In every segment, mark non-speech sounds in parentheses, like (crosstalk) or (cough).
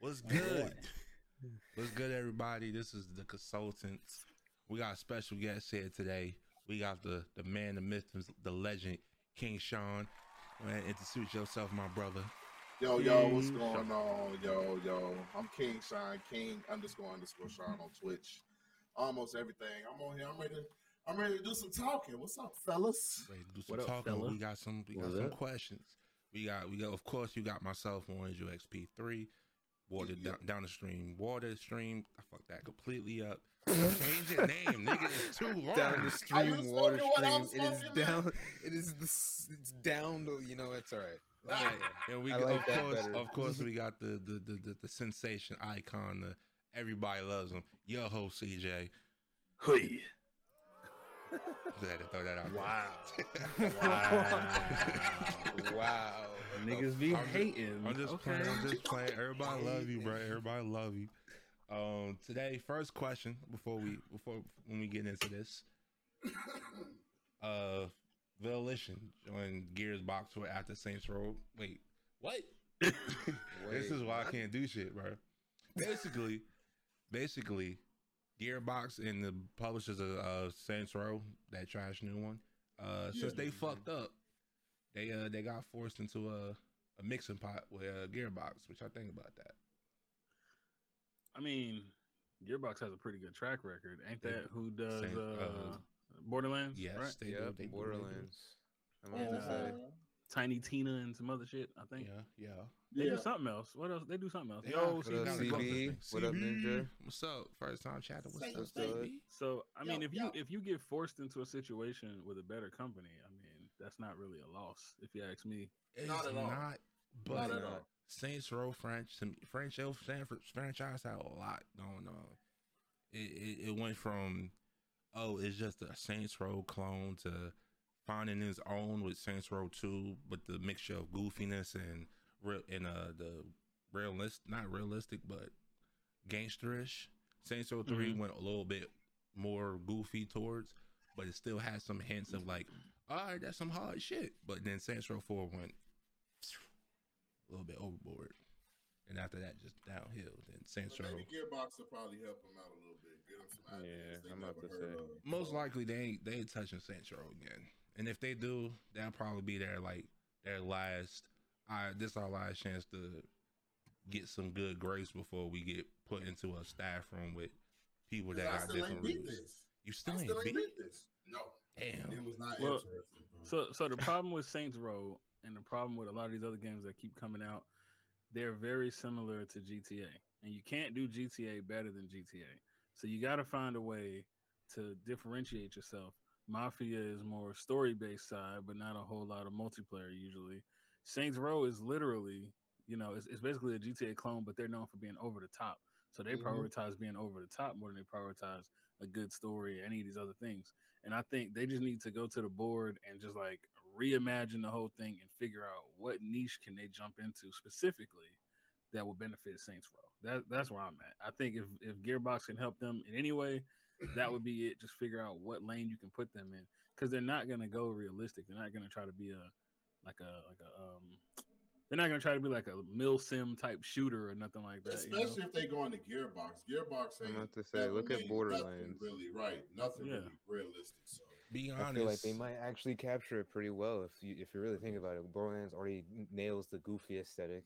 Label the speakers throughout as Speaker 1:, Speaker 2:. Speaker 1: What's good? What's good, everybody? This is the consultants. We got a special guest here today. We got the the man, the myth, and the legend, King Sean. Man, introduce yourself, my brother.
Speaker 2: Yo, yo, what's going on? Yo, yo, I'm King Shine, King underscore underscore Shine on Twitch. Almost everything. I'm on here. I'm ready. To, I'm ready to do some talking. What's up, fellas?
Speaker 1: Ready to do some
Speaker 3: What up,
Speaker 1: talking.
Speaker 3: fella?
Speaker 1: We got some. We got
Speaker 3: What
Speaker 1: some
Speaker 3: up?
Speaker 1: questions. We got. We got. Of course, you got myself on Angel XP three. Water
Speaker 2: Yeah.
Speaker 1: down, down the stream. Water stream. I fucked that completely
Speaker 3: (laughs)
Speaker 1: up. Change your name, nigga. It's too long.
Speaker 2: (laughs)
Speaker 3: down the
Speaker 2: you
Speaker 3: stream,
Speaker 2: smoking
Speaker 3: water
Speaker 2: what I'm
Speaker 3: stream. It is
Speaker 2: smoking,
Speaker 3: down. (laughs) It is the. s- It's down. To, you know, it's all
Speaker 2: (laughs)
Speaker 3: right.
Speaker 1: Yeah, and we
Speaker 3: I
Speaker 1: got-
Speaker 3: like
Speaker 1: of
Speaker 3: that
Speaker 1: course,
Speaker 3: better.
Speaker 1: of course, we got the the the, the, the sensation icon. The, everybody loves him. Yo ho, CJ.
Speaker 4: Hey.
Speaker 1: Just had to throw that out. there.
Speaker 3: (laughs)
Speaker 4: Wow.
Speaker 2: (laughs)
Speaker 3: Wow.
Speaker 4: Niggas be
Speaker 1: I'm just-
Speaker 4: hating.
Speaker 1: I'm just
Speaker 4: okay.
Speaker 1: playing. I'm just playing. Everybody love you, bro. Everybody love you. Um, today, first question before we before when we get into this, uh, Volition joined Gears Box Tour after Saints Row. Wait, what? This is why I can't do shit, bro. Basically, basically, Gearbox and the publishers of uh, Saints Row, that trash new one, uh, since they fucked up, they uh they got forced into a a mixing pot with uh, Gearbox, which I think about that.
Speaker 4: I mean, Gearbox has a pretty good track record. Ain't that who does
Speaker 1: Same-
Speaker 4: uh, Borderlands?
Speaker 1: Yes,
Speaker 4: Right?
Speaker 1: they do.
Speaker 3: Yep,
Speaker 1: They do, they do.
Speaker 3: Borderlands. I'm
Speaker 4: And,
Speaker 3: gonna say.
Speaker 4: uh, Tiny Tina and some other shit, I think.
Speaker 1: Yeah, yeah.
Speaker 4: They
Speaker 2: Yeah.
Speaker 4: do something else. What else? They do something else.
Speaker 1: They all
Speaker 3: What
Speaker 1: seem
Speaker 3: up,
Speaker 1: kinda close, I
Speaker 3: CB?
Speaker 1: think.
Speaker 3: What up,
Speaker 1: CB?
Speaker 3: Ninja?
Speaker 1: What's up? First time chatter. What's up,
Speaker 2: What's
Speaker 3: up?
Speaker 1: CB?
Speaker 4: So I mean,
Speaker 2: Yo,
Speaker 4: if you
Speaker 2: yo.
Speaker 4: if you get forced into a situation with a better company, I mean, that's not really a loss, if you ask me.
Speaker 1: It's
Speaker 2: Not at all.
Speaker 1: Not, but
Speaker 2: Not at
Speaker 3: uh,
Speaker 2: all.
Speaker 1: Saints Row French French Elf Sanford franchise had a lot going on. It, it it went from oh it's just a Saints Row clone to finding his own with Saints Row Two, but the mixture of goofiness and real and uh the realist not realistic but gangsterish. Saints Row 3 went a little bit more goofy towards, but it still had some hints of like, all right, that's some hard shit. But then Saints Row 4 went a little bit overboard. And after that, just downhill. Then Saints
Speaker 2: But
Speaker 1: Row.
Speaker 2: maybe Gearbox will probably help him out a little bit. Get him some ideas.
Speaker 3: Yeah,
Speaker 2: they
Speaker 3: I'm
Speaker 2: never
Speaker 3: about to
Speaker 2: heard
Speaker 3: say.
Speaker 2: of.
Speaker 1: Most likely they ain't they ain't touching Saints Row again. And if they do, that'll probably be their like their last I this our last chance to get some good grace before we get put into a staff room with people that
Speaker 2: I
Speaker 1: got
Speaker 2: still ain't
Speaker 1: different
Speaker 2: beat
Speaker 1: rules.
Speaker 2: this.
Speaker 1: You still
Speaker 2: I still
Speaker 1: ain't
Speaker 2: ain't
Speaker 1: beat
Speaker 2: beat this. No, it
Speaker 1: Damn.
Speaker 2: was not
Speaker 4: Well,
Speaker 2: interesting.
Speaker 5: Mm-hmm.
Speaker 2: bro.
Speaker 4: So, so the problem with Saints Row and the problem with a lot of these other games that keep coming out, they're very similar to GTA, and you can't do GTA better than GTA. So you got to find a way to differentiate yourself. Mafia is more story based side, but not a whole lot of multiplayer usually. Saints Row is literally, you know, it's, it's basically a GTA clone, but they're known for being over the top. So they
Speaker 2: Mhm.
Speaker 4: prioritize being over the top more than they prioritize a good story or any of these other things. And I think they just need to go to the board and just like reimagine the whole thing and figure out what niche can they jump into specifically that will benefit Saints Row. That that's where I'm at. I think if if Gearbox can help them in any way, that would be it. Just figure out what lane you can put them in because they're not gonna go realistic. They're not gonna try to be a like a like a um. They're not gonna try to be like a mil sim type shooter or nothing like that. you know?
Speaker 2: Especially if they go into Gearbox. Gearbox ain't.
Speaker 3: I'm about to say, look at
Speaker 2: nothing
Speaker 3: Borderlands.
Speaker 2: Really, right? Nothing
Speaker 4: Yeah.
Speaker 2: really realistic. So
Speaker 1: Be
Speaker 3: I
Speaker 1: honest.
Speaker 3: feel like they might actually capture it pretty well if you if you really think about it. Borderlands already nails the goofy aesthetic.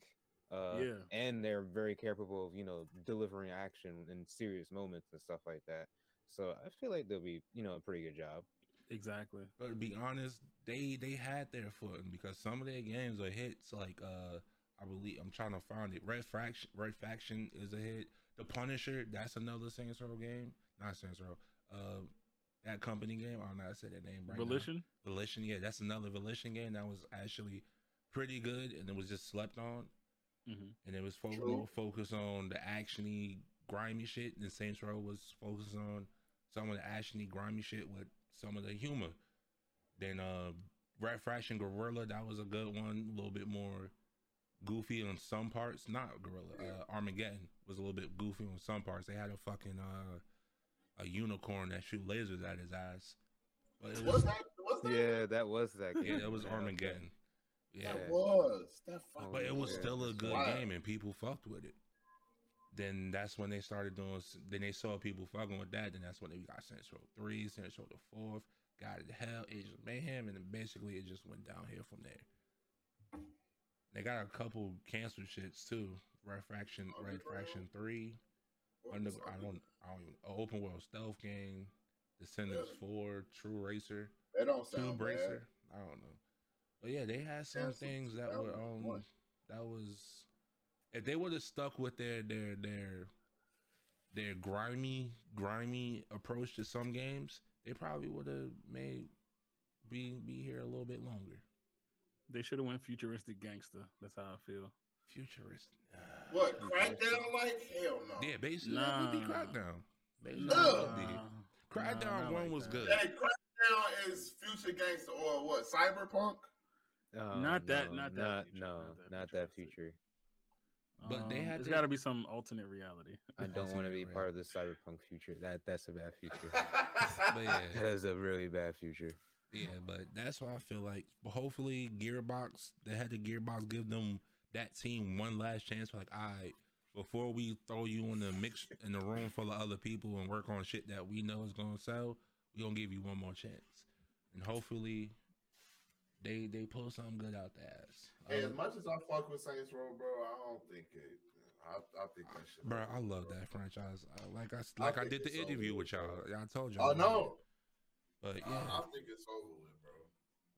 Speaker 3: Uh,
Speaker 4: Yeah.
Speaker 3: and they're very capable of you know delivering action in serious moments and stuff like that. So I feel like they'll be you know a pretty good job.
Speaker 4: Exactly.
Speaker 1: But to be honest, they they had their footing because some of their games are hits. Like uh, I believe I'm trying to find it. Red Faction, Red Faction is a hit. The Punisher, that's another Saints Row game. Not Saints Row. Uh, that company game. I don't know. how to say that name right. now.
Speaker 4: Volition.
Speaker 1: Volition. Yeah, that's another Volition game that was actually pretty good and it was just slept on.
Speaker 4: Mhm.
Speaker 1: And it was fo-
Speaker 2: True.
Speaker 1: more focused on the actiony, grimy shit. And Saints Row was focused on some of the actiony, grimy shit with some of the humor. Then uh, Red Fraction Gorilla, that was a good one. A little bit more goofy on some parts. Not Gorilla. Uh, Armageddon was a little bit goofy on some parts. They had a fucking uh, a unicorn that shoot lasers at his eyes. But it was,
Speaker 2: what's that? What's that?
Speaker 3: Yeah, that was (laughs) that game.
Speaker 1: yeah, that was
Speaker 3: Yeah.
Speaker 1: Armageddon. Yeah.
Speaker 2: That was that. Fucking
Speaker 3: Oh,
Speaker 1: But it was
Speaker 3: Yeah.
Speaker 1: still a good
Speaker 2: Wow.
Speaker 1: game and people fucked with it. Then that's when they started doing. s- Then they saw people fucking with that. Then that's when they got Saints Row Three, Saints Row the Fourth, God of Hell, Age of Mayhem, and then basically it just went downhill from there. They got a couple canceled shits too. Red Faction, Red Faction Three, Under, I don't, I don't even. a Open World Stealth Game, Descendants Four, True Racer.
Speaker 2: They don't
Speaker 1: Tomb
Speaker 2: sound bad.
Speaker 1: Racer. I don't know. But yeah, they had some
Speaker 2: That's-
Speaker 1: things that,
Speaker 2: that
Speaker 1: were
Speaker 2: was
Speaker 1: um
Speaker 2: one.
Speaker 1: that was if they would have stuck with their their their their grimy grimy approach to some games, they probably would have made be be here a little bit longer.
Speaker 4: They should have went futuristic gangster. That's how I feel.
Speaker 1: Futurist. ah,
Speaker 2: What?
Speaker 1: futuristic.
Speaker 2: Crackdown like? Hell no.
Speaker 1: Yeah, basically nah. would be
Speaker 4: Nah.
Speaker 1: crackdown. Basically,
Speaker 2: Nah.
Speaker 1: would be.
Speaker 4: Nah,
Speaker 1: Crackdown
Speaker 4: not
Speaker 1: one
Speaker 4: like
Speaker 1: was
Speaker 4: that.
Speaker 1: good.
Speaker 2: Hey, Crackdown is future gangster or what? Cyberpunk?
Speaker 3: Oh,
Speaker 4: Not that-
Speaker 3: no,
Speaker 4: not that
Speaker 3: Not,
Speaker 4: future,
Speaker 3: no, not that
Speaker 4: not that future, that's it.
Speaker 3: future.
Speaker 1: But they
Speaker 4: Um,
Speaker 1: had
Speaker 4: There's
Speaker 1: to-
Speaker 4: got to be some
Speaker 1: (laughs)
Speaker 4: alternate reality. (laughs)
Speaker 3: I don't
Speaker 1: Alternate
Speaker 3: want to be
Speaker 1: reality.
Speaker 3: part of the cyberpunk future. That that's a bad future. (laughs)
Speaker 1: But
Speaker 2: (laughs)
Speaker 1: yeah.
Speaker 3: that is a really bad future.
Speaker 1: Yeah, but that's why I feel like but hopefully Gearbox they had the Gearbox give them that team one last chance. Like, all right, before we throw you in the mix in the room full of other people and work on shit that we know is gonna sell, we gonna give you one more chance. And hopefully they they pull something good out the ass.
Speaker 2: Hey,
Speaker 1: Uh,
Speaker 2: as much as I fuck with Saints Row, bro, I don't think it. I, I think that shit.
Speaker 1: bro, I love that franchise. Uh, like I s- like I, did
Speaker 2: think
Speaker 1: the
Speaker 2: it's over
Speaker 1: interview
Speaker 2: with,
Speaker 1: with y'all.
Speaker 2: bro.
Speaker 1: I told y'all.
Speaker 2: Oh
Speaker 1: about
Speaker 2: no,
Speaker 1: it. But
Speaker 2: I,
Speaker 1: yeah,
Speaker 2: I think it's over with, bro.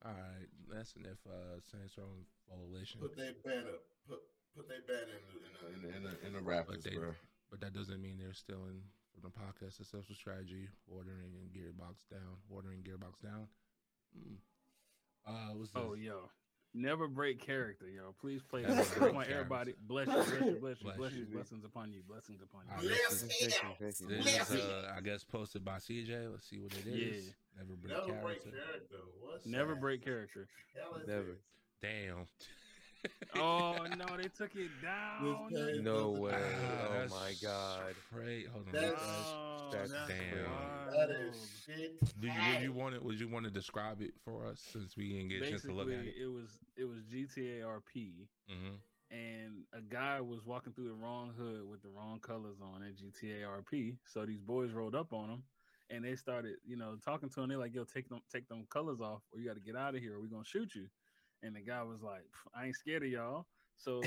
Speaker 1: all right. That's enough. Uh, Saints Row Coalition.
Speaker 2: Put their banner, put put their banner in the in the in the, in the, in the rapids,
Speaker 1: they-
Speaker 2: bro.
Speaker 1: But that doesn't mean they're still in from the podcast of social strategy, watering and gearbox down, watering gearbox down. Mm. Uh, what's this?
Speaker 4: Oh, yo. Never break character, yo. Please play
Speaker 3: Never
Speaker 4: this.
Speaker 3: break
Speaker 4: I want
Speaker 1: character.
Speaker 4: everybody. Bless you, bless you, bless you,
Speaker 1: Bless
Speaker 4: bless
Speaker 1: you.
Speaker 4: you. Blessings upon you, blessings upon
Speaker 1: All right,
Speaker 4: you.
Speaker 1: this is,
Speaker 3: Thank you, thank you.
Speaker 1: this
Speaker 2: Bless
Speaker 1: is, uh, I guess posted by CJ. Let's see what it
Speaker 4: Yeah.
Speaker 1: is. Never break
Speaker 2: Never
Speaker 1: character.
Speaker 2: break character. What's
Speaker 4: Never
Speaker 2: that?
Speaker 4: break character.
Speaker 2: Hell is
Speaker 3: Never.
Speaker 2: this?
Speaker 1: Damn. (laughs)
Speaker 4: Oh no, they took it down.
Speaker 2: This page
Speaker 3: No
Speaker 2: doesn't-
Speaker 3: way.
Speaker 4: (laughs)
Speaker 1: Ah,
Speaker 3: oh
Speaker 1: that's
Speaker 3: my god.
Speaker 1: Great. Hold on.
Speaker 2: That's-
Speaker 1: Uh,
Speaker 4: Oh,
Speaker 3: that's
Speaker 1: damn.
Speaker 4: wild.
Speaker 2: That is shit.
Speaker 1: do you, would you want it? Would you want to describe it for us since we didn't get a chance to look
Speaker 4: Basically,
Speaker 1: at it?
Speaker 4: it was it was GTA RP,
Speaker 1: hmm (laughs)
Speaker 4: and a guy was walking through the wrong hood with the wrong colors on at GTA RP. So these boys rolled up on him, and they started, you know, talking to him. They're like, "Yo, take them take them colors off, or you got to get out of here, or we gonna shoot you." And the guy was like, "Pff, "I ain't scared of y'all." So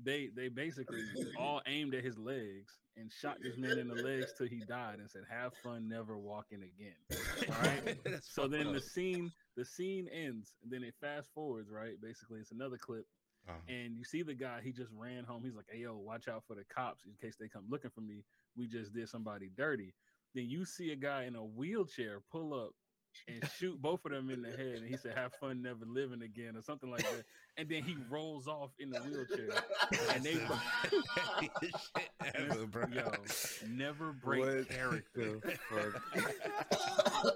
Speaker 4: they they basically all aimed at his legs and shot this man in the legs till he died, and said, "Have fun, never walking again." Alright.
Speaker 2: (laughs)
Speaker 1: That's
Speaker 4: So then the
Speaker 1: fucked
Speaker 4: scene the scene ends, and then it fast forwards, right? Basically, it's another clip,
Speaker 1: up. Oh,
Speaker 4: and you see the guy. He just ran home. He's like, "Hey yo, watch out for the cops in case they come looking for me. We just did somebody dirty." Then you see a guy in a wheelchair pull up
Speaker 1: (laughs)
Speaker 4: and shoot both of them in the head, and he said, "Have fun never living again" or something like that. And then he rolls off in the wheelchair. And they-
Speaker 1: (laughs) Shit ever, bro.
Speaker 4: Yo, never break (laughs)
Speaker 3: What
Speaker 4: character.
Speaker 3: the fuck?
Speaker 1: (laughs)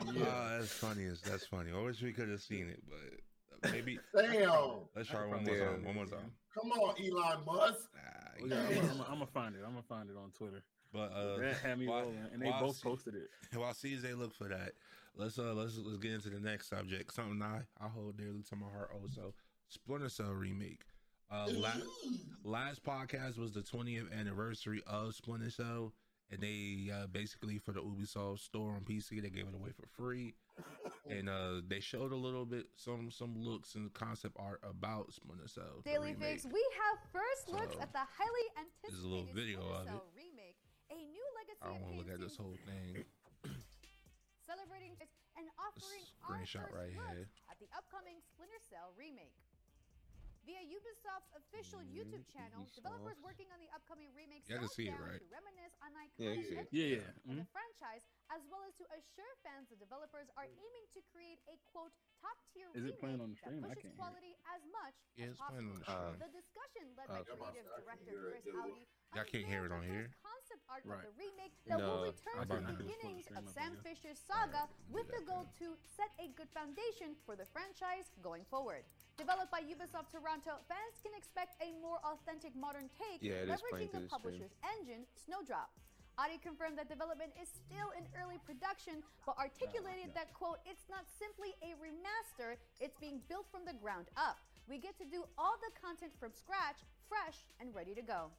Speaker 1: Oh, that's funny. as- That's funny. I wish we could have seen it, but maybe
Speaker 2: Damn.
Speaker 1: let's try
Speaker 4: could
Speaker 1: one more
Speaker 3: probably-
Speaker 1: time. One more time.
Speaker 2: Come on, Elon Musk.
Speaker 1: Nah,
Speaker 4: I'm
Speaker 1: you know.
Speaker 2: yeah.
Speaker 1: (laughs)
Speaker 4: gonna find it. I'm gonna find it on Twitter.
Speaker 1: But uh,
Speaker 4: (laughs) that had me
Speaker 1: why-
Speaker 4: rolling, and they
Speaker 1: why
Speaker 4: both
Speaker 1: see-
Speaker 4: posted it.
Speaker 1: while CJ look for that, let's uh let's let's get into the next subject. Something I I hold dearly to my heart. Also, Splinter Cell remake. Uh, la- last podcast was the 20th anniversary of Splinter Cell, and they uh, basically for the Ubisoft store on PC they gave it away for free. (laughs) and uh they showed a little bit some some looks and concept art about Splinter Cell. the
Speaker 6: Daily
Speaker 1: remake.
Speaker 6: Fix, we have first looks
Speaker 1: So,
Speaker 6: at the highly
Speaker 1: there's
Speaker 6: anticipated
Speaker 1: a little video
Speaker 6: Splinter
Speaker 1: of
Speaker 6: Cell remake, a new legacy
Speaker 1: I don't
Speaker 6: of
Speaker 1: want to look
Speaker 6: games
Speaker 1: at this
Speaker 6: team
Speaker 1: whole thing.
Speaker 6: celebrating just and offering our
Speaker 1: screenshot
Speaker 6: first
Speaker 1: right
Speaker 6: looks
Speaker 1: here.
Speaker 6: at the upcoming Splinter Cell remake. Via Ubisoft's official
Speaker 1: Mm-hmm.
Speaker 6: YouTube channel, developers
Speaker 3: Ubisoft.
Speaker 6: working on the upcoming remake
Speaker 1: Yeah, I can
Speaker 6: sat
Speaker 1: see it,
Speaker 6: down
Speaker 1: right?
Speaker 6: to reminisce on iconic
Speaker 3: Yeah, you see it.
Speaker 4: Yeah,
Speaker 6: entries
Speaker 4: yeah. Mm-hmm.
Speaker 6: for the franchise, as well as to assure fans the developers are aiming to create a quote top tier
Speaker 4: Is it
Speaker 6: remake
Speaker 4: playing on the stream? I
Speaker 6: that
Speaker 4: can't hear
Speaker 6: pushes
Speaker 4: it.
Speaker 6: quality as much
Speaker 1: Yeah,
Speaker 6: as
Speaker 1: it's playing on the
Speaker 6: possible.
Speaker 3: Uh,
Speaker 1: stream.
Speaker 6: The discussion led by
Speaker 3: Okay.
Speaker 6: creative
Speaker 2: I can
Speaker 6: director
Speaker 2: hear it,
Speaker 6: Chris
Speaker 2: dude.
Speaker 6: Howdy.
Speaker 1: Y'all can't hear it on here?
Speaker 6: Concept art
Speaker 4: Right.
Speaker 6: of the remake that
Speaker 3: No,
Speaker 6: will return
Speaker 1: I can't
Speaker 6: to the
Speaker 1: hear
Speaker 4: it.
Speaker 6: beginnings of
Speaker 4: Alright,
Speaker 6: Sam
Speaker 4: do
Speaker 6: Fisher's saga
Speaker 1: that
Speaker 6: with the
Speaker 1: then.
Speaker 6: goal to set a good foundation for the franchise going forward. Developed by Ubisoft Toronto, fans can expect a more authentic modern take
Speaker 3: Yeah, it is playing
Speaker 6: leveraging the
Speaker 3: through the stream.
Speaker 6: publisher's engine, Snowdrop. Audi confirmed that development is still in early production, but articulated that, quote, it's not simply a remaster, it's being built from the ground up. We get to do all the content from scratch, fresh, and ready to go.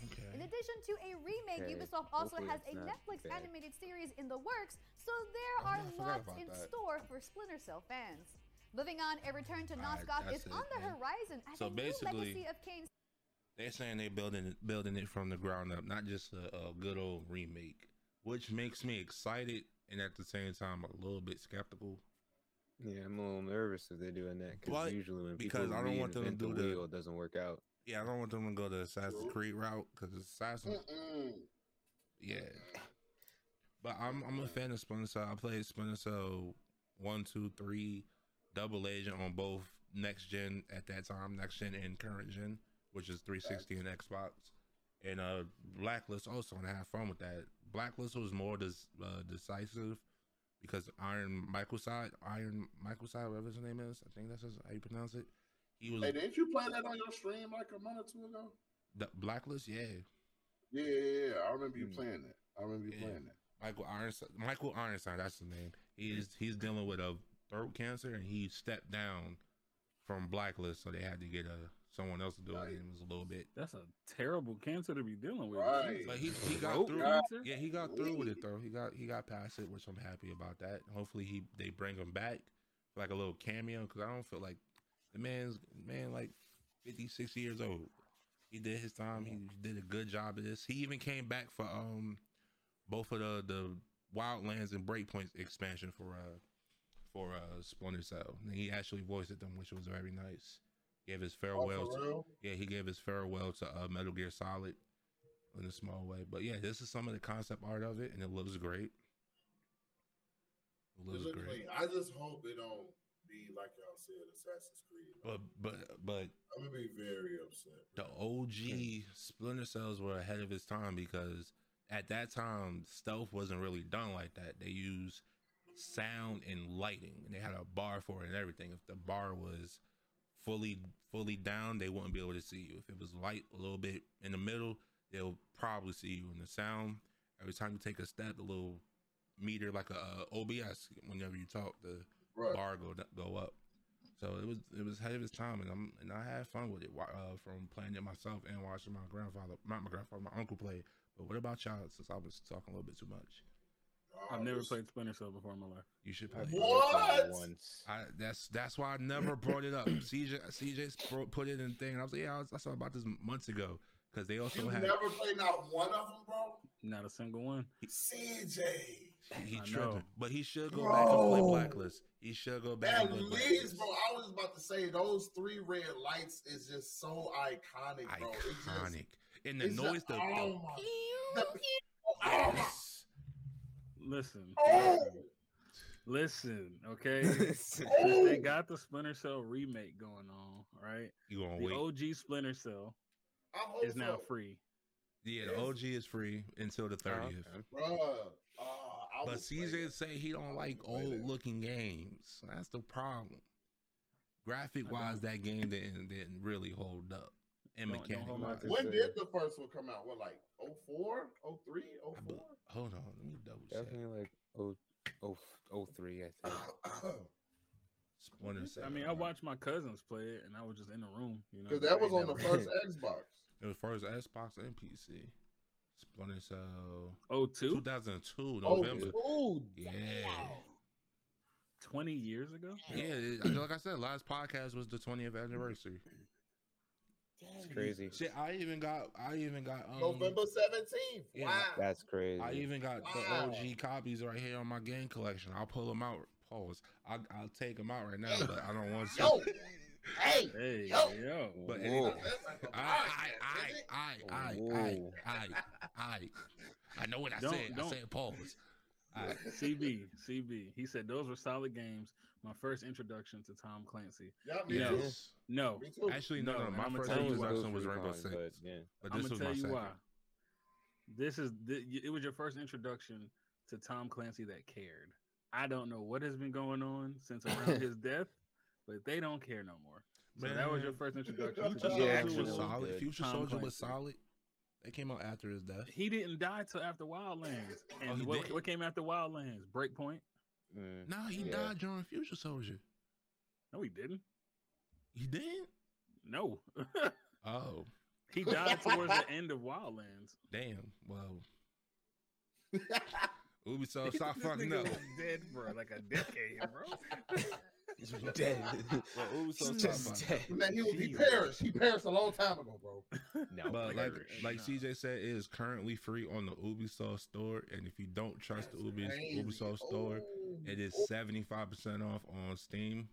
Speaker 6: In
Speaker 1: Okay.
Speaker 6: addition to a remake,
Speaker 3: Okay,
Speaker 6: Ubisoft also
Speaker 3: hopefully
Speaker 6: has
Speaker 3: it's
Speaker 6: a
Speaker 3: not
Speaker 6: Netflix
Speaker 3: bad.
Speaker 6: animated series in the works, so there
Speaker 1: Oh,
Speaker 6: are
Speaker 1: yeah, I forgot
Speaker 6: lots
Speaker 1: about
Speaker 6: in
Speaker 1: that.
Speaker 6: store for Splinter Cell fans. Moving on, a return to
Speaker 1: Alright,
Speaker 6: Noskok is
Speaker 1: that's it,
Speaker 6: on the
Speaker 1: man.
Speaker 6: horizon as
Speaker 1: So
Speaker 6: a new
Speaker 1: basically-
Speaker 6: legacy of Kane's
Speaker 1: They're saying they're building it, building it from the ground up, not just a, a good old remake, which makes me excited and at the same time a little bit skeptical.
Speaker 3: Yeah, I'm a little nervous if they're doing that because
Speaker 1: But-
Speaker 3: usually when
Speaker 1: because
Speaker 3: people
Speaker 1: I don't want them to
Speaker 3: reinvent the
Speaker 1: do the-
Speaker 3: wheel, it doesn't work out.
Speaker 1: Yeah, I don't want them to go the Assassin's
Speaker 2: True.
Speaker 1: Creed route because Assassin's
Speaker 2: Mm-mm.
Speaker 1: Yeah. But I'm I'm a fan of Splinter Cell. I played Splinter Cell one, two, three, double agent on both next gen at that time, next gen and current gen, which is 360 and Xbox. And uh Blacklist also and I had fun with that. Blacklist was more dis- uh, decisive because Iron Michael side, Iron Michael side, whatever his name is, I think that's his- how you pronounce it. He was
Speaker 2: Hey, didn't you play that on your stream like a month or two ago?
Speaker 1: the Blacklist, yeah.
Speaker 2: Yeah, yeah, yeah. I remember you
Speaker 3: Mm.
Speaker 2: playing it. I remember you
Speaker 1: Yeah.
Speaker 2: playing it.
Speaker 1: Michael Ironside. Michael Ironside, that's his name. He's he's dealing with a throat cancer, and he stepped down from Blacklist, so they had to get a someone else to do it.
Speaker 2: Right.
Speaker 1: And it was a little bit,
Speaker 4: That's a terrible cancer to be dealing with. Jesus.
Speaker 2: Right.
Speaker 1: but he he
Speaker 4: Throat
Speaker 1: got through.
Speaker 4: cancer?
Speaker 1: Yeah, he got through with it though. He got he got past it, which I'm happy about that. Hopefully, he they bring him back for like a little cameo because I don't feel like the man's man like 50, 60 years old. He did his time. He did a good job of this. He even came back for um both of the the Wildlands and Breakpoints expansion for uh for uh Splinter Cell. And he actually voiced it them, which was very nice. Gave his
Speaker 2: Oh,
Speaker 1: farewell.
Speaker 2: for
Speaker 1: to-
Speaker 2: real?
Speaker 1: yeah, he gave his farewell to uh, Metal Gear Solid in a small way. But yeah, this is some of the concept art of it, and it looks great. It
Speaker 2: It
Speaker 1: looks
Speaker 2: look
Speaker 1: great.
Speaker 2: like- I just hope it don't be like y'all said, Assassin's Creed.
Speaker 1: But but but
Speaker 2: I'm gonna be very upset.
Speaker 1: the OG Splinter Cells were ahead of his time because at that time stealth wasn't really done like that. They used sound and lighting, and they had a bar for it and everything. If the bar was fully fully down, they wouldn't be able to see you. If it was light a little bit in the middle, they'll probably see you. And the sound, every time you take a step, the little meter like a, uh OBS whenever you talk, the
Speaker 2: Right.
Speaker 1: bar go d- go up. So it was it was ahead of its time, and I'm and I had fun with it. wa- Uh, from playing it myself and watching my grandfather, not my grandfather, my uncle play. it. But what about y'all? Since I was talking a little bit too much,
Speaker 2: Oh,
Speaker 4: I've never
Speaker 2: this-
Speaker 4: played Splinter Cell before in my life.
Speaker 1: you should play.
Speaker 3: I've
Speaker 1: it.
Speaker 3: only played it
Speaker 2: What?
Speaker 3: Once.
Speaker 1: I, that's that's why I never brought it up.
Speaker 2: (clears throat)
Speaker 1: CJ CJ 's bro- put it in the thing, and I was like, yeah, I, was, I saw about this months ago because they also
Speaker 2: You
Speaker 1: had
Speaker 2: never played not one of them, bro.
Speaker 4: Not a single one.
Speaker 2: CJ,
Speaker 1: he
Speaker 4: I
Speaker 1: tripping,
Speaker 4: know.
Speaker 1: but he should go back and play
Speaker 2: Bro.
Speaker 1: Blacklist. He should go back.
Speaker 2: at
Speaker 1: and play
Speaker 2: least,
Speaker 1: Blacklist.
Speaker 2: bro. I was about to say those three red lights is just so iconic, bro. It's just-
Speaker 1: Iconic, and the
Speaker 2: it's just-
Speaker 1: noise, the,
Speaker 2: oh
Speaker 1: the (laughs)
Speaker 2: my, the- oh my-
Speaker 4: Listen.
Speaker 2: oh,
Speaker 4: Listen,
Speaker 3: (laughs)
Speaker 4: okay?
Speaker 2: (laughs)
Speaker 1: (laughs)
Speaker 3: It's
Speaker 4: Since they
Speaker 2: Oh.
Speaker 4: got the Splinter Cell remake going on, right?
Speaker 1: you gonna
Speaker 4: the
Speaker 1: Oh, wait.
Speaker 4: OG Splinter Cell
Speaker 2: I hope
Speaker 4: is now
Speaker 2: so.
Speaker 4: free.
Speaker 1: Yeah, the
Speaker 2: Yes.
Speaker 1: OG is free until the thirtieth.
Speaker 3: okay.
Speaker 2: Bruh, uh, I
Speaker 1: But
Speaker 2: would play
Speaker 1: CJ
Speaker 2: it.
Speaker 1: say he don't like
Speaker 2: play
Speaker 1: old
Speaker 2: that.
Speaker 1: looking games. That's the problem. Graphic wise, that game didn't didn't really hold up. And
Speaker 4: Don't- don't
Speaker 1: mechanic
Speaker 4: hold
Speaker 1: wise,
Speaker 4: my-
Speaker 2: When
Speaker 3: It's,
Speaker 2: did
Speaker 3: uh,
Speaker 2: the first one come out? What, like 04, 03, 04?
Speaker 1: hold on, let me double check.
Speaker 3: Definitely like oh, oh, oh three, I think.
Speaker 1: Splinter Cell.
Speaker 4: I mean, I watched my cousins play it and I was just in the room, you know.
Speaker 2: Because that
Speaker 4: I
Speaker 2: was
Speaker 4: ain't
Speaker 2: on the
Speaker 4: never-
Speaker 2: first Xbox.
Speaker 1: it was first Xbox and PC. Splinter Cell,
Speaker 4: Oh, two?
Speaker 1: 2002
Speaker 2: Oh,
Speaker 1: November.
Speaker 2: oh,
Speaker 1: Yeah.
Speaker 2: damn.
Speaker 4: 20 years ago?
Speaker 1: Yeah, it, like I said, last podcast was the 20th anniversary.
Speaker 3: It's crazy.
Speaker 1: Shit, I even got, I even got um,
Speaker 2: November 17th.
Speaker 1: yeah,
Speaker 2: wow.
Speaker 3: That's crazy.
Speaker 1: I even got
Speaker 2: Wow.
Speaker 1: the OG copies right here on my game collection. I'll pull them out. Pause. I, I'll take them out right now, but I don't want to.
Speaker 2: Yo, hey.
Speaker 4: Hey,
Speaker 2: Yo.
Speaker 4: yo. yo.
Speaker 1: But
Speaker 3: Whoa.
Speaker 1: anyway,
Speaker 2: That's like a
Speaker 1: I, I,
Speaker 2: podcast, isn't it?
Speaker 1: I, I, I, I,
Speaker 3: Whoa.
Speaker 1: I, I, I know what I
Speaker 4: Don't-
Speaker 1: said.
Speaker 4: don't.
Speaker 1: I said pause.
Speaker 2: (laughs)
Speaker 1: I,
Speaker 4: CB, CB. He said those were solid games. My first introduction to Tom Clancy.
Speaker 2: Yeah, me
Speaker 4: Yeah.
Speaker 2: too.
Speaker 1: yes.
Speaker 4: No,
Speaker 2: Me too.
Speaker 1: Actually, no,
Speaker 4: No,
Speaker 1: no.
Speaker 4: and
Speaker 1: my
Speaker 4: I'ma
Speaker 1: first
Speaker 4: tell you why.
Speaker 1: introduction was
Speaker 3: Those
Speaker 1: Rainbow
Speaker 3: three
Speaker 1: Six,
Speaker 3: lines, but, yeah.
Speaker 1: but
Speaker 4: I'm
Speaker 1: this
Speaker 4: gonna
Speaker 1: was
Speaker 4: tell
Speaker 1: my
Speaker 4: you
Speaker 1: second.
Speaker 4: why. This is the, it was your first introduction to Tom Clancy that cared. I don't know what has been going on since around
Speaker 1: (laughs)
Speaker 4: his death, but they don't care no more. So that was your
Speaker 1: Man, (laughs)
Speaker 4: first introduction.
Speaker 2: Future
Speaker 4: to Tom
Speaker 3: Yeah,
Speaker 1: Future
Speaker 3: actually,
Speaker 1: Soldier was
Speaker 4: Clancy.
Speaker 3: that was
Speaker 1: solid.
Speaker 3: good.
Speaker 1: Future
Speaker 4: Tom
Speaker 1: Soldier was
Speaker 4: Clancy.
Speaker 1: solid. They came out after his death.
Speaker 4: He didn't die till after Wildlands. And
Speaker 1: Oh, he
Speaker 4: what,
Speaker 1: didn't?
Speaker 4: what came after Wildlands? Breakpoint?
Speaker 3: Mm. (laughs)
Speaker 1: No, he
Speaker 3: Yeah.
Speaker 1: died during Future Soldier.
Speaker 4: No, he didn't.
Speaker 1: He did.
Speaker 4: No. (laughs)
Speaker 1: Oh,
Speaker 4: He died towards the end of Wildlands.
Speaker 1: (laughs) Damn. Well, Ubisoft, stop
Speaker 4: (laughs) This
Speaker 1: fucking
Speaker 4: nigga
Speaker 1: up.
Speaker 4: was dead for like a decade, bro. (laughs)
Speaker 7: He's dead.
Speaker 1: (laughs) Well, Ubisoft,
Speaker 7: He's
Speaker 1: stop
Speaker 7: just
Speaker 1: fucking up.
Speaker 7: dead.
Speaker 2: (laughs) Man, he, was, he
Speaker 3: Jesus.
Speaker 2: perished. He perished a long time ago, bro.
Speaker 3: No,
Speaker 1: But like, like
Speaker 4: nah.
Speaker 1: CJ said, it is currently free on the Ubisoft store, and if you don't trust the
Speaker 2: That's
Speaker 1: Ubis,
Speaker 2: crazy.
Speaker 1: Ubisoft store,
Speaker 2: Oh,
Speaker 1: it is
Speaker 2: oh,
Speaker 1: seventy five percent off on Steam.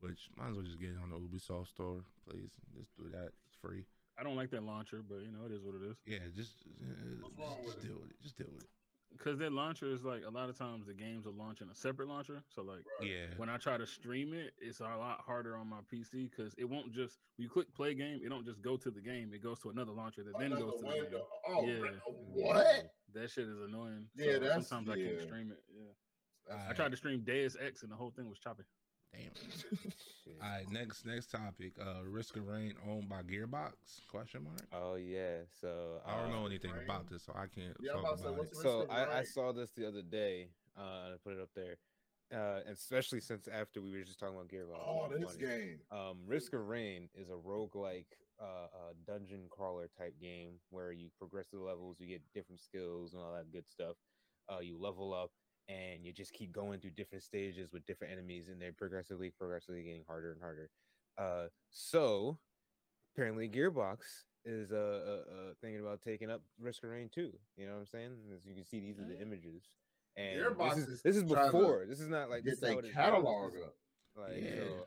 Speaker 1: Which might as well just get it on the Ubisoft store, please. Just do that. It's free.
Speaker 4: I don't like that launcher, but you know it is what it is.
Speaker 1: Yeah, just uh,
Speaker 2: What's
Speaker 1: just,
Speaker 2: wrong with
Speaker 1: just
Speaker 2: it?
Speaker 1: deal with it. Just deal with it.
Speaker 4: Because that launcher is like a lot of times the games are launching a separate launcher. So like
Speaker 2: Right.
Speaker 1: Yeah.
Speaker 4: when I try to stream it, it's a lot harder on my PC because it won't just when you click play game, it don't just go to the game. It goes to another launcher that then
Speaker 2: another
Speaker 4: goes to the game.
Speaker 2: window. Oh,
Speaker 4: Yeah.
Speaker 2: re- what?
Speaker 4: That shit is annoying.
Speaker 2: Yeah,
Speaker 4: so
Speaker 2: that's-
Speaker 4: sometimes I
Speaker 2: yeah.
Speaker 4: can't stream it. Yeah. I
Speaker 1: Alright,
Speaker 4: tried to stream Deus Ex and the whole thing was choppy.
Speaker 1: Damn.
Speaker 3: (laughs) Shit.
Speaker 1: All right, next next topic. Uh, Risk of Rain owned by Gearbox? Question mark.
Speaker 3: Oh yeah. So
Speaker 1: I don't
Speaker 3: uh,
Speaker 1: know anything
Speaker 2: Uh, Rain?
Speaker 1: about this, so I can't
Speaker 2: Yeah,
Speaker 1: talk
Speaker 2: I'm about to say,
Speaker 1: about it.
Speaker 2: what's Risk
Speaker 3: So
Speaker 2: of
Speaker 3: I, I
Speaker 2: Rain.
Speaker 3: saw this the other day. Uh, I put it up there, uh, and especially since after we were just talking about
Speaker 2: (laughs)
Speaker 3: Gearbox.
Speaker 2: Oh,
Speaker 3: it's
Speaker 2: this
Speaker 3: funny.
Speaker 2: game.
Speaker 3: Um, Risk of Rain is a roguelike uh, uh, dungeon crawler type game where you progress through the levels, you get different skills and all that good stuff. Uh, you level up and you just keep going through different stages with different enemies, and they're progressively, progressively getting harder and harder. Uh, so apparently, Gearbox is uh, uh, uh, thinking about taking up Risk of Rain too. You know what I'm saying? As you can see, these are the
Speaker 6: Mm.
Speaker 3: images. And
Speaker 2: Mm-hmm. Gearbox
Speaker 3: this is,
Speaker 2: is
Speaker 3: this is
Speaker 2: trying to
Speaker 3: before. This is not like this
Speaker 2: Get
Speaker 3: is how
Speaker 2: their
Speaker 3: it is now. This
Speaker 2: catalog
Speaker 3: is-
Speaker 2: up.
Speaker 3: like,
Speaker 1: Yeah.
Speaker 3: so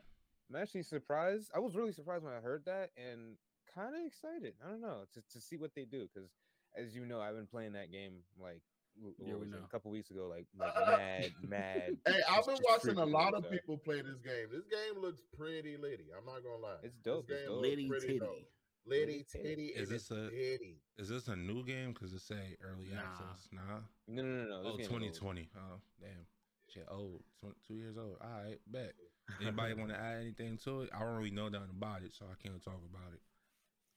Speaker 3: I'm actually surprised. I was really surprised when I heard that and kind of excited. I don't know to, to see what they do because, as you know, I've been playing that game like w-
Speaker 4: Yeah,
Speaker 3: what
Speaker 4: we
Speaker 3: was it,
Speaker 4: know.
Speaker 3: a couple weeks ago,
Speaker 2: (laughs)
Speaker 3: like, like mad, mad.
Speaker 2: Hey, I've
Speaker 3: just-
Speaker 2: been
Speaker 3: just
Speaker 2: watching a
Speaker 3: freaking
Speaker 2: lot
Speaker 3: out,
Speaker 2: of
Speaker 3: so.
Speaker 2: people play this game. This game looks pretty litty. I'm not gonna lie.
Speaker 3: It's dope,
Speaker 2: This
Speaker 3: it's
Speaker 2: game
Speaker 3: dope.
Speaker 2: looks
Speaker 3: Litty
Speaker 2: pretty dope. Litty titty
Speaker 1: Is
Speaker 2: is
Speaker 1: this
Speaker 2: a
Speaker 1: a-
Speaker 2: titty.
Speaker 1: Is this a new game? Because it say early
Speaker 4: Nah.
Speaker 1: access. Nah.
Speaker 3: No, no, no, no. this
Speaker 1: Oh,
Speaker 3: game is old.
Speaker 1: 2020. Oh, damn. Shit, old. Tw- two years old. All right, (laughs) bet.
Speaker 4: (laughs)
Speaker 1: Anybody want to add anything to it? I don't really know nothing about it, so I can't talk about it.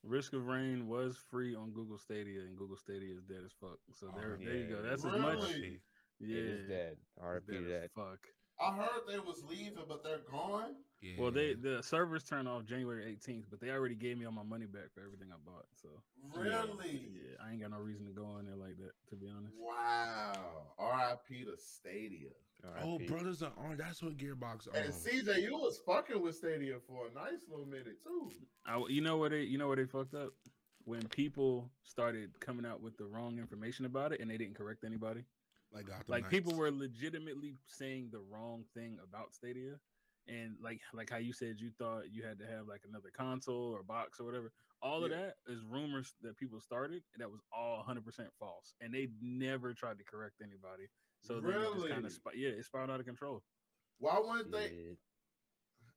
Speaker 4: Risk of Rain was free on Google Stadia, and Google Stadia is dead as fuck. So
Speaker 1: Oh,
Speaker 4: there, there you
Speaker 3: yeah.
Speaker 4: go. That's
Speaker 2: Really?
Speaker 4: as much.
Speaker 2: Shit,
Speaker 1: Shit.
Speaker 4: Yeah,
Speaker 3: It is dead.
Speaker 4: it's
Speaker 3: RP
Speaker 4: dead as
Speaker 3: that.
Speaker 4: fuck.
Speaker 2: I heard they was leaving, but they're gone.
Speaker 1: Yeah.
Speaker 4: Well, they the servers turned off January 18th, but they already gave me all my money back for everything I bought. So
Speaker 2: Really?
Speaker 4: yeah, I ain't got no reason to go on there like that. To be honest,
Speaker 2: Wow. R.I.P. to Stadia.
Speaker 1: Oh,
Speaker 3: RIP.
Speaker 1: brothers are on. That's what Gearbox
Speaker 3: Oh.
Speaker 2: And
Speaker 1: owns.
Speaker 2: CJ, you was fucking with Stadia for a nice little minute too.
Speaker 4: I you know what they you know where they fucked up when people started coming out with the wrong information about it and they didn't correct anybody.
Speaker 1: Like, Gotham
Speaker 4: like people
Speaker 1: Knights.
Speaker 4: were legitimately saying the wrong thing about Stadia, and like like how you said you thought you had to have like another console or box or whatever. All of that is rumors that people started and that was all 100 percent false, and they never tried to correct anybody. So then it just kind
Speaker 2: Really?
Speaker 4: of sp- yeah, it spiraled out of control.
Speaker 2: Why wouldn't they?
Speaker 3: Shit.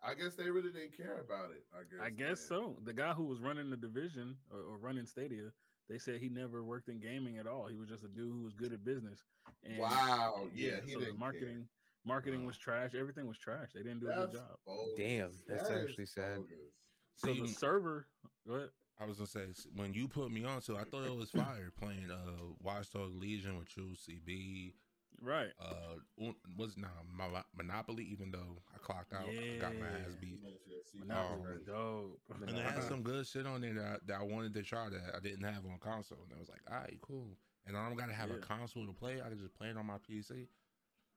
Speaker 2: I guess they really didn't care about it. I guess.
Speaker 4: I guess
Speaker 2: man.
Speaker 4: so. The guy who was running the division or, or running Stadia, they said he never worked in gaming at all. He was just a dude who was good at business. And
Speaker 2: Wow. Yeah. he
Speaker 4: so
Speaker 2: didn't
Speaker 4: the
Speaker 2: care.
Speaker 4: marketing marketing
Speaker 1: Wow.
Speaker 4: was trash. Everything was trash. They didn't do a
Speaker 2: That's
Speaker 4: good job.
Speaker 2: bogus.
Speaker 3: Damn, that's
Speaker 2: That is
Speaker 3: actually sad.
Speaker 2: bogus.
Speaker 4: So
Speaker 1: See,
Speaker 4: the server, what?
Speaker 1: I was gonna say s- when you put me on to, it, I thought it (laughs) was fire playing uh Watch Dogs Legion with you, CB.
Speaker 4: Right.
Speaker 1: Uh, Un- was not nah, Monopoly, even though I clocked out, I got my ass
Speaker 4: Yeah.
Speaker 1: beat.
Speaker 5: Oh,
Speaker 4: Monopoly was
Speaker 1: Um,
Speaker 4: Oh, dope.
Speaker 1: And they had some good shit on there that I, that I wanted to try that I didn't have on console, and I was like, all right, cool. And I don't gotta have a
Speaker 4: Yeah.
Speaker 1: console to play; I can just play it on my PC.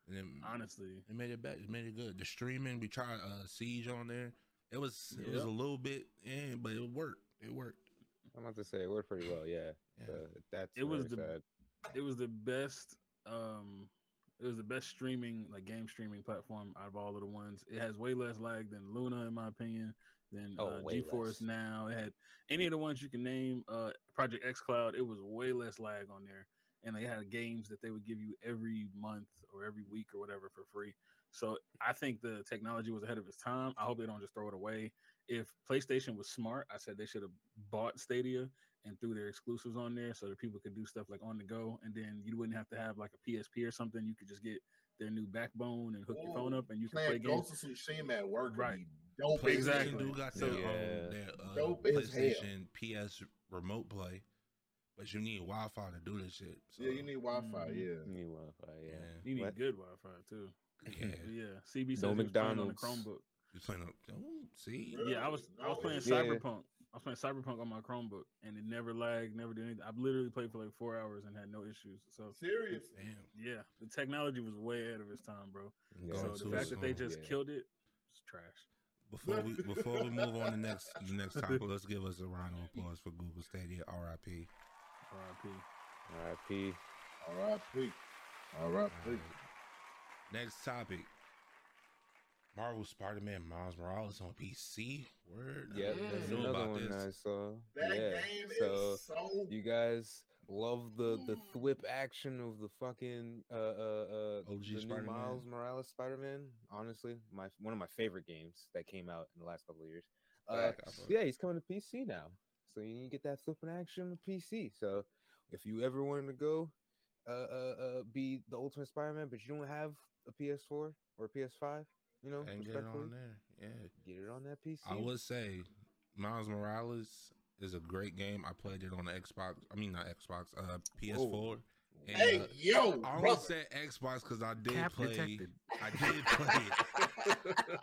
Speaker 1: And then
Speaker 4: (laughs) Honestly,
Speaker 1: it made it better. It made it good. The streaming, we tried uh, Siege on there. It was it was
Speaker 4: Yep.
Speaker 1: a little bit in, but it worked. It worked.
Speaker 3: I'm about to say it worked pretty well. Yeah.
Speaker 1: Yeah.
Speaker 3: So that's
Speaker 4: It was
Speaker 3: really
Speaker 4: the-
Speaker 3: sad.
Speaker 4: it was the best. Um, it was the best streaming, like game streaming platform out of all of the ones. It has way less lag than Luna, in my opinion. Than
Speaker 3: Oh,
Speaker 4: uh,
Speaker 3: way
Speaker 4: GeForce
Speaker 3: less.
Speaker 4: Now. It had any of the ones you can name. Uh, Project X Cloud. It was way less lag on there, and they had games that they would give you every month or every week or whatever for free. So I think the technology was ahead of its time. I hope they don't just throw it away. If PlayStation was smart, I said they should have bought Stadia and threw their exclusives on there so that people could do stuff like on the go, and then you wouldn't have to have like a PSP or something. You could just get their new backbone and hook your phone
Speaker 2: Ooh,
Speaker 4: up, and you can play
Speaker 2: Playing
Speaker 4: games.
Speaker 2: Ghost of Tsushima at work. Right.
Speaker 4: Right.
Speaker 2: Dope. as
Speaker 4: Exactly.
Speaker 1: PlayStation
Speaker 2: hell.
Speaker 1: do got
Speaker 3: So-
Speaker 1: their
Speaker 3: Yeah.
Speaker 1: own their, uh,
Speaker 2: Dope as hell.
Speaker 1: PlayStation PS remote play, but you need Wi-Fi to do this shit. So,
Speaker 2: Yeah, you need Wi-Fi.
Speaker 4: Mhm.
Speaker 1: Mm-hmm.
Speaker 2: Yeah.
Speaker 3: New Wi-Fi, yeah.
Speaker 1: Yeah.
Speaker 4: You need
Speaker 3: What?
Speaker 4: good Wi-Fi too.
Speaker 1: yeah.
Speaker 4: But yeah, CB says
Speaker 3: No
Speaker 4: he was playing on the
Speaker 3: McDonald's.
Speaker 4: Chromebook.
Speaker 1: You playing? on- Oh, see,
Speaker 2: Really?
Speaker 4: Yeah, I was I was
Speaker 2: No.
Speaker 4: playing
Speaker 3: Yeah.
Speaker 4: Cyberpunk I was playing Cyberpunk on my Chromebook, and it never lagged, never did anything. I've literally played for like four hours and had no issues. So
Speaker 2: Serious.
Speaker 1: Damn.
Speaker 4: yeah, the technology was way ahead of its time, bro.
Speaker 1: Yeah,
Speaker 4: So
Speaker 1: Going
Speaker 4: the
Speaker 1: too
Speaker 4: fact that they
Speaker 1: soon.
Speaker 4: just
Speaker 3: Yeah.
Speaker 4: killed it, it's trash.
Speaker 1: Before we before we move on to next the next topic, let's give us a round of applause for Google Stadia. R.I.P.
Speaker 4: R.I.P.
Speaker 3: R.I.P.
Speaker 2: R.I.P. R.I.P.
Speaker 1: Alright. Next topic. Marvel Spider-Man Miles Morales on PC. Word. I
Speaker 3: Yep,
Speaker 1: didn't
Speaker 3: that's
Speaker 1: know
Speaker 3: another
Speaker 1: about
Speaker 3: one
Speaker 1: this.
Speaker 3: I saw.
Speaker 2: That
Speaker 3: yeah,
Speaker 2: game
Speaker 3: so
Speaker 2: is so.
Speaker 3: you guys love the the
Speaker 2: Mm.
Speaker 3: thwip action of the fucking uh uh, uh
Speaker 1: OG
Speaker 3: the new
Speaker 1: Spider-Man.
Speaker 3: Miles Morales Spider-Man. Honestly, my one of my favorite games that came out in the last couple of years. Uh,
Speaker 1: Fact, I fuck-
Speaker 3: yeah, he's coming to PC now, so you need to get that flipping action to PC. So if you ever wanted to go uh uh, uh be the Ultimate Spider-Man, but you don't have a PS4 or a PS5, you know,
Speaker 1: And get it
Speaker 3: respectfully,
Speaker 1: on there. Yeah.
Speaker 3: get it on that PC.
Speaker 1: I would say Miles Morales is a great game. I played it on the Xbox. I mean not Xbox,
Speaker 3: Oh,
Speaker 1: uh PS4. And,
Speaker 2: Hey,
Speaker 1: uh,
Speaker 2: yo,
Speaker 1: I
Speaker 2: brother.
Speaker 1: almost said Xbox because I did
Speaker 4: Cap
Speaker 1: play
Speaker 4: detected.
Speaker 1: I did play it.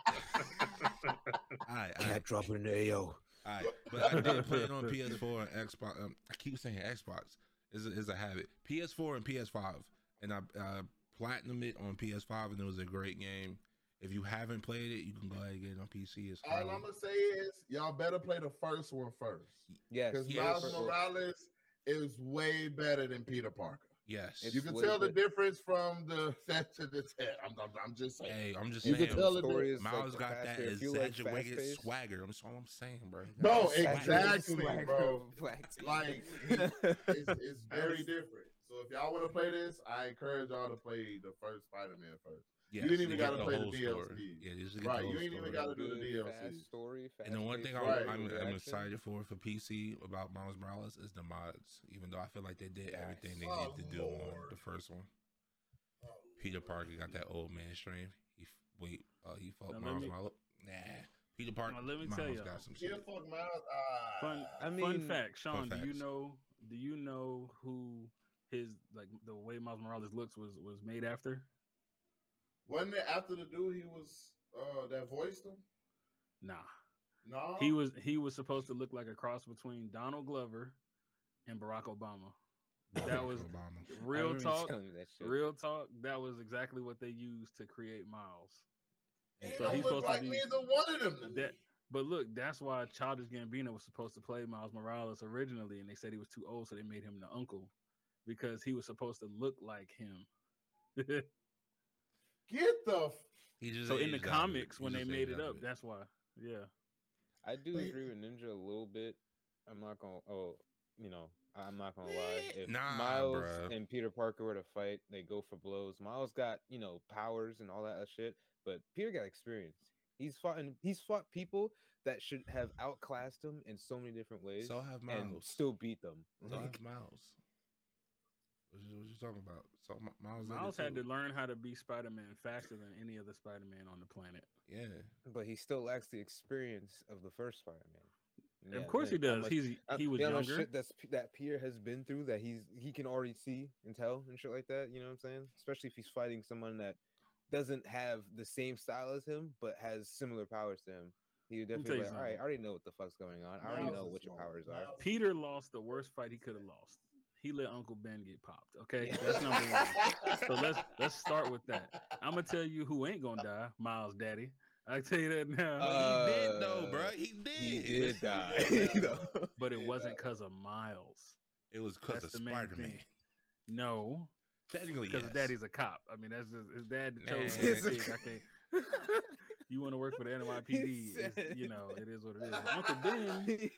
Speaker 1: I, I,
Speaker 3: dropping an AO.
Speaker 1: I, but I did play it on PS4 and Xbox. Um, I keep saying Xbox is a, is a habit. PS4 and PS5, and I uh, platinum it on PS5, and it was a great game. If you haven't played it, you can go ahead and get it on PC. It's
Speaker 2: All
Speaker 1: free.
Speaker 2: I'm gonna say is y'all better play the first one first,
Speaker 3: Yes,
Speaker 2: because
Speaker 1: Yeah,
Speaker 2: Miles
Speaker 1: first
Speaker 3: one.
Speaker 2: Morales is way better than Peter Parker.
Speaker 1: yes.
Speaker 3: It's
Speaker 2: you can
Speaker 3: way
Speaker 2: tell the
Speaker 3: better.
Speaker 2: difference from the (laughs) set to the set. I'm, I'm, I'm just saying.
Speaker 1: hey, I'm just
Speaker 2: you
Speaker 1: saying.
Speaker 2: can tell it- story
Speaker 3: is
Speaker 1: Miles got that exaggerated
Speaker 3: fast-paced.
Speaker 1: swagger. That's all I'm saying, bro.
Speaker 2: No,
Speaker 1: That swagger.
Speaker 2: exact- exactly, bro.
Speaker 3: (laughs)
Speaker 2: Like,
Speaker 1: (laughs)
Speaker 3: Like, (laughs)
Speaker 2: It's, it's very different. So if y'all want to play this, I encourage y'all to play the first Spider-Man first.
Speaker 1: Yes,
Speaker 2: didn't
Speaker 1: you
Speaker 2: even
Speaker 1: get
Speaker 2: gotta play the
Speaker 1: whole story.
Speaker 2: DLC.
Speaker 1: Yeah, you just get the
Speaker 2: Right,
Speaker 1: whole
Speaker 2: you ain't even
Speaker 1: story.
Speaker 2: gotta do the DLC.
Speaker 3: Fast story,
Speaker 1: And the one thing I,
Speaker 3: fast-paced
Speaker 2: Right.
Speaker 1: I'm, I'm
Speaker 3: action.
Speaker 1: excited for for PC about Miles Morales is the mods, even though I feel like they did everything they
Speaker 2: Nice.
Speaker 1: needed to do
Speaker 2: Oh,
Speaker 1: on
Speaker 2: Lord. Oh,
Speaker 1: the first one. Peter Parker got that old man stream. He f- wait, uh, he fucked
Speaker 4: Now, let
Speaker 1: Miles
Speaker 4: me-
Speaker 1: Morales. Nah, Peter Parker.
Speaker 4: Now, let me
Speaker 1: Miles
Speaker 4: tell y'all.
Speaker 1: got some
Speaker 2: Peter
Speaker 1: shit.
Speaker 2: fuck Miles.
Speaker 4: Fun,
Speaker 2: Uh,
Speaker 3: I
Speaker 4: fun
Speaker 3: mean-
Speaker 4: fact,
Speaker 1: Fun
Speaker 4: Sean. do you
Speaker 1: facts.
Speaker 4: know? Do you know who his like the way Miles Morales looks was was made after?
Speaker 2: wasn't it after the dude he was uh, that voiced him?
Speaker 4: Nah,
Speaker 2: No,
Speaker 4: he was he was supposed to look like a cross between Donald Glover and Barack Obama. That
Speaker 1: Barack
Speaker 4: was
Speaker 1: Obama.
Speaker 3: I
Speaker 4: real
Speaker 3: remember you
Speaker 4: talk.
Speaker 3: telling me that shit.
Speaker 4: Real talk. That was exactly what they used to create Miles.
Speaker 2: He
Speaker 4: so
Speaker 2: don't
Speaker 4: he's
Speaker 2: look
Speaker 4: supposed to
Speaker 2: like
Speaker 4: be-
Speaker 2: neither one of them. To
Speaker 4: that-
Speaker 2: me.
Speaker 4: But look, that's why Childish Gambino was supposed to play Miles Morales originally, and they said he was too old, so they made him the uncle because he was supposed to look like him. (laughs)
Speaker 2: Get the f-
Speaker 1: He just
Speaker 4: so in
Speaker 1: aged
Speaker 4: the
Speaker 1: out of it.
Speaker 4: comics,
Speaker 1: He
Speaker 4: when they
Speaker 1: just
Speaker 4: made
Speaker 1: aged
Speaker 4: it
Speaker 1: out of
Speaker 4: up, that's why. Yeah.
Speaker 3: I do
Speaker 2: Wait.
Speaker 3: agree with Ninja a little bit. I'm not gonna. Oh, you know, I'm not gonna lie. If
Speaker 1: Nah,
Speaker 3: Miles
Speaker 1: bruh.
Speaker 3: and Peter Parker were to fight, they go for blows. Miles got you know powers and all that other shit, but Peter got experience. He's fought. And he's fought people that should have outclassed him in so many different ways,
Speaker 1: so have
Speaker 3: and
Speaker 1: Miles.
Speaker 3: still beat them.
Speaker 1: so
Speaker 3: Like,
Speaker 1: have Miles. What you, what you talking about? So Mi- Miles. did it
Speaker 4: Miles had
Speaker 1: too.
Speaker 4: to learn how to be Spider Man faster than any other Spider Man on the planet.
Speaker 1: Yeah.
Speaker 3: (laughs) but he still lacks the experience of the first Spider-Man.
Speaker 4: of course he does. He's he was
Speaker 3: you Uh, know,
Speaker 4: younger.
Speaker 3: Shit that's that Pierre has been through that he's he can already see and tell and shit like that. You know what I'm saying? Especially if he's fighting someone that doesn't have the same style as him but has similar powers to him. He would
Speaker 4: Let me
Speaker 3: definitely be like,
Speaker 4: tell you
Speaker 3: all right,
Speaker 4: something.
Speaker 3: I already know what the fuck's going on. I already
Speaker 2: Miles
Speaker 3: know
Speaker 2: is
Speaker 3: what your
Speaker 2: smart.
Speaker 3: powers are.
Speaker 2: Miles-
Speaker 4: Peter lost the worst fight he could have lost. He let Uncle Ben get popped. Okay, that's number
Speaker 5: (laughs)
Speaker 4: one. So let's let's (laughs) start with that. I'm gonna tell you who ain't gonna die, Miles' daddy. I tell you that now.
Speaker 1: But he did though,
Speaker 3: Uh,
Speaker 1: bro. He did. (laughs)
Speaker 3: He
Speaker 4: (laughs)
Speaker 3: did die.
Speaker 2: Yeah.
Speaker 4: but it wasn't because of Miles.
Speaker 1: It was because
Speaker 4: That's
Speaker 1: of
Speaker 4: the main
Speaker 1: Spider Man.
Speaker 4: thing. No,
Speaker 1: Technically,
Speaker 4: because
Speaker 1: yes.
Speaker 4: his daddy's a cop. I mean, that's just his dad chose
Speaker 1: Man.
Speaker 4: that gig. I can't.
Speaker 3: (laughs)
Speaker 4: You want to work for the
Speaker 1: (laughs)
Speaker 4: NYPD? it's- you know, it is what it is. But Uncle
Speaker 3: (laughs)
Speaker 4: Ben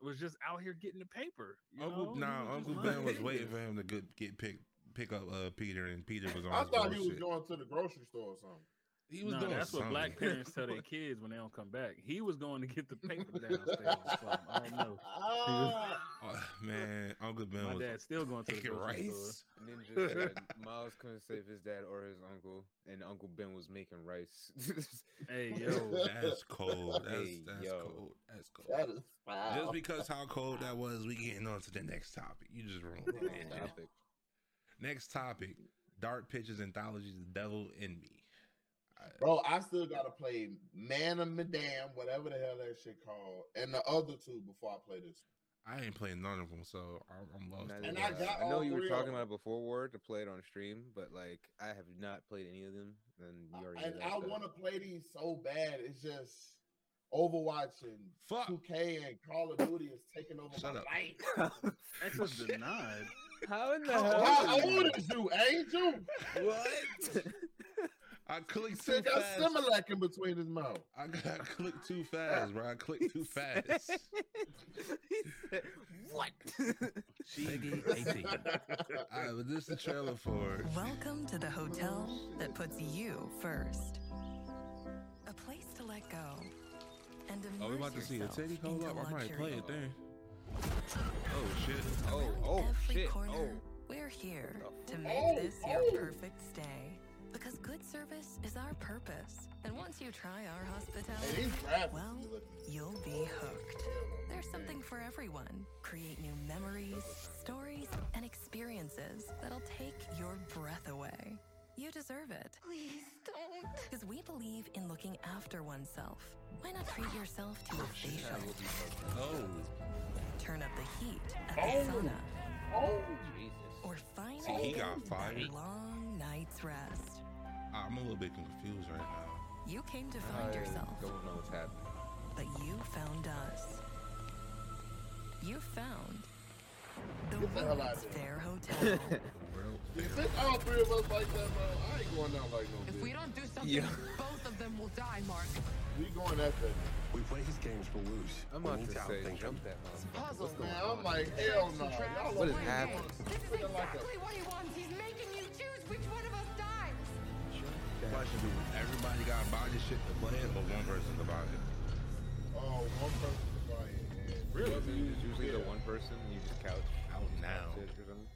Speaker 4: was just out here getting the paper. you know?
Speaker 1: Uncle,
Speaker 4: He
Speaker 1: nah,
Speaker 4: was just
Speaker 1: Uncle Ben
Speaker 4: lying.
Speaker 1: was waiting for him to get, get pick pick up uh, Peter, and Peter was on.
Speaker 2: I
Speaker 1: his
Speaker 2: thought he was
Speaker 1: bullshit.
Speaker 2: going to the grocery store or something.
Speaker 1: He
Speaker 4: Nah, that's
Speaker 1: (laughs)
Speaker 4: what black
Speaker 1: something.
Speaker 4: parents tell their kids when they don't come back. He was going to get the paper downstairs. or something. I don't
Speaker 2: (laughs)
Speaker 4: know.
Speaker 2: Ah,
Speaker 1: Oh, man, Uncle (laughs) Ben
Speaker 4: My
Speaker 1: was
Speaker 4: dad's still going to the
Speaker 1: picking
Speaker 4: grocery
Speaker 1: (laughs)
Speaker 4: store.
Speaker 1: rice.
Speaker 3: Ninja said Miles couldn't save his dad or his uncle, and Uncle Ben was making rice. (laughs)
Speaker 1: (laughs)
Speaker 4: Hey yo,
Speaker 1: Oh, That's cold. That's
Speaker 3: Hey,
Speaker 1: that's
Speaker 3: yo.
Speaker 1: cold. That's
Speaker 2: that
Speaker 1: cold.
Speaker 2: is foul.
Speaker 1: Just because how cold that was, we getting on to the next topic. You just ruined it. man.
Speaker 3: Topic.
Speaker 1: next topic: dark pictures anthology, the devil in me.
Speaker 5: Bro, I still gotta play Man of Madame, whatever the hell that shit called, and the other two before I play this.
Speaker 1: I ain't playing none of them, so I'm, I'm lost.
Speaker 5: And I got
Speaker 3: I know
Speaker 5: all
Speaker 3: you were
Speaker 5: three of
Speaker 3: talking
Speaker 5: them.
Speaker 3: about it before Ward to play it on stream, but like I have not played any of them. And you already
Speaker 5: And
Speaker 3: knew that,
Speaker 5: I
Speaker 3: so-
Speaker 5: want to play these so bad. It's just Overwatch and
Speaker 1: Fuck.
Speaker 5: 2K and Call of Duty is taking over
Speaker 1: Shut
Speaker 5: my
Speaker 1: up.
Speaker 5: life.
Speaker 4: That was denied.
Speaker 3: How in the hell?
Speaker 5: How
Speaker 3: are you?
Speaker 5: old is you, Angel?
Speaker 1: What? I clicked
Speaker 5: He
Speaker 1: too
Speaker 5: got
Speaker 1: fast.
Speaker 5: Similac in between his mouth.
Speaker 1: I got (laughs) I clicked too fast, bro. I clicked too fast.
Speaker 3: He said, what?
Speaker 1: (laughs) All right, but this is the trailer for
Speaker 8: Welcome to the hotel that puts you first. A place to let go. And
Speaker 1: Oh, we about to see a
Speaker 8: yourself
Speaker 1: titty. Hold
Speaker 8: into
Speaker 1: up, I might
Speaker 8: luxury.
Speaker 1: play it then. Oh shit!
Speaker 3: (laughs) Oh,
Speaker 8: Around
Speaker 3: oh,
Speaker 8: every
Speaker 3: shit.
Speaker 8: corner,
Speaker 3: Oh.
Speaker 8: We're here to make
Speaker 5: Oh,
Speaker 8: this your
Speaker 5: oh.
Speaker 8: perfect stay. Because good service is our purpose. And once you try our
Speaker 5: And
Speaker 8: hospitality,
Speaker 5: these graphics
Speaker 8: Well,
Speaker 5: be looking
Speaker 8: you'll be hooked.
Speaker 5: terrible.
Speaker 8: There's something for everyone. Create new memories, stories, and experiences that'll take your breath away. You deserve it.
Speaker 9: Please don't.
Speaker 8: Because we believe in looking after oneself. Why not treat yourself to a facial?
Speaker 1: Oh,
Speaker 8: Turn up the heat at the sauna.
Speaker 5: Oh,
Speaker 8: Or find
Speaker 1: See, he got
Speaker 8: that
Speaker 1: fired.
Speaker 8: long night's rest.
Speaker 1: I'm a little bit confused right now.
Speaker 8: You came to
Speaker 3: I
Speaker 8: find yourself,
Speaker 3: don't know what's happening.
Speaker 8: but you found us. You found the
Speaker 5: Get the hell out
Speaker 8: World's
Speaker 5: of here.
Speaker 8: Fair Hotel.
Speaker 1: World
Speaker 5: If
Speaker 1: fair.
Speaker 5: it's all three of us like that, bro, I ain't going out like no
Speaker 6: If we
Speaker 5: bitch.
Speaker 6: don't do something,
Speaker 3: Yeah.
Speaker 6: both of them will die, Mark.
Speaker 5: We going that thing.
Speaker 10: We play these games for lose.
Speaker 3: I'm
Speaker 10: We
Speaker 3: about
Speaker 10: need
Speaker 3: to say,
Speaker 10: outthink 'em.
Speaker 3: jump that motherfucker.
Speaker 6: Puzzle.
Speaker 3: What's going
Speaker 5: Man,
Speaker 3: on?
Speaker 5: I'm like, hell no. Y'all
Speaker 3: What is
Speaker 5: are-
Speaker 3: happening?
Speaker 6: This is
Speaker 5: Looking like a-
Speaker 6: exactly what he wants. He's making you choose which one of us dies.
Speaker 1: Question: Everybody got body shit to play it, or one person to buy it?
Speaker 5: Oh, one person to buy it. and
Speaker 3: Really?
Speaker 5: whoever you-
Speaker 3: It's usually the
Speaker 5: yeah.
Speaker 3: one person you just couch
Speaker 1: Out now.
Speaker 3: it or something.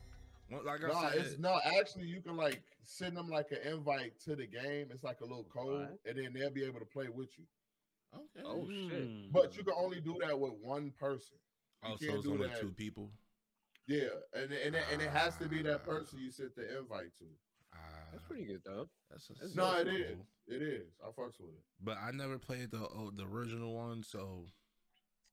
Speaker 1: Well, like I
Speaker 5: No,
Speaker 1: said,
Speaker 5: it's no. Actually, you can like send them like an invite to the game. It's like a little code, and then they'll be able to play with you.
Speaker 1: Okay.
Speaker 3: Oh shit.
Speaker 4: Hmm.
Speaker 5: But you can only do that with one person.
Speaker 1: Oh, so
Speaker 5: can't
Speaker 1: it's
Speaker 5: do
Speaker 1: only
Speaker 5: that.
Speaker 1: two people.
Speaker 5: Yeah, and it- and it, and it has to be
Speaker 3: Ah.
Speaker 5: that person you sent the invite to.
Speaker 1: Uh,
Speaker 3: That's pretty good though.
Speaker 1: That's,
Speaker 3: that's
Speaker 1: not
Speaker 5: No, it
Speaker 1: cool.
Speaker 5: is. It is. I fucks with it.
Speaker 1: But I never played the oh, the original one, so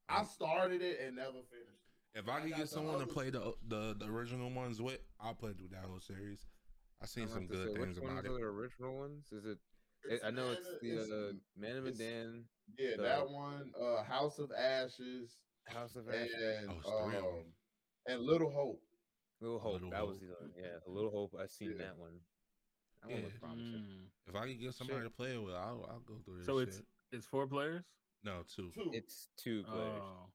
Speaker 3: Hmm.
Speaker 5: I started it and never finished.
Speaker 1: If I
Speaker 5: I
Speaker 1: could
Speaker 5: got
Speaker 1: get
Speaker 5: the
Speaker 1: someone to
Speaker 5: other-
Speaker 1: play the, uh, the the original ones with, I'll play through that whole series. I
Speaker 3: I'm
Speaker 1: seen
Speaker 3: about
Speaker 1: some
Speaker 3: to say,
Speaker 1: good things
Speaker 3: which
Speaker 1: about
Speaker 3: ones
Speaker 1: it.
Speaker 3: are the original ones? Is it? I- I know it's
Speaker 5: Anna-
Speaker 3: the uh, Man of
Speaker 5: it's-
Speaker 3: Medan,
Speaker 5: yeah
Speaker 3: the-
Speaker 5: that one. Uh, House of Ashes
Speaker 3: House of Ashes,
Speaker 5: and
Speaker 1: Oh, it's three of 'em.
Speaker 5: um, and Little Hope.
Speaker 3: Little Hope.
Speaker 1: Little
Speaker 3: that was
Speaker 1: Hope.
Speaker 3: the other one. Yeah, A Little Hope. I seen
Speaker 5: Yeah.
Speaker 3: that one. That one
Speaker 1: Yeah.
Speaker 3: looked promising.
Speaker 4: Hmm.
Speaker 1: If I could get somebody to play it with, I'll, I'll go through this.
Speaker 4: So
Speaker 1: shit.
Speaker 4: it's it's four players.
Speaker 1: no two.
Speaker 5: Two.
Speaker 3: It's two players,
Speaker 1: Uh,
Speaker 4: Oh,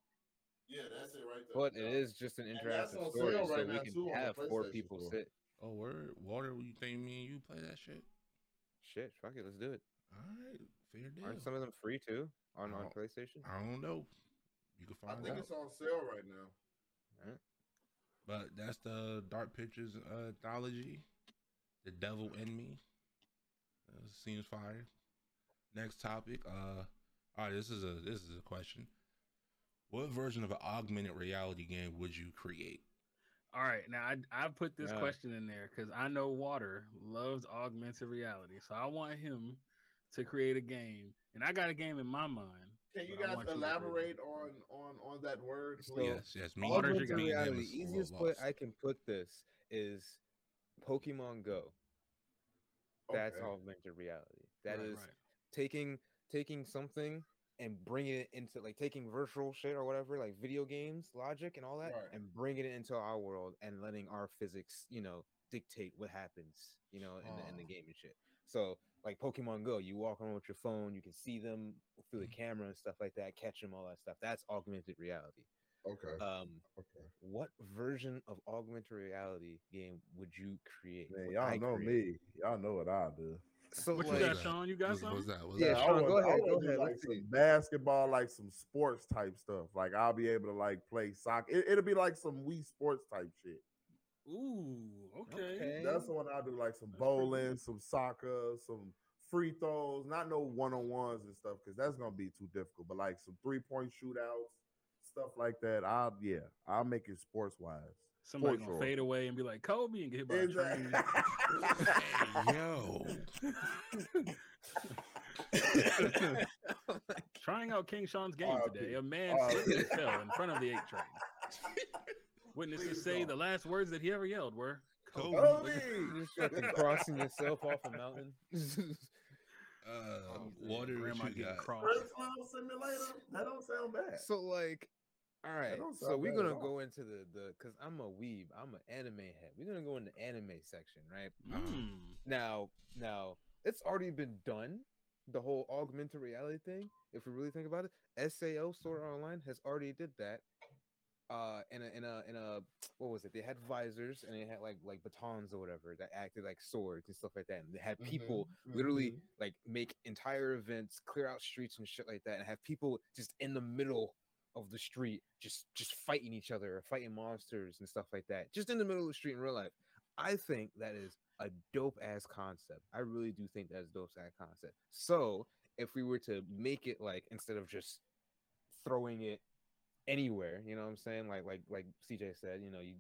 Speaker 5: yeah, that's it right there.
Speaker 3: but it
Speaker 5: Yeah.
Speaker 3: is just an
Speaker 5: And that's
Speaker 3: interactive
Speaker 5: on
Speaker 3: story,
Speaker 5: sale
Speaker 3: so
Speaker 5: right
Speaker 3: we
Speaker 5: now,
Speaker 3: can
Speaker 5: too, on the
Speaker 3: have four
Speaker 5: PlayStation
Speaker 3: people
Speaker 5: Store.
Speaker 3: sit.
Speaker 1: Oh word, Water, you think me and you play that shit?
Speaker 3: Shit, fuck it, let's do it.
Speaker 1: All right, fair deal.
Speaker 3: Aren't some of them free too on on
Speaker 1: Oh.
Speaker 3: PlayStation?
Speaker 1: I don't know. You can
Speaker 5: I
Speaker 1: find
Speaker 5: think
Speaker 1: out.
Speaker 5: it's on sale right now.
Speaker 1: But that's the Dark Pictures uh, anthology, The Devil in Me. Uh, seems fire. Next topic. Uh, all right, this is a this is a question. What version of an augmented reality game would you create?
Speaker 4: all right. Now I I put this
Speaker 3: Yeah.
Speaker 4: question in there because I know Water loves augmented reality, so I want him to create a game, and I got a game in my mind.
Speaker 5: Can you
Speaker 4: but I
Speaker 5: guys
Speaker 4: want to
Speaker 5: elaborate on on on that word?
Speaker 3: So-
Speaker 5: please?
Speaker 1: yes, yes. Me,
Speaker 4: Water
Speaker 1: me,
Speaker 4: Augmented
Speaker 1: and him
Speaker 3: reality.
Speaker 1: is a
Speaker 3: The
Speaker 1: little
Speaker 3: easiest way
Speaker 1: lost.
Speaker 3: I can put this is Pokemon Go. That's
Speaker 5: Okay.
Speaker 3: augmented reality. That is
Speaker 4: Right, right.
Speaker 3: taking taking something and bringing it into like taking virtual shit or whatever, like video games, logic, and all that,
Speaker 5: Right.
Speaker 3: and bringing it into our world and letting our physics, you know, dictate what happens, you know, in, the, in the
Speaker 5: Oh.
Speaker 3: game and shit. So like Pokemon Go, you walk around with your phone, you can see them through the
Speaker 11: Mm.
Speaker 3: camera and stuff like that, catch them, all that stuff. That's augmented reality.
Speaker 5: Okay.
Speaker 3: Um,
Speaker 5: Okay.
Speaker 3: what version of augmented reality game would you create?
Speaker 11: Man,
Speaker 3: Would
Speaker 11: y'all
Speaker 3: I
Speaker 11: know
Speaker 3: create?
Speaker 11: me. Y'all know what I do.
Speaker 3: So
Speaker 4: What
Speaker 1: Wait,
Speaker 4: you got, (laughs)
Speaker 1: uh,
Speaker 4: Sean? You got
Speaker 1: What's,
Speaker 4: something?
Speaker 1: what's that? What's
Speaker 3: Yeah,
Speaker 1: that?
Speaker 11: I
Speaker 3: Sean,
Speaker 11: wanna-
Speaker 3: go
Speaker 11: I
Speaker 3: ahead,
Speaker 11: wanna
Speaker 3: go
Speaker 11: do,
Speaker 3: ahead,
Speaker 11: Like
Speaker 3: let's
Speaker 11: some
Speaker 3: see.
Speaker 11: basketball, like some sports type stuff. Like I'll be able to like play soccer. It, it'll be like some Wii sports type shit.
Speaker 4: Ooh, okay.
Speaker 3: Okay.
Speaker 11: That's the one I do. Like some
Speaker 4: That's pretty good.
Speaker 11: bowling, some soccer, some free throws. Not no one on ones and stuff because that's gonna be too difficult. But like some three point shootouts, stuff like that. I'll yeah, I'll make it sports wise.
Speaker 4: Somebody
Speaker 5: Sports
Speaker 4: gonna
Speaker 5: hall.
Speaker 4: fade away and be like Kobe and get hit by (laughs)
Speaker 5: Exactly.
Speaker 4: a train.
Speaker 3: (laughs)
Speaker 1: Yo.
Speaker 4: Trying out King Sean's game today, a man
Speaker 5: Oh,
Speaker 4: slipped and
Speaker 5: yeah.
Speaker 4: fell in front of the eight train. Witnesses say the last words that he ever yelled were Kobe.
Speaker 11: (laughs)
Speaker 3: Fucking crossing yourself off a mountain. (laughs)
Speaker 1: Uh, what are
Speaker 4: Oh, Grandma
Speaker 1: you
Speaker 4: getting
Speaker 1: got?
Speaker 4: crossed.
Speaker 5: First level simulator. That don't sound bad.
Speaker 3: so like, all right.
Speaker 5: don't
Speaker 3: So
Speaker 5: sound
Speaker 3: we're
Speaker 5: bad at
Speaker 3: gonna
Speaker 5: all.
Speaker 3: go into the the because I'm a weeb. I'm an anime head. We're gonna go into anime section, right?
Speaker 4: Mm.
Speaker 3: Now, now it's already been done. The whole augmented reality thing. If we really think about it, Sao Sword Art Online has already did that. Uh, in a in a in a what was it? They had visors and they had like like batons or whatever that acted like swords and stuff like that. And they
Speaker 4: Mm-hmm.
Speaker 3: had
Speaker 5: Mhm,
Speaker 3: people literally
Speaker 5: mhm.
Speaker 3: like make entire events, clear out streets and shit like that, and have people just in the middle of the street just just fighting each other, or fighting monsters and stuff like that, just in the middle of the street in real life. I think that is a dope ass concept. I really do think that's dope ass concept. So if we were to make it like instead of just throwing it anywhere, you know what I'm saying? Like like like CJ said, you know, you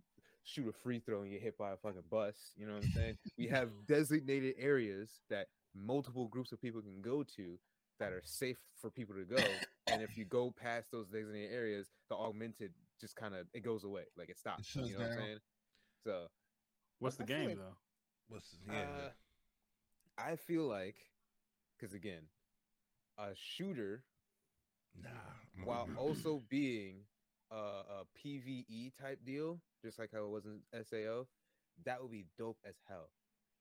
Speaker 3: shoot a free throw and get hit by a fucking bus, you know what I'm saying? we have designated areas that multiple groups of people can go to that are safe for people to go. and if you go past those designated areas, the augmented just kind of it goes away. Like it stops.
Speaker 7: shuts
Speaker 3: you know what I'm
Speaker 7: down.
Speaker 3: saying? So
Speaker 4: What's the
Speaker 3: I feel
Speaker 4: game
Speaker 3: like-
Speaker 4: though?
Speaker 1: What's yeah?
Speaker 3: uh, I feel like, because again, a shooter
Speaker 1: nah. I'm-
Speaker 3: while
Speaker 1: I'm-
Speaker 4: Mm-hmm.
Speaker 3: also being a, a PVE type deal, just like how it was in SAO, that would be dope as hell.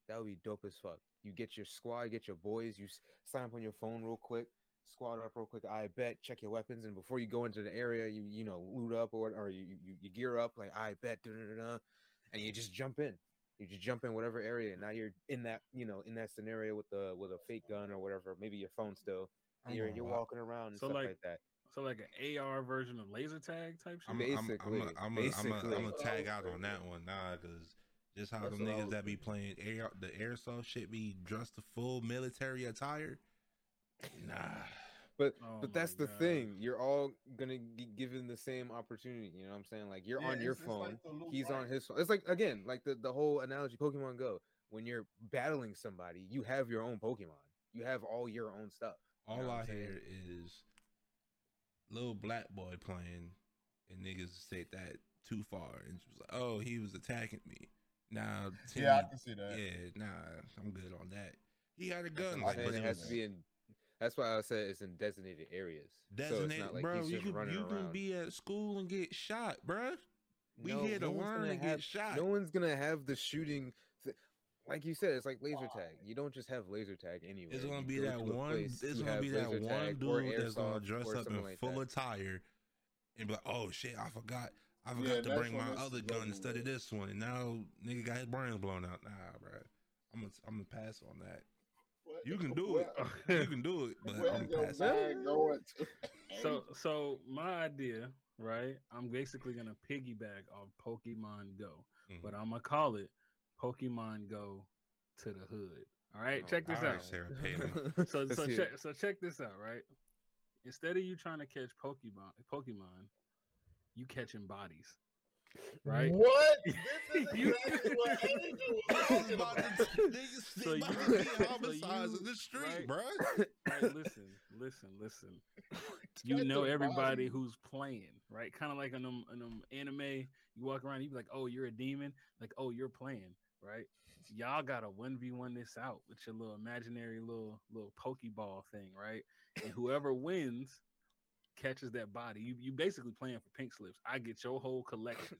Speaker 3: That would be dope as fuck. You get your squad, you get your boys, you s- sign up on your phone real quick, squad up real quick. I bet check your weapons, and before you go into the area, you you know loot up or or you you, you gear up like I bet, da, da, da, da, and you just jump in. You just jump in whatever area. Now you're in that you know in that scenario with the with a fake gun or whatever. Maybe your phone still.
Speaker 1: I'm
Speaker 3: You're
Speaker 1: gonna
Speaker 3: you're
Speaker 1: lie.
Speaker 3: walking around and
Speaker 4: Oh, So,
Speaker 3: stuff
Speaker 4: like,
Speaker 3: like that.
Speaker 4: So like an AR version of laser tag type shit.
Speaker 1: I'm I'm
Speaker 3: basically-
Speaker 1: I'm I'm I'm
Speaker 3: basically.
Speaker 1: gonna tag out on that one, nah, cause just how
Speaker 5: That's
Speaker 1: them
Speaker 5: what I
Speaker 1: niggas
Speaker 5: was
Speaker 1: that be playing air the airsoft shit be dressed to full military attire. Nah,
Speaker 3: But
Speaker 4: Oh
Speaker 3: but
Speaker 4: my
Speaker 3: that's the
Speaker 4: God.
Speaker 3: thing. You're all gonna be given the same opportunity. You know what I'm saying? Like you're
Speaker 2: Yeah,
Speaker 3: on your
Speaker 2: it's- it's like
Speaker 3: phone.
Speaker 2: the Luke
Speaker 3: He's on
Speaker 2: Wright.
Speaker 3: his phone. It's like again, like the, the whole analogy Pokemon Go. When you're battling somebody, you have your own Pokemon. You have all your own stuff.
Speaker 1: all
Speaker 3: know what
Speaker 1: I
Speaker 3: I'm saying?
Speaker 1: hear is little black boy playing, and niggas take that too far, and she was like, "Oh, he was attacking me." Nah,
Speaker 2: Yeah, I
Speaker 1: Timmy-
Speaker 2: can see that.
Speaker 1: yeah, nah, I'm good on that. He had a gun,
Speaker 3: I'm
Speaker 1: like,
Speaker 3: saying
Speaker 1: but
Speaker 3: it
Speaker 1: he
Speaker 3: has
Speaker 1: was-
Speaker 3: to be in. That's why I said it's in designated areas. so it's
Speaker 1: Designated,
Speaker 3: not like
Speaker 1: bro.
Speaker 3: he's
Speaker 1: You
Speaker 3: just
Speaker 1: could
Speaker 3: running
Speaker 1: you
Speaker 3: around.
Speaker 1: could be at school and get shot, bro. We here to
Speaker 3: one's
Speaker 1: learn
Speaker 3: gonna
Speaker 1: and get
Speaker 3: have-
Speaker 1: shot.
Speaker 3: No one's gonna have the shooting. Th- like you said, it's like laser tag. You don't just have laser tag anyway.
Speaker 1: It's gonna be that one. It's gonna be that one dude that's gonna dress up in full attire and be like, "Oh shit, I forgot. I
Speaker 2: Yeah,
Speaker 1: forgot to
Speaker 2: that's
Speaker 1: bring
Speaker 2: when
Speaker 1: my
Speaker 2: this
Speaker 1: other
Speaker 2: is
Speaker 1: gun
Speaker 2: over
Speaker 1: instead of
Speaker 2: with.
Speaker 1: this one." And now nigga got his brains blown out. Nah, bro. I'm gonna I'm gonna pass on that. You can do it. You can do it, but
Speaker 2: Where's
Speaker 1: I'm
Speaker 2: your
Speaker 1: passing. (laughs)
Speaker 2: mind going to?
Speaker 4: So so my idea, right? I'm basically gonna piggyback off Pokemon Go,
Speaker 1: Mhm.
Speaker 4: but I'm gonna call it Pokemon Go to the hood. All right,
Speaker 3: Oh,
Speaker 4: check this
Speaker 1: all right,
Speaker 3: (laughs)
Speaker 4: out.
Speaker 1: Sarah Palin.
Speaker 4: So so check so check this out, right? Instead of you trying to catch Pokemon, Pokemon, you catching bodies,
Speaker 1: (laughs)
Speaker 4: right?
Speaker 2: What? This is
Speaker 4: You-
Speaker 2: exactly what
Speaker 1: Niggas
Speaker 2: Andrew was
Speaker 1: about
Speaker 2: talking
Speaker 1: to- (laughs)
Speaker 2: about.
Speaker 1: niggas
Speaker 4: So
Speaker 1: about
Speaker 4: you-
Speaker 1: to be
Speaker 4: (laughs) so
Speaker 1: homicides
Speaker 4: you-
Speaker 1: in the street,
Speaker 4: right.
Speaker 1: bro.
Speaker 4: Right, listen, listen, listen. You know
Speaker 2: Catch a
Speaker 4: everybody
Speaker 2: body.
Speaker 4: who's playing, right? Kind of like in them, in them anime, you walk around, you be like, "Oh, you're a demon," like, "Oh, you're playing," right? Y'all gotta one v one this out with your little imaginary little little pokeball thing, right? And whoever wins catches that body. You you basically playing for pink slips. I get your whole collection.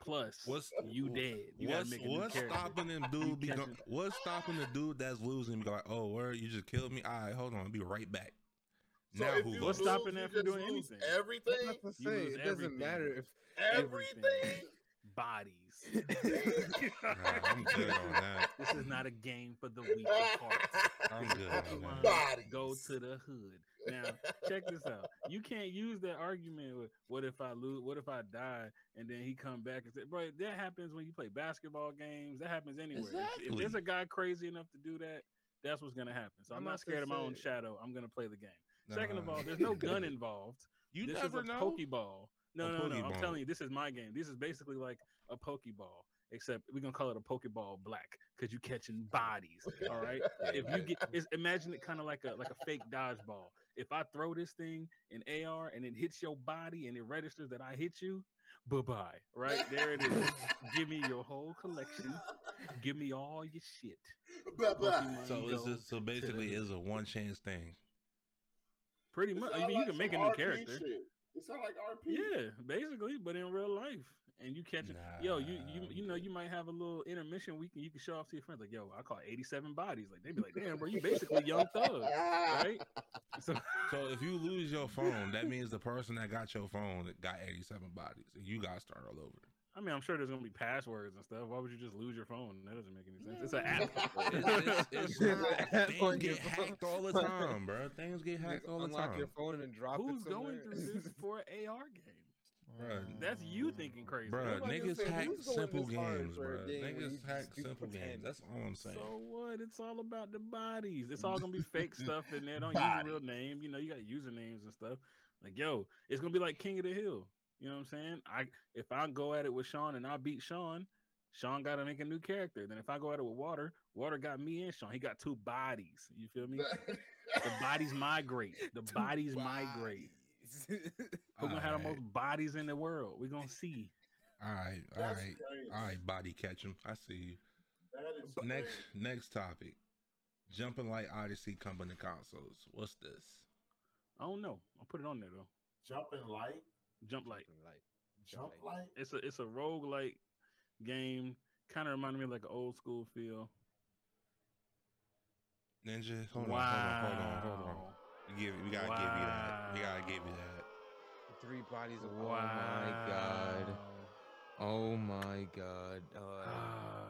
Speaker 4: Plus,
Speaker 1: What's-
Speaker 4: you dead? You gotta
Speaker 1: what's
Speaker 4: make a new
Speaker 1: what's
Speaker 4: character.
Speaker 1: stopping
Speaker 4: (laughs)
Speaker 1: them dude? Be
Speaker 4: catch
Speaker 1: gon-
Speaker 4: it.
Speaker 1: what's stopping the dude that's losing? Be like, oh, word, you just killed me. All right, hold on, I'll be right back.
Speaker 2: So
Speaker 1: now
Speaker 2: if
Speaker 1: who?
Speaker 2: you
Speaker 4: What's
Speaker 2: lose,
Speaker 4: stopping
Speaker 2: you
Speaker 4: that from
Speaker 2: just
Speaker 4: doing
Speaker 2: lose
Speaker 4: anything?
Speaker 2: Everything.
Speaker 3: to
Speaker 4: You
Speaker 3: say.
Speaker 4: lose
Speaker 3: It doesn't
Speaker 4: everything.
Speaker 3: matter if
Speaker 2: Everything.
Speaker 4: Bodies.
Speaker 1: (laughs)
Speaker 4: (laughs)
Speaker 2: (laughs)
Speaker 1: Nah, I'm good on that.
Speaker 4: This is not a game for the weak of heart.
Speaker 1: I'm good on
Speaker 4: Pokemon
Speaker 1: that.
Speaker 4: Go to the hood. Now, check this out. You can't use that argument with what if I lose, what if I die, and then he come back and say, bro, that happens when you play basketball games. That happens anywhere. If- If, there's
Speaker 1: Exactly.
Speaker 4: a guy crazy enough to do that, that's what's gonna happen. So I'm,
Speaker 3: I'm
Speaker 4: not
Speaker 3: about to
Speaker 4: scared of my own
Speaker 3: say-
Speaker 4: shadow. I'm gonna play the game.
Speaker 1: Nah.
Speaker 4: Second of all, there's
Speaker 1: (laughs)
Speaker 4: no gun involved.
Speaker 1: You
Speaker 4: this
Speaker 1: never
Speaker 4: is a
Speaker 1: know.
Speaker 4: Pokeball. No,
Speaker 1: A
Speaker 4: no, no. I'm
Speaker 1: Pokeball.
Speaker 4: telling you, this is my game. This is basically like a Pokeball, except we're gonna call it a Pokeball Black because you catching bodies. All (laughs) right. if you get, it's, imagine it kind of like a like a fake dodgeball. If I throw this thing in AR and it hits your body and it registers that I hit you, bye bye. Right there it (laughs) is. Give me your whole collection.
Speaker 2: (laughs)
Speaker 4: Give me all your shit. Pokemon
Speaker 1: So it's
Speaker 4: Go
Speaker 1: just, so
Speaker 4: to the
Speaker 1: basically it's a one chance thing.
Speaker 4: Pretty much. I mean, you can make a new character.
Speaker 5: It sounds like RP.
Speaker 4: Yeah, basically, but in real life, and you catch it. Yo, you you
Speaker 1: Nah,
Speaker 4: you know you might have a little intermission week, and you can show off to your friends like, "Yo, I caught eighty seven bodies." Like they'd be like, "Damn, bro, you basically young
Speaker 2: Ah,
Speaker 4: thug, right?" So,
Speaker 1: so if you lose your phone, that means the person that got your phone got 87 bodies. and You got to start all over.
Speaker 4: I mean, I'm sure there's gonna be passwords and stuff. Why would you just lose your phone? That doesn't make any sense. It's an app.
Speaker 1: (laughs)
Speaker 3: (laughs)
Speaker 4: (laughs)
Speaker 1: It's- it's- it's- things get hacked all the time, bro. Things get hacked all the
Speaker 3: unlock
Speaker 1: time.
Speaker 3: your phone and drop
Speaker 4: Who's
Speaker 3: it somewhere.
Speaker 4: going through this for an AR game?
Speaker 1: Bruh,
Speaker 4: That's you thinking crazy,
Speaker 1: Bruh,
Speaker 4: Nobody
Speaker 1: niggas
Speaker 4: said
Speaker 1: hack
Speaker 4: who's going
Speaker 1: simple
Speaker 4: this hard
Speaker 1: games,
Speaker 4: for a
Speaker 1: bruh.
Speaker 4: game when you
Speaker 1: Niggas
Speaker 4: just
Speaker 1: hack
Speaker 4: do
Speaker 1: simple games.
Speaker 4: pretend.
Speaker 1: That's all I'm saying.
Speaker 4: So what? It's all about the bodies. It's all gonna be fake stuff in there. Don't use your real name. You know, you got usernames and stuff. Like, yo, it's gonna be like King of the Hill. You know what I'm saying? I if I go at it with Sean and I beat Sean, Sean gotta make a new character. Then if I go at it with Water, Water got me and Sean. He got two bodies. You
Speaker 3: (laughs)
Speaker 4: feel me? the bodies migrate. The bodies migrate.
Speaker 3: (laughs)
Speaker 4: We're gonna have the most bodies in the world. We're gonna see.
Speaker 1: All right, all
Speaker 4: That's
Speaker 1: right,
Speaker 4: crazy.
Speaker 1: all right. Body catch him. I see you.
Speaker 5: That is
Speaker 1: Next, next topic. Jumping Light Odyssey coming to consoles. What's this?
Speaker 4: I don't know. I'll put it on there though.
Speaker 5: jumping light,
Speaker 4: Jump light.
Speaker 3: Like,
Speaker 5: jump light.
Speaker 4: It's a it's a roguelike game. Kind of reminded me of like an old school feel.
Speaker 1: Ninja. Hold on, hold on, hold on, hold on.
Speaker 4: Wow.
Speaker 1: You give, we gotta give you that. We gotta give you that.
Speaker 3: three bodies of oh my god. Oh my god.
Speaker 1: (sighs)
Speaker 3: Uh,
Speaker 4: Ah.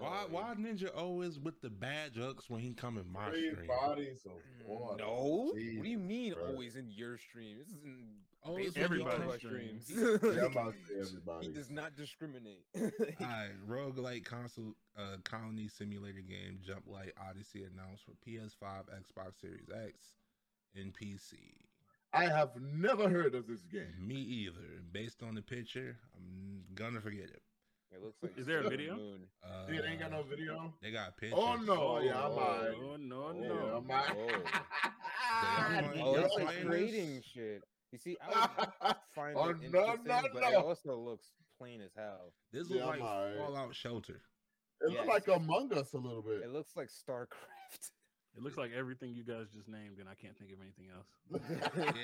Speaker 1: Why,
Speaker 3: oh,
Speaker 1: why Ninja always with the bad jokes when he come in my
Speaker 5: Three
Speaker 1: stream?
Speaker 5: bodies of
Speaker 3: Mm,
Speaker 5: water.
Speaker 3: No, what do
Speaker 5: Jesus
Speaker 3: you mean
Speaker 5: Christ.
Speaker 3: always in your stream? This is in
Speaker 1: Always
Speaker 3: basically
Speaker 1: when you
Speaker 3: all
Speaker 4: everybody's
Speaker 1: come-
Speaker 3: of our
Speaker 1: (laughs)
Speaker 4: stream.
Speaker 3: streams.
Speaker 5: Yeah,
Speaker 3: (laughs)
Speaker 5: I'm about to say
Speaker 3: he
Speaker 5: everybody.
Speaker 3: does not discriminate. (laughs)
Speaker 1: Alright, roguelike console uh, colony simulator game Jump Light Odyssey announced for PS5, Xbox Series X, and PC.
Speaker 5: I have never heard of this game.
Speaker 1: Me either. Based on the picture, I'm gonna forget it.
Speaker 3: It looks like
Speaker 4: Is there a
Speaker 3: Sailor
Speaker 4: video?
Speaker 3: Moon.
Speaker 1: Uh,
Speaker 5: Yeah, they ain't got no video.
Speaker 1: They got pictures.
Speaker 5: Oh no! Oh, yeah, I'm
Speaker 3: Oh.
Speaker 5: lying.
Speaker 4: Oh, no,
Speaker 5: Yeah,
Speaker 4: no.
Speaker 5: I'm lying. (laughs)
Speaker 1: Y'all
Speaker 3: Oh, it's like
Speaker 1: playing this?
Speaker 3: trading shit. You see, I
Speaker 5: (laughs)
Speaker 3: would find
Speaker 5: Oh,
Speaker 3: it
Speaker 5: no, no,
Speaker 3: interesting, but it
Speaker 5: no.
Speaker 3: also looks plain as hell.
Speaker 1: This
Speaker 5: Yeah,
Speaker 1: looks
Speaker 5: I'm
Speaker 1: like
Speaker 5: alright.
Speaker 1: Fallout
Speaker 5: (laughs)
Speaker 1: Shelter.
Speaker 5: It
Speaker 3: Yes.
Speaker 5: looked like Among Us a little bit. (laughs)
Speaker 3: It looks like StarCraft.
Speaker 4: It looks like everything you guys just named, and I can't think of anything else.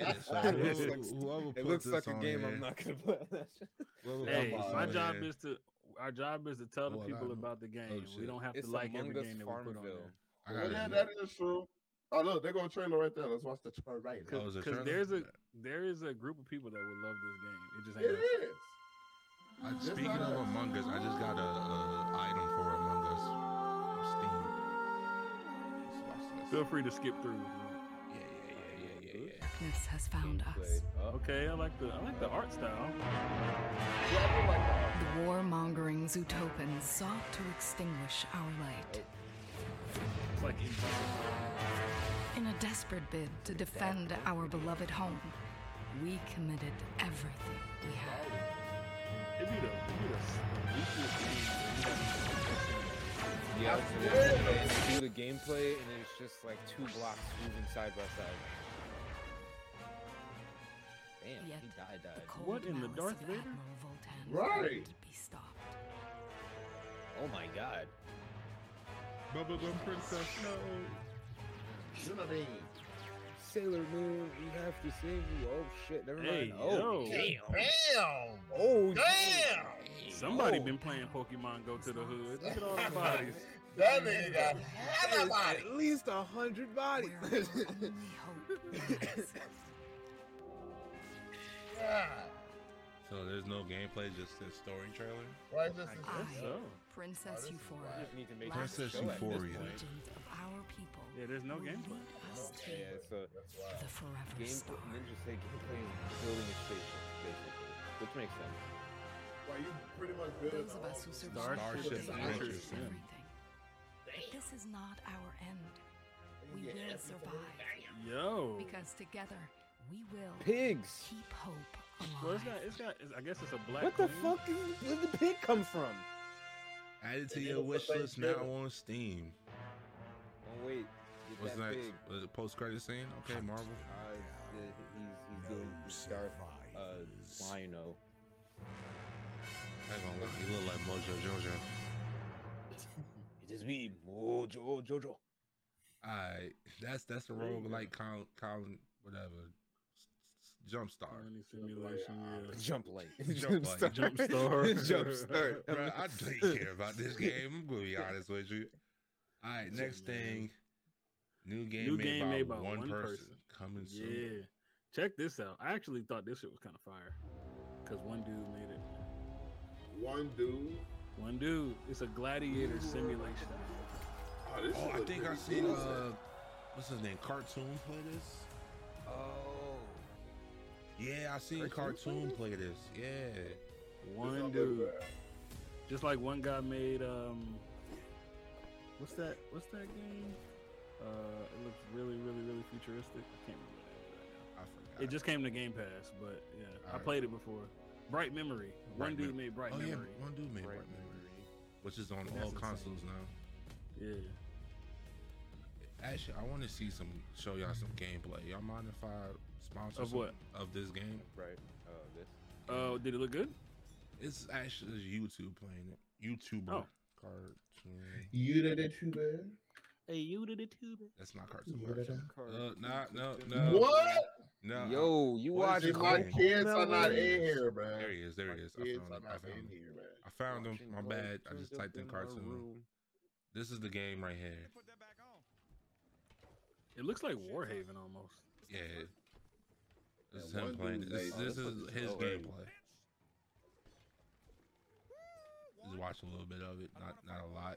Speaker 1: Yeah, so
Speaker 3: It
Speaker 1: whoever,
Speaker 3: looks like-
Speaker 1: whoever
Speaker 3: it
Speaker 1: put
Speaker 3: looks
Speaker 1: this
Speaker 3: like a
Speaker 1: on
Speaker 3: game
Speaker 1: here-
Speaker 3: I'm not gonna play. (laughs)
Speaker 1: whoever put
Speaker 4: Hey,
Speaker 1: this
Speaker 4: my
Speaker 1: on
Speaker 4: job
Speaker 1: here-
Speaker 4: is to our job is to tell the
Speaker 1: Well,
Speaker 4: people
Speaker 1: I-
Speaker 4: about the
Speaker 5: Oh,
Speaker 4: game. we
Speaker 1: shit.
Speaker 4: don't have
Speaker 3: It's
Speaker 4: to like every
Speaker 3: Among Us
Speaker 4: game that we put on
Speaker 3: Farmville.
Speaker 1: I
Speaker 5: yeah,
Speaker 1: gotta
Speaker 5: yeah,
Speaker 1: admit,
Speaker 5: that is true. Oh look, they gonna trailer right there. Let's watch the trailer right
Speaker 1: that
Speaker 5: now.
Speaker 1: was a
Speaker 4: Because
Speaker 1: trailer?
Speaker 4: there's a there is a group of people that would love this game. It just ain't.
Speaker 5: It
Speaker 4: us.
Speaker 5: is.
Speaker 1: I-
Speaker 5: It's
Speaker 1: speaking
Speaker 5: not
Speaker 1: of
Speaker 5: a-
Speaker 1: Among Us, I just got a, a item for Among Us from Steam. Let's watch this.
Speaker 4: Feel free to skip through.
Speaker 1: Yeah, yeah, yeah, yeah, yeah, yeah.
Speaker 7: Darkness has found us.
Speaker 4: Okay, I like the I like the art style.
Speaker 7: The warmongering Zootopans sought to extinguish our light.
Speaker 4: It's like
Speaker 7: In a desperate bid to defend our beloved home, we committed everything we had.
Speaker 4: It'd be the, it'd be the s- the weakest game.
Speaker 3: Yeah, it's- they do the gameplay, and it's just like two blocks moving side by side. Damn,
Speaker 7: Yet
Speaker 3: he died.
Speaker 7: the
Speaker 3: Died.
Speaker 7: cold
Speaker 4: What in the
Speaker 7: malice
Speaker 4: Darth
Speaker 7: of
Speaker 4: Vader?
Speaker 7: Admiral Voltan
Speaker 5: Right.
Speaker 7: could not be stopped.
Speaker 3: Oh my god.
Speaker 4: Bubba Gum Princess, no.
Speaker 5: You know what I mean?
Speaker 3: Sailor Moon, we have to save you. Oh shit, never
Speaker 4: Hey,
Speaker 3: mind. oh,
Speaker 4: yo.
Speaker 12: Damn!
Speaker 3: oh,
Speaker 12: Damn!
Speaker 4: Somebody
Speaker 3: Oh.
Speaker 4: been playing Pokemon Go to the Hood. Look at all the bodies.
Speaker 12: That nigga got
Speaker 3: that is
Speaker 12: everybody!
Speaker 3: At least a hundred bodies.
Speaker 7: Where
Speaker 3: (laughs)
Speaker 7: our only hope lies.
Speaker 12: God.
Speaker 1: So there's no gameplay, just a story trailer.
Speaker 5: Why is this?
Speaker 4: I
Speaker 7: I,
Speaker 4: guess so.
Speaker 7: Princess
Speaker 5: this is
Speaker 3: I
Speaker 7: Euphoria,
Speaker 3: just need to make
Speaker 7: Last
Speaker 3: this
Speaker 1: Princess
Speaker 3: a show at this
Speaker 1: Euphoria.
Speaker 3: point.
Speaker 7: legend of our people,
Speaker 4: Yeah, there's no
Speaker 7: will lead
Speaker 4: gameplay.
Speaker 7: us to
Speaker 3: Yeah, so
Speaker 5: That's
Speaker 7: the
Speaker 5: wild.
Speaker 7: forever
Speaker 3: gameplay,
Speaker 7: star.
Speaker 3: Ninja say gameplay is building a station, basically, which makes sense.
Speaker 5: Why you pretty much building
Speaker 7: Those
Speaker 5: the
Speaker 7: of us
Speaker 5: whole
Speaker 7: who
Speaker 5: system.
Speaker 7: survived
Speaker 1: Starship
Speaker 7: will lead us to
Speaker 1: Adventures, yeah.
Speaker 7: everything. But this is not our end. We
Speaker 5: Yeah,
Speaker 7: will
Speaker 5: everything.
Speaker 7: survive
Speaker 4: Yo.
Speaker 7: because together
Speaker 8: we will
Speaker 3: Pigs.
Speaker 8: keep hope alive.
Speaker 4: Well, it's got, it's got, it's, I guess it's a black.
Speaker 3: What the
Speaker 4: queen.
Speaker 3: fuck? Is, where did the pig come from?
Speaker 1: Add it to
Speaker 3: And
Speaker 1: your
Speaker 3: then
Speaker 1: wish
Speaker 3: for
Speaker 1: list now
Speaker 3: Thanksgiving.
Speaker 1: on Steam.
Speaker 3: Oh wait, get
Speaker 1: What's
Speaker 3: that
Speaker 1: next?
Speaker 3: pig.
Speaker 1: Was it post credit scene? (laughs) Okay, Marvel.
Speaker 3: Uh, he's the, he's, he's the, the Darth uh, Lino.
Speaker 1: I ain't gonna lie, he look like Mojo Jojo.
Speaker 3: It is me, Mojo Jojo.
Speaker 1: Alright, that's that's the
Speaker 4: There you
Speaker 1: rogue
Speaker 4: go.
Speaker 1: like Colin, Colin whatever. Jumpstart.
Speaker 4: Colony simulation. yeah.
Speaker 3: Ah, (laughs) Jump light.
Speaker 1: uh, (laughs) Jump light.
Speaker 4: Jump start.
Speaker 3: (laughs)
Speaker 1: (laughs)
Speaker 3: Jump start.
Speaker 1: Bro,
Speaker 4: (laughs)
Speaker 1: I don't care about
Speaker 3: (laughs)
Speaker 1: this game. I'm gonna be honest with you. Alright,
Speaker 4: Shit,
Speaker 1: next
Speaker 4: man.
Speaker 1: thing. New game,
Speaker 4: New
Speaker 1: made,
Speaker 4: game
Speaker 1: by
Speaker 4: made by
Speaker 1: one,
Speaker 4: one
Speaker 1: person.
Speaker 4: person.
Speaker 1: coming soon.
Speaker 4: Yeah. Check this out. I actually thought this shit was kind of fire because one dude made it.
Speaker 2: One dude.
Speaker 4: One dude. It's a gladiator simulation.
Speaker 2: Oh, this
Speaker 1: Oh,
Speaker 2: shit
Speaker 1: I
Speaker 2: look
Speaker 1: think I
Speaker 2: pretty
Speaker 1: seen
Speaker 2: decent.
Speaker 1: uh what's his name? Cartoon play this?
Speaker 3: Oh.
Speaker 1: Yeah, I seen Cartoon
Speaker 3: Cartoon
Speaker 1: play this. Yeah.
Speaker 2: This
Speaker 4: One
Speaker 2: don't look
Speaker 4: dude.
Speaker 2: bad.
Speaker 4: Just like one guy made um what's that what's that game? Uh it looked really, really, really futuristic. I can't remember the name of it right
Speaker 1: I
Speaker 4: now.
Speaker 1: forgot.
Speaker 4: It just came to Game Pass, but yeah. I
Speaker 1: Alright.
Speaker 4: played it before. Bright Memory.
Speaker 1: Bright
Speaker 4: one dude
Speaker 1: Mem-
Speaker 4: made Bright
Speaker 1: oh, yeah,
Speaker 4: Memory.
Speaker 1: one dude made
Speaker 3: Right,
Speaker 1: Bright
Speaker 3: right,
Speaker 1: Memory.
Speaker 3: right.
Speaker 1: Which is on
Speaker 4: That's
Speaker 1: all
Speaker 4: insane.
Speaker 1: consoles now.
Speaker 4: Yeah.
Speaker 1: Actually, I want to see some show y'all some gameplay. Y'all mind if I sponsor
Speaker 4: Of
Speaker 1: some-
Speaker 4: what?
Speaker 1: of this game?
Speaker 3: Right. Uh, this.
Speaker 4: Oh, did it look good?
Speaker 1: It's actually it's YouTube playing it. YouTuber
Speaker 4: Oh.
Speaker 1: cartoon.
Speaker 7: You did it too bad.
Speaker 4: Hey, you did it too.
Speaker 1: That's not cartoon.
Speaker 7: Yeah, that
Speaker 1: cartoon. Uh, nah, no, no,
Speaker 2: What?
Speaker 1: no.
Speaker 3: Yo, you
Speaker 1: What
Speaker 3: watch
Speaker 1: is
Speaker 2: If
Speaker 1: it
Speaker 3: (laughs)
Speaker 2: my
Speaker 1: called?
Speaker 2: kids are not in
Speaker 1: Melodies.
Speaker 2: here, man.
Speaker 1: There he is. There
Speaker 2: My
Speaker 1: he is. I
Speaker 2: Kids
Speaker 1: found
Speaker 2: are
Speaker 1: him. I
Speaker 2: not
Speaker 1: found
Speaker 2: in
Speaker 1: him.
Speaker 2: here, man.
Speaker 1: I found him. My bad. I just typed in cartoon. This is the game right here.
Speaker 4: It looks like Warhaven almost.
Speaker 1: Yeah. This is
Speaker 2: Yeah,
Speaker 1: him
Speaker 2: one
Speaker 1: playing. it.
Speaker 2: dude
Speaker 1: This,
Speaker 2: made-
Speaker 1: this
Speaker 2: oh,
Speaker 1: is
Speaker 2: that's
Speaker 1: his
Speaker 2: what you-
Speaker 1: gameplay. Just watch a little bit of it. Not not a lot.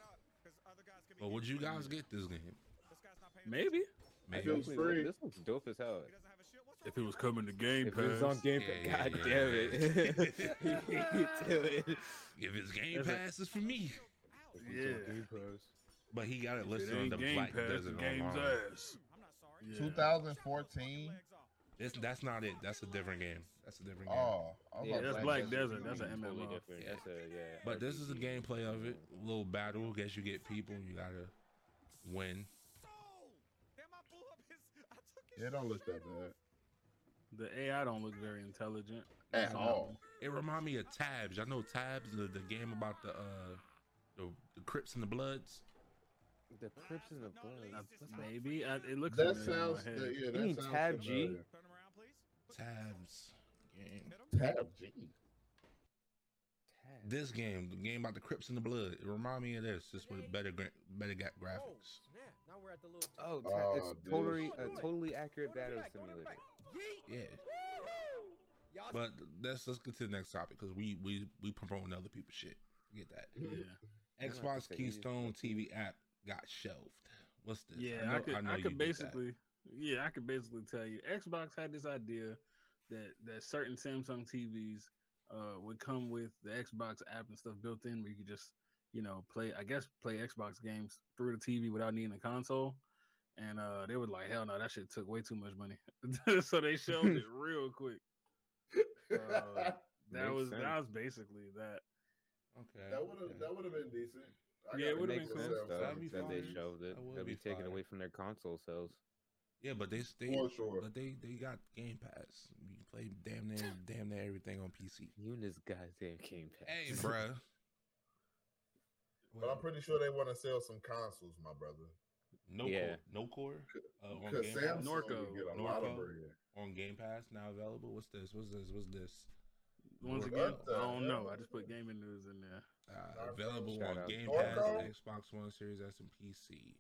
Speaker 1: But would you guys get this game?
Speaker 4: Maybe.
Speaker 1: Maybe.
Speaker 2: feel- free.
Speaker 3: This looks dope as hell.
Speaker 4: If it was coming to Game
Speaker 3: If it was on Game Pass,
Speaker 1: Yeah,
Speaker 3: god
Speaker 1: yeah,
Speaker 3: damn it.
Speaker 1: yeah.
Speaker 3: (laughs)
Speaker 1: (laughs)
Speaker 3: You do it.
Speaker 1: If it's Game
Speaker 4: That's it.
Speaker 1: Pass, it's for me.
Speaker 4: Yeah.
Speaker 1: But he got it
Speaker 4: If it
Speaker 1: listed on
Speaker 4: ain't
Speaker 1: the
Speaker 4: Game
Speaker 1: Black
Speaker 4: Pass, the
Speaker 1: Desert
Speaker 4: game's
Speaker 1: Online.
Speaker 4: ass. Yeah.
Speaker 7: 2014.
Speaker 1: It's, that's not it. That's a different game. That's a different game.
Speaker 7: Oh, I was
Speaker 3: Yeah,
Speaker 7: like,
Speaker 4: that's Black Desert. That's an
Speaker 3: Totally
Speaker 4: MMO.
Speaker 3: different.
Speaker 1: Yeah.
Speaker 3: That's a, yeah,
Speaker 1: But this is the
Speaker 3: RPG.
Speaker 1: gameplay of it. Little battle. Guess you get people. You gotta win.
Speaker 2: It don't look that bad
Speaker 4: The AI don't look very intelligent.
Speaker 2: at
Speaker 4: So,
Speaker 2: all.
Speaker 1: It remind me of Tabs. I know Tabs, the, the game about the uh the, the Crips and the Bloods.
Speaker 3: The Crips and the Bloods. What's that?
Speaker 4: Maybe I, it looks.
Speaker 2: That
Speaker 4: familiar in my
Speaker 2: sounds.
Speaker 4: head.
Speaker 2: that- yeah,
Speaker 3: You
Speaker 2: that
Speaker 3: mean
Speaker 2: sounds
Speaker 3: Tab G?
Speaker 2: familiar.
Speaker 1: Tabs. Game.
Speaker 2: Tab G.
Speaker 3: Tab.
Speaker 1: This game, the game about the Crips and the Blood. It remind me of this. Just with better gra- better ga- graphics.
Speaker 3: Oh, ta-
Speaker 2: Oh,
Speaker 3: it's
Speaker 2: dude.
Speaker 3: totally a totally accurate battle simulator.
Speaker 1: Yeah. But let's let's get to the next topic because we we we promoting other people's shit. Get that.
Speaker 4: Yeah,
Speaker 3: I'm gonna have
Speaker 1: Xbox
Speaker 3: to say it is
Speaker 1: Keystone TV app got shelved. What's this?
Speaker 4: yeah. I,
Speaker 1: know-
Speaker 4: could.
Speaker 1: know
Speaker 4: I,
Speaker 1: you
Speaker 4: could
Speaker 1: did that.
Speaker 4: basically. Yeah, I could basically tell you. Xbox had this idea that that certain Samsung TVs uh, would come with the Xbox app and stuff built in, where you could just you know play. I guess play Xbox games through the TV without needing a console. And uh, they were like, "Hell no, that shit took way too much money." (laughs) so they shelved it real quick. Uh, That
Speaker 3: Makes
Speaker 4: was that
Speaker 3: sense.
Speaker 4: was basically that.
Speaker 1: Okay.
Speaker 2: (laughs) that would have. That would have been decent. I
Speaker 4: Yeah,
Speaker 2: gotta
Speaker 4: it would've been
Speaker 2: give
Speaker 3: Makes
Speaker 4: cool.
Speaker 3: sense
Speaker 2: myself
Speaker 3: though
Speaker 1: That'd be
Speaker 2: some
Speaker 3: that they
Speaker 1: fine.
Speaker 2: credit.
Speaker 3: shoved it.
Speaker 1: That would
Speaker 3: That'd be,
Speaker 1: be
Speaker 3: taken
Speaker 1: fine.
Speaker 3: away from their console sales.
Speaker 1: Yeah, but they they
Speaker 2: For sure.
Speaker 1: but they they got Game Pass. You can play damn near damn near everything on PC.
Speaker 3: You and this goddamn Game Pass. (laughs)
Speaker 2: (laughs)
Speaker 1: Hey, bruh.
Speaker 2: But I'm pretty sure they want to sell some consoles, my brother.
Speaker 1: no
Speaker 3: Yeah.
Speaker 1: core, no core uh, on Game
Speaker 2: Because
Speaker 1: Pass,
Speaker 2: Samsung
Speaker 4: Oh, Norco.
Speaker 2: can get a lot
Speaker 1: Norco.
Speaker 2: of bread.
Speaker 1: on Game Pass now available. What's this? What's this? What's this?
Speaker 4: Once
Speaker 1: Norco.
Speaker 4: again,
Speaker 2: the
Speaker 4: I don't know.
Speaker 2: hell?
Speaker 4: I just put gaming news in there.
Speaker 1: Uh, available on
Speaker 3: Shout out.
Speaker 1: Game Pass, on
Speaker 2: Norco.
Speaker 1: Xbox One, Series S, and PC.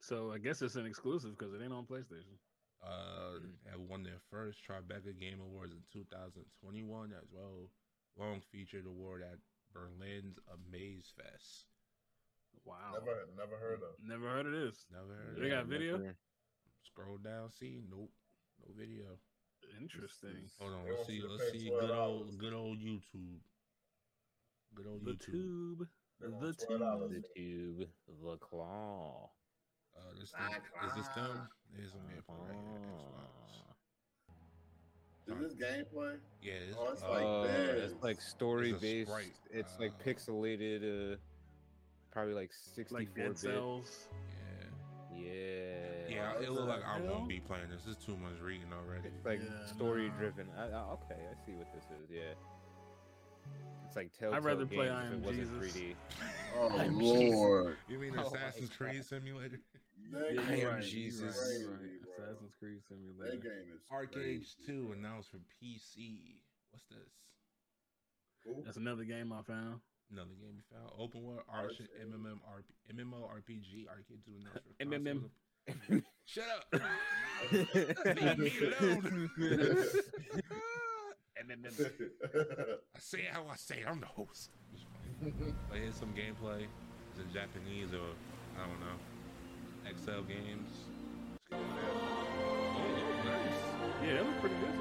Speaker 4: So I guess it's an exclusive because it ain't on PlayStation.
Speaker 1: Uh, had won their first Tribeca Game Awards in 2021 as well. Long featured award at Berlin's Amaze Fest.
Speaker 4: Wow.
Speaker 2: Never, never heard of.
Speaker 4: Never heard of this.
Speaker 1: Never heard
Speaker 4: They
Speaker 1: of
Speaker 4: got
Speaker 1: it.
Speaker 4: video?
Speaker 1: Scroll down, see? Nope, no video.
Speaker 4: Interesting.
Speaker 1: Hold on,
Speaker 2: They
Speaker 1: let's
Speaker 2: want
Speaker 1: see.
Speaker 2: you to
Speaker 1: Let's
Speaker 2: pay
Speaker 1: see.
Speaker 2: $12.
Speaker 1: Good old, good old YouTube. Good old
Speaker 4: The
Speaker 1: YouTube.
Speaker 4: tube.
Speaker 2: They want
Speaker 4: The
Speaker 2: twelve dollars.
Speaker 4: tube.
Speaker 3: The tube, the claw.
Speaker 1: Uh, this thing, is this them? There's some info right here. Xbox.
Speaker 3: Ah.
Speaker 2: Is this gameplay?
Speaker 1: Yeah, it's,
Speaker 2: Oh, it's
Speaker 1: uh,
Speaker 2: like
Speaker 3: Uh,
Speaker 2: that.
Speaker 3: it's like story
Speaker 1: It's a
Speaker 3: based.
Speaker 1: sprite,
Speaker 3: It's like
Speaker 1: uh,
Speaker 3: pixelated. Uh, probably like sixty-four
Speaker 4: Like
Speaker 3: bit.
Speaker 4: Dead Cells.
Speaker 3: Yeah.
Speaker 1: yeah, yeah.
Speaker 4: Oh,
Speaker 1: It looked like I
Speaker 4: hell?
Speaker 1: won't be playing this. It's too much reading already.
Speaker 3: It's like
Speaker 4: Yeah,
Speaker 3: story
Speaker 4: nah.
Speaker 3: driven. I, I, okay, I see what this is. Yeah. It's like Telltale
Speaker 4: rather play
Speaker 3: games
Speaker 4: I
Speaker 3: if
Speaker 4: Am
Speaker 3: it wasn't
Speaker 4: Jesus.
Speaker 3: 3D.
Speaker 2: Oh
Speaker 3: I'm Jesus.
Speaker 2: lord.
Speaker 1: (laughs) You (laughs) mean
Speaker 3: Oh my
Speaker 1: Assassin's
Speaker 3: God.
Speaker 1: Creed Simulator? (laughs)
Speaker 2: That
Speaker 4: Yeah,
Speaker 2: game
Speaker 4: you're
Speaker 3: am
Speaker 4: right,
Speaker 2: is
Speaker 4: you're right,
Speaker 3: Jesus.
Speaker 4: you're right.
Speaker 2: crazy, bro.
Speaker 4: Assassin's Creed
Speaker 2: That
Speaker 4: Simulator.
Speaker 2: game is
Speaker 1: Arc Age
Speaker 2: crazy,
Speaker 1: 2
Speaker 2: bro.
Speaker 1: announced for PC. What's this?
Speaker 2: Ooh, (laughs)
Speaker 4: That's another game I found.
Speaker 1: Another game you found. Open world action
Speaker 2: Arc Age.
Speaker 1: MMORP, MMORPG. Arc Age 2 announced for
Speaker 3: MMM.
Speaker 1: consoles. (laughs) Shut up. (laughs) Leave me alone. (laughs)
Speaker 2: (laughs)
Speaker 1: I say it how I say it. I'm the (laughs) host. I here's some gameplay. Is it Japanese or I don't know? XL games. Oh, nice.
Speaker 4: Yeah, that was pretty good. so-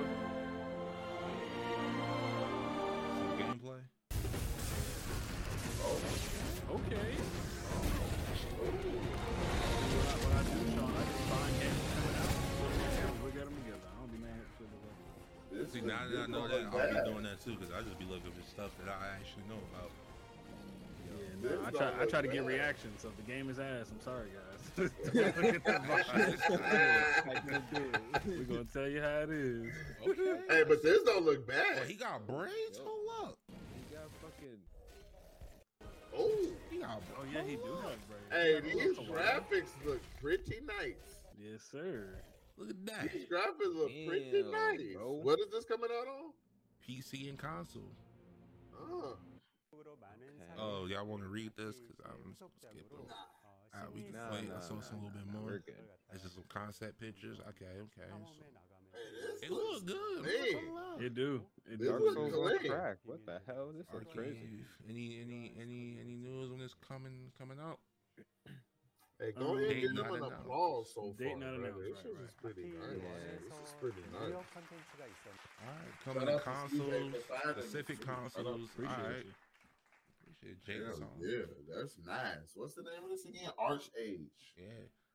Speaker 1: Some gameplay.
Speaker 4: Okay. What I, what I do, Sean, I just find games coming out. put 'em in here, We got 'em together. I don't be mad at you.
Speaker 2: this
Speaker 1: See,
Speaker 2: is-
Speaker 1: now
Speaker 2: this
Speaker 1: that I know
Speaker 2: look
Speaker 1: that,
Speaker 2: like
Speaker 1: I'll
Speaker 2: that.
Speaker 1: be doing that too, because I just be looking for stuff that I actually know about.
Speaker 4: Yeah,
Speaker 2: This
Speaker 4: no, I
Speaker 2: don't
Speaker 4: try. I
Speaker 2: look
Speaker 4: try to get
Speaker 2: bad.
Speaker 4: reactions. So if the game is ass, I'm sorry,
Speaker 2: (laughs)
Speaker 4: guys. Look at the
Speaker 1: (laughs)
Speaker 4: vibe. We're gonna tell you how it is.
Speaker 1: Okay.
Speaker 2: Hey, but this don't look
Speaker 1: Oh,
Speaker 2: bad.
Speaker 1: he got braids? Hold up.
Speaker 3: You got fucking.
Speaker 2: Oh,
Speaker 1: He got braids.
Speaker 4: Oh yeah, he do have braids.
Speaker 2: hey,
Speaker 4: Hold
Speaker 2: these
Speaker 4: on.
Speaker 2: graphics look pretty nice.
Speaker 4: Yes, sir.
Speaker 1: Look at that.
Speaker 2: These graphics look pretty
Speaker 3: Damn,
Speaker 2: nice.
Speaker 3: bro.
Speaker 2: What is this coming out on?
Speaker 1: PC and console.
Speaker 2: Oh,
Speaker 1: Oh, y'all want to read this? Because I'm just gonna skip it. Ah, we can
Speaker 3: Nah,
Speaker 1: wait.
Speaker 3: nah,
Speaker 1: I saw
Speaker 3: nah,
Speaker 1: some a little bit
Speaker 3: nah,
Speaker 1: more.
Speaker 3: we're good.
Speaker 1: It's just some concept pictures. Okay, okay. so-
Speaker 2: hey, this
Speaker 1: it looked good.
Speaker 2: Hey.
Speaker 4: It do. It
Speaker 2: This
Speaker 4: do.
Speaker 3: Dark
Speaker 2: look
Speaker 3: Souls
Speaker 2: great.
Speaker 3: on crack. What the hell? This is crazy.
Speaker 1: Arcade. Any any any any news on this coming coming out?
Speaker 2: Hey,
Speaker 4: Um,
Speaker 2: go ahead and
Speaker 1: Date
Speaker 2: give them
Speaker 1: not
Speaker 2: an
Speaker 1: announced.
Speaker 2: applause so
Speaker 4: Date
Speaker 2: far.
Speaker 4: not
Speaker 2: brother.
Speaker 4: announced,
Speaker 2: This
Speaker 4: right,
Speaker 2: shit
Speaker 4: right.
Speaker 2: is pretty nice.
Speaker 3: Yeah.
Speaker 2: This is pretty nice.
Speaker 1: All right,
Speaker 2: Shout
Speaker 1: coming to
Speaker 2: out to CJ
Speaker 1: consoles,
Speaker 2: for finding it.
Speaker 1: Pacific
Speaker 2: Shout out to
Speaker 1: consoles. All
Speaker 4: Appreciate
Speaker 1: right,
Speaker 4: you.
Speaker 1: appreciate Jake's
Speaker 2: Hell
Speaker 1: song.
Speaker 2: Yeah, that's nice. What's the name of this again? Arch Age.
Speaker 1: Yeah.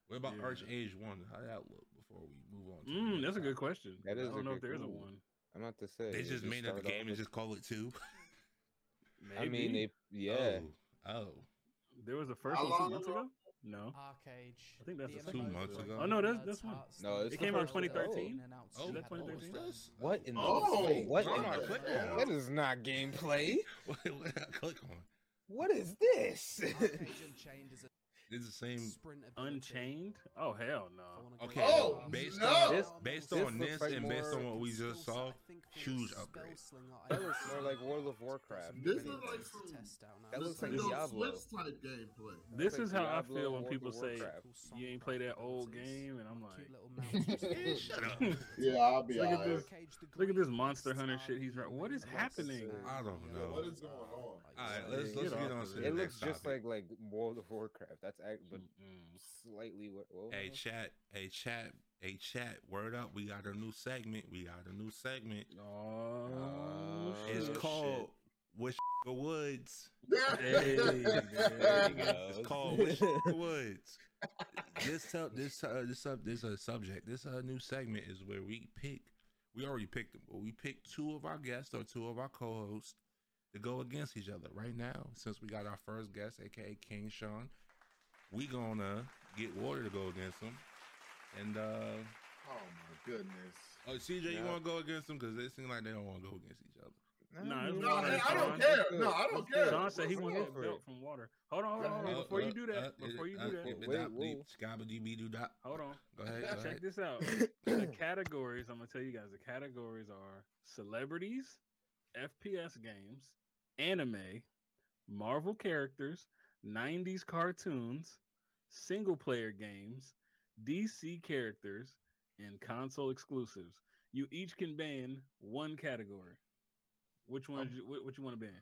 Speaker 1: What about
Speaker 4: Yeah.
Speaker 1: Arch Age One? How that look before we move on? to the
Speaker 4: Mm,
Speaker 1: next
Speaker 4: that's a good
Speaker 1: topic?
Speaker 4: question.
Speaker 3: That is
Speaker 4: I
Speaker 3: a
Speaker 4: don't know
Speaker 3: good
Speaker 4: if there's a
Speaker 3: question.
Speaker 4: one.
Speaker 3: I'm not to say.
Speaker 1: They just made up
Speaker 3: start
Speaker 1: a game and
Speaker 3: off
Speaker 1: just call it two.
Speaker 3: with-
Speaker 4: Maybe.
Speaker 3: I mean, they. Yeah.
Speaker 1: Oh, oh.
Speaker 4: there was the first
Speaker 2: How
Speaker 4: one two
Speaker 2: long
Speaker 4: months
Speaker 2: ago?
Speaker 4: ago. No.
Speaker 13: Arcage.
Speaker 4: I think that's
Speaker 1: a two months ago.
Speaker 4: Oh, no, that's- that's one.
Speaker 3: No, it's
Speaker 4: It
Speaker 3: the
Speaker 4: came out in
Speaker 3: first one.
Speaker 4: 2013.
Speaker 1: Oh,
Speaker 4: Is that
Speaker 1: oh, what's
Speaker 4: 2013?
Speaker 1: this?
Speaker 3: What in the?
Speaker 2: Oh,
Speaker 3: wait,
Speaker 1: (laughs)
Speaker 3: what?
Speaker 1: what
Speaker 3: in
Speaker 1: I
Speaker 3: the-
Speaker 1: click
Speaker 2: on?
Speaker 3: That is not gameplay.
Speaker 1: what did I click on?
Speaker 3: What is this?
Speaker 13: Unchained is a
Speaker 1: It's the same.
Speaker 13: sprint ability.
Speaker 4: Unchained. Oh hell no.
Speaker 13: If I wanna
Speaker 1: Okay,
Speaker 13: go
Speaker 2: Oh,
Speaker 13: fast,
Speaker 1: based
Speaker 2: no!
Speaker 1: on
Speaker 3: This-
Speaker 1: based
Speaker 3: this
Speaker 1: on
Speaker 3: looks
Speaker 1: this
Speaker 3: like
Speaker 1: and based
Speaker 3: more-
Speaker 1: on what we
Speaker 13: Skill
Speaker 1: just
Speaker 13: set,
Speaker 1: saw,
Speaker 13: I think there
Speaker 1: huge
Speaker 13: was a
Speaker 1: upgrade.
Speaker 13: spell slinger
Speaker 3: That
Speaker 13: I
Speaker 3: looks more
Speaker 13: used
Speaker 3: like
Speaker 13: to
Speaker 3: World of Warcraft.
Speaker 13: some
Speaker 2: This
Speaker 13: really
Speaker 2: is like
Speaker 13: intense
Speaker 2: some-
Speaker 13: test out now.
Speaker 3: That looks like
Speaker 2: Nintendo
Speaker 3: Diablo.
Speaker 2: Switch type gameplay.
Speaker 4: This
Speaker 3: Like
Speaker 4: is how I
Speaker 3: Diablo
Speaker 4: feel
Speaker 3: and
Speaker 4: when
Speaker 3: World of
Speaker 4: people say
Speaker 3: Warcraft.
Speaker 4: you ain't play that old game, and I'm like, (laughs)
Speaker 13: like,
Speaker 1: shut
Speaker 3: (laughs)
Speaker 1: up.
Speaker 2: Yeah, I'll be
Speaker 4: Look at
Speaker 2: honest.
Speaker 4: this.
Speaker 2: (laughs)
Speaker 4: Look at this Monster Hunter shit he's right. What is happening?
Speaker 1: I don't know.
Speaker 2: What is going on? All
Speaker 1: right,
Speaker 3: let's- let's
Speaker 4: get on to the
Speaker 3: It
Speaker 1: next
Speaker 3: looks just
Speaker 1: topic.
Speaker 3: like like World of Warcraft. That's act, but
Speaker 4: Mm-mm.
Speaker 3: slightly. wor- Well,
Speaker 1: Hey (laughs) chat, hey chat, hey chat. Word up, we got a new segment. We got a new segment.
Speaker 4: Oh,
Speaker 3: Uh,
Speaker 1: It's
Speaker 3: shit.
Speaker 1: called Wish Woods.
Speaker 4: Hey, there
Speaker 3: you go.
Speaker 1: It's called Wish
Speaker 3: (laughs)
Speaker 1: Woods. This sub, this uh, this sub, this uh, subject. This uh, new segment is where we pick. We already picked them, but we picked two of our guests or two of our co-hosts to go against each other. Right now, since we got our first guest, aka King Sean, we gonna get Water to go against him, and. uh
Speaker 2: Oh my goodness.
Speaker 1: Oh, CJ, you
Speaker 3: Yeah.
Speaker 1: want to go against them? Because it seems like they don't want to go against each other.
Speaker 4: No, it's
Speaker 2: No,
Speaker 4: Alright,
Speaker 2: hey, I don't
Speaker 4: Sean.
Speaker 2: care. No, I don't care.
Speaker 4: Sean said he
Speaker 2: What's
Speaker 4: won't
Speaker 2: up?
Speaker 4: get built from water. Hold on, hold on, hold on.
Speaker 2: Uh,
Speaker 4: Before you do
Speaker 1: uh,
Speaker 4: that, before you do
Speaker 1: uh,
Speaker 4: that,
Speaker 1: uh,
Speaker 3: Wait,
Speaker 1: dot, bleep,
Speaker 3: whoa.
Speaker 1: scabba-dee-bee doo dot.
Speaker 3: uh,
Speaker 4: hold on.
Speaker 1: Go ahead. Go ahead.
Speaker 4: Check this out. The
Speaker 2: (clears throat)
Speaker 3: (laughs)
Speaker 4: categories, I'm gonna tell you guys. The categories are celebrities, FPS games, anime, Marvel characters, 90s cartoons, single player games, DC characters, and console exclusives. You each can ban one category. Which
Speaker 3: Oh.
Speaker 4: one?
Speaker 2: Um,
Speaker 4: did you, what, what you want to ban?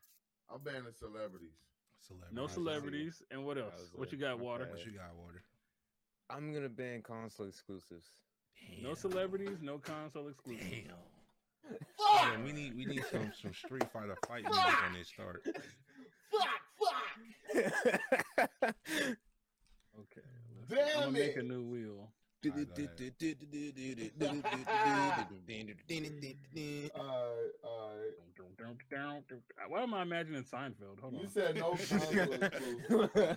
Speaker 2: I'm banning celebrities.
Speaker 1: Celebrity.
Speaker 4: No
Speaker 3: I see.
Speaker 4: celebrities. And what else?
Speaker 3: was
Speaker 4: What
Speaker 3: it.
Speaker 4: you got? Water.
Speaker 3: Okay.
Speaker 1: What you got, Water?
Speaker 3: I'm gonna ban console (laughs) exclusives.
Speaker 4: No
Speaker 1: Damn.
Speaker 4: celebrities. No console exclusives.
Speaker 1: Damn.
Speaker 2: Fuck!
Speaker 1: Yeah, we need we need some some Street Fighter fight moves when they start.
Speaker 2: Fuck! Fuck!
Speaker 3: (laughs)
Speaker 4: Okay.
Speaker 2: Damn
Speaker 4: I'm gonna make a
Speaker 2: it.
Speaker 4: new wheel.
Speaker 1: Alright, go ahead.
Speaker 4: imagining Seinfeld. Hold on.
Speaker 5: You
Speaker 3: (laughs)
Speaker 5: said no conflict, Blue.
Speaker 3: Bow,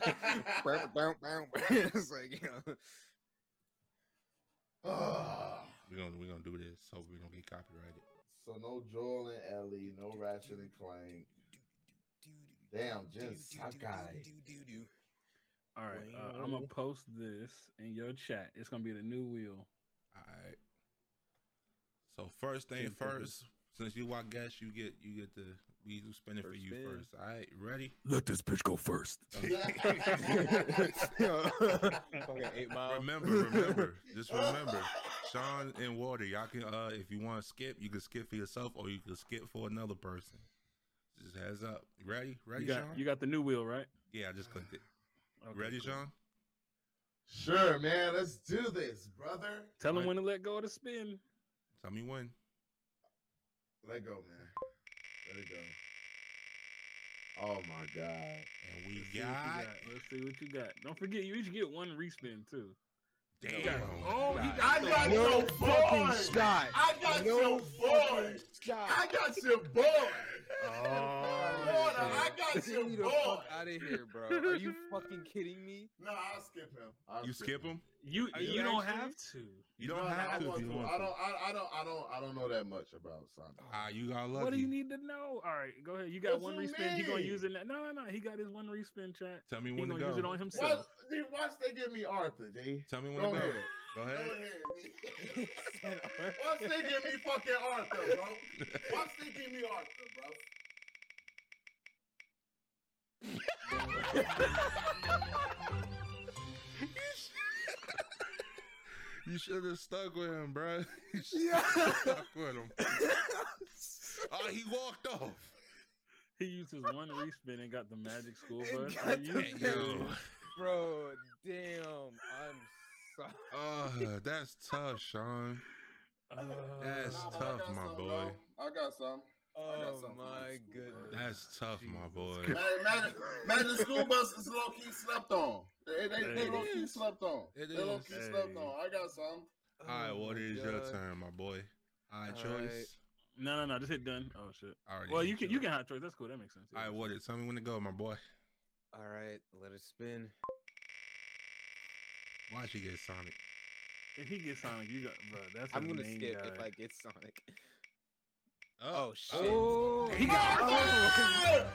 Speaker 3: bow, bow. It's like,
Speaker 1: (laughs)
Speaker 3: you know. (laughs)
Speaker 1: We're gonna we're gonna do this so we don't get copyrighted.
Speaker 5: So no Joel and Ellie, no Ratchet and Clank. Damn, just I got it.
Speaker 4: All right, uh, I'm gonna post this in your chat. It's gonna be the new wheel.
Speaker 1: All right. So first thing
Speaker 4: Ten seconds.
Speaker 1: first, since you I guess you get you get the we do spin it for
Speaker 3: First
Speaker 1: you
Speaker 3: spin.
Speaker 1: first. All right, you
Speaker 3: (laughs)
Speaker 1: ready?
Speaker 4: Let this bitch go first.
Speaker 3: Fucking eight mile.
Speaker 1: Remember, remember, just remember, Sean and Water. Y'all can uh, if you want to skip, you can skip for yourself or you can skip for another person. Just heads up. Ready? Ready,
Speaker 4: You got,
Speaker 1: Sean?
Speaker 4: you got the new wheel, right?
Speaker 1: Yeah, I just clicked it.
Speaker 4: Okay,
Speaker 1: ready,
Speaker 4: cool.
Speaker 1: Sean?
Speaker 5: Sure, man. Let's do this, brother.
Speaker 4: Tell him
Speaker 1: Right.
Speaker 4: when to let go of the spin.
Speaker 1: Tell me when.
Speaker 5: Let go, man. Let it go. Oh my god.
Speaker 1: And we
Speaker 4: Let's see what you
Speaker 1: got,
Speaker 4: Let's see what you got. Don't forget, you each get one respin too.
Speaker 1: damn.
Speaker 4: You got- oh, you got
Speaker 5: I got your boy.
Speaker 14: shot.
Speaker 5: I got your boy. I got your boy. Lord, Oh, I got your
Speaker 3: Get me the
Speaker 5: boy.
Speaker 3: fuck out of here, bro. Are you fucking kidding me?
Speaker 5: No, I'll skip him. I'll
Speaker 1: you skip him.
Speaker 4: you.
Speaker 3: Are
Speaker 4: You,
Speaker 3: you
Speaker 4: don't
Speaker 3: actually?
Speaker 4: have to.
Speaker 1: You don't
Speaker 5: No, I
Speaker 1: have to.
Speaker 5: want
Speaker 1: If you
Speaker 5: to.
Speaker 1: want
Speaker 5: I
Speaker 1: to.
Speaker 5: don't. I, I don't. I don't. I don't know that much about Sonic.
Speaker 1: Ah, you got lucky.
Speaker 4: What do you need to know? All right, go ahead. You got
Speaker 5: What
Speaker 4: one
Speaker 5: you
Speaker 4: respin. He gonna
Speaker 5: mean?
Speaker 4: use it. now- No, no, no. He got his one respin chat.
Speaker 1: Tell me
Speaker 4: He
Speaker 1: when to
Speaker 4: gonna
Speaker 1: go.
Speaker 4: use it on
Speaker 5: What?
Speaker 4: himself.
Speaker 5: Dude, Watch they give me Arthur, G.
Speaker 1: Tell me when
Speaker 5: Go
Speaker 1: to go.
Speaker 5: ahead.
Speaker 1: Go
Speaker 5: Go
Speaker 1: ahead.
Speaker 5: ahead. Watch they give me fucking Arthur, bro. Watch they give me Arthur, bro.
Speaker 1: You should have stuck with him, bro. (laughs) You should have stuck with
Speaker 5: (laughs)
Speaker 1: him. oh, he walked off.
Speaker 4: He used his one respin and got the magic school
Speaker 3: And
Speaker 4: bus.
Speaker 3: got
Speaker 4: Are
Speaker 3: the
Speaker 4: you
Speaker 3: magic
Speaker 4: serious?
Speaker 1: Yo.
Speaker 3: (laughs) bro, damn. I'm
Speaker 5: Oh,
Speaker 3: sorry.
Speaker 1: Uh, that's tough, Sean.
Speaker 4: Uh,
Speaker 1: That's
Speaker 5: Nah, but I
Speaker 1: tough,
Speaker 5: got
Speaker 1: my
Speaker 5: some,
Speaker 1: boy.
Speaker 5: though. I got some.
Speaker 1: (laughs)
Speaker 3: Oh
Speaker 5: something
Speaker 3: my
Speaker 5: else.
Speaker 3: goodness.
Speaker 1: That's tough, my boy.
Speaker 5: Man, man, man, the school bus is low key slept on. They, they, they
Speaker 4: It
Speaker 5: low key
Speaker 1: is.
Speaker 5: slept on.
Speaker 1: It
Speaker 5: they low
Speaker 1: is.
Speaker 5: key slept
Speaker 4: Hey.
Speaker 5: on. I got some.
Speaker 1: All right, what is your
Speaker 3: God.
Speaker 1: turn, my boy? Oh All right,
Speaker 3: All right.
Speaker 1: choice.
Speaker 4: no, no, no. Just hit done. Oh shit.
Speaker 1: I already
Speaker 4: Well,
Speaker 1: hit
Speaker 4: you can
Speaker 1: choice.
Speaker 4: you can hot choice. That's cool. That makes sense.
Speaker 1: All right, what is? Tell me when to go, my boy.
Speaker 3: All right, let it spin.
Speaker 1: Why would you get Sonic?
Speaker 4: If he gets Sonic, you got bro. That's
Speaker 3: I'm
Speaker 4: his
Speaker 3: gonna
Speaker 4: main
Speaker 3: skip
Speaker 4: guy.
Speaker 3: if I get Sonic.
Speaker 1: Oh,
Speaker 3: shit.
Speaker 4: He got
Speaker 5: Arthur!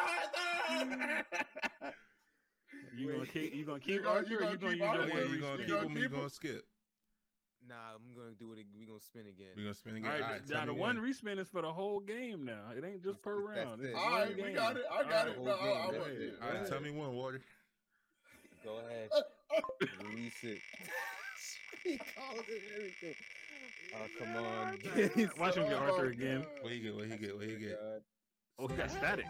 Speaker 5: Arthur! Arthur!
Speaker 4: You gonna keep you gonna
Speaker 5: You
Speaker 4: keep
Speaker 5: gonna-
Speaker 4: Arthur?
Speaker 5: you
Speaker 4: or You
Speaker 5: gonna
Speaker 4: gonna
Speaker 5: keep
Speaker 4: use
Speaker 1: Oh,
Speaker 4: your one
Speaker 5: Arthur?
Speaker 1: yeah, you
Speaker 4: respin?
Speaker 1: gonna
Speaker 5: You
Speaker 1: keep
Speaker 5: gonna
Speaker 1: him? You
Speaker 5: keep
Speaker 1: gonna
Speaker 5: him?
Speaker 1: skip?
Speaker 3: Nah, I'm gonna do it. ag- We gonna spin again.
Speaker 1: We gonna spin again?
Speaker 4: All right,
Speaker 1: All right,
Speaker 4: now
Speaker 1: tell
Speaker 4: the
Speaker 1: me
Speaker 4: one
Speaker 1: when.
Speaker 4: respin is for the whole game. Now it ain't just per
Speaker 3: That's
Speaker 4: round.
Speaker 3: it.
Speaker 4: It's
Speaker 5: All
Speaker 4: one
Speaker 5: right, we
Speaker 4: game.
Speaker 5: got it. I
Speaker 4: All
Speaker 5: got
Speaker 4: right,
Speaker 5: it. No, I, I
Speaker 4: go
Speaker 5: want
Speaker 4: ahead.
Speaker 5: it.
Speaker 1: All right, tell me when, Water.
Speaker 3: Go
Speaker 5: (laughs)
Speaker 3: ahead. Release it. he called it everything. Oh come on.
Speaker 4: Watch him get
Speaker 5: Oh,
Speaker 4: Arthur
Speaker 5: God.
Speaker 4: again.
Speaker 1: What he get? What he get? What he get?
Speaker 4: Oh, he got static.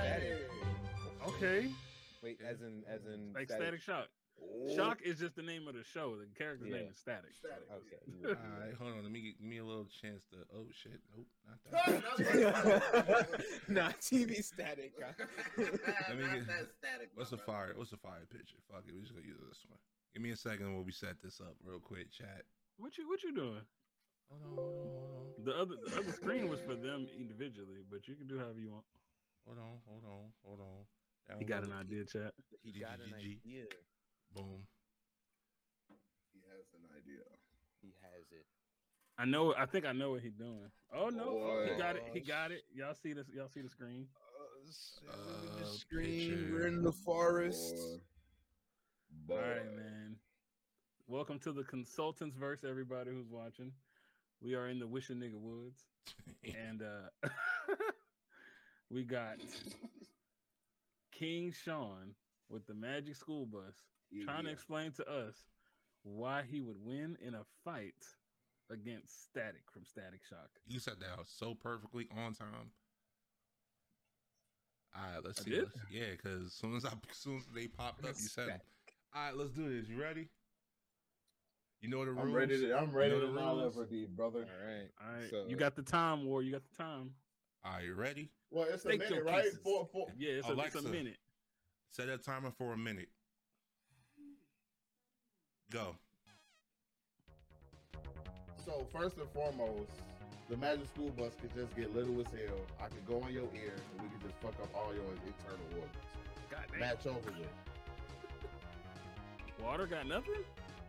Speaker 5: Hey.
Speaker 4: Okay,
Speaker 3: Wait, as in, as in.
Speaker 4: like static shock.
Speaker 1: Oh.
Speaker 4: (laughs) Shock is just the name of the show. The character's name
Speaker 3: Yeah.
Speaker 4: is Static.
Speaker 5: Oh. Static.
Speaker 3: Okay. you
Speaker 1: All
Speaker 3: were-
Speaker 1: right, hold on. Let me get, give me a little chance to. Oh shit! Nope, not
Speaker 4: (laughs)
Speaker 1: that.
Speaker 3: (laughs) nah, TV static.
Speaker 5: (laughs)
Speaker 1: Let me get-
Speaker 5: static.
Speaker 1: What's
Speaker 5: my
Speaker 1: the
Speaker 5: brother.
Speaker 1: fire? What's the fire picture? Fuck it, we just gonna use this one. Give me a second while we set this up real quick, chat.
Speaker 4: What you what you doing?
Speaker 1: Hold on, hold on, hold on.
Speaker 4: The other the other screen was for them individually, but you can do however you want.
Speaker 1: Hold on, hold on, hold on.
Speaker 4: You got an idea, chat.
Speaker 3: he got an
Speaker 1: GGG.
Speaker 3: idea.
Speaker 1: Boom.
Speaker 5: He has an idea.
Speaker 3: He has it.
Speaker 4: I know. I think I know what he's doing. Oh no, oh, he got it. He
Speaker 3: Boy.
Speaker 4: got it. Y'all see this? Y'all see the screen?
Speaker 1: look at the Uh, screen, we're in
Speaker 3: the
Speaker 5: Boy.
Speaker 4: All right, man. Welcome to the consultants verse, everybody who's watching. We are in the Wish a
Speaker 3: (laughs)
Speaker 4: Nigga Woods, and uh (laughs) we got King Sean with the Magic School Bus trying to explain to us why he would win in a fight against Static from Static Shock.
Speaker 1: You said that was so perfectly on time. All right, let's
Speaker 4: I
Speaker 1: see.
Speaker 4: did?
Speaker 1: this. Yeah, because as soon as I, (laughs) as soon as they popped up, you said. 'em. All right, let's do this. You ready? You know the rules.
Speaker 5: I'm ready to. I'm ready
Speaker 1: know
Speaker 5: to
Speaker 1: the
Speaker 5: roll
Speaker 1: rules?
Speaker 5: over D, brother.
Speaker 3: All right.
Speaker 4: All right,
Speaker 3: So-
Speaker 4: you got the time, War. You got the time.
Speaker 1: Are you ready?
Speaker 5: Well, it's a
Speaker 4: Take your
Speaker 5: minute, right?
Speaker 4: pieces.
Speaker 5: Four, four.
Speaker 4: Yeah, it's, a, it's a
Speaker 1: Alexa.
Speaker 4: minute.
Speaker 1: Set a timer for a minute. Go.
Speaker 5: So first and foremost, the Magic School Bus could just get little as hell. I could go in your ear and we could just fuck up all your internal organs.
Speaker 4: God damn.
Speaker 5: Match over with.
Speaker 4: Water got nothing?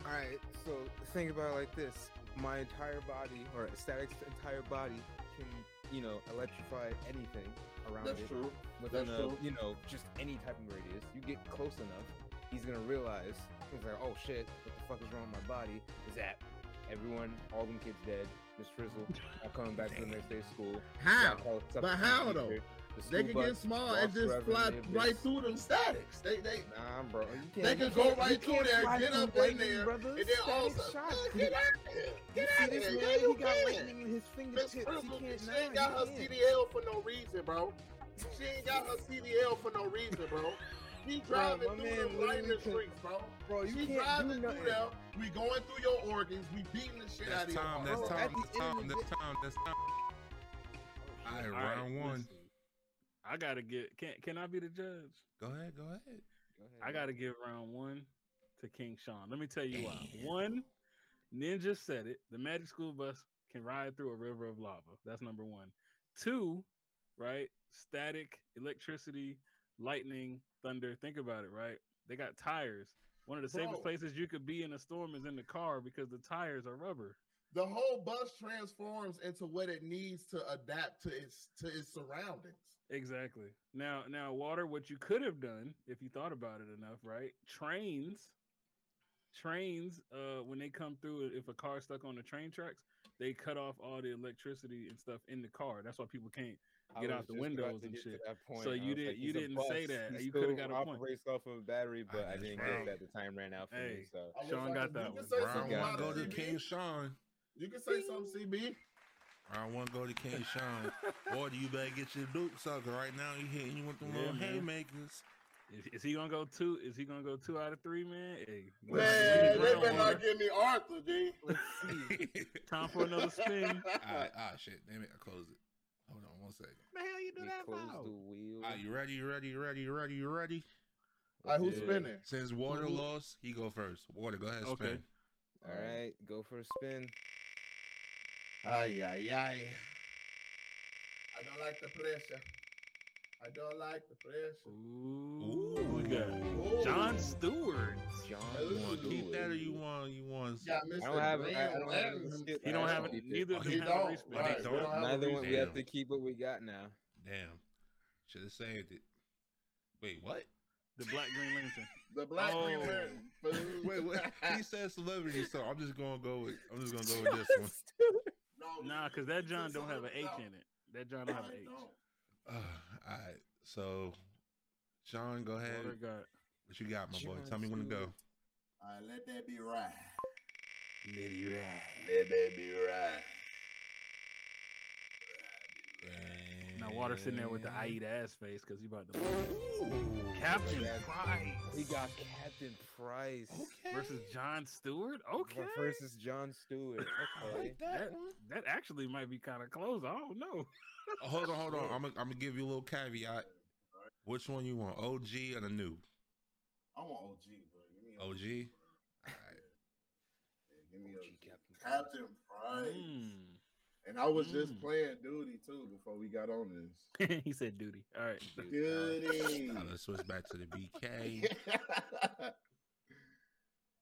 Speaker 3: All right, so think about it like this: my entire body, or Static's entire body, can you know electrify anything around
Speaker 5: That's
Speaker 3: it
Speaker 5: true.
Speaker 3: within
Speaker 5: That's
Speaker 3: a
Speaker 5: true.
Speaker 3: you know just any type of radius. You get close enough, he's gonna realize he's like, oh shit, what the fuck is wrong with my body? Is that everyone, all them kids dead? Miss Frizzle, all coming back to the next day of school.
Speaker 5: How?
Speaker 3: Gotta call it
Speaker 5: But
Speaker 3: something
Speaker 5: how, though?
Speaker 3: teacher. The
Speaker 5: They
Speaker 3: school
Speaker 5: could
Speaker 3: bus
Speaker 5: get small and
Speaker 3: lost
Speaker 5: just
Speaker 3: forever in
Speaker 5: fly
Speaker 3: the abyss.
Speaker 5: right through them statics. They they
Speaker 3: Nah, bro. You can't,
Speaker 5: they
Speaker 3: you
Speaker 5: could go
Speaker 3: can't- you
Speaker 5: right through
Speaker 3: can't
Speaker 5: there,
Speaker 3: fly
Speaker 5: get
Speaker 3: through
Speaker 5: up in
Speaker 3: lightning,
Speaker 5: there,
Speaker 3: brother.
Speaker 5: and then
Speaker 3: Static
Speaker 5: also
Speaker 3: shock.
Speaker 5: "Man, get out of here,
Speaker 3: You
Speaker 5: get
Speaker 3: see
Speaker 5: out of
Speaker 3: this
Speaker 5: here.
Speaker 3: man,
Speaker 5: Yeah, you
Speaker 3: he got
Speaker 5: can.
Speaker 3: lightning in his
Speaker 5: Miss
Speaker 3: fingertips. He
Speaker 5: Crystal,
Speaker 3: can't
Speaker 5: she
Speaker 3: nah,
Speaker 5: ain't got her
Speaker 3: he can't.
Speaker 5: CDL for no reason, bro. She ain't got (laughs) her CDL for no reason, bro. He driving
Speaker 3: my
Speaker 5: through
Speaker 3: man
Speaker 5: them
Speaker 3: literally
Speaker 5: lightning
Speaker 3: could-
Speaker 5: streets, bro.
Speaker 3: Bro, you
Speaker 5: she
Speaker 3: can't do
Speaker 5: driving
Speaker 3: nothing.
Speaker 5: through them. We going through your organs. We beating the shit out
Speaker 1: That's
Speaker 5: of you.
Speaker 1: time. That's
Speaker 5: bro.
Speaker 1: time. That's time. That's time. That's time. All right,
Speaker 4: All right,
Speaker 1: round one.
Speaker 4: listen. I gotta get can can I be the judge?
Speaker 1: Go ahead. Go ahead.
Speaker 4: I gotta give round one to King Sean. Let me tell you why. One, Ninja said it. The Magic School Bus can ride through a river of lava. That's number one. Two, right? Static, electricity, lightning, thunder. Think about it, right? They got tires. One of the
Speaker 5: Bro.
Speaker 4: safest places you could be in a storm is in the car because the tires are rubber.
Speaker 5: The whole bus transforms into what it needs to adapt to its to its surroundings.
Speaker 4: Exactly. Now, now, water. What you could have done if you thought about it enough, right? Trains, trains. Uh, when they come through, if a car's stuck on the train tracks, they cut off all the electricity and stuff in the car. That's why people can't
Speaker 2: I
Speaker 4: get
Speaker 2: was
Speaker 4: out the
Speaker 2: just about
Speaker 4: windows
Speaker 2: to
Speaker 4: and
Speaker 2: get to
Speaker 4: shit.
Speaker 2: that point.
Speaker 4: So
Speaker 2: I
Speaker 4: you
Speaker 2: was
Speaker 4: didn't,
Speaker 2: like,
Speaker 4: you
Speaker 2: he's a
Speaker 4: didn't
Speaker 2: bus.
Speaker 4: say that.
Speaker 2: He
Speaker 4: you could have
Speaker 2: still
Speaker 4: got a point.
Speaker 2: operates off of battery, but I
Speaker 1: that's
Speaker 2: didn't
Speaker 1: right.
Speaker 2: get that. The time ran out for me.
Speaker 4: Hey,
Speaker 2: So
Speaker 5: I wish
Speaker 4: Sean
Speaker 5: I
Speaker 4: got
Speaker 5: could-
Speaker 4: that
Speaker 5: you
Speaker 4: one.
Speaker 5: can say
Speaker 1: Round
Speaker 5: something
Speaker 1: one.
Speaker 5: about
Speaker 1: Go
Speaker 5: it,
Speaker 1: to
Speaker 5: CB.
Speaker 1: King Sean.
Speaker 5: You can say something, CB.
Speaker 1: Round one. Go to King Sean. Or you better get your dupe sucker right now. You hitting you with the
Speaker 4: Yeah,
Speaker 1: little
Speaker 4: man.
Speaker 1: haymakers.
Speaker 4: Is, is he gonna go two? Is he gonna go two out of three, man? Hey, we might
Speaker 5: Man,
Speaker 4: win
Speaker 5: they
Speaker 4: round
Speaker 5: better
Speaker 4: one.
Speaker 5: not give me Arthur, G.
Speaker 1: (laughs)
Speaker 4: Time for
Speaker 5: (laughs)
Speaker 4: another spin.
Speaker 1: Ah, ah, shit. Damn it. I closed it. Hold on one second.
Speaker 4: the hell you do that
Speaker 2: close
Speaker 4: for?
Speaker 2: the wheel.
Speaker 1: Are you ready? You ready? You ready? You ready? You ready?
Speaker 5: All right, who's
Speaker 2: Yeah.
Speaker 5: spinning?
Speaker 1: Since water
Speaker 2: Who-
Speaker 1: lost, he go first. Water, go ahead.
Speaker 4: Okay.
Speaker 1: Spin.
Speaker 2: All right, go for a spin.
Speaker 5: Ay, ay, ay. I don't like the pressure. I don't like the pressure.
Speaker 4: Ooh, we
Speaker 5: Ooh.
Speaker 4: got John Stewart.
Speaker 2: John
Speaker 1: You want to keep that or you
Speaker 2: Stewart.
Speaker 1: want? You want?
Speaker 5: Yeah,
Speaker 2: I
Speaker 5: Mr.
Speaker 2: don't have. I
Speaker 5: Green
Speaker 2: don't
Speaker 5: on
Speaker 2: have. Oh.
Speaker 5: Evans.
Speaker 2: skip.
Speaker 4: He don't
Speaker 2: I
Speaker 4: have
Speaker 2: just
Speaker 4: it.
Speaker 2: keep
Speaker 4: Neither of
Speaker 5: He
Speaker 4: them have a
Speaker 5: don't.
Speaker 4: respect.
Speaker 1: Right.
Speaker 5: we
Speaker 1: don't.
Speaker 5: don't have a
Speaker 2: Neither one. We have
Speaker 1: Damn.
Speaker 2: to keep what we got now.
Speaker 1: Damn. Should have saved it. Wait, what?
Speaker 4: The Black Green Lantern.
Speaker 5: The black
Speaker 4: Oh.
Speaker 5: Green Lantern. fool.
Speaker 1: (laughs) Wait, what? (laughs)
Speaker 2: (laughs)
Speaker 1: He said celebrity, so I'm just gonna go with. I'm just gonna (laughs) go with this
Speaker 3: (laughs)
Speaker 1: one.
Speaker 5: No,
Speaker 4: Nah, cause that John
Speaker 5: it's a
Speaker 4: don't have an H
Speaker 5: hundred
Speaker 4: in it. That John don't have
Speaker 5: dollars.
Speaker 1: Uh,
Speaker 4: an H.
Speaker 1: (sighs) all right. So, Sean, go ahead.
Speaker 4: Water got
Speaker 1: What you got, my boy?
Speaker 2: John
Speaker 1: Tell me when to go.
Speaker 5: All right, let that be right.
Speaker 4: Nitty Rat.
Speaker 5: Let that be right.
Speaker 4: Now water sitting there with the I eat ass face because he about to Captain
Speaker 2: That's-
Speaker 4: Price
Speaker 2: We got Captain Price
Speaker 1: Okay.
Speaker 4: versus John Stewart. Okay,
Speaker 2: versus John Stewart.
Speaker 1: I
Speaker 2: Okay.
Speaker 3: (laughs)
Speaker 1: like that
Speaker 4: That-
Speaker 1: one.
Speaker 4: that actually might be kind of close. I don't know.
Speaker 1: Oh, Hold on, hold on. I'm gonna I'm gonna give you a little caveat. Which one you want? OG or the new?
Speaker 5: I want OG, bro. Give me
Speaker 1: OG. All
Speaker 5: Give me
Speaker 2: OG
Speaker 5: OG.
Speaker 2: Captain Price.
Speaker 5: Captain Price.
Speaker 4: Mm. (laughs)
Speaker 5: And I was just
Speaker 4: Mm.
Speaker 5: playing duty too before we got on this.
Speaker 4: he said duty. All right.
Speaker 5: Duty.
Speaker 1: right. Now let's switch back to the
Speaker 5: (laughs)
Speaker 1: BK.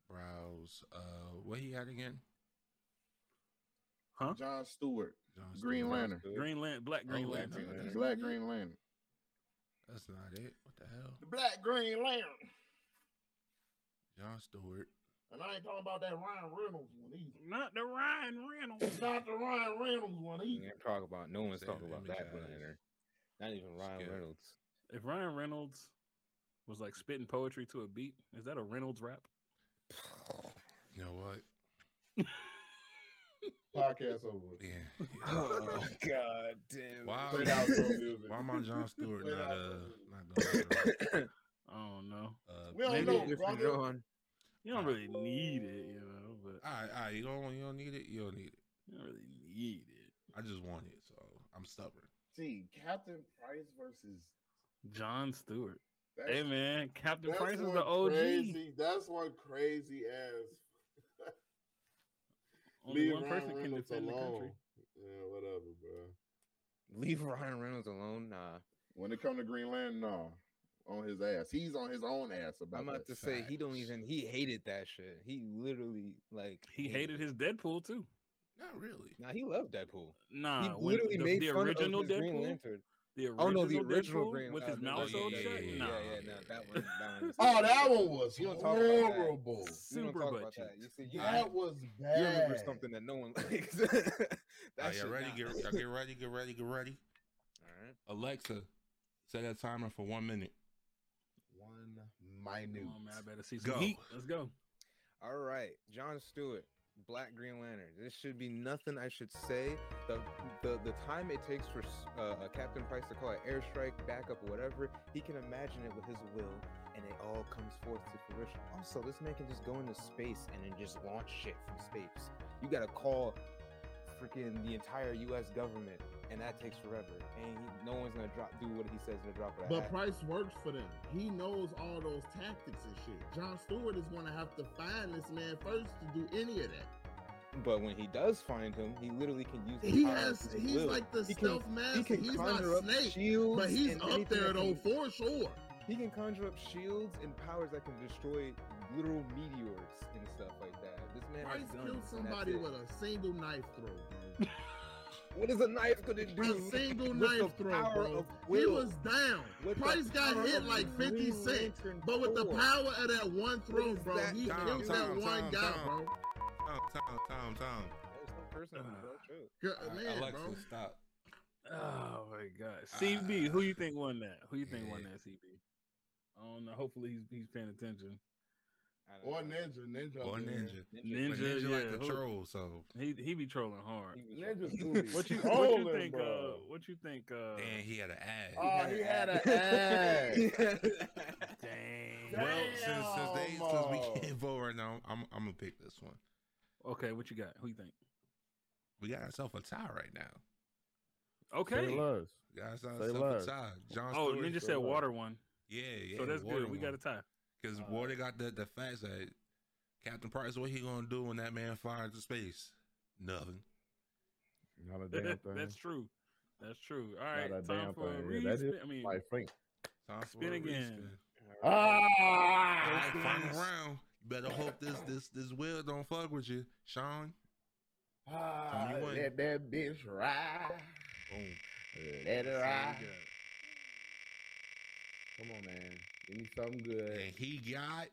Speaker 1: Browse. Uh, what he had again?
Speaker 4: Huh?
Speaker 5: John Stewart,
Speaker 1: John
Speaker 5: Green
Speaker 1: Stewart.
Speaker 5: Lantern,
Speaker 4: Green Lantern, Black Green
Speaker 1: Oh,
Speaker 4: Lantern.
Speaker 1: Green Lantern.
Speaker 5: Black Green Lantern,
Speaker 1: That's not it. What the hell?
Speaker 5: the Black Green Lantern.
Speaker 1: John Stewart.
Speaker 5: And I ain't talking about that Ryan Reynolds one either.
Speaker 4: Not the Ryan Reynolds.
Speaker 5: It's not the Ryan Reynolds one
Speaker 2: We
Speaker 5: either.
Speaker 2: ain't talk about. No one's
Speaker 1: Say
Speaker 2: talking
Speaker 1: the
Speaker 2: about
Speaker 1: image
Speaker 2: that
Speaker 1: guys.
Speaker 2: Leonard. Not even Ryan
Speaker 1: Skip.
Speaker 2: Reynolds.
Speaker 4: If Ryan Reynolds was like spitting poetry to a beat, is that a Reynolds rap? (laughs)
Speaker 1: You know what?
Speaker 5: Podcast over. with.
Speaker 1: Yeah.
Speaker 5: (laughs)
Speaker 2: Oh God damn!
Speaker 1: Wow.
Speaker 5: Play the outro music.
Speaker 1: Why am I John Stewart
Speaker 5: Play the
Speaker 1: not uh
Speaker 5: outro
Speaker 1: not going? to the right?
Speaker 4: I don't know.
Speaker 1: Uh,
Speaker 5: We don't
Speaker 1: maybe-
Speaker 5: know,
Speaker 1: All
Speaker 5: bro.
Speaker 2: different
Speaker 5: brother.
Speaker 2: John.
Speaker 4: You don't really need it, you know, but
Speaker 1: right, all right. You don't you don't need it. You don't need it.
Speaker 4: you don't really need it.
Speaker 1: I just want it, so I'm stubborn.
Speaker 5: See, Captain Price versus.
Speaker 4: John Stewart.
Speaker 5: That's,
Speaker 4: Hey man, Captain
Speaker 5: that's
Speaker 4: Price is
Speaker 5: one
Speaker 4: the OG.
Speaker 5: Crazy, that's one crazy ass.
Speaker 4: Only
Speaker 5: Leave
Speaker 4: one
Speaker 5: Ryan
Speaker 4: person can
Speaker 5: Reynolds
Speaker 4: defend the
Speaker 5: alone.
Speaker 4: country.
Speaker 2: Yeah, whatever, bro.
Speaker 3: Leave (laughs) Ryan Reynolds alone. Nah.
Speaker 2: When it come to Greenland, no. On his ass. He's on his own ass about
Speaker 3: I'm about
Speaker 2: that.
Speaker 3: to say he don't even he hated that shit. He literally like
Speaker 4: He hated his Deadpool too.
Speaker 1: Not really.
Speaker 3: Nah, he loved Deadpool.
Speaker 4: Nah,
Speaker 3: he
Speaker 4: when
Speaker 3: literally
Speaker 4: the-
Speaker 3: made
Speaker 4: the
Speaker 3: fun
Speaker 4: original
Speaker 3: of his Green
Speaker 4: Deadpool?
Speaker 3: Lantern.
Speaker 4: The
Speaker 3: oh no, the
Speaker 4: original
Speaker 3: original
Speaker 4: Deadpool
Speaker 3: Green
Speaker 4: with his
Speaker 3: Lantern. Oh,
Speaker 4: mouth
Speaker 3: yeah,
Speaker 4: sewed
Speaker 3: yeah,
Speaker 4: shut?
Speaker 3: Yeah, yeah,
Speaker 4: Nah.
Speaker 3: yeah, no, that one, that
Speaker 2: (laughs)
Speaker 3: one.
Speaker 2: Oh, that one was
Speaker 3: You don't talk about that.
Speaker 2: horrible.
Speaker 3: You Oh, don't
Speaker 2: Super
Speaker 3: talk
Speaker 2: butt
Speaker 3: about that.
Speaker 2: cheeks.
Speaker 3: You see, you,
Speaker 2: That was
Speaker 3: You remember
Speaker 2: bad.
Speaker 3: something that no one (laughs) likes. that
Speaker 1: All right,
Speaker 3: shit
Speaker 1: y'all ready?
Speaker 3: not- (laughs)
Speaker 1: Get, y'all get ready. Get ready. Get ready.
Speaker 3: All right.
Speaker 1: Alexa, set a timer for one minute.
Speaker 2: One minute.
Speaker 4: Come on, man, I better see some
Speaker 1: Go.
Speaker 4: heat.
Speaker 3: (laughs)
Speaker 4: Let's go.
Speaker 3: All right, John Stewart, Black Green Lantern. This should be nothing I should say. The the, the time it takes for s- uh, uh, Captain Price to call an airstrike, backup, whatever, he can imagine it with his will, and it all comes forth to fruition. Also, this man can just go into space and then just launch shit from space. You gotta call freaking the entire U.S. government, and that takes forever. And he, no one's gonna drop do what he says in a drop of a
Speaker 5: But
Speaker 3: hat.
Speaker 5: Price works for them. He knows all those tactics and shit. John Stewart is going to have to find this man first to do any of that.
Speaker 3: But when he does find him, he literally can use. the
Speaker 5: He
Speaker 3: power of
Speaker 5: has.
Speaker 3: his
Speaker 5: He's
Speaker 3: will.
Speaker 5: like the
Speaker 3: He can-
Speaker 5: stealth master.
Speaker 3: can
Speaker 5: he's not
Speaker 3: conjure up
Speaker 5: Snake,
Speaker 3: shields
Speaker 5: but he's
Speaker 3: and
Speaker 5: up
Speaker 3: anything
Speaker 5: there
Speaker 3: that
Speaker 5: though
Speaker 3: can-
Speaker 5: for sure.
Speaker 3: He can conjure up shields and powers that can destroy literal meteors and stuff like that. This man
Speaker 5: Price
Speaker 3: has guns.
Speaker 5: killed
Speaker 3: and that's
Speaker 5: somebody
Speaker 3: it.
Speaker 5: with a single knife throw,
Speaker 3: (laughs) What is a knife gonna
Speaker 5: bro.
Speaker 3: do?
Speaker 5: a single
Speaker 3: with the
Speaker 5: knife throw,
Speaker 3: power
Speaker 5: bro.
Speaker 3: of
Speaker 5: He
Speaker 3: will?
Speaker 5: was down.
Speaker 3: With the
Speaker 5: Price got
Speaker 3: power
Speaker 5: hit
Speaker 3: of
Speaker 5: like 50
Speaker 3: Green
Speaker 5: cent,
Speaker 3: Lantern
Speaker 5: but with the
Speaker 3: Corps.
Speaker 5: power of that one throw,
Speaker 3: is
Speaker 5: bro,
Speaker 3: that?
Speaker 5: he
Speaker 1: Tom,
Speaker 5: killed that
Speaker 1: Tom,
Speaker 5: one
Speaker 1: Tom,
Speaker 5: guy,
Speaker 1: Tom.
Speaker 5: bro.
Speaker 1: Tom, Tom, Tom, Tom.
Speaker 3: That was one person who
Speaker 4: Uh,
Speaker 3: broke through.
Speaker 5: Good
Speaker 1: All right,
Speaker 5: man,
Speaker 1: Alexa,
Speaker 5: bro.
Speaker 1: stop.
Speaker 4: Oh my god.
Speaker 3: Ah.
Speaker 4: CB, who you think won that? Who you think won
Speaker 1: Yeah.
Speaker 4: that CB? I don't know. Hopefully he's, he's paying attention.
Speaker 3: I don't
Speaker 2: Or
Speaker 3: know.
Speaker 2: ninja, ninja.
Speaker 1: Or
Speaker 2: up in there.
Speaker 1: ninja.
Speaker 4: Ninja,
Speaker 1: but ninja like
Speaker 4: yeah,
Speaker 1: the
Speaker 4: who-
Speaker 1: troll, so
Speaker 4: He he be trolling hard.
Speaker 3: He was right. (laughs)
Speaker 2: Ninja Scooby.
Speaker 4: What you
Speaker 2: (laughs)
Speaker 3: Oh,
Speaker 4: what
Speaker 2: Trolling,
Speaker 4: you think? Uh,
Speaker 2: bro.
Speaker 4: what you think? Uh,
Speaker 1: and he had an ass.
Speaker 2: Oh, he had an
Speaker 3: ass.
Speaker 2: ass.
Speaker 3: (laughs)
Speaker 4: dang.
Speaker 1: well, since since they since we
Speaker 2: Damn.
Speaker 1: can't vote right now, I'm I'm gonna pick this one.
Speaker 4: Okay, what you got? Who you think?
Speaker 1: We got ourselves a tie right now.
Speaker 7: (laughs)
Speaker 4: Okay.
Speaker 1: We got
Speaker 7: Say
Speaker 1: ourselves
Speaker 7: less.
Speaker 1: a tie. John
Speaker 4: Oh,
Speaker 1: Stewart.
Speaker 4: Ninja said water one.
Speaker 1: Yeah, yeah.
Speaker 4: so that's good. We got a tie.
Speaker 1: because
Speaker 4: Uh,
Speaker 1: water got the the facts that Captain Price. What he gonna do when that man flies into space? Nothing.
Speaker 7: Not
Speaker 1: (laughs)
Speaker 4: (laughs)
Speaker 7: a damn thing.
Speaker 4: that's true. That's true. All
Speaker 7: Not
Speaker 4: right,
Speaker 7: a
Speaker 4: time
Speaker 7: damn
Speaker 4: for a
Speaker 7: thing. Yeah, that
Speaker 4: respin.
Speaker 7: is
Speaker 4: I mean,
Speaker 7: like Frank.
Speaker 1: Time for
Speaker 4: Spin
Speaker 1: a
Speaker 4: again.
Speaker 1: respin. All
Speaker 2: Ah!
Speaker 1: right, final round. You better hope this this this will don't fuck with you, Sean.
Speaker 2: Ah,
Speaker 1: You win.
Speaker 2: let that bitch ride.
Speaker 3: Boom.
Speaker 2: Let it
Speaker 5: Ah.
Speaker 2: ride.
Speaker 15: Come on, man. Give me something good.
Speaker 1: And he got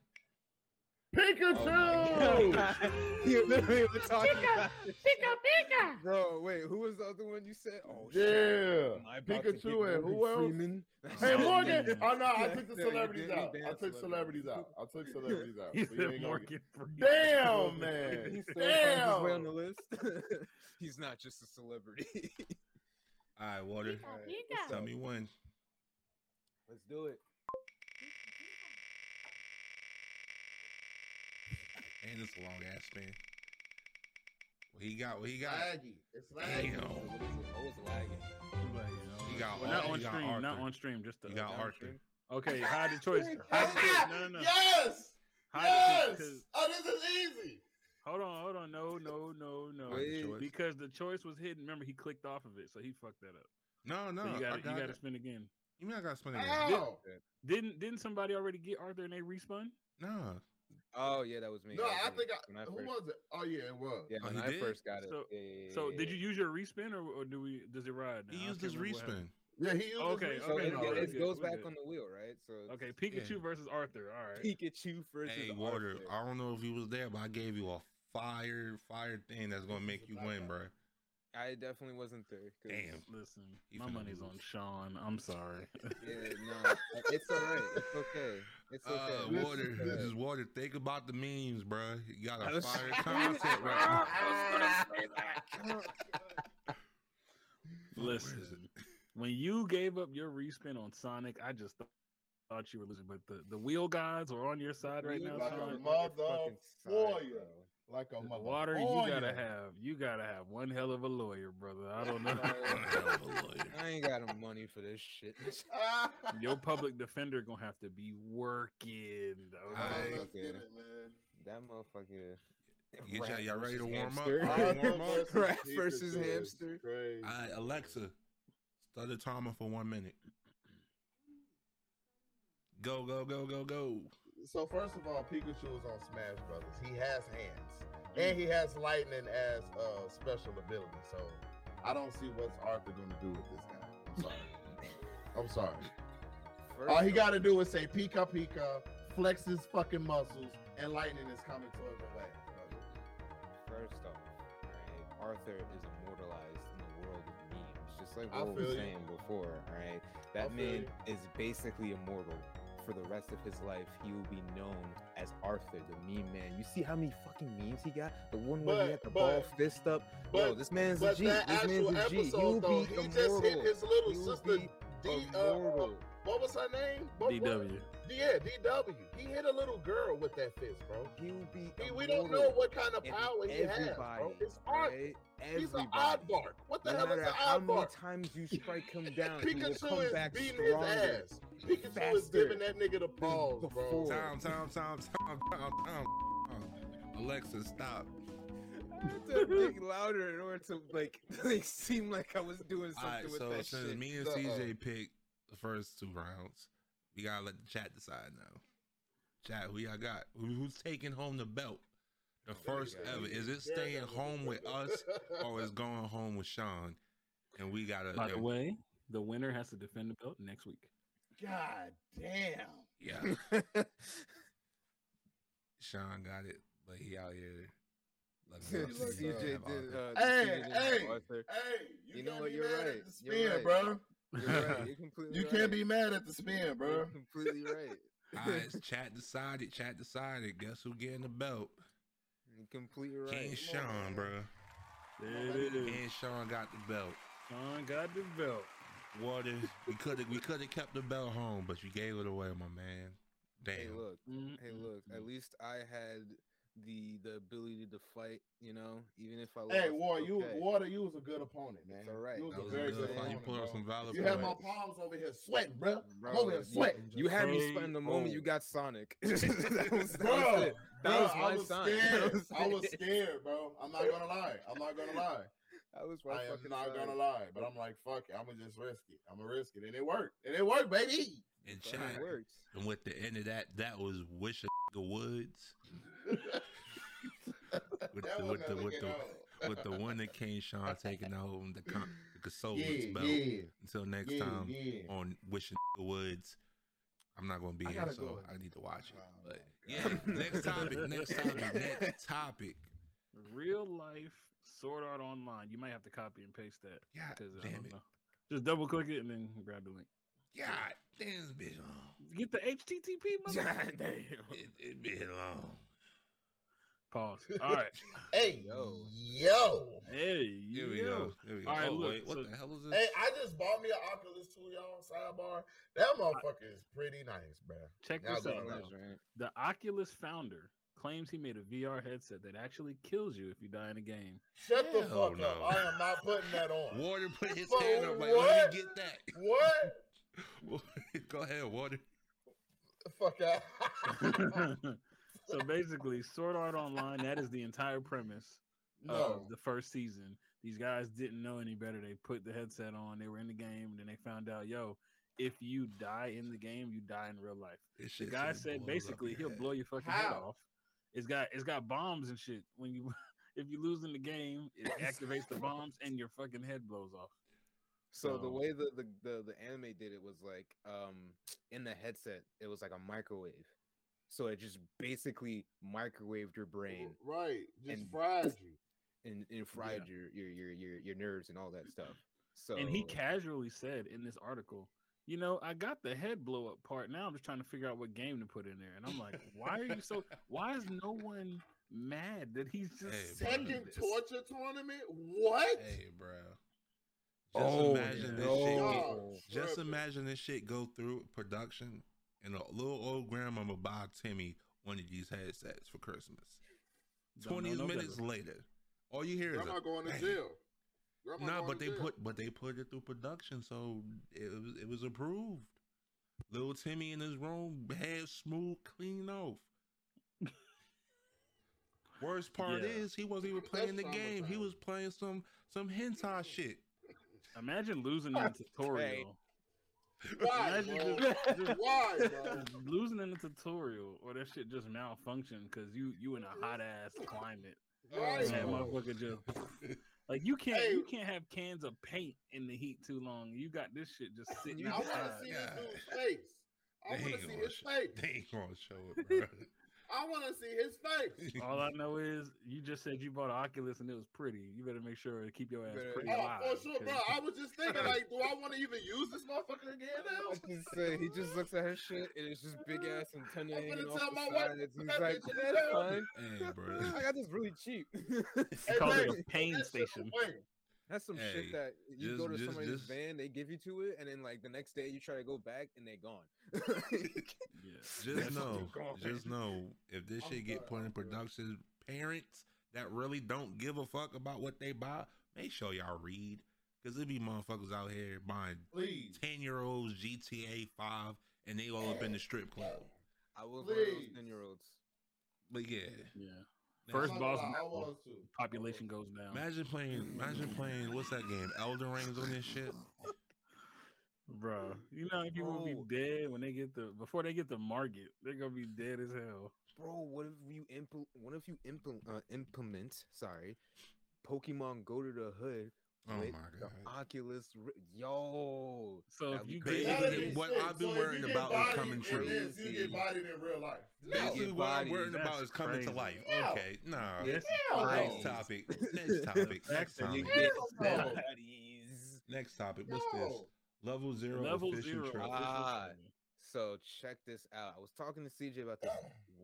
Speaker 2: Oh
Speaker 4: Oh
Speaker 2: Pikachu!
Speaker 3: You literally were talking
Speaker 16: Chica,
Speaker 3: about this.
Speaker 16: Pika Pika!
Speaker 3: Bro, wait, who was the other one you said? (laughs) Oh shit.
Speaker 2: yeah.
Speaker 3: Am I about to get
Speaker 2: Pikachu
Speaker 3: Morgan
Speaker 2: and who else?
Speaker 3: Freeman?
Speaker 2: Hey
Speaker 4: Oh,
Speaker 2: Morgan!
Speaker 4: man.
Speaker 2: Oh no, I took the
Speaker 3: Yeah, you
Speaker 2: celebrities
Speaker 3: did. You
Speaker 2: out. I
Speaker 3: damn
Speaker 2: took celebrities out. I took celebrities out.
Speaker 4: He
Speaker 2: So you
Speaker 4: said
Speaker 2: ain't gonna
Speaker 4: Morgan
Speaker 2: get-
Speaker 4: Freeman. (laughs)
Speaker 2: Damn
Speaker 3: He
Speaker 2: man!
Speaker 3: still finds his way on
Speaker 2: Damn!
Speaker 3: the list. (laughs) He's not just a celebrity. (laughs)
Speaker 1: all right, water.
Speaker 16: Pika
Speaker 3: Alright,
Speaker 16: Pika!
Speaker 1: Tell me when.
Speaker 3: Let's do it.
Speaker 1: And it's a long ass spin. What he got? What he got?
Speaker 2: Laggy. It's laggy.
Speaker 1: Damn.
Speaker 3: I was lagging.
Speaker 4: Somebody, you know.
Speaker 1: You got
Speaker 4: Well, not
Speaker 1: Ar-
Speaker 4: on
Speaker 1: you got
Speaker 4: stream. Not
Speaker 1: Arthur.
Speaker 4: on stream. Just the,
Speaker 1: You got
Speaker 4: uh,
Speaker 1: Arthur.
Speaker 4: Okay, hide
Speaker 5: (laughs)
Speaker 4: the
Speaker 2: (laughs)
Speaker 4: choice. Hide the choice.
Speaker 2: Ah,
Speaker 4: No, no, no.
Speaker 2: Yes!
Speaker 4: Hide
Speaker 2: Yes!
Speaker 4: the choice, 'cause-
Speaker 2: Oh, this is easy.
Speaker 4: Hold on, hold on. No, no, no, no.
Speaker 1: Hide the
Speaker 3: Wait.
Speaker 1: choice.
Speaker 4: Because the choice was hidden. Remember, he clicked off of it, so he fucked that up.
Speaker 1: No, no.
Speaker 4: so you gotta,
Speaker 1: I got
Speaker 4: you gotta
Speaker 1: it.
Speaker 4: spin again.
Speaker 1: You mean I gotta spin it? again?
Speaker 2: Ow!
Speaker 4: Didn't didn't somebody already get Arthur and they respun?
Speaker 1: No.
Speaker 3: Oh yeah, that was me.
Speaker 2: No,
Speaker 3: That was
Speaker 2: I
Speaker 3: me.
Speaker 2: think
Speaker 3: when
Speaker 2: I.
Speaker 3: I
Speaker 2: Who
Speaker 3: first-
Speaker 2: was it? Oh yeah, it was.
Speaker 3: Yeah,
Speaker 1: Oh,
Speaker 3: when
Speaker 1: he
Speaker 3: I
Speaker 1: did?
Speaker 3: first got it.
Speaker 4: So-
Speaker 3: yeah, yeah,
Speaker 4: So
Speaker 3: yeah,
Speaker 4: did
Speaker 3: yeah.
Speaker 4: you use your respin or, or do we does it ride? now?
Speaker 1: He
Speaker 4: I
Speaker 1: used
Speaker 4: can't
Speaker 1: his
Speaker 4: remember what happened.
Speaker 1: respin.
Speaker 2: Yeah, he used
Speaker 4: Okay,
Speaker 2: his
Speaker 4: okay,
Speaker 3: So
Speaker 2: research
Speaker 3: it,
Speaker 4: no,
Speaker 3: it-
Speaker 2: already.
Speaker 4: we're
Speaker 3: it
Speaker 4: good,
Speaker 3: goes
Speaker 4: we're
Speaker 3: back
Speaker 4: good.
Speaker 3: on the wheel, right? So it's
Speaker 4: Okay, Pikachu
Speaker 1: Yeah.
Speaker 4: versus Arthur. All
Speaker 1: (laughs)
Speaker 4: right.
Speaker 3: Pikachu versus
Speaker 1: Hey,
Speaker 3: Arthur.
Speaker 1: water. I don't know if you was there, but I gave you a fire, fire thing that's gonna make you win, bro.
Speaker 3: I definitely wasn't there. 'cause-
Speaker 1: Damn.
Speaker 4: Listen,
Speaker 1: He
Speaker 4: my
Speaker 1: finna
Speaker 4: money's on
Speaker 1: lose.
Speaker 4: Sean. I'm sorry.
Speaker 3: Yeah, no, uh, it's all right. It's okay. It's okay.
Speaker 1: Uh,
Speaker 3: It's
Speaker 1: water,
Speaker 3: okay.
Speaker 1: this is water. Think about the memes, bro. You got
Speaker 3: I
Speaker 1: a
Speaker 3: was-
Speaker 1: fire concept right
Speaker 4: (laughs)
Speaker 1: now. (laughs) Where is
Speaker 4: Listen,
Speaker 1: it?
Speaker 4: when you gave up your respin on Sonic, I just th- thought you were losing. But the, the wheel gods are on your side right
Speaker 3: You
Speaker 4: now,
Speaker 2: Like
Speaker 3: got
Speaker 2: a
Speaker 4: Sean.
Speaker 3: me on your
Speaker 2: mother
Speaker 3: fucking side,
Speaker 2: foyer.
Speaker 3: bro.
Speaker 2: Like a mother.
Speaker 4: Water, you
Speaker 2: Oh,
Speaker 4: gotta
Speaker 2: yeah.
Speaker 4: have you gotta have one hell of a lawyer, brother. I
Speaker 5: (laughs)
Speaker 4: don't know.
Speaker 1: (laughs) Hell of a lawyer.
Speaker 3: I ain't got no money for this shit. (laughs)
Speaker 2: Ah,
Speaker 4: your public defender gonna have to be working.
Speaker 2: oh,
Speaker 4: Okay?
Speaker 1: I-
Speaker 2: let's get
Speaker 3: okay.
Speaker 2: it, man.
Speaker 3: (laughs) That motherfucker.
Speaker 1: You get y'all, y'all ready to
Speaker 3: versus
Speaker 1: warm up?
Speaker 3: hamster. (laughs)
Speaker 1: Y'all ready to warm
Speaker 3: Rat
Speaker 1: up?
Speaker 3: versus hamster.
Speaker 1: All right, Alexa, start the timer for one minute. Go, go, go, go, go.
Speaker 5: So first of all, Pikachu is on Smash Brothers. He has hands, and he has lightning as a special ability. So I don't see what's Arthur going to do with this guy. I'm sorry. I'm sorry. All he got to do is say Pika Pika, flex his fucking muscles, and lightning is coming towards your way.
Speaker 3: First off, right, Arthur is immortalized in the world of memes, just like
Speaker 5: I
Speaker 3: what we were
Speaker 5: feel you.
Speaker 3: saying before. Right, that
Speaker 5: I feel
Speaker 3: man
Speaker 5: you.
Speaker 3: is basically immortal. For the rest of his life, he will be known as Arthur, the meme man. You see how many fucking memes he got? The one where he
Speaker 5: But-
Speaker 3: had the ball
Speaker 5: but-
Speaker 3: fist up. Yo,
Speaker 5: But
Speaker 3: this man's a
Speaker 5: but
Speaker 3: G.
Speaker 5: that
Speaker 3: This
Speaker 5: actual
Speaker 3: man's a G. He
Speaker 5: episode,
Speaker 3: will
Speaker 5: though,
Speaker 3: be
Speaker 5: he just hit
Speaker 3: immortal.
Speaker 5: his little
Speaker 3: He will
Speaker 5: sister.
Speaker 3: be
Speaker 5: D, uh, uh,
Speaker 3: immortal.
Speaker 5: what was her name? What- what-
Speaker 4: DW.
Speaker 5: Yeah, DW. He hit a little girl with that fist, bro.
Speaker 3: He will be.
Speaker 5: He, we don't know
Speaker 3: immortal.
Speaker 5: what kind of
Speaker 3: And
Speaker 5: power he has, bro.
Speaker 3: everybody,
Speaker 5: It's art.
Speaker 3: right?
Speaker 5: He's an
Speaker 3: Everybody.
Speaker 5: oddbark. What the
Speaker 3: no
Speaker 5: hell is
Speaker 3: matter
Speaker 5: an
Speaker 3: how many
Speaker 5: oddbark?
Speaker 3: times you strike
Speaker 5: (laughs)
Speaker 3: him down, he will
Speaker 5: Pikachu
Speaker 3: come
Speaker 5: is
Speaker 3: back
Speaker 5: beating his
Speaker 3: stronger.
Speaker 5: ass. Pikachu is
Speaker 3: faster
Speaker 5: giving that nigga the balls, bro.
Speaker 3: before.
Speaker 1: Time, time, time, time, time, time. time. Alexa, stop.
Speaker 3: I had to think louder in order to like, (laughs) like seem like I was doing
Speaker 1: All right,
Speaker 3: something with
Speaker 1: so
Speaker 3: that
Speaker 1: since
Speaker 3: shit. (laughs)
Speaker 1: me and CJ picked the first two rounds, we gotta let the chat decide now. Chat, who y'all got? Who- Who's taking home the belt? The first ever. Is it staying home with us or
Speaker 3: (laughs)
Speaker 1: is going home with Sean? And we gotta.
Speaker 4: By the
Speaker 1: and-
Speaker 4: way, the winner has to defend the belt next week.
Speaker 5: God damn.
Speaker 1: yeah.
Speaker 3: (laughs)
Speaker 1: Sean got it, but he out
Speaker 3: (laughs)
Speaker 1: here. looking
Speaker 3: Since
Speaker 1: rough. He don't
Speaker 3: CJ
Speaker 1: have all
Speaker 3: did,
Speaker 1: that.
Speaker 3: uh,
Speaker 5: Hey,
Speaker 3: CJ did
Speaker 5: hey,
Speaker 3: Arthur.
Speaker 5: hey! You,
Speaker 3: You know
Speaker 5: can't
Speaker 3: what?
Speaker 5: be
Speaker 3: You're
Speaker 5: mad
Speaker 3: right.
Speaker 5: at the spin,
Speaker 3: You're right.
Speaker 5: bro.
Speaker 3: You're right. You're completely
Speaker 5: You
Speaker 3: right.
Speaker 5: can't be mad at the spin, bro.
Speaker 3: You're completely right.
Speaker 1: All
Speaker 3: (laughs)
Speaker 1: right, it's chat decided. Chat decided. Guess who getting the belt?
Speaker 3: You're completely right.
Speaker 1: King Sean, bro.
Speaker 4: There it is.
Speaker 1: King Sean got the belt.
Speaker 4: Sean got the belt.
Speaker 1: What if we could have we could have kept the belt home, but you gave it away, my man. Damn.
Speaker 3: Hey, look.
Speaker 4: Mm,
Speaker 3: Hey, look. At least I had the the ability to fight. You know, even if I lost.
Speaker 5: Hey, War, you
Speaker 3: okay.
Speaker 5: Water, you was a good opponent, man.
Speaker 3: It's all right.
Speaker 5: You was
Speaker 1: That
Speaker 5: a
Speaker 1: was
Speaker 5: very
Speaker 1: a good
Speaker 5: good
Speaker 1: fight. You
Speaker 5: opponent.
Speaker 1: put on
Speaker 5: bro.
Speaker 1: some valid
Speaker 5: You had my
Speaker 1: points.
Speaker 5: palms over here sweating, bro.
Speaker 3: Bro,
Speaker 5: I'm over here
Speaker 3: you-
Speaker 5: sweating.
Speaker 3: You had me
Speaker 4: Hey,
Speaker 3: sweating the moment you
Speaker 4: oh.
Speaker 3: got Sonic. (laughs) that was, that was it.
Speaker 5: Bro,
Speaker 3: That
Speaker 5: bro,
Speaker 3: was my
Speaker 5: I was
Speaker 3: (laughs) sign.
Speaker 5: scared.
Speaker 3: That was
Speaker 5: I was
Speaker 3: it.
Speaker 5: scared, bro. I'm not gonna lie. I'm not gonna lie.
Speaker 3: (laughs) That was my
Speaker 5: I am
Speaker 3: fucking
Speaker 5: not
Speaker 3: sign.
Speaker 5: gonna lie. But I'm like, fuck it. I'm gonna just risk it. I'm gonna risk it, and it worked. And it worked, baby.
Speaker 1: And
Speaker 3: Fucking
Speaker 1: chat.
Speaker 3: works.
Speaker 1: And with the end of that, that was Wish a Woods with
Speaker 5: That
Speaker 1: the
Speaker 5: one
Speaker 1: with the
Speaker 5: never
Speaker 1: with
Speaker 5: get
Speaker 1: the
Speaker 5: old.
Speaker 1: with the one
Speaker 5: (laughs)
Speaker 1: that King Sean taking home the con- the consultant's
Speaker 5: Yeah,
Speaker 1: belt.
Speaker 5: yeah.
Speaker 1: Until next
Speaker 5: Yeah,
Speaker 1: time
Speaker 5: yeah.
Speaker 1: on Wish a Woods. I'm not gonna be
Speaker 5: I
Speaker 1: here,
Speaker 5: gotta
Speaker 1: so
Speaker 5: go.
Speaker 1: I need to watch it.
Speaker 5: Oh,
Speaker 1: But
Speaker 5: my
Speaker 1: yeah, next topic, next
Speaker 5: (laughs)
Speaker 1: topic, next topic.
Speaker 4: Real life Sword Art Online. You might have to copy and paste that.
Speaker 1: God
Speaker 4: because I
Speaker 1: damn
Speaker 4: don't
Speaker 1: it.
Speaker 4: know. Just double click it and then grab the link.
Speaker 1: God damn, it been long.
Speaker 4: Get
Speaker 1: (laughs)
Speaker 4: the HTTP.
Speaker 3: (laughs)
Speaker 4: mother-
Speaker 1: It, it been long.
Speaker 4: Pause. All right.
Speaker 5: Hey,
Speaker 3: Yo.
Speaker 5: yo.
Speaker 4: Hey,
Speaker 1: Here we
Speaker 4: yo.
Speaker 1: go. Here we go.
Speaker 4: All right,
Speaker 1: oh,
Speaker 4: look,
Speaker 1: wait, what
Speaker 4: so-
Speaker 1: the hell is this?
Speaker 5: Hey, I just bought me an Oculus 2, y'all. Sidebar. That motherfucker is pretty nice, bro.
Speaker 4: Check
Speaker 5: Y'all
Speaker 4: this
Speaker 5: gotta
Speaker 4: out.
Speaker 5: know.
Speaker 3: That's right.
Speaker 4: The Oculus founder claims he made a VR headset that actually kills you if you die in a game.
Speaker 5: Shut the
Speaker 1: Hell
Speaker 5: fuck
Speaker 1: no.
Speaker 5: up. I am not putting that on. what?
Speaker 1: Warden put his
Speaker 5: But
Speaker 1: hand up like, let
Speaker 5: what?
Speaker 1: me get that. (laughs) Go ahead, Warden.
Speaker 5: The fuck out.
Speaker 4: (laughs)
Speaker 5: (laughs)
Speaker 4: so basically, Sword Art Online, that is the entire premise
Speaker 5: no.
Speaker 4: of the first season. These guys didn't know any better. They put the headset on, they were in the game, and then they found out, yo, if you die in the game, you die in real life.
Speaker 1: This
Speaker 4: The
Speaker 1: shit
Speaker 4: guy
Speaker 1: just
Speaker 4: said
Speaker 1: blows up
Speaker 4: basically
Speaker 1: your
Speaker 4: he'll
Speaker 1: head.
Speaker 4: blow your fucking head
Speaker 5: How?
Speaker 4: off. It's got it's got bombs and shit. When you (laughs) if you lose in the game,
Speaker 1: (laughs)
Speaker 4: it activates the bombs and your fucking head blows off.
Speaker 3: So the
Speaker 4: So-
Speaker 3: way the, the the the anime did it was like um in the headset it was like a microwave, so it just basically microwaved your brain
Speaker 5: Right. Just
Speaker 3: And-
Speaker 5: fried you.
Speaker 3: and, and fried your, your your your your nerves and all that stuff. So
Speaker 4: And he casually said in this article, you know, I got the head blow up part. Now I'm just trying to figure out what game to put in there. And I'm like, why are
Speaker 1: (laughs)
Speaker 4: you so why is no one mad that he's just
Speaker 1: Hey,
Speaker 4: saying
Speaker 5: Second
Speaker 4: this?
Speaker 5: torture tournament? What?
Speaker 1: Hey, bro. Just
Speaker 3: Oh,
Speaker 1: imagine this
Speaker 3: no.
Speaker 1: shit. get-
Speaker 5: Y'all
Speaker 1: Just
Speaker 5: tripping.
Speaker 1: imagine this shit go through production, and a little old grandmama buy Timmy one of these headsets for Christmas.
Speaker 4: Don't know
Speaker 1: Twenty
Speaker 4: no better.
Speaker 1: minutes later, all you hear is
Speaker 5: Grandma
Speaker 1: a
Speaker 5: going to
Speaker 1: (laughs) bang.
Speaker 5: jail. Grandma
Speaker 1: Nah,
Speaker 5: going
Speaker 1: but
Speaker 5: to
Speaker 1: they
Speaker 5: jail.
Speaker 1: put but they put it through production, so it was it was approved. Little Timmy in his room, hair smooth, clean off. Worst part
Speaker 4: Yeah.
Speaker 1: is he wasn't even playing the game. He was playing some some hentai shit.
Speaker 4: Imagine losing in the
Speaker 1: Hey.
Speaker 4: tutorial.
Speaker 5: (laughs) Why,
Speaker 4: (laughs) Imagine
Speaker 5: bro?
Speaker 4: just- just-
Speaker 5: Why, bro?
Speaker 4: losing in the tutorial or that shit just malfunction because you you in a hot ass climate.
Speaker 5: Right,
Speaker 4: And that
Speaker 5: bro.
Speaker 4: motherfucker just like you can't you can't have cans of paint in the heat too long. You got this shit just uh, sitting.
Speaker 5: I want to
Speaker 4: outside.
Speaker 5: see this dude's face.
Speaker 1: They
Speaker 5: I want to
Speaker 1: ain't
Speaker 5: see
Speaker 1: gonna
Speaker 5: his face.
Speaker 1: They ain't gonna show it, bro.
Speaker 5: I want to see his face.
Speaker 4: (laughs) All I know is you just said you bought an Oculus and it was pretty. You better make sure to keep your ass
Speaker 5: Oh,
Speaker 4: pretty alive.
Speaker 5: for sure, bro.
Speaker 4: 'cause-
Speaker 5: I was just
Speaker 4: (laughs)
Speaker 5: thinking, like, do I want to even use this
Speaker 3: (laughs)
Speaker 5: motherfucker again now?
Speaker 3: say he just looks at her shit and it's just big ass antenna
Speaker 5: I'm
Speaker 3: hanging
Speaker 5: gonna
Speaker 3: off
Speaker 5: tell
Speaker 3: the
Speaker 5: my wife
Speaker 3: side.
Speaker 5: to
Speaker 3: He's
Speaker 5: cut
Speaker 3: like,
Speaker 5: that shit out."
Speaker 3: "Son,
Speaker 1: (laughs) Hey,
Speaker 3: (laughs)
Speaker 4: (laughs)
Speaker 1: bro.
Speaker 3: I got this really cheap. (laughs)
Speaker 4: It's called
Speaker 3: Hey,
Speaker 4: a pain
Speaker 3: that's just
Speaker 4: station.
Speaker 3: away. That's some
Speaker 1: Hey,
Speaker 3: shit that you
Speaker 1: just-
Speaker 3: go to
Speaker 1: just-
Speaker 3: somebody's
Speaker 1: just-
Speaker 3: van, they give you to it, and then like the next day you try to go back and they
Speaker 5: (laughs)
Speaker 3: gone. (laughs)
Speaker 1: Just know,
Speaker 3: gone.
Speaker 1: just know, if this
Speaker 3: I'm
Speaker 1: shit get put in production, parents that really don't give a fuck about what they buy, make sure y'all read. Cause it be motherfuckers out here buying
Speaker 5: Please.
Speaker 1: ten year olds GTA five, and they all up in the strip club.
Speaker 3: I was one of those
Speaker 5: Please.
Speaker 3: ten year olds.
Speaker 1: But yeah,
Speaker 4: Yeah.
Speaker 1: Now-
Speaker 4: First
Speaker 5: I'm
Speaker 4: boss
Speaker 5: not- I
Speaker 4: battle,
Speaker 5: want to.
Speaker 4: population goes down.
Speaker 1: Imagine playing, imagine playing. What's that game? Elden Rings on this shit.
Speaker 4: Bro, you know how people will be
Speaker 3: Bro.
Speaker 4: dead when they get the before they get the market, they're gonna be dead as hell.
Speaker 3: Bro, what if you impl- what if you impl- uh, implement sorry Pokemon go to the hood
Speaker 1: Oh
Speaker 3: with
Speaker 1: my
Speaker 3: the
Speaker 1: God.
Speaker 3: Oculus ri- yo
Speaker 4: So if
Speaker 3: that'd be
Speaker 4: you
Speaker 3: crazy.
Speaker 1: They-
Speaker 5: That'd
Speaker 1: they-
Speaker 5: be
Speaker 1: what
Speaker 5: sick.
Speaker 1: I've been
Speaker 5: So if
Speaker 1: worrying
Speaker 5: you get
Speaker 1: about is
Speaker 5: bodied
Speaker 1: coming
Speaker 5: in
Speaker 1: true.
Speaker 5: this, you get bodied in real life. No.
Speaker 1: Basically, what I'm
Speaker 3: bodies,
Speaker 1: worrying about
Speaker 4: that's
Speaker 1: is coming to
Speaker 4: crazy.
Speaker 1: life.
Speaker 5: Yeah.
Speaker 1: Okay, nah.
Speaker 4: Yes,
Speaker 5: Hell
Speaker 1: Next
Speaker 5: no.
Speaker 1: topic.
Speaker 3: (laughs)
Speaker 1: Next topic. Next
Speaker 4: Next
Speaker 1: topic. (laughs)
Speaker 3: you get
Speaker 5: Hell no.
Speaker 3: baddies.
Speaker 1: Next topic. What's this?
Speaker 5: No.
Speaker 1: Level zero
Speaker 4: level
Speaker 1: official
Speaker 4: zero.
Speaker 1: trailer.
Speaker 4: official
Speaker 3: Ah,
Speaker 4: trailer.
Speaker 3: So check this out. I was talking to CJ
Speaker 1: (laughs)
Speaker 3: about this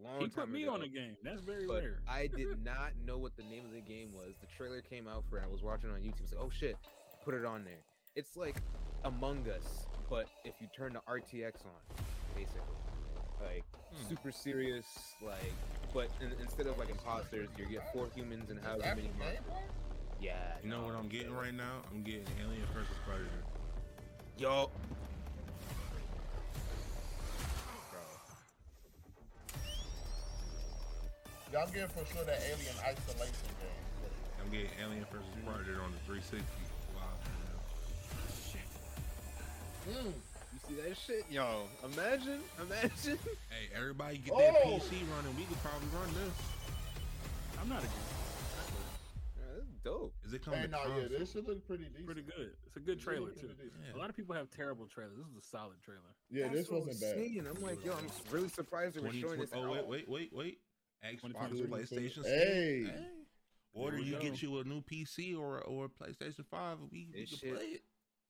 Speaker 3: long
Speaker 4: he
Speaker 3: time
Speaker 4: put me
Speaker 3: ago,
Speaker 4: on a game. That's very
Speaker 3: but
Speaker 4: rare.
Speaker 3: I
Speaker 1: (laughs)
Speaker 3: did not know what the name of the game was. The trailer came out for it. I was watching it on YouTube. It's like, oh shit, put it on there. It's like Among Us, but if you turn the RTX on, basically, like
Speaker 1: Hmm.
Speaker 3: super serious, like, but in, instead of like imposters, you get four humans and
Speaker 5: Is
Speaker 3: however
Speaker 5: that the
Speaker 3: many.
Speaker 5: game,
Speaker 3: mon-
Speaker 5: bro?
Speaker 3: Yeah.
Speaker 1: You know what I'm getting right now? I'm getting Alien versus Predator.
Speaker 3: Yo.
Speaker 5: Y'all getting for sure that Alien Isolation game.
Speaker 1: I'm getting Alien versus Predator on the 360. Wow.
Speaker 3: Mm, you see that shit, yo? Imagine, imagine. (laughs)
Speaker 1: Hey, everybody get that
Speaker 5: Oh!
Speaker 1: PC running. We could probably run this.
Speaker 4: I'm not against.
Speaker 3: Yeah, that's dope.
Speaker 1: Is it coming
Speaker 5: Hey,
Speaker 1: to
Speaker 5: no, yeah,
Speaker 1: console?
Speaker 5: this should look pretty decent.
Speaker 4: it. Pretty good. It's a good
Speaker 5: Yeah,
Speaker 4: trailer
Speaker 5: pretty
Speaker 4: too.
Speaker 5: decent.
Speaker 1: Yeah.
Speaker 4: A lot of people have terrible trailers. This is a solid trailer.
Speaker 5: Yeah,
Speaker 3: That's
Speaker 5: this
Speaker 3: what I'm
Speaker 5: wasn't bad.
Speaker 3: saying. I'm like, yo, I'm really surprised they were
Speaker 1: 20,
Speaker 3: showing this.
Speaker 1: oh,
Speaker 3: out.
Speaker 1: wait, wait, wait, wait. Xbox
Speaker 4: 2022.
Speaker 1: PlayStation.
Speaker 5: Hey.
Speaker 1: Or
Speaker 4: There
Speaker 1: do
Speaker 4: we
Speaker 1: you
Speaker 4: go.
Speaker 1: get you a new PC or or a PlayStation 5? We, we
Speaker 3: This
Speaker 1: can
Speaker 3: shit-
Speaker 1: play it.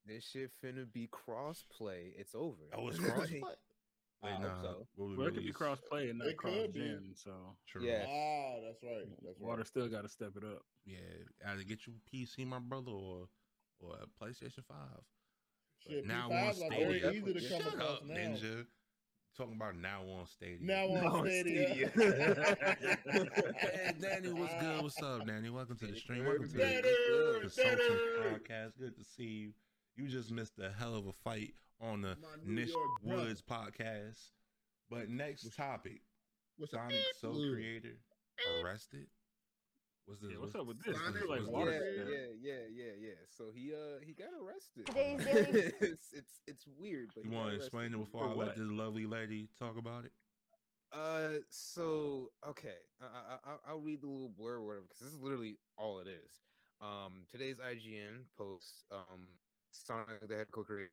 Speaker 3: This shit finna be crossplay. It's over.
Speaker 1: Oh, it's
Speaker 3: Like,
Speaker 1: crossplay?
Speaker 3: I hope so.
Speaker 1: we'll
Speaker 4: Well, it could be
Speaker 1: release-
Speaker 4: cross play and not
Speaker 5: It
Speaker 4: cross
Speaker 5: could be.
Speaker 4: gen. So
Speaker 1: True.
Speaker 3: Yeah.
Speaker 5: Ah, that's right. That's right.
Speaker 4: water still got to step it up.
Speaker 1: Yeah, either get you a PC, my brother, or or a PlayStation Five. But
Speaker 5: Shit,
Speaker 1: now
Speaker 5: P5
Speaker 1: on
Speaker 5: are
Speaker 1: Stadia,
Speaker 5: very easy to
Speaker 1: shut
Speaker 5: come across
Speaker 1: up,
Speaker 5: now.
Speaker 1: Ninja. Talking about now on Stadia.
Speaker 3: (laughs)
Speaker 5: Now on
Speaker 3: No,
Speaker 5: Stadia. (laughs) Ah,
Speaker 1: hey, (laughs) Danny, what's good? What's up, Danny? Welcome to the
Speaker 3: Danny
Speaker 1: stream.
Speaker 3: Bird,
Speaker 1: Welcome to the,
Speaker 3: Danny,
Speaker 5: Better,
Speaker 1: (laughs) the Sultan
Speaker 5: better.
Speaker 1: podcast. Good to see you. You just missed a hell of a fight on the
Speaker 5: My New
Speaker 1: Nish
Speaker 5: York brother.
Speaker 1: Woods podcast. But next topic:
Speaker 5: What's up?
Speaker 1: Sonic Soul
Speaker 5: Blue.
Speaker 1: Creator arrested. What's this?
Speaker 4: Yeah, what's up with this?
Speaker 1: what's
Speaker 4: I feel like
Speaker 1: what's
Speaker 4: water
Speaker 3: yeah,
Speaker 1: this?
Speaker 4: shit.
Speaker 3: yeah, yeah, yeah, yeah. So he uh he got arrested.
Speaker 6: Today's
Speaker 3: (laughs)
Speaker 6: daily-
Speaker 3: it's, it's it's weird, but
Speaker 1: You
Speaker 3: he got
Speaker 1: want to
Speaker 3: arrested.
Speaker 1: explain it before
Speaker 4: For
Speaker 1: I let
Speaker 4: what?
Speaker 1: this lovely lady talk about it?
Speaker 3: Uh, so okay, I, I I'll- I'll read the little blur or whatever because this is literally all it is. Um, today's IGN post. Um, Sonic the head co-creator,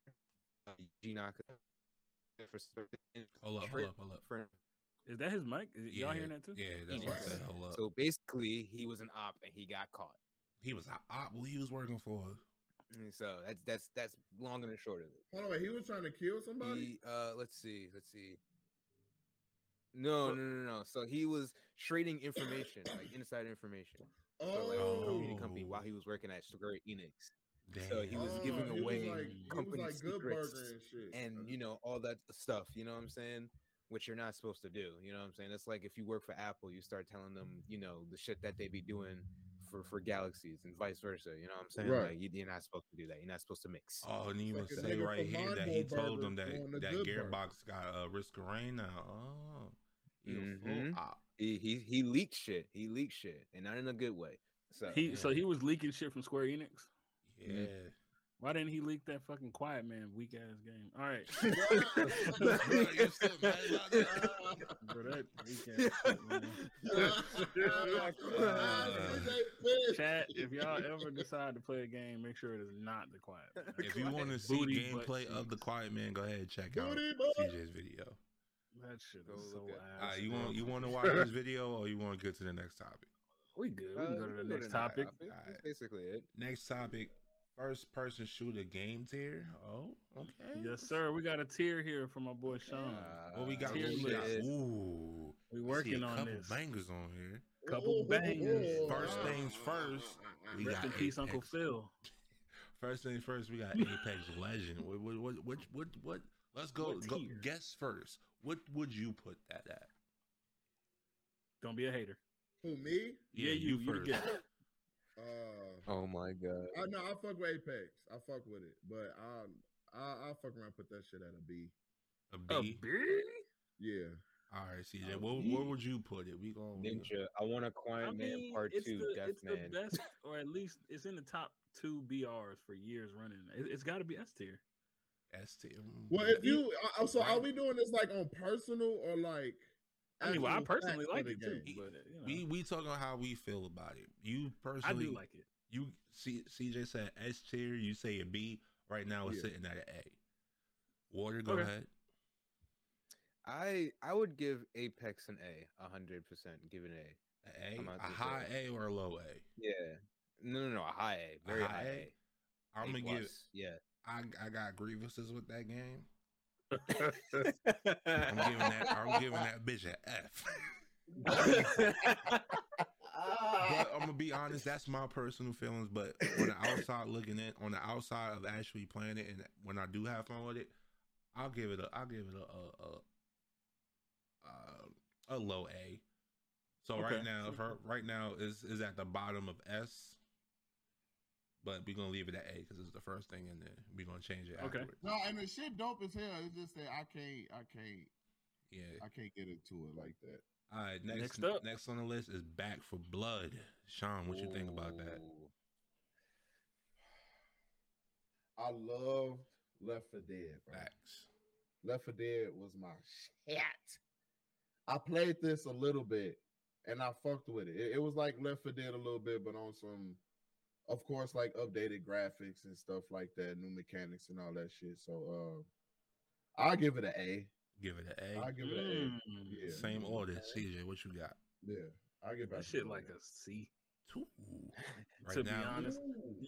Speaker 3: uh, Yuji Naka, for certain-
Speaker 1: Hold up, hold up, hold up.
Speaker 3: for-
Speaker 4: Is that his mic? Is,
Speaker 1: Yeah,
Speaker 4: Y'all hearing that too?
Speaker 1: Yeah, that's what I said. Hold up.
Speaker 3: So basically, he was an op and he got caught.
Speaker 1: he was an op. Who he was working for?
Speaker 3: And so that's that's that's long and the short of it.
Speaker 5: Hold on, wait, he was trying to kill somebody?
Speaker 3: He, uh, let's see, let's see. No,
Speaker 4: What-
Speaker 3: no, no, no. So he was trading information, like inside information, for, like,
Speaker 5: oh,
Speaker 3: company to company while he was working at Square Enix,
Speaker 1: Damn.
Speaker 3: So he was giving
Speaker 5: Oh. he was
Speaker 3: away
Speaker 5: like, he was
Speaker 3: company
Speaker 5: like Good
Speaker 3: secrets
Speaker 5: Burger and shit.
Speaker 3: and you know all that stuff. You know what I'm saying? Which you're not supposed to do. You know what I'm saying? It's like if you work for Apple, you start telling them, you know, the shit that they be doing for for galaxies and vice versa. You know what I'm saying?
Speaker 5: Right.
Speaker 3: Like you, you're not supposed to do that. You're not supposed to mix.
Speaker 1: Oh, and he
Speaker 5: Like
Speaker 1: was
Speaker 5: a
Speaker 1: say
Speaker 5: nigga
Speaker 1: right
Speaker 5: from
Speaker 1: here that
Speaker 5: Mongo
Speaker 1: he told
Speaker 5: Burger
Speaker 1: them that
Speaker 5: on the
Speaker 1: that
Speaker 5: Good
Speaker 1: gearbox
Speaker 5: Burger.
Speaker 1: got a uh, risk of rain now. Oh, He a full
Speaker 4: Mm-hmm.
Speaker 3: Mhm.
Speaker 1: op.
Speaker 3: He, he he leaked shit. He leaked shit, and not in a good way. So (laughs)
Speaker 1: (laughs)
Speaker 4: He so he was leaking shit from Square Enix.
Speaker 1: Yeah.
Speaker 4: Mm-hmm. Why didn't he leak that fucking Quiet Man weak ass game? All right. Bro, that weak ass shit, man. Chat, if y'all ever decide to play a game, make sure it is not the Quiet Man.
Speaker 1: If you want to see
Speaker 4: Booty butt
Speaker 1: gameplay of the Quiet Man, go ahead and check out
Speaker 4: Booty butt.
Speaker 1: CJ's video.
Speaker 4: That shit
Speaker 3: Go
Speaker 4: is so
Speaker 3: look at-
Speaker 1: All
Speaker 4: ass.
Speaker 1: right, you
Speaker 4: bro.
Speaker 1: want you want to watch this video or you want to get to the next topic?
Speaker 4: We good. We
Speaker 3: Uh,
Speaker 4: can go to the next topic.
Speaker 3: That's basically it.
Speaker 1: Next topic: first person shooter game tier. Oh, okay.
Speaker 4: Yes, sir. We got a tier here from my boy Sean.
Speaker 1: What we got?
Speaker 4: tier
Speaker 1: What we got?
Speaker 4: list.
Speaker 1: Ooh,
Speaker 4: We
Speaker 1: I see
Speaker 4: working
Speaker 1: a
Speaker 4: on
Speaker 1: couple
Speaker 4: this.
Speaker 1: Bangers on here.
Speaker 4: Couple bangers.
Speaker 1: First things first. We
Speaker 4: Rest
Speaker 1: got
Speaker 4: in peace, Uncle
Speaker 1: Apex.
Speaker 4: Phil.
Speaker 1: First things first. We got
Speaker 4: (laughs)
Speaker 1: Apex Legend. What? What? What? What? what, what? Let's go,
Speaker 4: What
Speaker 1: go.
Speaker 4: tier?
Speaker 1: Guess first. What would you put that at?
Speaker 4: Don't be a hater.
Speaker 2: Who me?
Speaker 4: Yeah, you, you the guest.
Speaker 2: Uh,
Speaker 3: Oh my god.
Speaker 2: I know I fuck with Apex. I fuck with it, but I I I fuck around and put that shit at a B.
Speaker 1: A B.
Speaker 4: A B?
Speaker 2: Yeah.
Speaker 1: All right, CJ.
Speaker 3: A
Speaker 1: What?
Speaker 3: B.
Speaker 1: What would you put it? We going
Speaker 3: Ninja, I want a Quiet
Speaker 4: I
Speaker 3: Man
Speaker 4: mean,
Speaker 3: Part
Speaker 4: it's
Speaker 3: Two,
Speaker 4: the,
Speaker 3: Death
Speaker 4: it's
Speaker 3: Man.
Speaker 4: the best, or at least it's in the top two BRs for years running. It, it's got to be S tier.
Speaker 1: S tier.
Speaker 2: Well, if you I, I- so are
Speaker 1: Right.
Speaker 2: we doing this like on personal or like?
Speaker 4: I mean, well, I
Speaker 2: actual
Speaker 4: personally
Speaker 2: facts
Speaker 4: like
Speaker 2: of
Speaker 4: it
Speaker 2: the
Speaker 4: too,
Speaker 2: game?
Speaker 4: but uh,
Speaker 1: we
Speaker 4: you know,
Speaker 1: we talking about how we feel about it. You
Speaker 4: I
Speaker 1: personally
Speaker 4: do like it.
Speaker 1: You see, CJ said S tier. You say a B. Right now, it's
Speaker 2: Yeah.
Speaker 1: sitting at an A. Water, go
Speaker 4: Okay.
Speaker 1: ahead.
Speaker 3: I I would give Apex an A, hundred percent. Give it an
Speaker 1: A,
Speaker 3: A. I'm
Speaker 1: A,
Speaker 3: about
Speaker 1: a
Speaker 3: to say.
Speaker 1: high A or a low A.
Speaker 3: Yeah. No, no, no. A high A. Very
Speaker 1: high
Speaker 3: high,
Speaker 1: A?
Speaker 3: A.
Speaker 1: I'm
Speaker 3: A
Speaker 1: gonna give.
Speaker 3: plus, (laughs) Yeah.
Speaker 1: I I got grievances with that game. I'm giving that. I'm giving that bitch an F. but I'm gonna be honest. That's my personal feelings. But on the outside looking in, on the outside of actually playing it, and when I do have fun with it, I'll give it a. I'll give it a a a, a, a low A. So
Speaker 4: Okay.
Speaker 1: right now, for, right now is is at the bottom of S. But we're gonna leave it at A because it's the first thing, and then we're gonna change it.
Speaker 4: Okay.
Speaker 1: Afterwards.
Speaker 5: No, and the shit dope as hell. It's just that I can't, I can't,
Speaker 1: Yeah.
Speaker 5: I can't get into it like that.
Speaker 1: All right. Next,
Speaker 4: Next up.
Speaker 1: next on the list is Back for Blood. Sean, what you think about that?
Speaker 3: Ooh.
Speaker 2: I love Left for Dead. Bro.
Speaker 1: Facts.
Speaker 2: Left for Dead was my shit. I played this a little bit, and I fucked with it. It, it was like Left for Dead a little bit, but on some, of course, like updated graphics and stuff like that, new mechanics and all that shit. So, uh, I'll give it an A.
Speaker 1: Give it an A.
Speaker 2: I'll give it an A.
Speaker 4: Mm.
Speaker 2: Yeah,
Speaker 1: Same order. CJ, what you got?
Speaker 2: yeah. I'll give
Speaker 4: That
Speaker 2: back
Speaker 4: shit like a C. (laughs)
Speaker 1: Two. Right
Speaker 4: to be
Speaker 1: now,
Speaker 4: honest,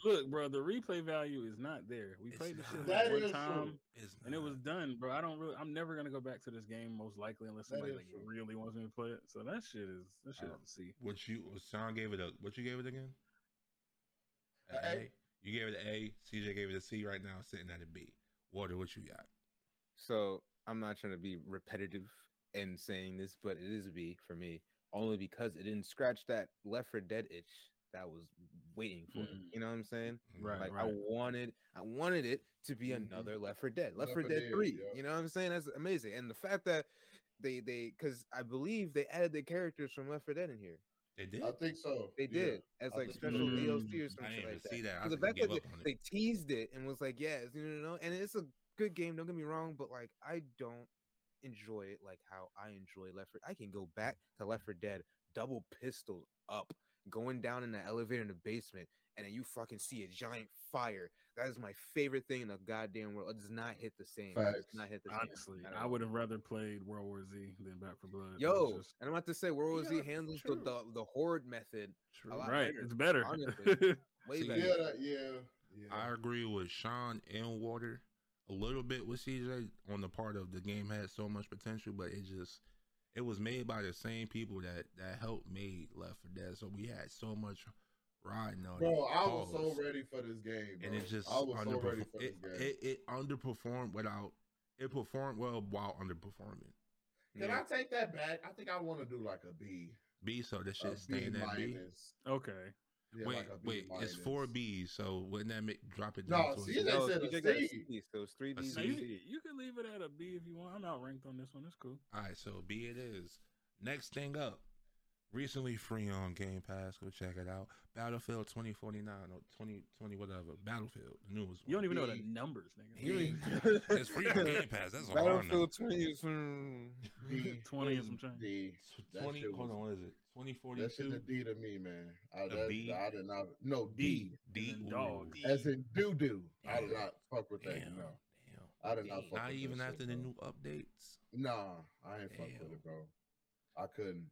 Speaker 4: look, bro, the replay value is not there. We
Speaker 1: It's
Speaker 4: played the
Speaker 1: not.
Speaker 4: shit
Speaker 2: That
Speaker 4: like one
Speaker 2: is
Speaker 4: time,
Speaker 2: true.
Speaker 1: it's
Speaker 4: and it
Speaker 1: not.
Speaker 4: was done, bro. I don't really. I'm never gonna go back to this game, most likely, unless
Speaker 2: That
Speaker 4: somebody
Speaker 2: is
Speaker 4: like
Speaker 2: true.
Speaker 4: really wants me to play it. So that shit is that shit
Speaker 1: Um,
Speaker 4: is a C.
Speaker 1: what you Sean gave it a what you gave it again? A.
Speaker 2: A.
Speaker 1: A? You gave it an A. CJ gave it a C. Right now, sitting at a B. Water, what you got?
Speaker 3: So I'm not trying to be repetitive in saying this, but it is a B for me, only because it didn't scratch that Left for Dead itch that I was waiting for.
Speaker 4: Mm.
Speaker 3: You know what I'm saying?
Speaker 4: Right,
Speaker 3: like I
Speaker 4: right.
Speaker 3: wanted, I wanted it to be
Speaker 2: Mhm.
Speaker 3: another Left for Dead, Left
Speaker 2: Left
Speaker 3: for
Speaker 2: 4
Speaker 3: Dead
Speaker 2: Dead,
Speaker 3: Three.
Speaker 2: yeah.
Speaker 3: You know what I'm saying? That's amazing. And the fact that they they because I believe they added the characters from Left for Dead in here.
Speaker 1: They did.
Speaker 2: I think so.
Speaker 3: They
Speaker 2: yeah.
Speaker 3: did as
Speaker 2: I
Speaker 3: like
Speaker 2: think-
Speaker 3: special DLC
Speaker 1: "Mm,
Speaker 3: or
Speaker 1: I
Speaker 3: something
Speaker 1: didn't even
Speaker 3: like that.
Speaker 1: see that. I
Speaker 3: the
Speaker 1: was
Speaker 3: fact
Speaker 1: gonna
Speaker 3: that
Speaker 1: give
Speaker 3: they,
Speaker 1: up on
Speaker 3: they
Speaker 1: it.
Speaker 3: teased it and was like, "Yes, no, no, no," and it's a good game. Don't get me wrong, but like, I don't enjoy it like how I enjoy Left 4. I can go back to Left 4 Dead, double pistol up, going down in the elevator in the basement, and then you fucking see a giant fire. That is my favorite thing in the goddamn world. It does not hit the same. It does
Speaker 2: Facts.
Speaker 3: not hit the same.
Speaker 4: Honestly,
Speaker 3: at
Speaker 4: I
Speaker 3: all.
Speaker 4: would have rather played World War Z than Back for Blood. That's
Speaker 3: Yo,
Speaker 4: just-
Speaker 3: and I'm about to say, World War Z
Speaker 1: Yeah,
Speaker 3: handles the,
Speaker 1: true.
Speaker 3: the the horde method
Speaker 1: True.
Speaker 3: a lot
Speaker 4: right,
Speaker 3: better,
Speaker 4: it's better.
Speaker 3: honestly. way
Speaker 1: See,
Speaker 2: Yeah,
Speaker 3: better.
Speaker 2: that, yeah, yeah.
Speaker 1: I agree with Sean and Water a little bit with CJ on the part of the game had so much potential, but it just it was made by the same people that that helped made Left for Dead. So we had so much riding on it.
Speaker 2: Bro, I was
Speaker 1: Pause.
Speaker 2: so ready for this game. Bro.
Speaker 1: and it just
Speaker 2: I was so ready
Speaker 1: underperformed.
Speaker 2: for
Speaker 1: it,
Speaker 2: this game.
Speaker 1: it, it underperformed without it performed well while underperforming.
Speaker 2: Can
Speaker 3: Yeah.
Speaker 2: I take that back? I think I want to do like a B.
Speaker 1: B, so this
Speaker 2: a
Speaker 1: shit staying at B.
Speaker 2: minus.
Speaker 4: (laughs) okay,
Speaker 2: Yeah,
Speaker 1: wait,
Speaker 2: like a B
Speaker 1: wait, it's
Speaker 2: minus.
Speaker 1: four B's, so wouldn't that make drop it down
Speaker 2: No,
Speaker 1: to a
Speaker 2: see,
Speaker 1: C?
Speaker 2: they
Speaker 3: No,
Speaker 2: said
Speaker 3: CJ
Speaker 2: a
Speaker 3: got a
Speaker 2: C.
Speaker 3: C, so it's three
Speaker 1: A
Speaker 3: D.
Speaker 1: C?
Speaker 4: Now, you, you can leave it at a B if you want. I'm outranked on this one. It's cool.
Speaker 1: All right, so B it is. Next thing up, recently free on Game Pass. Go check it out. Battlefield 2049 or 2020 whatever. Battlefield, the newest.
Speaker 4: You don't even
Speaker 1: one.
Speaker 4: know the numbers,
Speaker 3: (laughs)
Speaker 4: nigga.
Speaker 1: You ain't- (laughs) it's free
Speaker 15: (laughs)
Speaker 1: on Game Pass. That's all I know.
Speaker 15: Battlefield hmm. 20 is from.
Speaker 5: The-
Speaker 4: 20 or some change.
Speaker 5: The, that
Speaker 1: 20
Speaker 5: shit
Speaker 1: Hold
Speaker 5: was-
Speaker 1: on, what is it? 2042.
Speaker 5: That's in the D to me, man. I,
Speaker 1: A
Speaker 5: that,
Speaker 1: B?
Speaker 5: I did not. No D,
Speaker 1: D D
Speaker 4: And
Speaker 1: ooh,
Speaker 4: dog.
Speaker 1: D.
Speaker 5: as in doo doo. I did
Speaker 1: Damn.
Speaker 5: not fuck with that.
Speaker 1: Damn.
Speaker 5: No,
Speaker 1: Damn.
Speaker 5: I did not. Fuck
Speaker 1: Not
Speaker 5: with
Speaker 1: even
Speaker 5: that
Speaker 1: after
Speaker 5: shit,
Speaker 1: the
Speaker 5: bro.
Speaker 1: new updates.
Speaker 5: Nah, I ain't fuck with
Speaker 1: Damn.
Speaker 5: it, bro. I couldn't.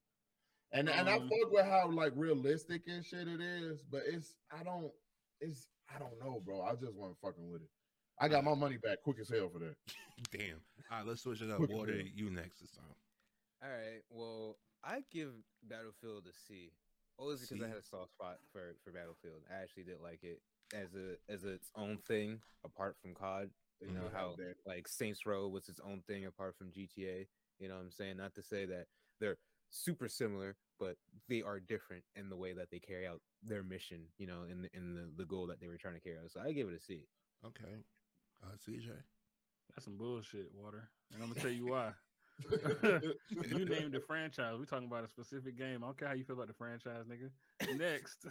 Speaker 5: And and I fuck with how like realistic and shit it is, but it's I don't it's I don't know, bro. I just wasn't fucking with it. I got my money back quick as hell for that.
Speaker 1: Damn. All right, let's switch it
Speaker 5: (laughs)
Speaker 1: up.
Speaker 5: Look at
Speaker 1: Water
Speaker 5: them.
Speaker 1: you next this time.
Speaker 15: All right. Well, I give Battlefield a C. Always because I
Speaker 1: C?
Speaker 15: had a soft spot for, for Battlefield. I actually did like it as a as its own thing apart from COD. You know
Speaker 1: Mm-hmm.
Speaker 5: Mhm.
Speaker 15: how
Speaker 5: That-
Speaker 15: like Saints Row was its own thing apart from GTA. You know what I'm saying? Not to say that they're super similar, but they are different in the way that they carry out their mission. You know, in the, in the, the goal that they were trying to carry out. So I give it a C.
Speaker 1: Okay. Uh CJ.
Speaker 5: (laughs)
Speaker 4: That's some bullshit, water. And I'm gonna tell you why. (laughs) you named the franchise. We're talking about a specific game. I don't care how you feel about the franchise,
Speaker 3: (laughs)
Speaker 4: nigga. Next.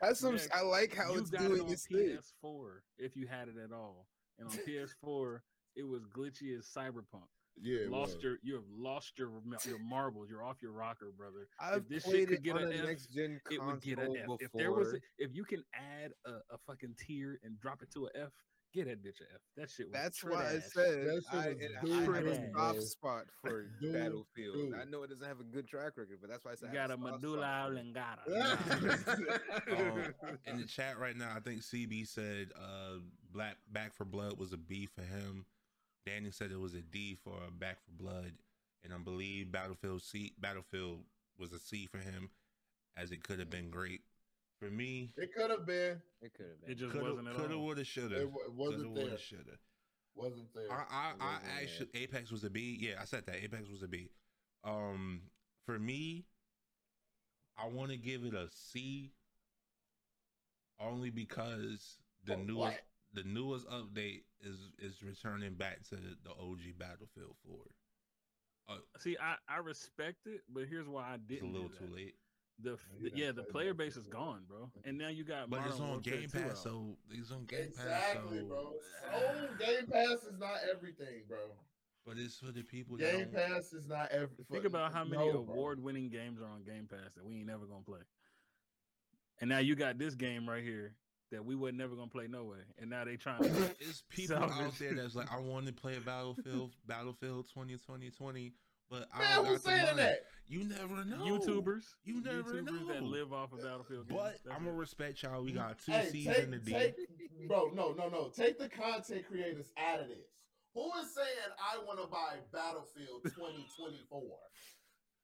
Speaker 15: That's
Speaker 4: some- Next. I
Speaker 15: like
Speaker 4: you got it on PS4 if you had it at all. And on PS4, it was glitchy as cyberpunk.
Speaker 5: Yeah, it
Speaker 4: lost
Speaker 5: was.
Speaker 4: your you have lost your ma- your marbles. You're off your rocker, brother.
Speaker 15: I've
Speaker 4: if this
Speaker 15: played
Speaker 4: shit could
Speaker 15: it
Speaker 4: get
Speaker 15: on
Speaker 4: an
Speaker 15: a
Speaker 4: F,
Speaker 15: next gen
Speaker 4: it would get an F.
Speaker 15: console
Speaker 4: If there was a,
Speaker 15: before.
Speaker 4: if you can add a, a fucking tier and drop it to a F, get that bitch a F. That shit was
Speaker 15: That's
Speaker 4: trash.
Speaker 15: why I said
Speaker 5: That shit
Speaker 15: I,
Speaker 5: was
Speaker 15: and
Speaker 5: doo
Speaker 15: I have a
Speaker 4: trash.
Speaker 15: soft spot for
Speaker 5: Doo
Speaker 15: Battlefield.
Speaker 5: doo.
Speaker 15: I know it doesn't have a good track record, but that's why I said
Speaker 4: you
Speaker 15: I have
Speaker 4: got a
Speaker 15: soft
Speaker 4: medulla Oh,
Speaker 15: spot for it.
Speaker 4: oblongata.
Speaker 3: (laughs)
Speaker 5: (laughs)
Speaker 1: (laughs) Um,
Speaker 15: (laughs)
Speaker 1: in the chat right now, I think CB said uh Black Back for Blood was a B for him. Danny said it was a D for Back for Blood, and I believe Battlefield C Battlefield was a C for him, as it could have been great. For me,
Speaker 5: It could have been.
Speaker 15: It could have been.
Speaker 4: It just wasn't at
Speaker 1: coulda,
Speaker 4: all.
Speaker 1: woulda, shoulda.
Speaker 5: It wa- wasn't
Speaker 1: Coulda,
Speaker 5: there.
Speaker 1: woulda, shoulda.
Speaker 5: Wasn't there.
Speaker 1: I, I, I
Speaker 15: wasn't there.
Speaker 1: actually Apex was a B. Yeah, I said that Apex was a B. Um, for me, I want to give it a C, only because the
Speaker 5: For
Speaker 1: newest
Speaker 5: what?
Speaker 1: the newest update is is returning back to the, the OG Battlefield Four.
Speaker 4: See, I, I respect it, but here's why I
Speaker 1: It's a
Speaker 4: didn't.
Speaker 1: little
Speaker 4: do
Speaker 1: too
Speaker 4: that.
Speaker 1: late,
Speaker 4: The, f-
Speaker 5: you
Speaker 4: the- yeah,
Speaker 5: done
Speaker 4: the
Speaker 5: played
Speaker 4: player
Speaker 5: that
Speaker 4: base
Speaker 5: shit,
Speaker 4: is
Speaker 5: bro.
Speaker 4: gone, bro, and now you got.
Speaker 1: but it's
Speaker 4: Modern
Speaker 1: on
Speaker 4: Warfare
Speaker 1: Game
Speaker 4: 2
Speaker 1: Pass,
Speaker 4: out.
Speaker 1: so it's on Game Pass,
Speaker 5: exactly,
Speaker 1: so,
Speaker 5: bro. Oh, Game Pass is not everything, bro.
Speaker 1: But it's for the people that
Speaker 5: Game
Speaker 1: don't-
Speaker 5: Pass is not everything.
Speaker 4: think about how many award-winning games are on Game Pass that we ain't never gonna play, and now you got this game right here that we were never gonna play no way, and now they
Speaker 5: (laughs)
Speaker 4: trying. to
Speaker 1: It's people
Speaker 4: Salvage.
Speaker 1: out there that's like, I want to play Battlefield, Battlefield 2020, 20, but I
Speaker 5: Man,
Speaker 1: don't
Speaker 5: who's
Speaker 1: got the
Speaker 5: saying
Speaker 1: money.
Speaker 5: that?
Speaker 1: You never know.
Speaker 4: YouTubers,
Speaker 1: You never
Speaker 4: YouTubers that
Speaker 1: know.
Speaker 4: live off of Battlefield. games.
Speaker 1: But
Speaker 4: That's
Speaker 1: I'm gonna
Speaker 4: it.
Speaker 1: respect y'all. We got two
Speaker 5: Hey,
Speaker 1: C's
Speaker 5: take-
Speaker 1: in the D.
Speaker 5: (laughs) take- bro, no, no, no. Take the content creators out of this. Who is saying I want to buy Battlefield 2024?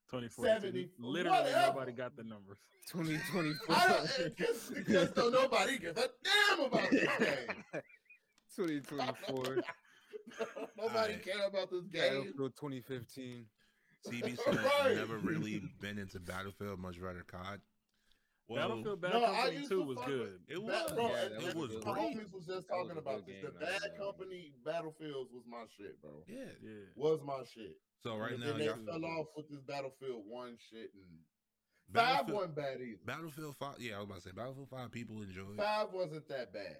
Speaker 4: 2014.
Speaker 5: 70
Speaker 4: Literally,
Speaker 5: whatever.
Speaker 4: nobody got the numbers.
Speaker 15: 2024.
Speaker 5: I don't eh, because because don't nobody give a damn
Speaker 15: (laughs)
Speaker 5: about
Speaker 1: (laughs)
Speaker 5: this game. (laughs)
Speaker 4: (laughs)
Speaker 15: 2024.
Speaker 5: nobody
Speaker 1: Alright.
Speaker 5: care about this game.
Speaker 15: Battlefield 2015.
Speaker 1: CB said
Speaker 5: Right.
Speaker 1: never really been into Battlefield, much rather COD. Well,
Speaker 4: Battlefield Bad
Speaker 5: No, I
Speaker 4: Company
Speaker 5: used
Speaker 4: 2
Speaker 5: to
Speaker 4: was
Speaker 5: fuck with-
Speaker 4: good.
Speaker 1: it was
Speaker 5: That, bro,
Speaker 15: Yeah,
Speaker 5: and
Speaker 15: that
Speaker 1: it
Speaker 5: that-
Speaker 1: was
Speaker 15: good
Speaker 5: my
Speaker 1: great.
Speaker 5: homies was just
Speaker 15: That was
Speaker 5: talking
Speaker 15: a
Speaker 5: about
Speaker 15: good
Speaker 5: this. The
Speaker 15: game. That was
Speaker 5: Bad
Speaker 15: a good
Speaker 5: Company Battlefields was my shit, bro.
Speaker 1: Yeah.
Speaker 4: Yeah.
Speaker 5: Was my shit.
Speaker 1: So right
Speaker 5: and
Speaker 1: now,
Speaker 5: then they
Speaker 1: y'all,
Speaker 5: fell off with this Battlefield One shit and five
Speaker 1: Battlefield,
Speaker 5: wasn't bad either.
Speaker 1: Battlefield Five. Yeah, I was about to say Battlefield Five. People enjoy. it.
Speaker 5: Five wasn't that bad,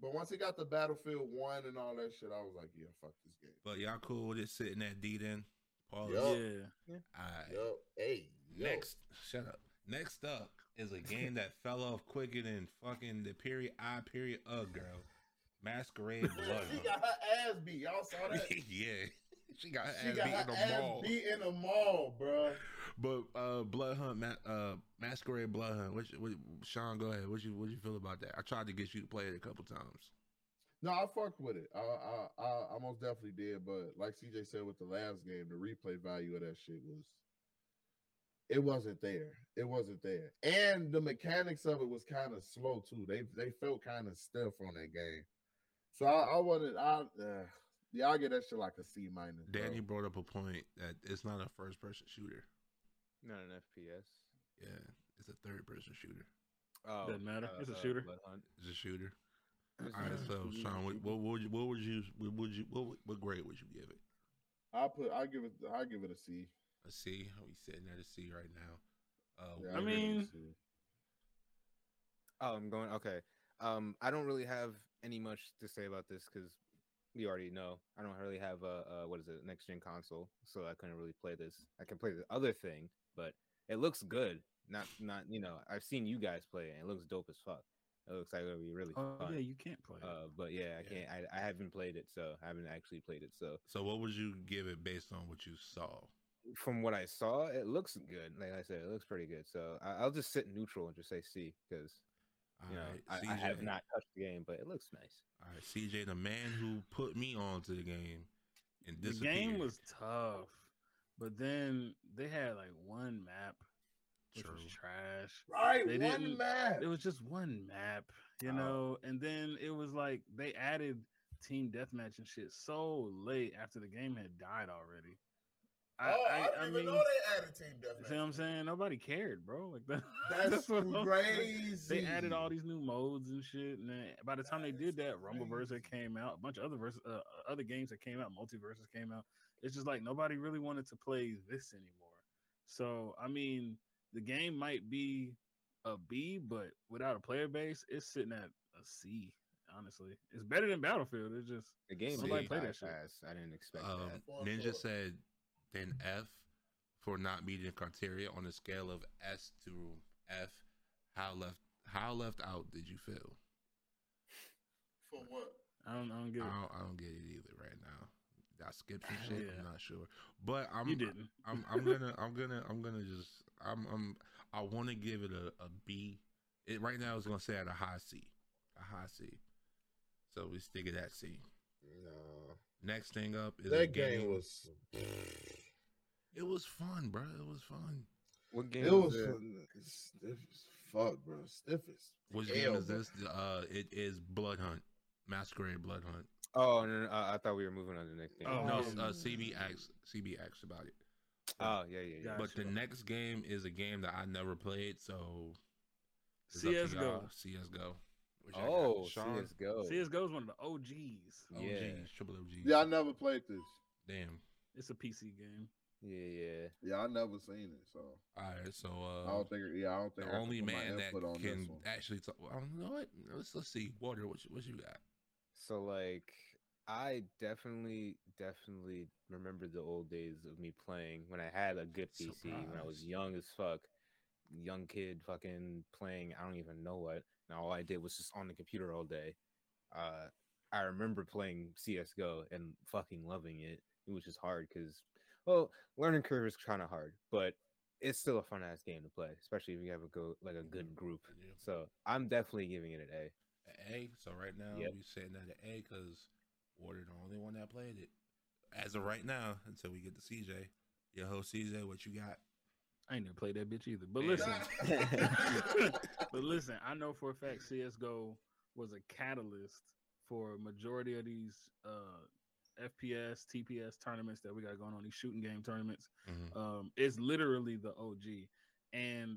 Speaker 5: but once it got the Battlefield One and all that shit, I was like, yeah, fuck this game.
Speaker 1: but y'all cool with it sitting at D then? Pause.
Speaker 5: Yeah.
Speaker 1: All
Speaker 4: Yeah.
Speaker 5: Yup.
Speaker 1: right.
Speaker 5: Yup. Hey, yo.
Speaker 1: Next, shut up. Next up is a game
Speaker 5: (laughs)
Speaker 1: that fell off quicker than fucking the period I period of girl.
Speaker 5: (laughs)
Speaker 1: Masquerade Blood.
Speaker 5: she got her ass beat. Y'all saw
Speaker 1: (laughs)
Speaker 5: that.
Speaker 1: yeah, she got her
Speaker 5: She
Speaker 1: ass beat in
Speaker 5: got her
Speaker 1: the
Speaker 5: ass
Speaker 1: mall.
Speaker 5: beat in the mall, bro.
Speaker 1: But uh, Blood Hunt, ma- uh, Masquerade Blood Hunt. What, you- what, Sean, go ahead. What you what you feel about that? I tried to get you to play it a couple times.
Speaker 5: No, I fucked with it. I, I, I, I most definitely did. But like CJ said with the last game, the replay value of that shit was, it wasn't there. It wasn't there, and the mechanics of it was kind of slow too. They they felt kind of stiff on that game. So I, I wanted, I, (sighs) uh, yeah, I get that shit like a C minus. bro.
Speaker 1: Danny brought up a point that it's not a first person shooter.
Speaker 15: Not an FPS.
Speaker 1: Yeah, it's a third person shooter.
Speaker 15: Oh,
Speaker 4: Doesn't matter. It's a shooter.
Speaker 15: Blood Hunt.
Speaker 1: It's a shooter.
Speaker 15: It's a
Speaker 1: All right,
Speaker 15: shooter.
Speaker 1: so Sean, what, what would you what would you what would you what, would- what grade would you give it?
Speaker 5: I put, I give it, I give it a C.
Speaker 1: Let's see how he's sitting there to see right now. Uh,
Speaker 4: I mean,
Speaker 3: Oh, I'm going. Okay. Um, I don't really have any much to say about this because we already know. I don't really have a, a what is it, next gen console, so I couldn't really play this. I can play the other thing, but it looks good. Not, not you know. I've seen you guys play it. And it looks dope as fuck. It looks like it'll be really
Speaker 4: Oh,
Speaker 3: fun.
Speaker 4: yeah, you can't play it.
Speaker 3: Uh, but yeah, I can't. I, I haven't played it, so I haven't actually played it. So
Speaker 1: so what would you give it based on what you saw?
Speaker 3: from what I saw, it looks good. Like I said, it looks pretty good. So I, I'll just sit neutral and just say C because you know
Speaker 1: Alright,
Speaker 3: I, I have
Speaker 1: CJ.
Speaker 3: not touched the game, but it looks nice.
Speaker 1: All right, CJ, the man who put me onto the game and
Speaker 4: the
Speaker 1: disappeared.
Speaker 4: game was tough, but then they had like one map, which was
Speaker 1: True.
Speaker 4: trash.
Speaker 2: Right,
Speaker 4: they
Speaker 2: one
Speaker 4: didn't-
Speaker 2: map.
Speaker 4: It was just one map, you
Speaker 2: Oh.
Speaker 4: know. And then it was like they added team deathmatch and shit so late after the game had died already. I,
Speaker 2: oh, I,
Speaker 4: I, I,
Speaker 2: didn't
Speaker 4: mean,
Speaker 2: even know they added Team
Speaker 4: you
Speaker 2: Deathmatch.
Speaker 4: see what I'm saying? Nobody cared, bro. Like (laughs) that,
Speaker 2: That's
Speaker 4: what I'm saying. They
Speaker 2: crazy.
Speaker 4: added all these new modes and shit, and then by the time they did that, Rumbleverse that came out, a bunch of other verse, uh, other games that came out, multiverses came out. It's just like nobody really wanted to play this anymore. So I mean, the game might be a B, but without a player base, it's sitting at a C. Honestly, it's better than Battlefield. It's just
Speaker 3: The game
Speaker 4: Nobody
Speaker 3: did
Speaker 4: played
Speaker 3: die
Speaker 4: that shit.
Speaker 3: fast. I didn't expect
Speaker 1: Um,
Speaker 3: that.
Speaker 1: Ninja said then F for not meeting the criteria on a scale of S to F. How left? How left out did you feel?
Speaker 2: For what?
Speaker 4: I don't. I don't
Speaker 1: I
Speaker 4: get it.
Speaker 1: don't, I don't get it either right now. I skipped some shit.
Speaker 4: Yeah.
Speaker 1: I'm not sure, but I'm.
Speaker 4: You didn't.
Speaker 1: I'm. I'm gonna. I'm gonna. I'm gonna just. I'm. I'm. I want to give it a, a B. It right now is gonna say at a high C, a high C. So we stick it at C.
Speaker 5: No.
Speaker 1: Next thing up is a
Speaker 5: That
Speaker 1: game.
Speaker 5: game was.
Speaker 1: It was fun, bro. It was fun.
Speaker 3: What game
Speaker 5: It was stiff as fuck, bro. Stiff as
Speaker 1: Which
Speaker 5: hell,
Speaker 1: game is
Speaker 5: bro.
Speaker 1: this? The, Uh, it is Blood Hunt, Masquerade Blood Hunt.
Speaker 3: Oh no, no, I, I thought we were moving on to the next game.
Speaker 1: no,
Speaker 3: Oh,
Speaker 1: uh, CB asked CB asked about it.
Speaker 3: yeah, yeah, yeah.
Speaker 1: But the next game is a game that I never played, so it's up to
Speaker 4: CS:GO.
Speaker 1: y'all. CS:GO. Which I got.
Speaker 3: Oh,
Speaker 1: Sean,
Speaker 3: CS:GO.
Speaker 4: CS:GO is one of the OGs.
Speaker 1: OGs,
Speaker 3: Yeah.
Speaker 1: triple OGs.
Speaker 5: Yeah, I never played this.
Speaker 1: Damn.
Speaker 4: It's a PC game.
Speaker 3: Yeah, yeah.
Speaker 5: Yeah, I never seen it. So
Speaker 1: All right, so
Speaker 5: I
Speaker 1: uh,
Speaker 5: don't think. Yeah, I don't think.
Speaker 1: the
Speaker 5: I can
Speaker 1: only
Speaker 5: put my
Speaker 1: man that (laughs)
Speaker 5: input on this
Speaker 1: can
Speaker 5: one.
Speaker 1: actually talk. I don't know what. Let's let's see. Water, what you, what you got?
Speaker 3: So like I definitely definitely remember the old days of me playing when I had a good PC when I was
Speaker 1: Surprise.
Speaker 3: young as fuck. Young kid fucking playing I don't even know what. And all I did was just on the computer all day. Uh I remember playing CS:GO and fucking loving it. It was just hard cuz well, learning curve is kind of hard, but it's still a fun ass game to play, especially if you have a go like
Speaker 1: Mm-hmm.
Speaker 3: a good group.
Speaker 1: Yeah.
Speaker 3: So, I'm definitely giving it an A.
Speaker 1: An A. So right now
Speaker 3: Yep.
Speaker 1: we sitting at an A because Water the only one that played it as of right now until we get to CJ. Your host CJ, what you got?
Speaker 4: I ain't never played that bitch either. But
Speaker 1: Yeah.
Speaker 4: (laughs) listen, but listen, I know for a fact CS:GO was a catalyst for a majority of these uh, FPS, TPS tournaments that we got going on. These shooting game tournaments. Um, it's literally the OG, and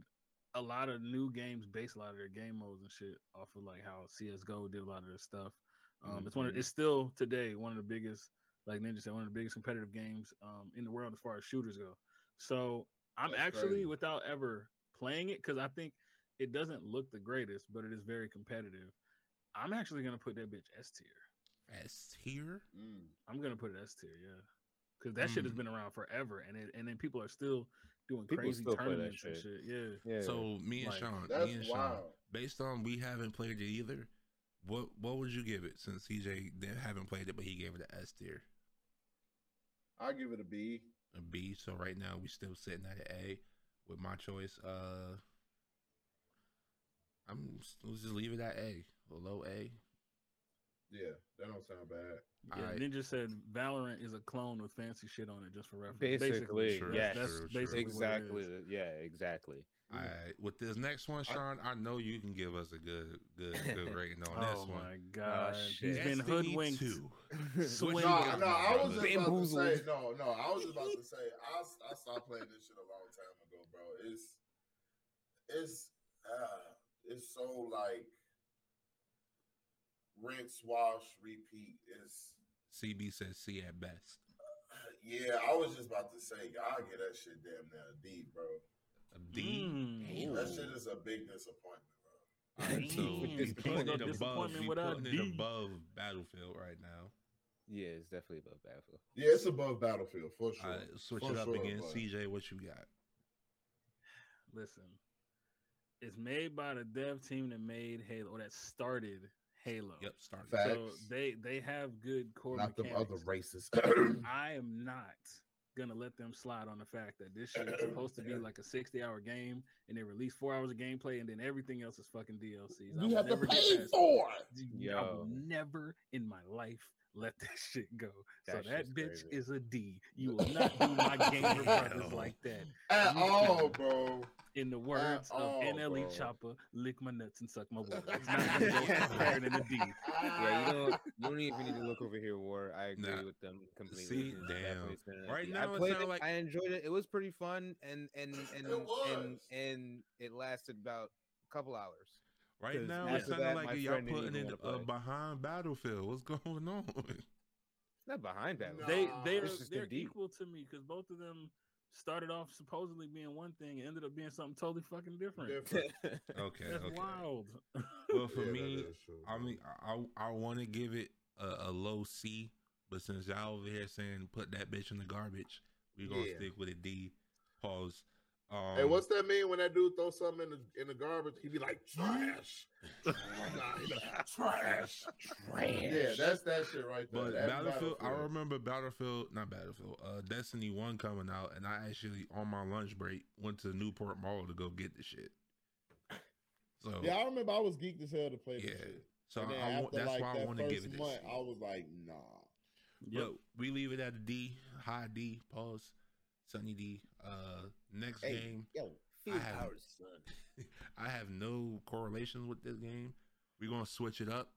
Speaker 4: a lot of new games base a lot of their game modes and shit off of like how CS:GO did a lot of their stuff. Um, It's one. Of,
Speaker 3: Mhm.
Speaker 4: it's still today one of the biggest, like Ninja said, one of the biggest competitive games um, in the world as far as shooters go. So I'm
Speaker 5: That's
Speaker 4: actually
Speaker 5: crazy.
Speaker 4: without ever playing it because I think it doesn't look the greatest, but it is very competitive. I'm actually gonna put that bitch S tier.
Speaker 1: S tier.
Speaker 5: (laughs) Mm.
Speaker 4: I'm gonna put it S tier, yeah, because that shit has
Speaker 1: Mm.
Speaker 4: been around forever, and it, and then people are still doing
Speaker 3: People
Speaker 4: crazy
Speaker 3: still play that
Speaker 4: tournaments and
Speaker 3: shit.
Speaker 4: shit. Yeah,
Speaker 3: Yeah.
Speaker 1: So me and
Speaker 4: Like,
Speaker 1: Sean,
Speaker 5: that's
Speaker 1: me and Sean,
Speaker 5: wild.
Speaker 1: based on we haven't played it either. What what would you give it since CJ didn't haven't played it, but he gave it an S tier,
Speaker 5: I give it a B.
Speaker 1: a B. So right now we still sitting at an A with my choice. Uh, I'm let's just leave it at A, a low A.
Speaker 5: Yeah, that don't sound bad.
Speaker 4: yeah.
Speaker 1: Alright.
Speaker 4: Ninja said Valorant is a clone with fancy shit on it, just for reference.
Speaker 3: Basically,
Speaker 1: True,
Speaker 3: yes,
Speaker 1: true, true.
Speaker 4: what it
Speaker 3: exactly.
Speaker 4: is.
Speaker 3: th- Yeah,
Speaker 1: (laughs)
Speaker 3: exactly.
Speaker 1: All right, with this next one, Sean, I know you can give us a good, good, (laughs) good rating on this
Speaker 4: Oh
Speaker 1: one.
Speaker 4: my god, he's
Speaker 3: shit.
Speaker 4: been
Speaker 1: Destiny
Speaker 4: hoodwinked.
Speaker 1: 2. What
Speaker 4: Swindled.
Speaker 1: you
Speaker 5: No,
Speaker 1: got,
Speaker 5: no,
Speaker 1: my
Speaker 5: I
Speaker 1: brother?
Speaker 5: was just about to say
Speaker 4: Bamboozled.
Speaker 5: no, no. I was just about to say I, s- I stopped playing this shit a long time ago, bro. It's it's uh, it's so like rinse, wash, repeat. It's (clears throat)
Speaker 1: CB says C at best.
Speaker 2: Yeah, I was just about to say, I get that shit damn near a D, bro.
Speaker 1: A D?
Speaker 2: That shit is a big disappointment.
Speaker 1: So you putting it above,
Speaker 2: disappointment
Speaker 1: you
Speaker 2: without
Speaker 1: putting it
Speaker 2: D.
Speaker 1: above Battlefield right now.
Speaker 3: Yeah, it's definitely above Battlefield.
Speaker 2: Yeah, it's above Battlefield for sure.
Speaker 1: Alright, switch
Speaker 2: For
Speaker 1: it up
Speaker 2: sure,
Speaker 1: again,
Speaker 2: but-
Speaker 1: CJ. What you got?
Speaker 4: Listen, it's made by the dev team that made Halo, or that started Halo.
Speaker 1: Yep, started.
Speaker 4: So
Speaker 1: Facts.
Speaker 4: they they have good core
Speaker 5: Not them
Speaker 4: mechanics.
Speaker 5: other races. (clears throat)
Speaker 4: I am not gonna let them slide on the fact that this shit is supposed to be like a 60 hour game and they release four hours of gameplay and then everything else is fucking DLCs. I
Speaker 2: You
Speaker 4: will
Speaker 2: have to
Speaker 4: never get
Speaker 2: pay
Speaker 4: past-
Speaker 2: for
Speaker 4: D-
Speaker 2: it.
Speaker 4: I will
Speaker 2: Yo.
Speaker 4: never in my life let that (laughs) shit go.
Speaker 2: That
Speaker 4: so that
Speaker 2: shit's
Speaker 4: bitch
Speaker 2: crazy.
Speaker 4: is a D. You will not do my
Speaker 2: (laughs)
Speaker 4: gamer brothers
Speaker 2: No.
Speaker 4: like that.
Speaker 2: At
Speaker 4: You
Speaker 2: all,
Speaker 4: cannot.
Speaker 2: bro.
Speaker 4: In
Speaker 3: Uh,
Speaker 4: the words of
Speaker 3: oh,
Speaker 2: all,
Speaker 4: NLE
Speaker 2: bro.
Speaker 4: Chopper, lick my nuts and suck my water. It's not gonna
Speaker 3: (laughs)
Speaker 4: go any higher than a D.
Speaker 3: Yeah, you don't,
Speaker 1: (laughs)
Speaker 5: (laughs)
Speaker 3: you don't even need to look over here, War. I agree
Speaker 1: Nah.
Speaker 3: with them completely.
Speaker 1: See,
Speaker 3: It's
Speaker 1: damn.
Speaker 3: definitely been an
Speaker 1: Right
Speaker 3: idea.
Speaker 1: now
Speaker 3: I
Speaker 1: it
Speaker 3: played
Speaker 1: sound
Speaker 3: it.
Speaker 1: like-
Speaker 3: I enjoyed it. It was pretty fun, and
Speaker 1: (laughs)
Speaker 3: and and and,
Speaker 1: was.
Speaker 3: and it lasted about a couple hours.
Speaker 1: Right
Speaker 3: 'Cause
Speaker 1: now,
Speaker 3: after
Speaker 1: it sounded
Speaker 3: that, my
Speaker 1: like y'all
Speaker 3: friend didn't
Speaker 1: putting
Speaker 3: even
Speaker 1: it
Speaker 3: wanna
Speaker 1: uh,
Speaker 3: play.
Speaker 1: behind Battlefield. What's going on?
Speaker 3: It's not behind that.
Speaker 4: They they are,
Speaker 3: It's just
Speaker 4: they're
Speaker 3: a (laughs) D.
Speaker 4: equal to me because both of them started off supposedly being one thing and ended up being something totally fucking different.
Speaker 1: (laughs) Different. Okay,
Speaker 4: That's
Speaker 1: okay.
Speaker 4: wild. (laughs)
Speaker 1: well, Hmm. for
Speaker 4: Yeah, that
Speaker 1: me,
Speaker 4: is true,
Speaker 1: I mean, I I, I want to give it a, a low C, but since y'all over here saying put that bitch in the garbage, we gonna
Speaker 5: Yeah.
Speaker 1: stick with a D. Pause. Um,
Speaker 2: Hey, what's that mean when that dude throws something in the in the garbage? He'd be like
Speaker 1: (laughs)
Speaker 2: trash, trash, trash. Yeah, that's that shit right there.
Speaker 1: But
Speaker 2: That's
Speaker 1: Battlefield, I remember Battlefield, not Battlefield, uh, Destiny One coming out, and I actually on my lunch break went to Newport Mall to go get the shit. So
Speaker 5: (laughs) Yeah, I remember I was geeked as hell to play this
Speaker 1: Yeah.
Speaker 5: shit.
Speaker 1: So
Speaker 5: And then
Speaker 1: I want-
Speaker 5: after,
Speaker 1: that's
Speaker 5: like,
Speaker 1: why I
Speaker 5: that
Speaker 1: wanna give
Speaker 5: first
Speaker 1: it this
Speaker 5: month,
Speaker 1: shit.
Speaker 5: I was like, nah.
Speaker 1: But we leave it at a D, high D, pause, sunny D. Uh, next
Speaker 5: Hey,
Speaker 1: game. (laughs)
Speaker 5: yo,
Speaker 1: I
Speaker 5: field
Speaker 1: have,
Speaker 5: hours, son.
Speaker 1: I have no correlations with this game. We're gonna switch it up.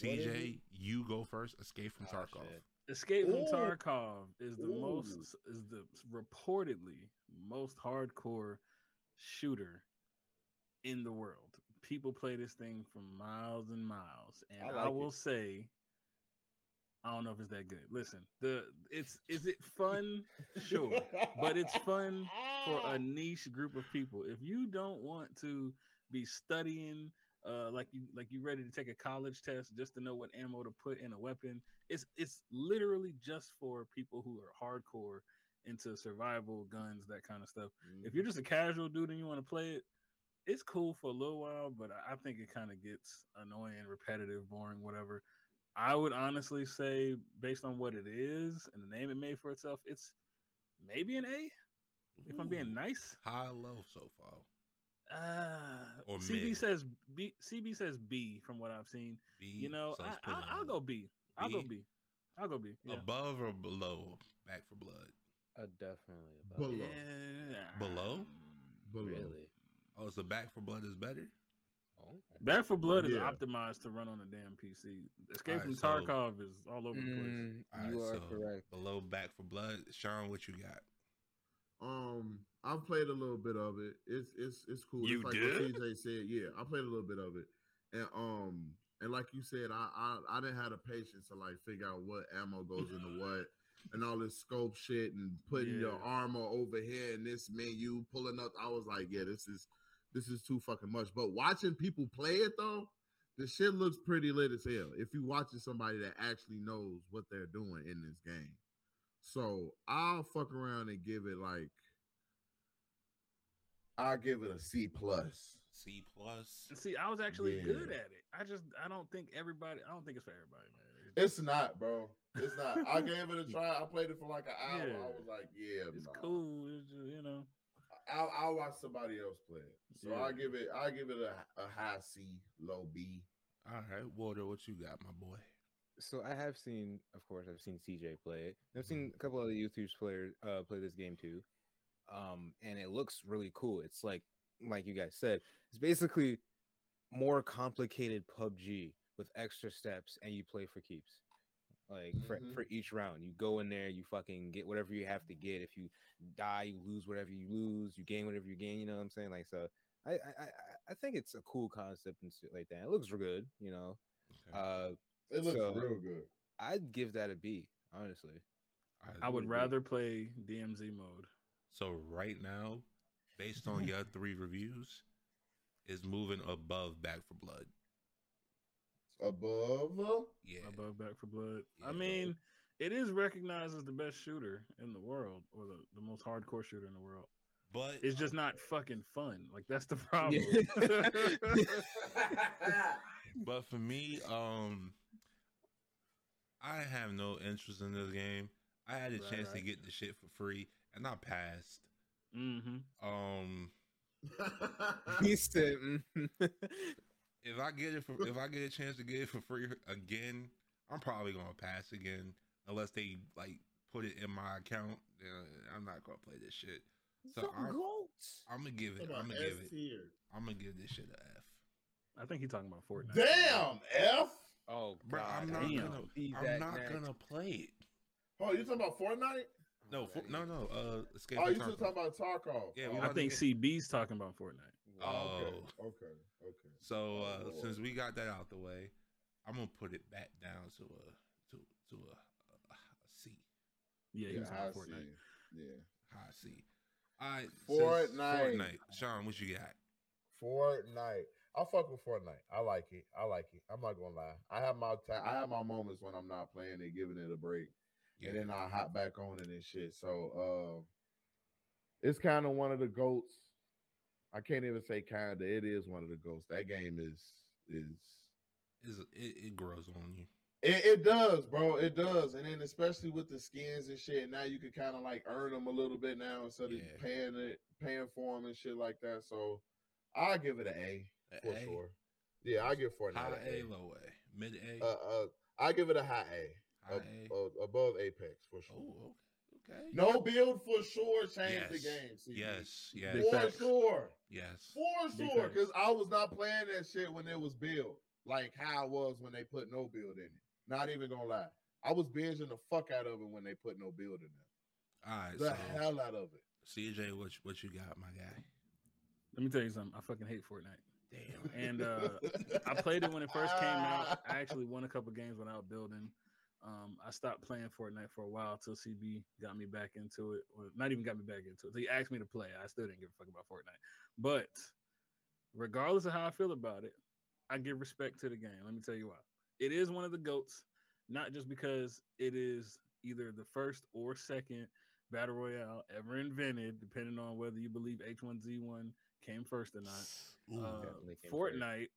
Speaker 4: What is
Speaker 1: CJ, you go first. Escape
Speaker 5: Oh,
Speaker 1: from Tarkov.
Speaker 4: Escape
Speaker 1: Ooh.
Speaker 4: from Tarkov is the
Speaker 1: Ooh.
Speaker 4: most is the reportedly most hardcore shooter in the world. People play this thing for miles and miles, and
Speaker 15: I
Speaker 4: I,
Speaker 15: like
Speaker 4: will
Speaker 15: it.
Speaker 4: say, I don't know if it's that good. Listen, the it's is it
Speaker 15: (laughs)
Speaker 4: fun? sure, but
Speaker 5: (laughs)
Speaker 4: it's fun for a niche group of people. If you don't want to be studying. Uh, like you like you ready to take a college test just to know what ammo to put in a weapon it's it's literally just for people who are hardcore into survival guns that kind of stuff if you're just a casual dude and you want to play it it's cool for a little while but i, I think it kind of gets annoying repetitive boring whatever i would honestly say based on what it is and the name it made for itself it's maybe an a if i'm being nice
Speaker 1: high low so far
Speaker 4: uh,
Speaker 1: Or
Speaker 4: CB
Speaker 1: mid.
Speaker 4: says B. CB says B from what I've seen.
Speaker 1: B,
Speaker 4: you know,
Speaker 1: so
Speaker 4: I,
Speaker 1: let's put
Speaker 4: I,
Speaker 1: it
Speaker 4: I'll
Speaker 1: on
Speaker 4: go B. I'll go
Speaker 1: B.
Speaker 4: B. I'll go B. Yeah.
Speaker 1: Above or below? Back for blood.
Speaker 3: Uh, definitely
Speaker 1: above. Below.
Speaker 4: Yeah.
Speaker 1: Below?
Speaker 3: Really?
Speaker 1: Oh, so back for blood is better.
Speaker 5: Oh.
Speaker 4: Back for Blood is
Speaker 1: Yeah.
Speaker 4: optimized to run on a damn PC. Escape
Speaker 1: Alright,
Speaker 4: from
Speaker 1: so-
Speaker 4: Tarkov is all over the
Speaker 3: Mm.
Speaker 4: place.
Speaker 1: Alright, so Below back for blood. Sean, what you got?
Speaker 5: Um, I've played a little bit of it. It's it's it's cool.
Speaker 1: You
Speaker 5: it's like
Speaker 1: did?
Speaker 5: what CJ said. Yeah, I played a little bit of it, and um, and like you said, I I, I didn't have the patience to like figure out what ammo goes into
Speaker 1: (laughs)
Speaker 5: what. And all this scope shit and putting your
Speaker 2: Yeah.
Speaker 5: armor over here in this menu, pulling up. I was like, yeah, this is this is too fucking much. But watching people play it though, the shit looks pretty lit as hell. If you watching somebody that actually knows what they're doing in this game. So I'll fuck around and give it like I'll give it a C plus.
Speaker 1: C plus.
Speaker 4: See, I was actually
Speaker 5: Yeah.
Speaker 4: good at it. I just I don't think everybody. I don't think it's for everybody, man.
Speaker 2: It's not, bro. It's not. I gave it a try. I played it for like an hour.
Speaker 4: Yeah.
Speaker 2: I was like, yeah,
Speaker 4: It's
Speaker 2: nah.
Speaker 4: cool. It's just, you know.
Speaker 5: I'll, I'll watch somebody else play it.
Speaker 2: So
Speaker 4: Yeah.
Speaker 2: I give it. I give it a, a high C, low B.
Speaker 1: All right, Walter, what you got, my boy?
Speaker 3: So I have seen, of course, I've seen CJ play it. and I've seen a couple other YouTube players uh, play this game too, um, and it looks really cool. It's like, like you guys said, it's basically more complicated PUBG with extra steps, and you play for keeps. Like for,
Speaker 15: Mhm.
Speaker 3: for each round, you go in there, you fucking get whatever you have to get. If you die, you lose whatever you lose. You gain whatever you gain. You know what I'm saying? Like so, I I I, I- I think it's a cool concept and shit like that. It looks good, you know. Uh,
Speaker 5: It looks
Speaker 3: so
Speaker 5: real good.
Speaker 3: I'd give that a B, honestly.
Speaker 4: I would rather play DMZ mode.
Speaker 1: So right now, based on
Speaker 4: (laughs)
Speaker 1: your three reviews, is moving above Back for Blood.
Speaker 2: (laughs)
Speaker 5: Above?
Speaker 1: Yeah.
Speaker 4: Above Back for Blood. I mean, it is recognized as the best shooter in the world, or the, the most hardcore shooter in the world.
Speaker 1: But
Speaker 4: it's just not fucking fun. Like that's the (laughs) problem.
Speaker 1: But for me, um, I have no interest in this game. I had a
Speaker 4: Right,
Speaker 1: chance to
Speaker 4: right.
Speaker 1: get the shit for free, and I passed.
Speaker 4: (laughs) mm-hmm.
Speaker 1: Um,
Speaker 5: Uh,
Speaker 15: He said, mm-hmm.
Speaker 1: if I get it for, if I get a chance to get it for free again, I'm probably gonna pass again unless they like put it in my account. Uh, I'm not gonna play this shit. So I'm, I'm gonna give it.
Speaker 5: Come
Speaker 1: I'm
Speaker 5: on,
Speaker 1: gonna give
Speaker 5: S
Speaker 1: it.
Speaker 5: tier.
Speaker 1: I'm gonna give this shit a F.
Speaker 4: I think he's talking about Fortnite.
Speaker 5: Damn, F.
Speaker 15: (laughs) Oh,
Speaker 1: Bro, I'm
Speaker 15: God,
Speaker 1: not
Speaker 15: damn.
Speaker 1: gonna.
Speaker 15: Be
Speaker 1: I'm
Speaker 15: that
Speaker 1: not
Speaker 15: next.
Speaker 1: gonna play it.
Speaker 5: Oh, you talking about Fortnite?
Speaker 1: No, fo- no, no. Uh, escape.
Speaker 5: Oh,
Speaker 1: the
Speaker 5: you
Speaker 1: Tarkov.
Speaker 5: just talking about Tarkov?
Speaker 1: Yeah,
Speaker 5: Oh,
Speaker 1: we
Speaker 4: I
Speaker 1: about to
Speaker 4: think
Speaker 1: get-
Speaker 4: CB's talking about Fortnite.
Speaker 5: Oh, okay,
Speaker 1: Oh.
Speaker 5: okay, okay.
Speaker 1: So uh,
Speaker 5: Oh,
Speaker 1: since
Speaker 5: Lord.
Speaker 1: we got that out the way, I'm gonna put it back down to a to to a, a, a C,
Speaker 4: Yeah, he
Speaker 5: yeah,
Speaker 4: was
Speaker 5: I
Speaker 4: on Fortnite.
Speaker 5: see. Yeah,
Speaker 1: high C. All right,
Speaker 5: Fortnite.
Speaker 1: Fortnite. Sean, what you got?
Speaker 5: Fortnite. I fuck with Fortnite. I like it. I like it. I'm not gonna lie. I have my ti- I have my moments when I'm not playing and giving it a break, and then I hop back on it and shit. So uh, it's kind of one of the goats. I can't even say kind of. It is one of the goats. That game is is
Speaker 1: Is it, it grows on you?
Speaker 5: it, it does, bro. It does, and then especially with the skins and shit. Now you can kind of like earn them a little bit now instead of
Speaker 1: Yeah.
Speaker 5: paying it, paying for them and shit like that. So I give it an A
Speaker 1: A
Speaker 5: for
Speaker 1: A?
Speaker 5: sure. Yeah, I give Fortnite
Speaker 1: High
Speaker 5: an
Speaker 1: A,
Speaker 5: A.
Speaker 1: low A, mid A,
Speaker 5: Uh, uh, I give it a high A,
Speaker 1: high
Speaker 5: ab-
Speaker 1: A.
Speaker 5: uh, above Apex for sure.
Speaker 1: Oh, okay. okay.
Speaker 5: No build for sure changed the
Speaker 1: Yes.
Speaker 5: game. CB.
Speaker 1: Yes. Yes.
Speaker 4: Big
Speaker 5: for
Speaker 4: facts.
Speaker 5: sure,
Speaker 1: Yes.
Speaker 5: for
Speaker 4: Big
Speaker 5: sure.
Speaker 4: facts.
Speaker 5: Because I was not playing that shit when it was build, like how it was when they put no build in it. Not even gonna lie, I was binging the fuck out of it when they put no build in it.
Speaker 1: All right.
Speaker 5: The
Speaker 1: So
Speaker 5: hell out of it.
Speaker 1: CJ, what you- what you got, my guy?
Speaker 4: Let me tell you something. I fucking hate Fortnite.
Speaker 1: Damn.
Speaker 5: (laughs)
Speaker 4: And uh, I played it when it first came out. I actually won a couple games without building. Um, I stopped playing Fortnite for a while till CB got me back into it, or not even got me back into it. He asked me to play. I still didn't give a fuck about Fortnite. But regardless of how I feel about it, I give respect to the game. Let me tell you why. It is one of the goats, not just because it is either the first or second battle royale ever invented, depending on whether you believe H1Z1 came first or not
Speaker 1: Ooh,
Speaker 4: uh,
Speaker 15: Definitely came first.
Speaker 4: Fortnite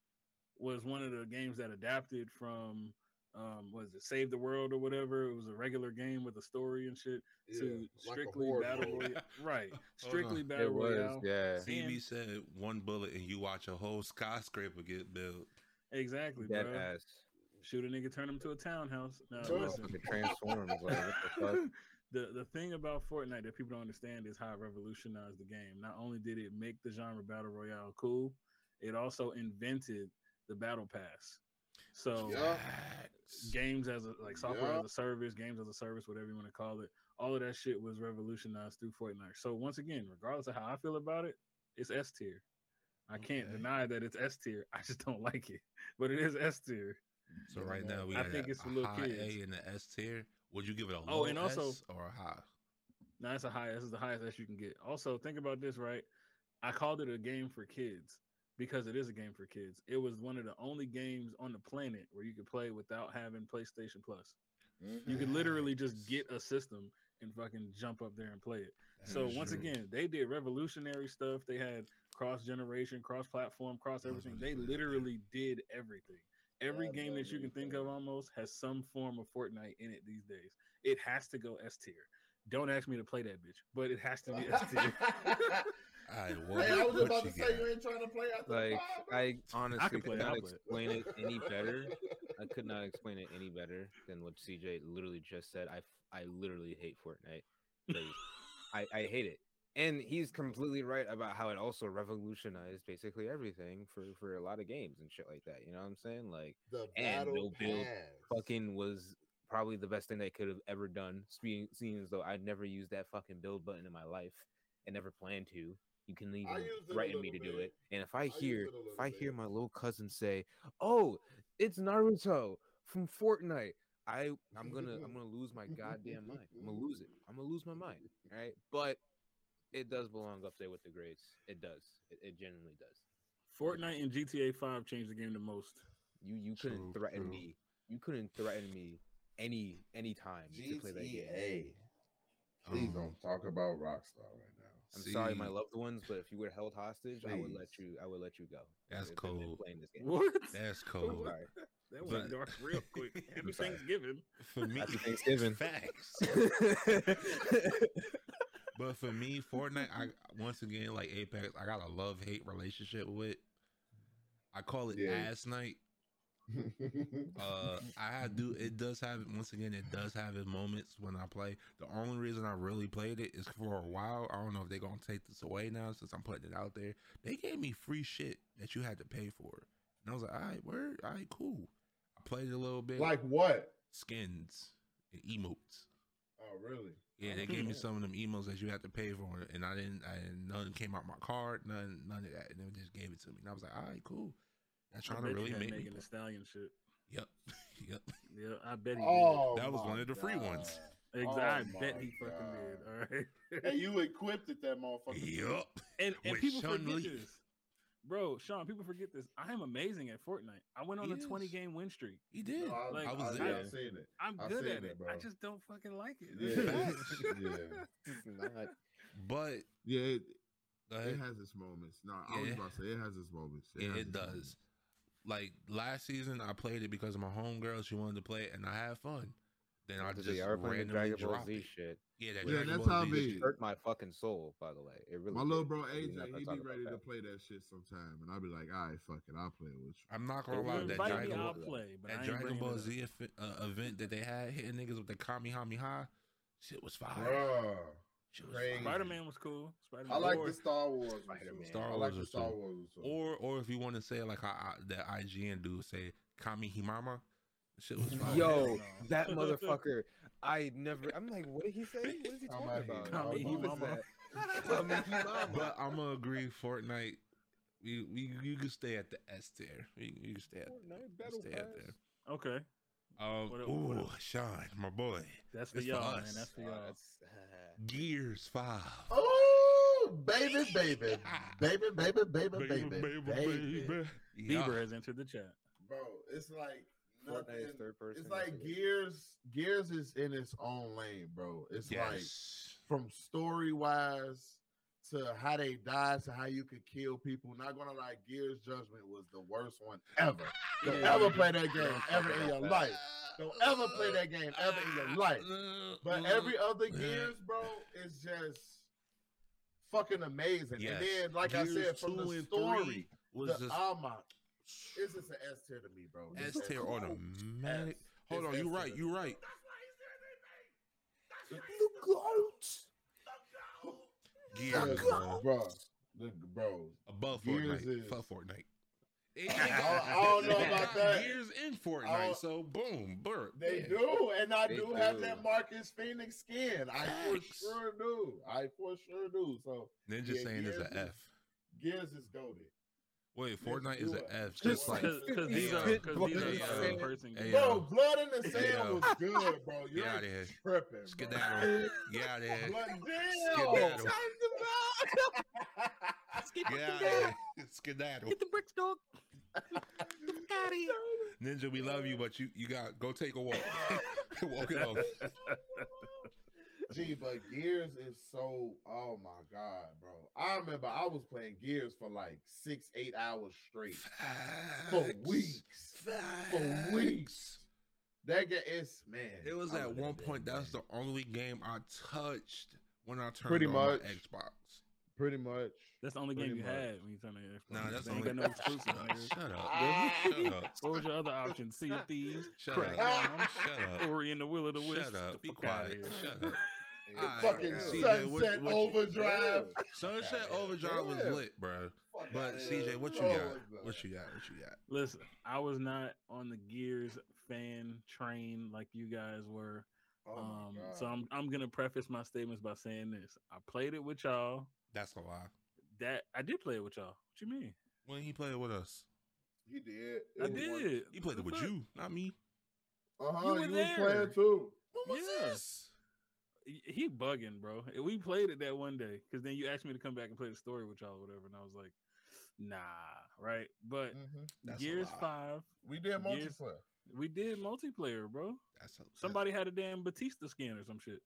Speaker 4: was one of the games that adapted from um was it Save the World or whatever. It was a regular game with a story and shit
Speaker 5: Yeah,
Speaker 4: to
Speaker 5: like a
Speaker 4: strictly
Speaker 5: horror
Speaker 4: battle
Speaker 5: game.
Speaker 4: royale. Right.
Speaker 1: Hold
Speaker 4: Strictly
Speaker 1: on.
Speaker 4: battle
Speaker 15: it was,
Speaker 4: royale.
Speaker 15: yeah.
Speaker 1: CB said one bullet and you watch a whole skyscraper get built.
Speaker 4: Exactly,
Speaker 15: That
Speaker 4: bro.
Speaker 15: ass.
Speaker 4: Shoot a nigga, turn him to a townhouse. Now,
Speaker 5: Bro.
Speaker 4: listen.
Speaker 15: Fucking transforms. Like, what the fuck?
Speaker 4: (laughs) the the thing about Fortnite that people don't understand is how it revolutionized the game. Not only did it make the genre battle royale cool, it also invented the battle pass. So
Speaker 1: Facts.
Speaker 4: games as a like software
Speaker 5: Yeah.
Speaker 4: as a service, games as a service, whatever you want to call it. All of that shit was revolutionized through Fortnite. So once again, regardless of how I feel about it, it's S tier. I can't
Speaker 1: Okay.
Speaker 4: deny that it's S tier. I just don't like it, but it is S tier.
Speaker 1: So right now we
Speaker 4: I
Speaker 1: got
Speaker 4: think
Speaker 1: a-
Speaker 4: it's for
Speaker 1: a
Speaker 4: little
Speaker 1: high
Speaker 4: kids.
Speaker 1: A and the S tier. Would you give it a low
Speaker 4: Oh, and also-
Speaker 1: S or a high?
Speaker 4: Now that's the highest. This is the highest S you can get. Also, think about this, right? I called it a game for kids because it is a game for kids. It was one of the only games on the planet where you could play without having PlayStation Plus.
Speaker 15: Hmm?
Speaker 4: (laughs) You could literally just get a system and fucking jump up there and play it. So once again, they did revolutionary stuff. They had cross generation, cross platform, cross
Speaker 1: I was
Speaker 4: everything.
Speaker 1: gonna
Speaker 4: They
Speaker 1: say that, yeah.
Speaker 4: literally did everything. Every
Speaker 5: Yeah,
Speaker 4: game that you can think of
Speaker 5: everything.
Speaker 4: almost has some form of Fortnite in it these days. It has to go S tier. Don't ask me to play that bitch, but it has to
Speaker 5: (laughs)
Speaker 4: be S tier.
Speaker 1: All right, what,
Speaker 5: Hey, I was
Speaker 1: what
Speaker 5: about to
Speaker 1: you
Speaker 5: say
Speaker 1: got?
Speaker 5: you ain't trying to play after
Speaker 15: Like, I
Speaker 4: I
Speaker 15: honestly
Speaker 4: can play
Speaker 15: could
Speaker 4: it, I'll
Speaker 15: not
Speaker 4: play
Speaker 15: explain
Speaker 4: it.
Speaker 15: it any better. I could not explain it any better than what CJ literally just said. I, f- I literally hate Fortnite. Like, I, I hate it. And he's completely right about how it also revolutionized basically everything for, for a lot of games and shit like that. You know what I'm saying? Like,
Speaker 5: (laughs) the
Speaker 15: and
Speaker 5: battle
Speaker 15: no build
Speaker 5: pass.
Speaker 15: fucking was probably the best thing they could have ever done. Seeing, seeing as though I'd never used that fucking build button in my life and never planned to. You can even
Speaker 5: used it a
Speaker 15: threaten me to
Speaker 5: little
Speaker 15: do
Speaker 5: bit.
Speaker 15: it. And if
Speaker 5: I
Speaker 15: I
Speaker 5: used
Speaker 15: hear,
Speaker 5: it a
Speaker 15: if
Speaker 5: little
Speaker 15: I hear
Speaker 5: bit.
Speaker 15: my little cousin say, "Oh, it's Naruto from Fortnite,"
Speaker 3: I I'm gonna I'm gonna lose my goddamn mind. I'm gonna lose it. I'm gonna lose my mind. All right, but it does belong up there with the greats. It does. It, it genuinely does.
Speaker 4: Fortnite and GTA Five changed the game the most.
Speaker 3: You you couldn't threaten me. You couldn't threaten me any any time to play that
Speaker 5: E
Speaker 3: game.
Speaker 5: GTA. Please
Speaker 1: Um,
Speaker 5: don't talk about Rockstar right now.
Speaker 3: I'm sorry, my
Speaker 5: See?
Speaker 3: loved ones, but if you were held hostage, I would let
Speaker 5: Please.
Speaker 3: you. I would let you go.
Speaker 1: That's
Speaker 3: If I've been
Speaker 1: cold.
Speaker 3: playing this game.
Speaker 4: What?
Speaker 1: That's
Speaker 5: (laughs)
Speaker 3: I'm
Speaker 1: cold.
Speaker 3: sorry.
Speaker 4: That went
Speaker 1: But-
Speaker 4: dark real quick. Happy
Speaker 3: I'm sorry.
Speaker 4: Thanksgiving.
Speaker 1: For (laughs) me,
Speaker 3: Happy Thanksgiving. (laughs)
Speaker 1: facts. but for me, Fortnite, I once again like Apex, I got a love hate relationship with. it. I call it
Speaker 5: Yeah.
Speaker 1: ass night. Uh, I do. It does have once again. It does have its moments when I play. The only reason I really played it is for a while. I don't know if they're gonna take this away now since I'm putting it out there. They gave me free shit that you had to pay for, and I was like, all right, word, all right, cool. I played it a little bit,
Speaker 5: (laughs) like what?
Speaker 1: skins and emotes.
Speaker 5: Oh, really?
Speaker 1: Yeah, they gave me some of them emails that you had to pay for, and I didn't. I didn't- none came out my card, none, none of that, and they just gave it to me, and I was like, all right, cool. They're
Speaker 4: I
Speaker 1: trying
Speaker 4: bet
Speaker 1: to
Speaker 4: you
Speaker 1: really
Speaker 4: had
Speaker 1: make me.
Speaker 4: Megan Thee Stallion shit.
Speaker 1: Yep, (laughs) yep.
Speaker 4: Yeah, I bet he
Speaker 5: Oh,
Speaker 1: that was
Speaker 5: my
Speaker 1: one of the free ones.
Speaker 5: God.
Speaker 4: did. Exactly.
Speaker 5: Oh
Speaker 4: I bet
Speaker 5: my
Speaker 4: he fucking did. All right.
Speaker 5: And you equipped at that motherfucker.
Speaker 1: Yep.
Speaker 4: and and
Speaker 1: With
Speaker 4: people
Speaker 1: Sean
Speaker 4: forget
Speaker 1: Lee.
Speaker 4: this, bro. Sean, people forget this. I am amazing at Fortnite. I went on
Speaker 1: He
Speaker 4: a twenty
Speaker 1: is.
Speaker 4: game win streak.
Speaker 1: He did.
Speaker 5: Oh, I,
Speaker 4: Like,
Speaker 5: I was
Speaker 1: was
Speaker 5: there.
Speaker 1: there.
Speaker 5: I've seen it.
Speaker 4: I'm
Speaker 5: I've
Speaker 4: good
Speaker 5: seen
Speaker 4: at
Speaker 5: it,
Speaker 4: it.
Speaker 5: bro.
Speaker 4: I just don't fucking like
Speaker 1: (laughs)
Speaker 4: it.
Speaker 5: Yeah. yeah.
Speaker 3: It's not.
Speaker 1: But
Speaker 5: Yeah. It,
Speaker 1: go
Speaker 5: it
Speaker 1: ahead.
Speaker 5: has its moments. No, I
Speaker 1: Yeah,
Speaker 5: was
Speaker 1: it-
Speaker 5: about to say it has its moments.
Speaker 1: Yeah,
Speaker 5: has
Speaker 1: it
Speaker 5: its moments.
Speaker 1: does. Like last season, I played it because my homegirl. She wanted to play it, and I had fun. Then I
Speaker 3: Because
Speaker 1: just
Speaker 3: they are playing the
Speaker 1: randomly
Speaker 3: Dragon Ball
Speaker 1: dropped
Speaker 3: Z
Speaker 1: it.
Speaker 3: shit.
Speaker 1: Yeah, that
Speaker 5: Yeah,
Speaker 1: Dragon
Speaker 5: that's
Speaker 1: Ball
Speaker 5: how I
Speaker 1: Z
Speaker 5: mean.
Speaker 1: shit.
Speaker 3: Hurt my fucking soul, by the way. It really.
Speaker 5: My little
Speaker 3: did.
Speaker 5: bro
Speaker 3: I'm not
Speaker 5: AJ,
Speaker 3: gonna
Speaker 5: he
Speaker 3: talk
Speaker 5: be
Speaker 3: about
Speaker 5: ready to
Speaker 3: that.
Speaker 5: play that shit sometime, and I'll be like, all right, fuck it, I'll play it with you.
Speaker 1: I'm not
Speaker 4: You
Speaker 1: gonna lie. That
Speaker 4: invite me,
Speaker 1: Dragon
Speaker 4: I'll
Speaker 1: Ball,
Speaker 4: play. But I
Speaker 1: that
Speaker 4: ain't
Speaker 1: Dragon
Speaker 4: bringing
Speaker 1: Ball
Speaker 4: it up.
Speaker 1: Z eff- uh, event that they had hitting niggas with the Kamehameha, shit was fire.
Speaker 5: Bruh.
Speaker 1: Shit was fire.
Speaker 5: crazy.
Speaker 4: Spider-Man was cool. Spider-Man.
Speaker 5: I like
Speaker 4: Or-
Speaker 5: the Star Wars. one,
Speaker 3: Spider-Man.
Speaker 5: too.
Speaker 1: Star
Speaker 5: I like
Speaker 1: Wars
Speaker 5: the
Speaker 1: was
Speaker 5: Star
Speaker 1: too.
Speaker 5: Wars. one, too.
Speaker 1: Or or if you want to say it like I, I, that IGN dude say Kamihimama, shit was fire.
Speaker 3: Yo,
Speaker 4: hell no.
Speaker 3: that motherfucker. I never. I'm like, what did he say? What is he talking
Speaker 5: Kamehame-
Speaker 3: about?
Speaker 5: Kamehame
Speaker 3: What was
Speaker 4: Mama.
Speaker 3: that?
Speaker 1: (laughs)
Speaker 3: Kamehame Mama.
Speaker 1: but I'm gonna agree. Fortnite, we, we you can stay at the S tier. You, you can stay at
Speaker 3: Fortnite
Speaker 1: you can
Speaker 3: Battle
Speaker 1: stay
Speaker 3: Pass.
Speaker 1: out there.
Speaker 4: okay,
Speaker 1: Um,
Speaker 4: What up, what
Speaker 1: ooh,
Speaker 4: up?
Speaker 1: Sean, my boy,
Speaker 4: that's for
Speaker 1: It's for
Speaker 4: y'all, man.
Speaker 1: us.
Speaker 4: That's for
Speaker 3: Oh,
Speaker 4: y'all.
Speaker 3: that's-
Speaker 1: Gears Five.
Speaker 5: Oh, (laughs) baby, baby, baby, baby, baby, baby, baby.
Speaker 1: Yeah.
Speaker 4: Bieber has entered the chat.
Speaker 5: Bro, it's like
Speaker 3: Fortnite is
Speaker 5: nothing.
Speaker 3: third person.
Speaker 5: It's
Speaker 3: that's
Speaker 5: like
Speaker 3: it.
Speaker 5: Gears. Gears is in its own lane, bro. It's like
Speaker 1: Yes.
Speaker 5: from story wise to how they died to how you could kill people. Not gonna lie, Gears Judgment was the worst one ever. Don't
Speaker 4: Yeah.
Speaker 5: ever play that game ever in your life. Don't ever play that game ever in
Speaker 1: Uh,
Speaker 5: your life.
Speaker 1: Mm.
Speaker 5: But every other Gears, bro, is just fucking amazing.
Speaker 1: Yes.
Speaker 5: And then, like I
Speaker 1: Gears
Speaker 5: said, from
Speaker 1: two
Speaker 5: the
Speaker 1: and
Speaker 5: story,
Speaker 1: three was
Speaker 5: the,
Speaker 1: just
Speaker 5: oh my, it's just an S tier to me, bro.
Speaker 1: S
Speaker 5: (laughs)
Speaker 1: tier automatic.
Speaker 5: Yes.
Speaker 1: Hold
Speaker 5: It's
Speaker 1: on, you
Speaker 5: S
Speaker 1: right,
Speaker 5: tier.
Speaker 1: you right.
Speaker 5: The goat,
Speaker 1: Gears,
Speaker 5: (laughs) bro.
Speaker 1: bro.
Speaker 5: The, bro,
Speaker 1: above
Speaker 5: Gears
Speaker 1: Fortnite.
Speaker 5: is-
Speaker 1: Fuck Fortnite.
Speaker 5: (laughs) I don't know
Speaker 1: They
Speaker 5: about
Speaker 1: got (laughs)
Speaker 5: that.
Speaker 1: Gears in
Speaker 5: don't-
Speaker 1: Fortnite, so boom, burp.
Speaker 5: They
Speaker 1: Yeah.
Speaker 5: do, and I
Speaker 3: They
Speaker 5: do, have
Speaker 3: do.
Speaker 5: that Marcus Phoenix skin. I for
Speaker 1: Facts.
Speaker 5: sure do. I for sure do. So
Speaker 1: Ninja
Speaker 5: Yeah,
Speaker 1: saying it's
Speaker 5: Gears
Speaker 1: an
Speaker 5: is-
Speaker 1: F.
Speaker 5: Gears is goaded.
Speaker 1: Wait,
Speaker 5: Ninja
Speaker 1: Fortnite is
Speaker 5: do
Speaker 1: an
Speaker 5: it.
Speaker 1: F.
Speaker 5: Just
Speaker 1: Just like
Speaker 4: (laughs) Because these
Speaker 1: Yeah.
Speaker 4: are because these
Speaker 1: Yeah.
Speaker 4: are third
Speaker 1: Yeah.
Speaker 4: person
Speaker 1: Yeah.
Speaker 4: games.
Speaker 5: Bro, blood in the sand
Speaker 1: Ayo.
Speaker 5: was good, bro. You
Speaker 1: Get
Speaker 5: ain't
Speaker 1: out of here.
Speaker 5: tripping. Bro.
Speaker 1: Skedaddle. Get out of here.
Speaker 5: Blood, damn.
Speaker 1: Skedaddle. Get out of here. (laughs) Skedaddle.
Speaker 3: the bricks, dog.
Speaker 1: Ninja, we love you, but you you got go take a walk. (laughs) walk it off.
Speaker 5: Gee, but Gears is so oh my god, bro. I remember I was playing Gears for like six, eight hours straight. For weeks. For weeks. That game is man.
Speaker 1: It was
Speaker 5: I
Speaker 1: at
Speaker 5: love
Speaker 1: one
Speaker 5: that
Speaker 1: point
Speaker 5: damn
Speaker 1: that's
Speaker 5: game.
Speaker 1: the only game I touched when I turned
Speaker 5: Pretty
Speaker 1: on
Speaker 5: much.
Speaker 1: my Xbox.
Speaker 5: pretty much.
Speaker 4: That's the only
Speaker 5: Pretty
Speaker 4: game you
Speaker 5: much.
Speaker 4: had when Oh, you turned on your Xbox.
Speaker 1: No, that's
Speaker 4: They
Speaker 1: the
Speaker 4: ain't
Speaker 1: only.
Speaker 4: got no exclusive.
Speaker 1: (laughs) Shut up.
Speaker 4: nigga.
Speaker 1: Shut up.
Speaker 4: What was your other option? Sea of Thieves,
Speaker 1: Shut
Speaker 4: Crackdown, (laughs)
Speaker 1: up. Shut up.
Speaker 4: Ori and the Will of the Wisp.
Speaker 1: Shut
Speaker 4: Get
Speaker 1: up. Be
Speaker 4: the fuck outta
Speaker 1: quiet.
Speaker 4: here.
Speaker 1: Shut
Speaker 4: (laughs)
Speaker 1: up.
Speaker 5: The
Speaker 1: Alright,
Speaker 5: fucking
Speaker 1: CJ,
Speaker 5: sunset
Speaker 1: what- what you-
Speaker 5: overdrive.
Speaker 1: Sunset Overdrive was
Speaker 5: Yeah.
Speaker 1: lit, bro.
Speaker 5: Fuck
Speaker 1: But
Speaker 5: outta
Speaker 1: CJ,
Speaker 5: here.
Speaker 1: what you
Speaker 5: Oh,
Speaker 1: got?
Speaker 5: it's bad.
Speaker 1: What you got? What you got?
Speaker 4: Listen, I was not on the Gears fan train like you guys were.
Speaker 5: Oh my
Speaker 4: um,
Speaker 5: God.
Speaker 4: so I'm I'm gonna preface my statements by saying this: I played it with y'all.
Speaker 1: That's a lie.
Speaker 4: That I did play it with y'all. What you mean?
Speaker 1: When he played with us,
Speaker 5: he did.
Speaker 4: I
Speaker 5: It was one-
Speaker 4: did.
Speaker 1: he played it
Speaker 4: What
Speaker 1: with
Speaker 4: the fuck?
Speaker 1: you, not me.
Speaker 5: Uh-huh,
Speaker 4: You were
Speaker 5: you
Speaker 4: there.
Speaker 5: was playing too.
Speaker 4: yes. He bugging, bro. We played it that one day because then you asked me to come back and play the story with y'all or whatever, and I was like, nah, right? But
Speaker 5: That's a
Speaker 4: Gears
Speaker 5: lie.
Speaker 4: Five,
Speaker 5: we did
Speaker 4: Gears-
Speaker 5: multiplayer.
Speaker 4: we did multiplayer, bro.
Speaker 1: That's
Speaker 4: Somebody had a damn Batista skin or some shit.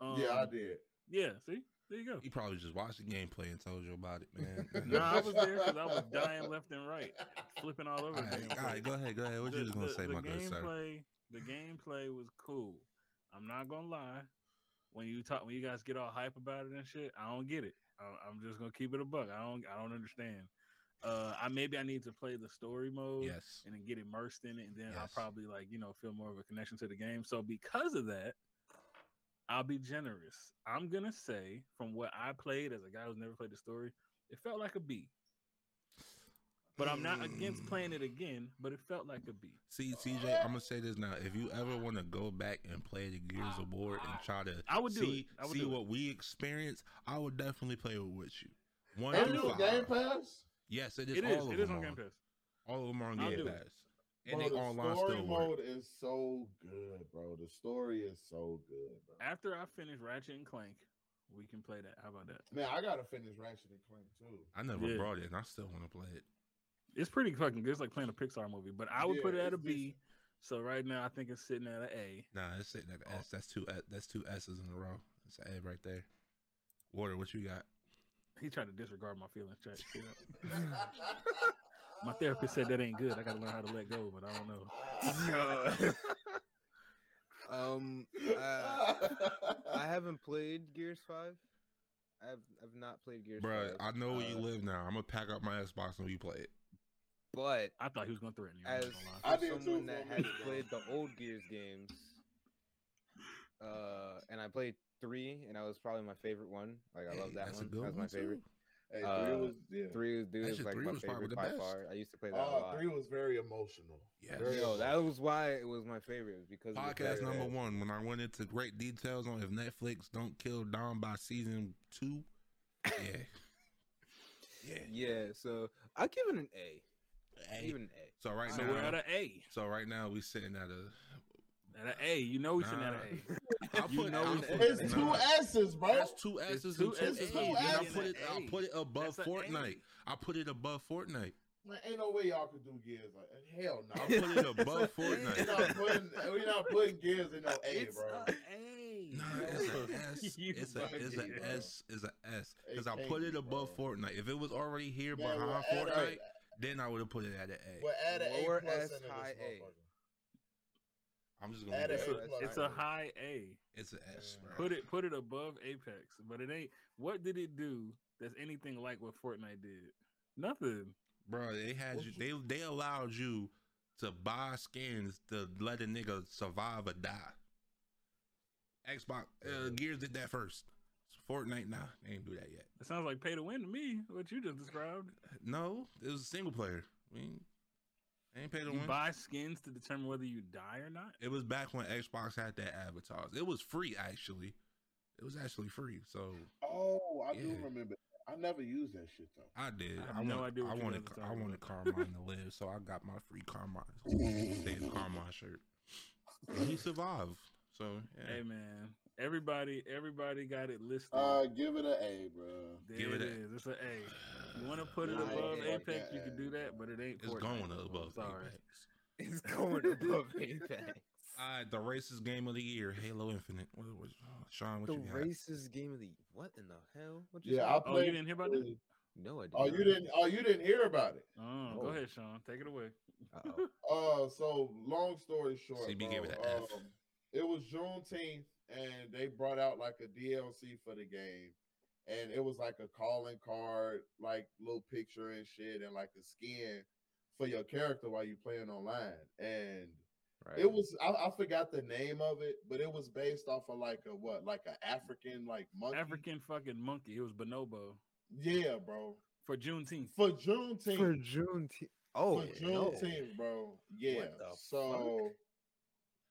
Speaker 5: yeah, I
Speaker 4: Um,
Speaker 5: did.
Speaker 4: Yeah, see, there you go.
Speaker 1: You probably just watched the gameplay and told you about it, man.
Speaker 4: Nah, I was there because I
Speaker 5: (laughs)
Speaker 4: was dying left and right, flipping all over.
Speaker 1: All
Speaker 4: the
Speaker 1: right,
Speaker 4: (laughs) damn
Speaker 1: all right,
Speaker 4: place.
Speaker 1: go ahead, go ahead. What you was gonna say, my good sir?
Speaker 4: gameplay, The gameplay was cool. I'm not gonna lie. When you talk, when you guys get all hype about it and shit, I don't get it. I, I'm just gonna keep it a buck. I don't, I don't understand. Uh, I maybe I need to play the story mode
Speaker 1: Yes.
Speaker 4: and then get immersed in it, and then I'll
Speaker 1: Yes.
Speaker 4: probably like you know feel more of a connection to the game. So because of that, I'll be generous. I'm gonna say from what I played as a guy who's never played the story, it felt like a B. But I'm not against playing it again. But it felt like a B.
Speaker 1: See, CJ, I'm gonna say this now. If you ever want to go back and play the Gears of War and try to
Speaker 4: I would do
Speaker 1: see,
Speaker 4: it. I would
Speaker 1: see
Speaker 4: do it.
Speaker 1: what we experienced, I would definitely play it with you. One
Speaker 5: And
Speaker 1: through
Speaker 5: you
Speaker 1: five.
Speaker 5: Game Pass?
Speaker 1: Yes, it is.
Speaker 4: It is.
Speaker 1: all
Speaker 4: It
Speaker 1: of
Speaker 4: is
Speaker 1: them
Speaker 4: on Game Pass.
Speaker 1: All of them are on
Speaker 4: I'll
Speaker 1: Game
Speaker 4: do
Speaker 1: Pass,
Speaker 4: it.
Speaker 1: and they
Speaker 5: Bro, the
Speaker 1: online
Speaker 5: story
Speaker 1: still work.
Speaker 5: mode is so good, bro. The story is so good, bro.
Speaker 4: After I finish Ratchet and Clank, we can play that. How about that?
Speaker 5: Man, I gotta finish Ratchet and Clank too.
Speaker 1: I never
Speaker 4: Yeah.
Speaker 1: brought it, and I still want to play it.
Speaker 4: It's pretty fucking good. It's like playing a Pixar movie, but I would
Speaker 5: Yeah,
Speaker 4: put it
Speaker 5: it's
Speaker 4: at a B. So right now, I think it's sitting at an A.
Speaker 1: Nah, that's it. That S. That's two. S- That's two S's in a row. It's an A right there. Water, what you got?
Speaker 4: He tried to disregard my feelings. Check. you know? (laughs) my therapist said
Speaker 3: (laughs)
Speaker 4: that ain't good. I got to learn how to let go, but I don't
Speaker 5: (laughs)
Speaker 4: know.
Speaker 3: Ah, (laughs) Um, uh, I haven't played Gears Five. I've I've not played Gears
Speaker 1: Bruh,
Speaker 3: Five.
Speaker 1: I know where you
Speaker 3: uh,
Speaker 1: live now. I'm gonna pack up my Xbox and we play it.
Speaker 3: But
Speaker 4: I thought he was going to threaten you. I'm
Speaker 3: as
Speaker 4: not gonna lie.
Speaker 5: I
Speaker 3: for
Speaker 5: did too
Speaker 3: someone
Speaker 5: for a
Speaker 3: that has
Speaker 5: minute, though.
Speaker 3: played the old Gears games, uh, and I played three, and that was probably my favorite one. Like I love
Speaker 1: Hey,
Speaker 3: that
Speaker 1: that's a
Speaker 3: one.
Speaker 1: good
Speaker 3: That was
Speaker 1: one,
Speaker 3: my favorite.
Speaker 1: too.
Speaker 5: Hey,
Speaker 3: Uh,
Speaker 5: three was yeah.
Speaker 3: Three was dude
Speaker 1: Actually,
Speaker 3: is like
Speaker 1: three
Speaker 3: my
Speaker 1: was probably
Speaker 3: favorite
Speaker 1: the
Speaker 3: by
Speaker 1: best.
Speaker 3: far. I used to play that a
Speaker 5: Uh,
Speaker 3: lot.
Speaker 5: three was very emotional.
Speaker 1: Yes.
Speaker 5: Very
Speaker 3: Yo, that
Speaker 5: emotional.
Speaker 3: was why it was my favorite was because of the
Speaker 1: Podcast
Speaker 3: player
Speaker 1: number
Speaker 3: app.
Speaker 1: one. When I went into great details on if Netflix don't kill Don by season two, yeah, yeah.
Speaker 3: Yeah, so I give it an A.
Speaker 1: A.
Speaker 3: Even an A. (laughs)
Speaker 1: So right
Speaker 4: So we're at
Speaker 1: now,
Speaker 4: an A.
Speaker 1: so right now we sitting at a.
Speaker 4: At an A. You know we sitting at an
Speaker 1: Nah.
Speaker 4: A.
Speaker 1: I'll
Speaker 4: You
Speaker 1: put-
Speaker 4: know
Speaker 1: I'll
Speaker 4: it's-
Speaker 1: put-
Speaker 5: It's two
Speaker 1: nah.
Speaker 5: S's, bro.
Speaker 1: That's
Speaker 5: (laughs)
Speaker 1: two
Speaker 4: It's
Speaker 1: S's
Speaker 4: two
Speaker 1: and two S's.
Speaker 4: S's.
Speaker 1: and
Speaker 5: Two
Speaker 1: I
Speaker 5: S's.
Speaker 1: put it. I put it above
Speaker 4: (laughs) That's an A.
Speaker 1: Fortnite. I put it above Fortnite.
Speaker 5: Man, ain't no way y'all could do Gears like that. Hell
Speaker 4: (laughs)
Speaker 1: I
Speaker 5: no.
Speaker 1: put it above
Speaker 5: we're,
Speaker 1: Fortnite.
Speaker 5: not putting, we're not putting Gears in no A,
Speaker 4: It's uh,
Speaker 5: bro.
Speaker 4: an A.
Speaker 1: Nah,
Speaker 4: bro.
Speaker 1: it's
Speaker 4: (laughs)
Speaker 1: an S.
Speaker 4: You
Speaker 1: It's a it's
Speaker 4: bugging,
Speaker 1: an
Speaker 4: bro.
Speaker 1: S. It's an S. Because
Speaker 5: It
Speaker 1: I
Speaker 5: can't
Speaker 1: put
Speaker 5: be,
Speaker 1: it above
Speaker 5: bro.
Speaker 1: Fortnite. If it was already here
Speaker 5: Man,
Speaker 1: behind
Speaker 5: we'll add a-
Speaker 1: Fortnite, then I would have put it at an
Speaker 5: we'll
Speaker 1: A.
Speaker 5: add an
Speaker 3: Lower
Speaker 5: A plus
Speaker 3: S,
Speaker 5: in this
Speaker 3: high A.
Speaker 5: motherfucker.
Speaker 1: I'm just gonna.
Speaker 5: add
Speaker 1: do
Speaker 5: an
Speaker 4: It's
Speaker 1: it.
Speaker 5: A
Speaker 4: a-
Speaker 5: plus.
Speaker 4: It's a high A.
Speaker 1: It's an S.
Speaker 5: Yeah.
Speaker 1: bro.
Speaker 4: Put it put it above Apex, but it ain't. What did it do that's anything like what Fortnite did? Nothing.
Speaker 1: bro. They had
Speaker 5: What
Speaker 1: you.
Speaker 5: (laughs)
Speaker 1: They they allowed you to buy skins to let a nigga survive or die. Xbox uh, Gears did that first. Fortnite, nah, they didn't do that yet.
Speaker 4: It sounds like pay to win to me. What you just described.
Speaker 1: No, it was a single player. I mean, they ain't pay to
Speaker 4: You
Speaker 1: win.
Speaker 4: buy skins to determine whether you die or not.
Speaker 1: It was back when Xbox had that avatars. It was free actually. It was actually free. So
Speaker 5: Oh, I do
Speaker 1: Yeah.
Speaker 5: remember. that. I never used that shit though.
Speaker 1: I did.
Speaker 4: I have
Speaker 1: I,
Speaker 4: no
Speaker 1: want,
Speaker 4: idea what
Speaker 1: I
Speaker 4: you
Speaker 1: wanted.
Speaker 4: guys are
Speaker 1: I
Speaker 4: talking
Speaker 1: wanted
Speaker 4: about.
Speaker 1: Carmine
Speaker 4: (laughs)
Speaker 1: to live, so I got my free Carmine. Save Carmine shirt. And he survived. So yeah.
Speaker 4: Hey man, everybody everybody got it listed.
Speaker 5: Uh, give it an A, bro.
Speaker 4: there
Speaker 1: give
Speaker 4: it
Speaker 1: it a-
Speaker 4: is. It's an A. You want to put it
Speaker 5: Nah, I
Speaker 4: above
Speaker 5: ain't like
Speaker 4: Apex,
Speaker 5: that
Speaker 4: you can do
Speaker 5: A,
Speaker 4: that, but it ain't.
Speaker 1: it's
Speaker 4: Fortnite.
Speaker 1: going
Speaker 4: I'm
Speaker 1: above.
Speaker 4: Sorry.
Speaker 1: Apex.
Speaker 3: It's going
Speaker 1: (laughs)
Speaker 3: above Apex.
Speaker 1: All right, the racist game of the year, Halo Infinite. What was Sean? What
Speaker 3: the
Speaker 1: you got?
Speaker 3: racist game of the what in the hell? What you
Speaker 5: Yeah,
Speaker 3: say?
Speaker 5: I
Speaker 4: Oh, you
Speaker 5: played.
Speaker 4: didn't hear about that?
Speaker 3: No, I did
Speaker 5: Oh,
Speaker 3: not.
Speaker 5: you didn't. Oh, you didn't hear about it.
Speaker 4: Oh, go
Speaker 3: Oh.
Speaker 4: ahead, Sean. Take it away.
Speaker 3: Uh-oh.
Speaker 5: Uh, so long story short,
Speaker 1: CB
Speaker 5: bro,
Speaker 1: gave it a F.
Speaker 5: um, it was Juneteenth, and they brought out like a DLC for the game, and it was like a calling card, like little picture and shit, and like a skin for your character while you playing online, and
Speaker 3: Right.
Speaker 5: (laughs) It was I, I forgot the name of it, but it was based off of like a what, like an African like monkey.
Speaker 4: (laughs) African fucking monkey. It was bonobo
Speaker 5: Yeah, bro.
Speaker 4: for Juneteenth.
Speaker 5: For
Speaker 3: for
Speaker 5: Juneteenth. For,
Speaker 3: Juneteenth. Oh, no.
Speaker 5: Juneteenth, bro. Yeah.
Speaker 3: What the
Speaker 5: So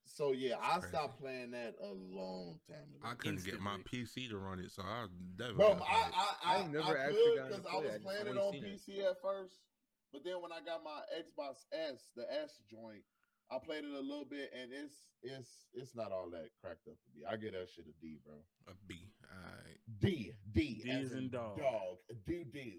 Speaker 5: so yeah,
Speaker 1: That's
Speaker 5: I
Speaker 1: crazy.
Speaker 5: stopped playing that a long time ago.
Speaker 1: I couldn't get my PC to run it, so I definitely.
Speaker 5: bro,
Speaker 1: got
Speaker 5: I
Speaker 1: it.
Speaker 5: I I,
Speaker 3: I've never
Speaker 5: I
Speaker 3: actually
Speaker 5: could
Speaker 3: gotten
Speaker 5: because
Speaker 3: to
Speaker 5: I
Speaker 3: play it.
Speaker 5: was
Speaker 3: I just
Speaker 5: playing it
Speaker 3: always
Speaker 5: on
Speaker 3: seen it.
Speaker 5: PC at first, but then when I got my Xbox S, the S joint, I played it a little bit, and it's it's it's not all that cracked up to me. I get that shit a D, bro.
Speaker 1: A B. Alright. (sighs)
Speaker 5: D D.
Speaker 4: D
Speaker 5: as
Speaker 4: is
Speaker 5: in
Speaker 4: in dog.
Speaker 5: Dog. Do do.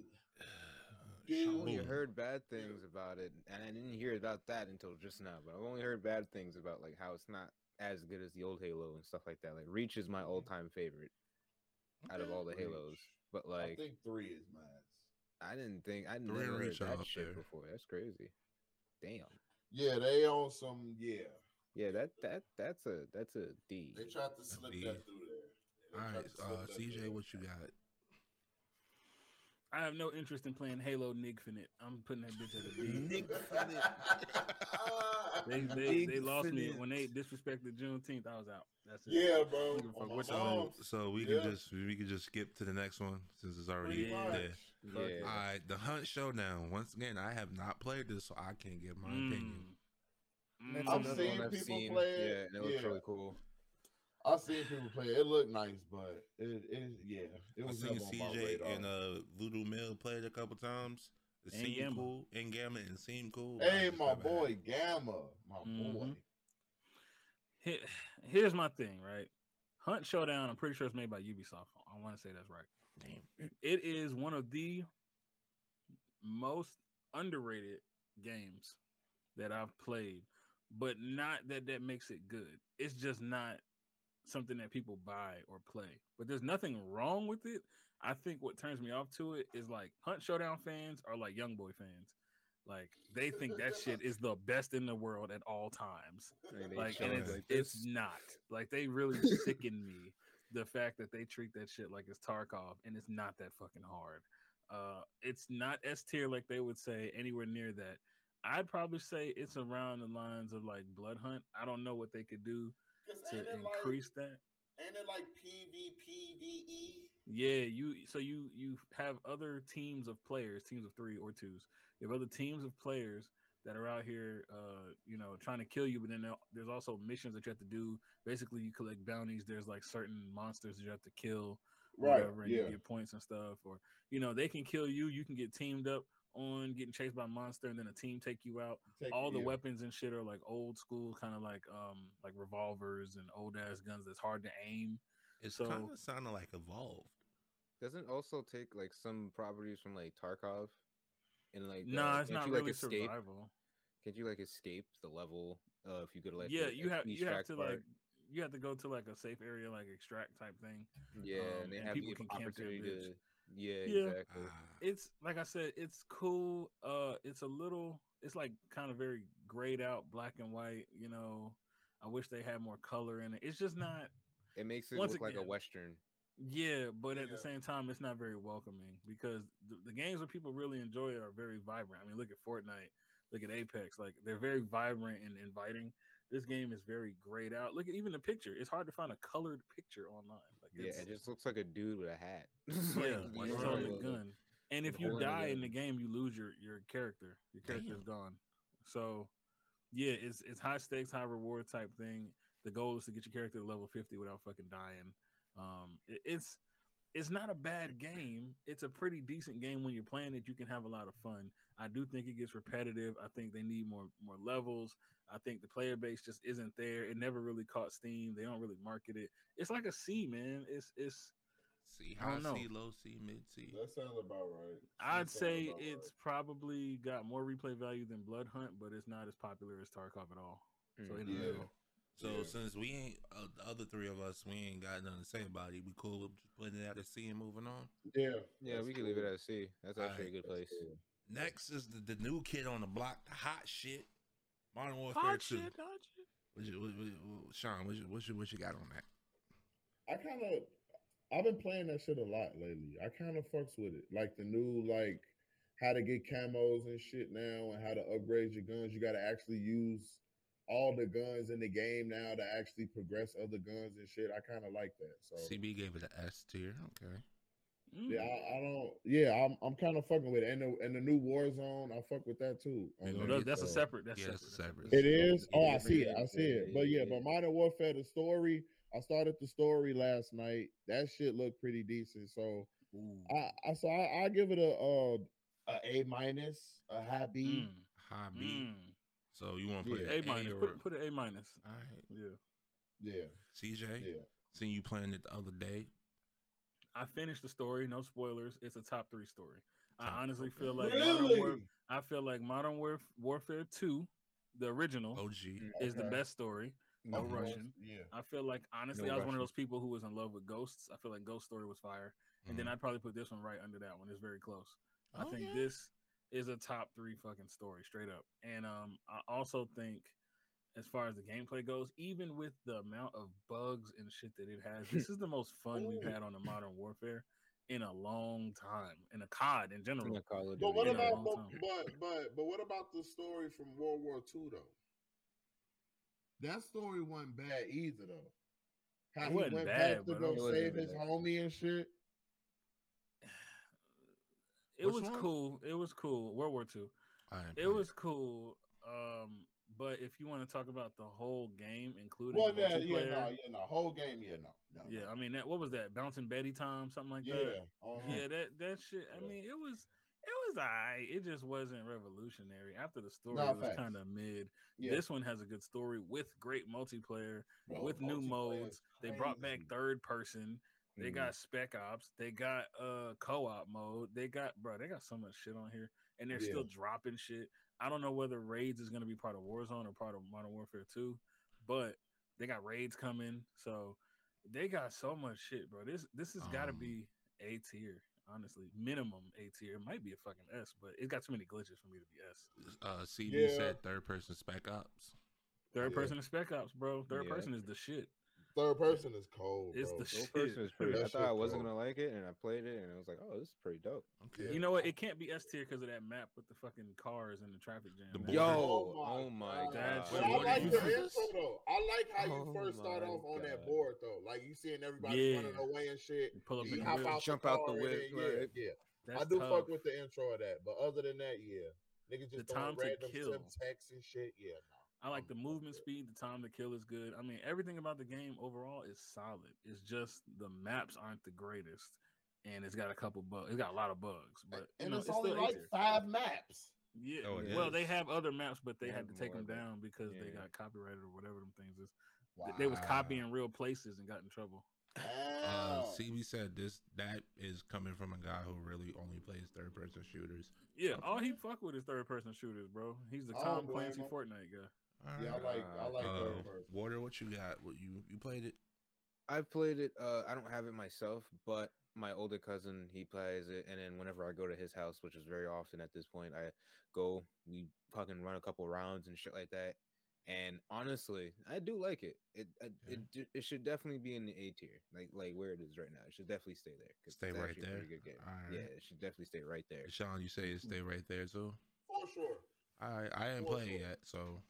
Speaker 3: I've
Speaker 5: Do
Speaker 3: only heard bad things about it, and I didn't hear about that until just now. But I've only heard bad things about like how it's not as good as the old Halo and stuff like that. Like Reach is
Speaker 1: Mm-hmm.
Speaker 3: my all-time favorite out of all the
Speaker 5: Reach.
Speaker 3: Halos, but
Speaker 5: I
Speaker 3: like
Speaker 5: think three is mine.
Speaker 3: I didn't think I
Speaker 1: Three
Speaker 3: never heard
Speaker 1: Reach are
Speaker 3: that
Speaker 1: up
Speaker 3: shit
Speaker 1: there.
Speaker 3: before. That's crazy. Damn.
Speaker 5: Yeah, they on some. Yeah,
Speaker 3: Yeah, that that that's a that's a D.
Speaker 5: they tried to slip
Speaker 1: B.
Speaker 5: that through there. They
Speaker 1: All
Speaker 5: tried
Speaker 1: right,
Speaker 5: to slip
Speaker 1: uh,
Speaker 5: that
Speaker 1: CJ,
Speaker 5: through
Speaker 1: what you
Speaker 5: (laughs)
Speaker 1: got?
Speaker 4: I have no interest in playing Halo Nick Finit. I'm putting that bitch at a B.
Speaker 1: Nick (laughs)
Speaker 4: They they, they lost me when they disrespected Juneteenth. I was out. That's it.
Speaker 5: Yeah, bro.
Speaker 4: I don't give a fuck
Speaker 5: On my
Speaker 4: what y'all
Speaker 1: So,
Speaker 5: Oh,
Speaker 1: so we
Speaker 5: yeah.
Speaker 1: can just we can just skip to the next one since it's already
Speaker 4: Pretty much.
Speaker 1: there.
Speaker 4: do.
Speaker 3: Yeah.
Speaker 4: Fuck it.
Speaker 1: All right, the Hunt Showdown. Once again, I have not played this, so I can't give my opinion.
Speaker 4: Mm.
Speaker 3: That's
Speaker 4: Mm.
Speaker 5: I've
Speaker 3: another
Speaker 5: seen
Speaker 3: one I've
Speaker 5: people
Speaker 3: seen.
Speaker 5: play it.
Speaker 3: Yeah, and it looks
Speaker 5: Yeah.
Speaker 3: really cool.
Speaker 5: I seen people play. It It looked nice, but it, it yeah, it
Speaker 1: I've
Speaker 5: was
Speaker 1: seen
Speaker 5: never on my
Speaker 1: CJ
Speaker 5: radar.
Speaker 1: and uh, Voodoo Mill play it a couple times. It
Speaker 4: And
Speaker 1: seemed
Speaker 4: Gamma.
Speaker 1: cool. And Gamma, it seemed cool. but I
Speaker 5: Hey,
Speaker 1: just
Speaker 5: my
Speaker 1: haven't had
Speaker 5: boy
Speaker 1: it.
Speaker 5: Gamma, my boy.
Speaker 4: Mhm. Here- Here's my thing, right? Hunt Showdown. I'm pretty sure it's made by Ubisoft. I want to say that's right. It is one of the most underrated games that I've played, but not that that makes it good. It's just not something that people buy or play. But there's nothing wrong with it. I think what turns me off to it is like Hunt Showdown fans are like young boy fans. Like they think that shit is the best in the world at all times
Speaker 3: And they
Speaker 4: like
Speaker 3: show
Speaker 4: and
Speaker 1: it
Speaker 4: it's,
Speaker 1: like
Speaker 4: it's not like they really sicken me the fact that they treat that shit like it's tarkov and it's not that fucking hard uh it's not s tier like they would say anywhere near that i'd probably say it's around the lines of like blood hunt i don't know what they could do to
Speaker 5: ain't it
Speaker 4: increase that
Speaker 5: like ain't it like PvPVE?
Speaker 4: yeah you so you you have other teams of players teams of three or twos you have other teams of players that are out here uh you know trying to kill you but then there- there's also missions that you have to do basically you collect bounties there's like certain monsters that you have to kill or
Speaker 5: Right.
Speaker 4: whatever and
Speaker 5: Yeah.
Speaker 4: you get points and stuff or you know they can kill you you can get teamed up on getting chased by a monster and then a team take you out
Speaker 5: Take-
Speaker 4: all the
Speaker 5: yeah.
Speaker 4: weapons and shit are like old school kind of like um like revolvers and old ass guns that's hard to aim
Speaker 1: It's
Speaker 4: so-
Speaker 1: kind of sounding like evolved.
Speaker 3: Doesn't it also take like some properties from like Tarkov, and like
Speaker 4: No, nah,
Speaker 3: uh,
Speaker 4: it's
Speaker 3: can't
Speaker 4: not
Speaker 3: you, like,
Speaker 4: really
Speaker 3: escape?
Speaker 4: survival
Speaker 3: Can't you like escape the level? Uh, if you go to like
Speaker 4: yeah,
Speaker 3: the
Speaker 4: you have
Speaker 3: extract
Speaker 4: you have to
Speaker 3: part?
Speaker 4: like you have to go to like a safe area, like extract type thing.
Speaker 3: yeah,
Speaker 4: um,
Speaker 3: and they
Speaker 4: and
Speaker 3: have
Speaker 4: people
Speaker 3: the
Speaker 4: can camp your
Speaker 3: opportunity
Speaker 4: bitch.
Speaker 3: to yeah,
Speaker 4: Yeah.
Speaker 5: Oh.
Speaker 3: exactly.
Speaker 1: Ah.
Speaker 4: It's like I said, it's cool. Uh, it's a little, it's like kind of very grayed out, black and white. You know, I wish they had more color in it. It's
Speaker 3: Mm-hmm.
Speaker 4: just not.
Speaker 3: It makes it
Speaker 4: Once
Speaker 3: look like a
Speaker 4: again-
Speaker 3: western.
Speaker 4: Yeah, but at the
Speaker 5: Yeah.
Speaker 4: same time, it's not very welcoming because the, the games that people really enjoy are very vibrant. I mean, look at Fortnite, look at Apex. Like they're very vibrant and inviting. This game is very grayed out. Look at even the picture. It's hard to find a colored picture online. Like
Speaker 3: Yeah,
Speaker 4: it's-
Speaker 3: it just looks like a dude with a hat. (laughs)
Speaker 4: yeah,
Speaker 3: Like,
Speaker 1: why
Speaker 4: you
Speaker 1: not?
Speaker 4: holding
Speaker 1: Yeah.
Speaker 4: a gun. And if
Speaker 3: And
Speaker 4: you
Speaker 3: holding a
Speaker 4: die in the
Speaker 3: gun.
Speaker 4: game, you lose your your character. Your character's
Speaker 1: Damn.
Speaker 4: gone. So, yeah, it's it's high stakes, high reward type thing. The goal is to get your character to level fifty without fucking dying. Um, it- it's it's not a bad game. It's a pretty decent game when you're playing it. You can have a lot of fun. I do think it gets repetitive. I think they need more more levels. I think the player base just isn't there. It never really caught steam. They don't really market it. It's like a C, man. It's it's
Speaker 1: See
Speaker 4: I
Speaker 1: high
Speaker 4: don't know.
Speaker 1: C, low C, mid C.
Speaker 5: That sounds about right.
Speaker 4: I'd
Speaker 5: That sound
Speaker 4: say
Speaker 5: about
Speaker 4: it's
Speaker 5: right.
Speaker 4: probably got more replay value than Blood Hunt, but it's not as popular as Tarkov at all. So
Speaker 3: Mm.
Speaker 4: in the
Speaker 5: Yeah.
Speaker 4: middle.
Speaker 1: So
Speaker 5: Yeah.
Speaker 1: since we ain't uh, the other three of us, we ain't got nothing to say about it. We cool with just putting it out at C and moving on.
Speaker 5: Yeah,
Speaker 3: yeah,
Speaker 5: that's
Speaker 3: we can leave it
Speaker 5: cool.
Speaker 3: at a C. That's
Speaker 1: All
Speaker 3: actually a
Speaker 1: right,
Speaker 3: good
Speaker 5: That's
Speaker 3: place.
Speaker 5: cool.
Speaker 1: Next is the, the new kid on the block, the hot shit. Modern Warfare
Speaker 4: Hot
Speaker 1: Two.
Speaker 4: shit, hot shit.
Speaker 1: What you, what, what- what- Sean, what you, what you what you got on that?
Speaker 5: I kind of, I've been playing that shit a lot lately. I kind of fucks with it, like the new like how to get camos and shit now, and how to upgrade your guns. You got to actually use all the guns in the game now to actually progress other guns and shit. I kind of like that. So
Speaker 1: CB gave it an S tier. Okay.
Speaker 4: Mm.
Speaker 5: yeah, I, I don't. Yeah, I'm I'm kind of fucking with it, and the and the new Warzone, I fuck with that too. on
Speaker 1: Yeah,
Speaker 5: there,
Speaker 4: No, that- that's a
Speaker 5: so.
Speaker 4: separate. That's
Speaker 1: Yeah,
Speaker 4: separate.
Speaker 1: that's separate.
Speaker 5: It is.
Speaker 3: Yeah,
Speaker 5: Oh, I
Speaker 3: yeah,
Speaker 5: see
Speaker 3: yeah,
Speaker 5: it. I see
Speaker 3: yeah,
Speaker 5: it. But
Speaker 3: yeah,
Speaker 5: yeah,
Speaker 3: yeah.
Speaker 5: but Modern Warfare, the story. I started the story last night. That shit looked pretty decent. So I, I so I, I give it a uh, a A minus, a high B.
Speaker 4: Mm.
Speaker 1: High B.
Speaker 4: Mm.
Speaker 1: So you want to put
Speaker 4: Yeah.
Speaker 1: an
Speaker 4: A minus.
Speaker 1: or-
Speaker 4: Put, put an A minus.
Speaker 1: All right.
Speaker 4: Yeah.
Speaker 5: Yeah.
Speaker 1: CJ,
Speaker 5: Yeah.
Speaker 1: seen you playing it the other day.
Speaker 4: I finished the story. No spoilers. It's a top three story.
Speaker 1: Top-
Speaker 4: I honestly feel
Speaker 1: okay.
Speaker 4: like Modern War,
Speaker 1: Really?
Speaker 4: I feel like Modern Warf- Warfare Two, the original
Speaker 1: OG.
Speaker 4: is the
Speaker 1: Oh, Okay.
Speaker 4: best story. No
Speaker 1: No Mhm.
Speaker 4: Russian.
Speaker 5: Yeah.
Speaker 4: I feel like honestly,
Speaker 1: No
Speaker 4: I was one
Speaker 1: Russian.
Speaker 4: of those people who was in love with ghosts. I feel like Ghost Story was fire, and then
Speaker 5: Mm-hmm.
Speaker 1: Mhm.
Speaker 4: I'd probably put this one right under that one. It's very close. I
Speaker 5: Oh,
Speaker 4: think
Speaker 1: Okay.
Speaker 4: this is a top three fucking story, straight up. And um, I also think as far as the gameplay goes, even with the amount of bugs and shit that it has, this is
Speaker 5: (laughs)
Speaker 4: the most fun we've had on the Modern Warfare in a long time, in a COD in
Speaker 15: (laughs)
Speaker 4: general.
Speaker 5: But what
Speaker 4: In a
Speaker 5: about but,
Speaker 4: long time.
Speaker 5: but but but what about the story from World War II though? That story wasn't bad either though. How
Speaker 4: It
Speaker 5: he
Speaker 4: wasn't
Speaker 5: went
Speaker 4: bad,
Speaker 5: back
Speaker 4: but
Speaker 5: to
Speaker 4: it
Speaker 5: go
Speaker 4: wasn't
Speaker 5: save his
Speaker 4: bad.
Speaker 5: homie and shit.
Speaker 4: it
Speaker 5: Which
Speaker 4: was
Speaker 5: one?
Speaker 4: cool. It was cool. World War Two.
Speaker 1: Mm-hmm.
Speaker 4: It was cool. Um, but if you want to talk about the whole game, including
Speaker 5: Well, yeah, yeah,
Speaker 4: multiplayer,
Speaker 5: no, yeah, no, whole game, yeah, no, no.
Speaker 4: Yeah, I mean that. What was that? Bouncing Betty time, something like that.
Speaker 5: Yeah, uh-huh.
Speaker 4: yeah, that that shit. I mean, it was it was alright. It just wasn't revolutionary. After the story,
Speaker 5: Nah,
Speaker 4: it was
Speaker 5: facts.
Speaker 4: kind of mid.
Speaker 5: Yeah.
Speaker 4: This one has a good story with great multiplayer,
Speaker 5: Bro,
Speaker 4: with new
Speaker 5: multiplayer
Speaker 4: modes.
Speaker 5: is
Speaker 4: They brought back third person. They
Speaker 5: Mhm.
Speaker 4: got spec ops. They got uh co-op mode. They got bro. They got so much shit on here, and they're
Speaker 5: Yeah.
Speaker 4: still dropping shit. I don't know whether raids is going to be part of Warzone or part of Modern Warfare 2, but they got raids coming, so they got so much shit, bro. This this has got to
Speaker 1: Um,
Speaker 4: be A tier, honestly, minimum A tier. It might be a fucking S, but it's got too many glitches for me to be S.
Speaker 1: Uh, CB
Speaker 4: Yeah.
Speaker 1: said third person spec ops.
Speaker 4: Third
Speaker 1: Yeah.
Speaker 4: person is Spec Ops, bro. Third
Speaker 1: Yeah.
Speaker 4: person is the shit.
Speaker 5: Third person is cold.
Speaker 4: It's
Speaker 5: bro.
Speaker 4: the
Speaker 5: Third
Speaker 4: shit.
Speaker 5: person is pretty-
Speaker 4: That
Speaker 15: I thought I
Speaker 4: shit
Speaker 15: wasn't
Speaker 4: dope.
Speaker 15: gonna like it, and I played it, and I was like, "Oh, this is pretty dope."
Speaker 4: You know what? It can't be S tier because of that map with the fucking cars and the traffic jam. man.
Speaker 15: Yo, oh my,
Speaker 4: God.
Speaker 15: god!
Speaker 4: That's
Speaker 5: But I
Speaker 4: What
Speaker 5: like
Speaker 4: if
Speaker 5: your
Speaker 4: you-
Speaker 5: intro though. I like how you
Speaker 15: Oh
Speaker 5: first start
Speaker 15: my
Speaker 5: off on that
Speaker 15: God.
Speaker 5: board though. Like you seeing everybody
Speaker 4: Yeah.
Speaker 5: running away and shit.
Speaker 4: You pull up
Speaker 5: you
Speaker 4: in the
Speaker 5: hop
Speaker 4: whip.
Speaker 5: out
Speaker 15: Jump
Speaker 5: the
Speaker 15: out
Speaker 5: car
Speaker 15: the
Speaker 5: and
Speaker 15: whip,
Speaker 5: then-
Speaker 15: right?
Speaker 5: Yeah, yeah.
Speaker 4: That's
Speaker 5: I do
Speaker 4: tough.
Speaker 5: fuck with the intro of that, but other than that, yeah, niggas just
Speaker 4: The
Speaker 5: throwing
Speaker 4: time to
Speaker 5: random
Speaker 4: kill.
Speaker 5: text and shit. Yeah,
Speaker 4: I like the movement speed, the time to kill is good. I mean, everything about the game overall is solid. It's just the maps aren't the greatest, and it's got a couple bugs. It's got a lot of bugs, but you
Speaker 5: and
Speaker 4: know,
Speaker 5: it's only
Speaker 4: still
Speaker 5: like
Speaker 4: easier.
Speaker 5: five maps.
Speaker 4: Yeah.
Speaker 1: Oh, it
Speaker 4: well, they
Speaker 1: is.
Speaker 4: have other maps, but they,
Speaker 15: They
Speaker 4: had to
Speaker 15: have
Speaker 4: take
Speaker 15: more,
Speaker 4: them
Speaker 15: but-
Speaker 4: down because they
Speaker 15: yeah.
Speaker 4: got copyrighted or whatever them things is. Th- They was
Speaker 1: Wow.
Speaker 4: copying real places and got in trouble.
Speaker 1: Uh,
Speaker 5: Oh.
Speaker 1: CB said this that is coming from a guy who really only plays third person shooters.
Speaker 4: Yeah, all he fuck with is third person shooters, bro. He's the
Speaker 5: I
Speaker 4: Tom
Speaker 5: don't blame
Speaker 4: Clancy
Speaker 5: him.
Speaker 4: Fortnite guy.
Speaker 5: Yeah, I like I like
Speaker 1: Uh,
Speaker 15: Oh.
Speaker 5: third person.
Speaker 1: Water, what you got? What you you played it?
Speaker 15: I've played it. Uh, I don't have it myself, but my older cousin he plays it, and then whenever I go to his house, which is very often at this point, I go we fucking run a couple rounds and shit like that. And honestly, I do like it. It I-
Speaker 1: Yeah.
Speaker 15: it d- it should definitely be in the A tier, like like where it is right now. It should definitely stay there. 'cause
Speaker 1: Stay
Speaker 15: it's
Speaker 1: right
Speaker 15: actually a pretty
Speaker 1: there?
Speaker 15: Good game.
Speaker 1: Alright.
Speaker 15: Yeah, it should definitely stay right there.
Speaker 1: Sean, you say it stay right there too.
Speaker 5: For sure.
Speaker 1: I I didn't
Speaker 5: Well,
Speaker 1: play it
Speaker 5: well.
Speaker 1: yet, so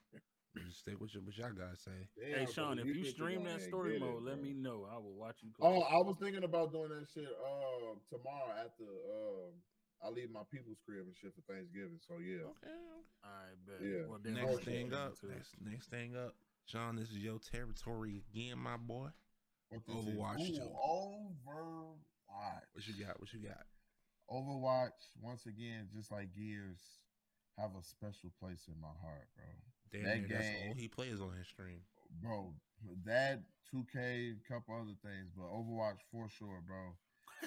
Speaker 1: we'll just stick with you, what y'all guys say.
Speaker 5: Damn,
Speaker 4: hey Sean,
Speaker 5: bro,
Speaker 4: if
Speaker 5: you
Speaker 4: you
Speaker 5: need to
Speaker 4: stream
Speaker 5: go
Speaker 4: that
Speaker 5: ahead and
Speaker 4: story
Speaker 5: get it,
Speaker 4: mode, let
Speaker 5: bro.
Speaker 4: me know. I will watch you play.
Speaker 5: Oh, I was thinking about doing that shit um tomorrow after um I leave my people's crib and shit for Thanksgiving. So yeah.
Speaker 4: I bet.
Speaker 5: Yeah.
Speaker 4: Well, then I'll
Speaker 1: Next
Speaker 4: watch
Speaker 1: thing
Speaker 4: it
Speaker 1: up,
Speaker 4: too.
Speaker 1: next, next thing up, Sean. This is your territory again, my boy.
Speaker 5: What this is-
Speaker 1: Overwatch
Speaker 5: Ooh,
Speaker 1: two.
Speaker 5: Overwatch.
Speaker 1: What you got? What you got?
Speaker 5: Overwatch, once again, just like Gears, have a special place in my heart, bro.
Speaker 1: Damn,
Speaker 5: that
Speaker 1: near that's all
Speaker 5: game,
Speaker 1: he plays on his stream.
Speaker 5: bro. That 2K, a couple other things, but Overwatch for sure, bro.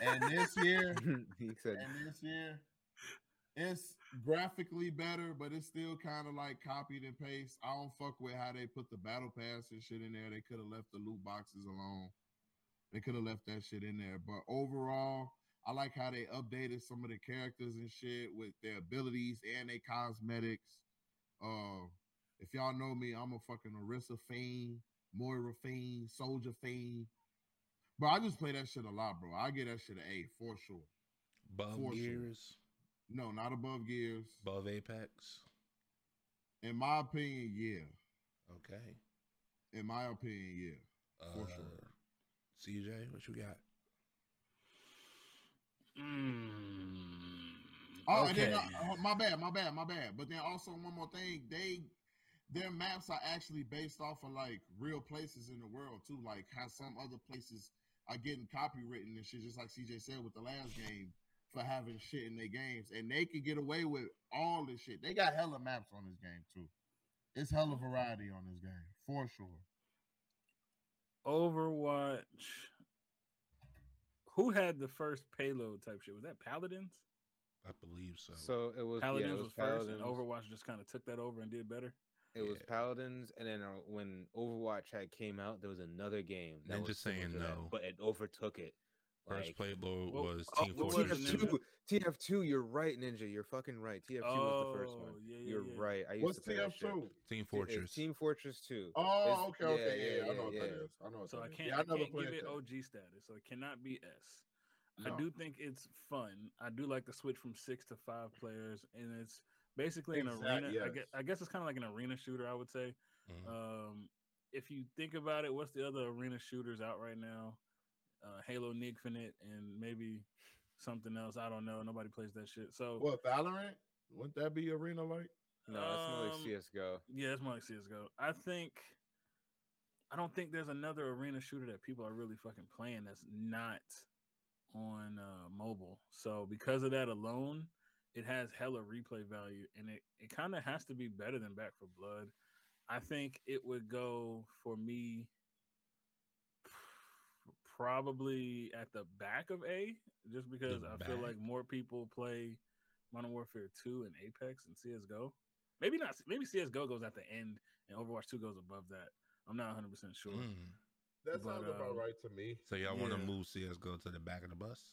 Speaker 5: And
Speaker 1: (laughs)
Speaker 5: this year,
Speaker 15: (laughs) he said,
Speaker 5: and this year, it's graphically better, but it's still kind of like copied and paste. I don't fuck with how they put the battle pass and shit in there. They could have left the loot boxes alone. They could have left that shit in there. But overall, I like how they updated some of the characters and shit with their abilities and their cosmetics. Uh, if y'all know me, I'm a fucking Orisa fiend, Moira fiend, Soldier fiend. But I just play that shit a lot, bro. I get that shit an A for sure.
Speaker 1: Above
Speaker 5: For sure.
Speaker 1: Gears,
Speaker 5: No, not above gears.
Speaker 1: above Apex.
Speaker 5: In my opinion, yeah.
Speaker 1: Okay.
Speaker 5: In my opinion, yeah.
Speaker 1: Uh,
Speaker 5: For sure.
Speaker 1: CJ, what you got?
Speaker 5: Oh, and then,
Speaker 4: okay.
Speaker 5: uh, uh, my bad, my bad, my bad. But then also one more thing, they their maps are actually based off of like real places in the world too. Like how some other places are getting copywritten and shit, just like CJ said with the last game for having shit in their games, and they can get away with all this shit. They got hella maps on this game too. It's hella variety on this game for sure.
Speaker 4: Overwatch. Who had the first payload type shit? Was that Paladins?
Speaker 1: I believe so.
Speaker 3: So it was
Speaker 4: Paladins
Speaker 3: yeah, it
Speaker 4: was, first, and Overwatch just kind of took that over and did better.
Speaker 3: It was Paladins, and then uh, when Overwatch had came out, there was another game. that
Speaker 1: Ninja
Speaker 3: was similar
Speaker 1: Saiyan,
Speaker 3: to that,
Speaker 1: no.
Speaker 3: but it overtook it.
Speaker 1: First
Speaker 3: Like-
Speaker 1: payload
Speaker 3: Well,
Speaker 1: was
Speaker 3: oh,
Speaker 1: Team
Speaker 3: well,
Speaker 1: Fortress.
Speaker 3: TF2, TF2 you're right, Ninja. You're fucking right. TF2 was the first one.
Speaker 4: Oh, yeah, yeah,
Speaker 3: you're
Speaker 4: yeah.
Speaker 3: right. I used
Speaker 5: What's
Speaker 3: to play that shit.
Speaker 5: TF2?
Speaker 1: Team
Speaker 3: T- it's
Speaker 1: Fortress.
Speaker 3: Team Fortress 2.
Speaker 5: Oh,
Speaker 3: It's-
Speaker 5: okay, okay, yeah, I know what that is. I know what
Speaker 4: So
Speaker 5: that
Speaker 4: I
Speaker 5: is. Oh,
Speaker 4: can't,
Speaker 5: Yeah, I
Speaker 4: I
Speaker 5: never
Speaker 4: can't
Speaker 5: played
Speaker 4: give it
Speaker 5: that.
Speaker 4: OG status. So it cannot be S. I
Speaker 5: No.
Speaker 4: do think it's fun. I do like the switch from six to five players, and it's basically an
Speaker 5: Exact-
Speaker 4: arena. I,
Speaker 5: yes.
Speaker 4: guess, I guess it's kind of like an arena shooter. I would say.
Speaker 1: Mhm.
Speaker 4: Um, if you think about it, what's the other arena shooters out right now? Uh, Halo, Infinite, and maybe something else. I don't know. Nobody plays that shit. So
Speaker 5: What Valorant? Wouldn't that be arena like?
Speaker 3: No, it's more like
Speaker 4: Um,
Speaker 3: CS:GO.
Speaker 4: Yeah, it's more like CS:GO. I think I don't think there's another arena shooter that people are really fucking playing that's not on uh, mobile. So because of that alone, it has hella replay value, and it it kind of has to be better than Back for Blood. I think it would go for me probably at the back of A, just because I feel
Speaker 1: back.
Speaker 4: like more people play Modern Warfare 2 and Apex and CSGO. Maybe not. Maybe CSGO goes at the end and Overwatch 2 goes above that. I'm not 100% sure.
Speaker 1: Mm.
Speaker 5: That
Speaker 4: But,
Speaker 5: sounds about
Speaker 4: um,
Speaker 5: right to me.
Speaker 1: So y'all want to
Speaker 4: Yeah.
Speaker 1: move CS:GO to the back of the bus?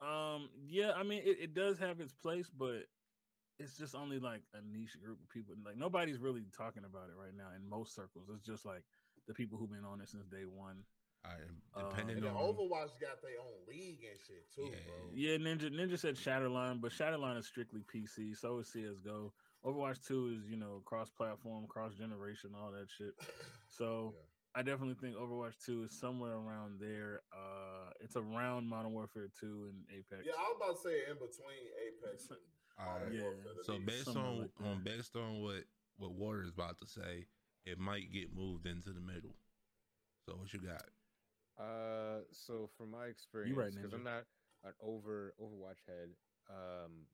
Speaker 4: Um, yeah, I mean, it, it does have its place, but it's just only like a niche group of people. Like nobody's really talking about it right now in most circles. It's just like the people who've been on it since day one.
Speaker 1: All
Speaker 4: Uh,
Speaker 1: right, depending
Speaker 5: And the
Speaker 1: on
Speaker 3: um,
Speaker 5: Overwatch got their own league and shit too,
Speaker 1: Yeah.
Speaker 5: bro. (laughs)
Speaker 4: Yeah, Ninja Ninja said Shatterline, but Shatterline is strictly PC. So is CS:GO. Overwatch Two is you know cross platform, cross generation, all that shit. So I definitely think Overwatch Two is somewhere around there. Uh, it's around Modern Warfare Two and Apex.
Speaker 5: Yeah, I was about to say in between Apex and
Speaker 3: uh,
Speaker 1: All right.
Speaker 5: Modern
Speaker 4: Yeah.
Speaker 5: Warfare to
Speaker 1: So
Speaker 5: me.
Speaker 1: based
Speaker 4: something
Speaker 1: on
Speaker 4: like that.
Speaker 1: on based on what what Warder is about to say, it might get moved into the middle. So what you got?
Speaker 3: Uh, so from my experience, because I'm not an over Overwatch head, um,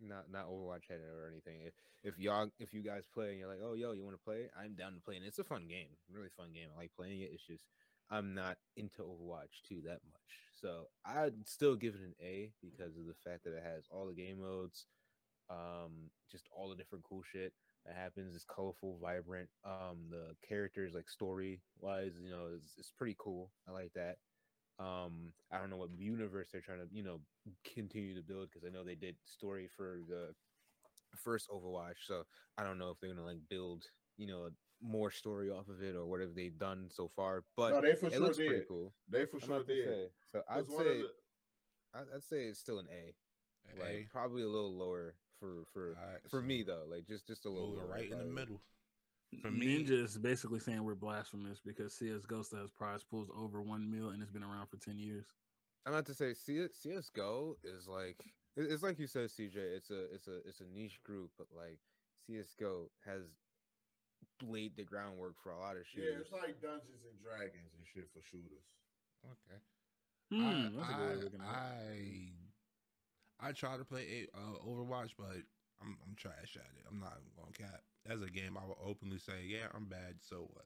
Speaker 3: not not Overwatch head or anything. If, if y'all, if you guys play and you're like, oh yo, you want to play? I'm down to play, and it's a fun game, really fun game. I like playing it. It's just I'm not into Overwatch 2 that much, so I'd still give it an A because of the fact that it has all the game modes, um, just all the different cool shit that happens is colorful, vibrant. Um, the characters, like story wise, you know, it's, it's pretty cool. I like that. Um, I don't know what universe they're trying to, you know, continue to build because I know they did story for the first Overwatch, so I don't know if they're gonna like build, you know, more story off of it or whatever they've done so far. But
Speaker 5: No, they for
Speaker 3: it
Speaker 5: sure
Speaker 3: looks pretty
Speaker 5: did.
Speaker 3: cool.
Speaker 5: They for
Speaker 3: I'm
Speaker 5: sure
Speaker 3: about to
Speaker 5: did.
Speaker 3: say. So I'd
Speaker 5: It's one of
Speaker 3: say
Speaker 5: the-
Speaker 3: I- I'd say it's still an A,
Speaker 1: A?
Speaker 3: like probably a little lower for for
Speaker 1: Alright,
Speaker 3: for
Speaker 1: so
Speaker 3: me though, like just just a little
Speaker 1: Move it
Speaker 3: lower,
Speaker 1: right in the
Speaker 3: probably.
Speaker 1: middle. For me,
Speaker 4: Ninja is basically saying we're blasphemous because CS:GO still has prize pools over one mil and it's been around for ten years.
Speaker 3: I'm about to say C- CS:GO is like it- it's like you said, CJ. It's a it's a it's a niche group, but like CS:GO has laid the groundwork for a lot of
Speaker 5: Yeah,
Speaker 3: shooters.
Speaker 5: it's like Dungeons and Dragons and shit for shooters.
Speaker 1: okay.
Speaker 4: Hmm, that's a good way of looking
Speaker 1: I,
Speaker 4: at it.
Speaker 1: I I try to play A- uh, Overwatch, but I'm I'm trash at it. I'm not even gonna cap. That's a game I will openly say, yeah, I'm bad. So what?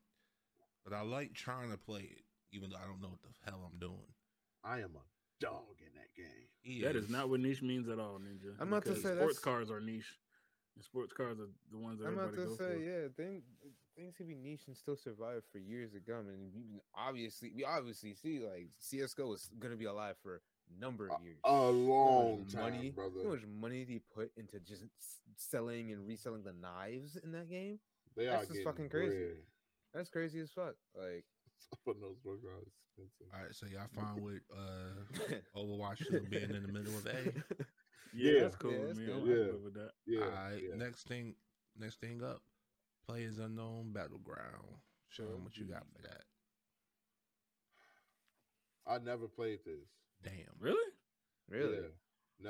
Speaker 1: But I like trying to play it, even though I don't know what the hell I'm doing.
Speaker 5: I am a dog in that game.
Speaker 4: That is
Speaker 1: Yes.
Speaker 4: not what niche means at all, Ninja.
Speaker 3: I'm about to
Speaker 4: because
Speaker 3: say
Speaker 4: sports
Speaker 3: that's-
Speaker 4: cars are niche. And sports cars are the ones that
Speaker 3: I'm about
Speaker 4: everybody
Speaker 3: to
Speaker 4: goes
Speaker 3: say,
Speaker 4: for.
Speaker 3: yeah, thing, things can be niche and still survive for years to come. And we can obviously, we obviously see like CS:GO is gonna be alive for a number of years.
Speaker 5: A
Speaker 3: How much
Speaker 5: long time,
Speaker 3: money, How
Speaker 5: brother.
Speaker 3: much money they put into just s- selling and reselling the knives in that game?
Speaker 5: They
Speaker 3: that's
Speaker 5: are
Speaker 3: just
Speaker 5: getting
Speaker 3: fucking crazy.
Speaker 5: bread.
Speaker 3: That's crazy as fuck. Like,
Speaker 5: (laughs) But those were guys expensive.
Speaker 1: All right, so y'all fine with
Speaker 5: Uh-huh.
Speaker 1: uh
Speaker 3: (laughs)
Speaker 1: Overwatch 2 being in the middle of A?
Speaker 4: Yeah,
Speaker 5: Yeah,
Speaker 4: that's cool
Speaker 3: yeah,
Speaker 4: with
Speaker 3: that's
Speaker 4: me.
Speaker 3: good.
Speaker 4: I'm
Speaker 5: Yeah.
Speaker 4: good with that.
Speaker 5: Yeah,
Speaker 1: All right,
Speaker 5: yeah.
Speaker 1: next thing, next thing up, Players Unknown Battleground. Show
Speaker 3: Sure.
Speaker 1: what you got for that.
Speaker 5: I never played this.
Speaker 1: Damn.
Speaker 4: Really?
Speaker 3: (laughs) really?
Speaker 5: Yeah,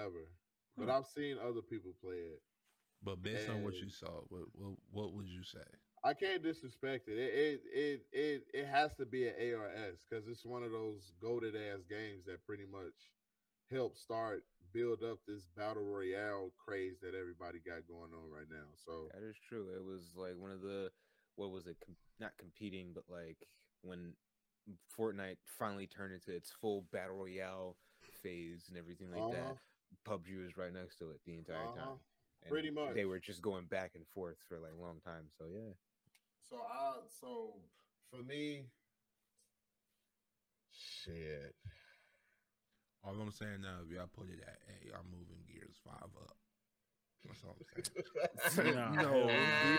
Speaker 5: never. But
Speaker 4: Huh.
Speaker 5: I've seen other people play it.
Speaker 1: But based on what
Speaker 5: Hey.
Speaker 1: you saw, what what, what would you say?
Speaker 5: I can't disrespect it. It it it it, it has to be an ARS because it's one of those goaded ass games that pretty much help start build up this battle royale craze that everybody got going on right now. So
Speaker 3: that is true. It was like one of the what was it? Com- not competing, but like when Fortnite finally turned into its full battle royale phase and everything like that. PUBG was right next to it the entire
Speaker 5: Uh-huh.
Speaker 3: time. And
Speaker 5: Pretty much.
Speaker 3: They were just going back and forth for like a long time. So
Speaker 1: (laughs)
Speaker 3: yeah.
Speaker 5: So I so for me, shit.
Speaker 1: All I'm saying now, if y'all put it at hey, I'm moving Gears Five up. That's all
Speaker 5: (laughs)
Speaker 1: I'm saying.
Speaker 3: no,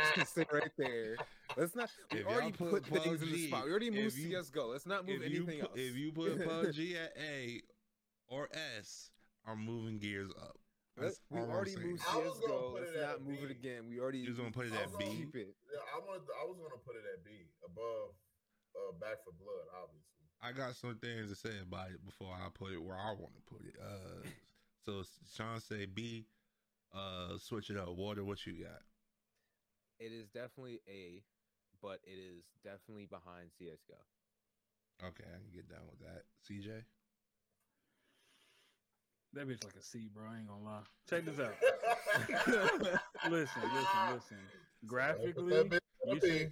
Speaker 3: (laughs) dude, sit right there. Let's not. We
Speaker 1: If y'all
Speaker 3: already
Speaker 1: put
Speaker 3: put, things in the
Speaker 1: PUBG,
Speaker 3: spot. We already moved
Speaker 1: if you-
Speaker 3: CS:GO. Let's not move
Speaker 1: if you
Speaker 3: anything
Speaker 1: put,
Speaker 3: else.
Speaker 1: If you
Speaker 3: (laughs)
Speaker 1: put PUBG at A or S, I'm moving Gears up.
Speaker 3: Let-
Speaker 1: That's
Speaker 3: we
Speaker 1: all I'm
Speaker 3: already
Speaker 1: saying.
Speaker 3: moved
Speaker 5: I was gonna
Speaker 3: CS:GO.
Speaker 5: put
Speaker 3: Let's
Speaker 5: it at
Speaker 3: not move it
Speaker 5: B.
Speaker 3: again. We already
Speaker 1: You just gonna put it
Speaker 5: I
Speaker 1: at
Speaker 5: was
Speaker 1: B?
Speaker 3: keep it.
Speaker 5: Yeah, I wanted. I was gonna put it at B above uh, Back for Blood, obviously.
Speaker 1: I got some things to say about it before I put it where I want to put it. Uh, so Sean said B, uh, switch it up. Water, what you got?
Speaker 3: It is definitely A, but it is definitely behind CS:GO.
Speaker 1: Okay, I can get down with that. CJ,
Speaker 4: That bitch like a C, bro. I ain't gonna lie. Check
Speaker 3: (laughs)
Speaker 5: (laughs)
Speaker 4: this out. (laughs) listen, listen, listen. Graphically,
Speaker 5: that bitch on
Speaker 4: you,
Speaker 5: a B.
Speaker 4: should,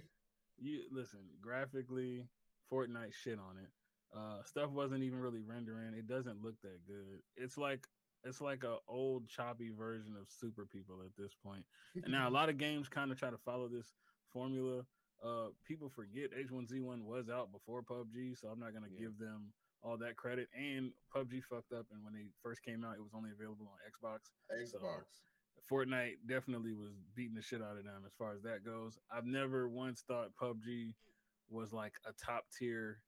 Speaker 4: you listen. Graphically, Fortnite shit on it. Uh, stuff wasn't even really rendering. It doesn't look that good. It's like it's like a old choppy version of Super People at this point. And now a lot of games kind of try to follow this formula. Uh, people forget H1Z1 was out before PUBG, so I'm not gonna
Speaker 3: Yeah.
Speaker 4: give them all that credit. And PUBG fucked up, and when they first came out, it was only available on Xbox. So-
Speaker 5: Xbox.
Speaker 4: Fortnite definitely was beating the shit out of them as far as that goes. I've never once thought PUBG was like a top tier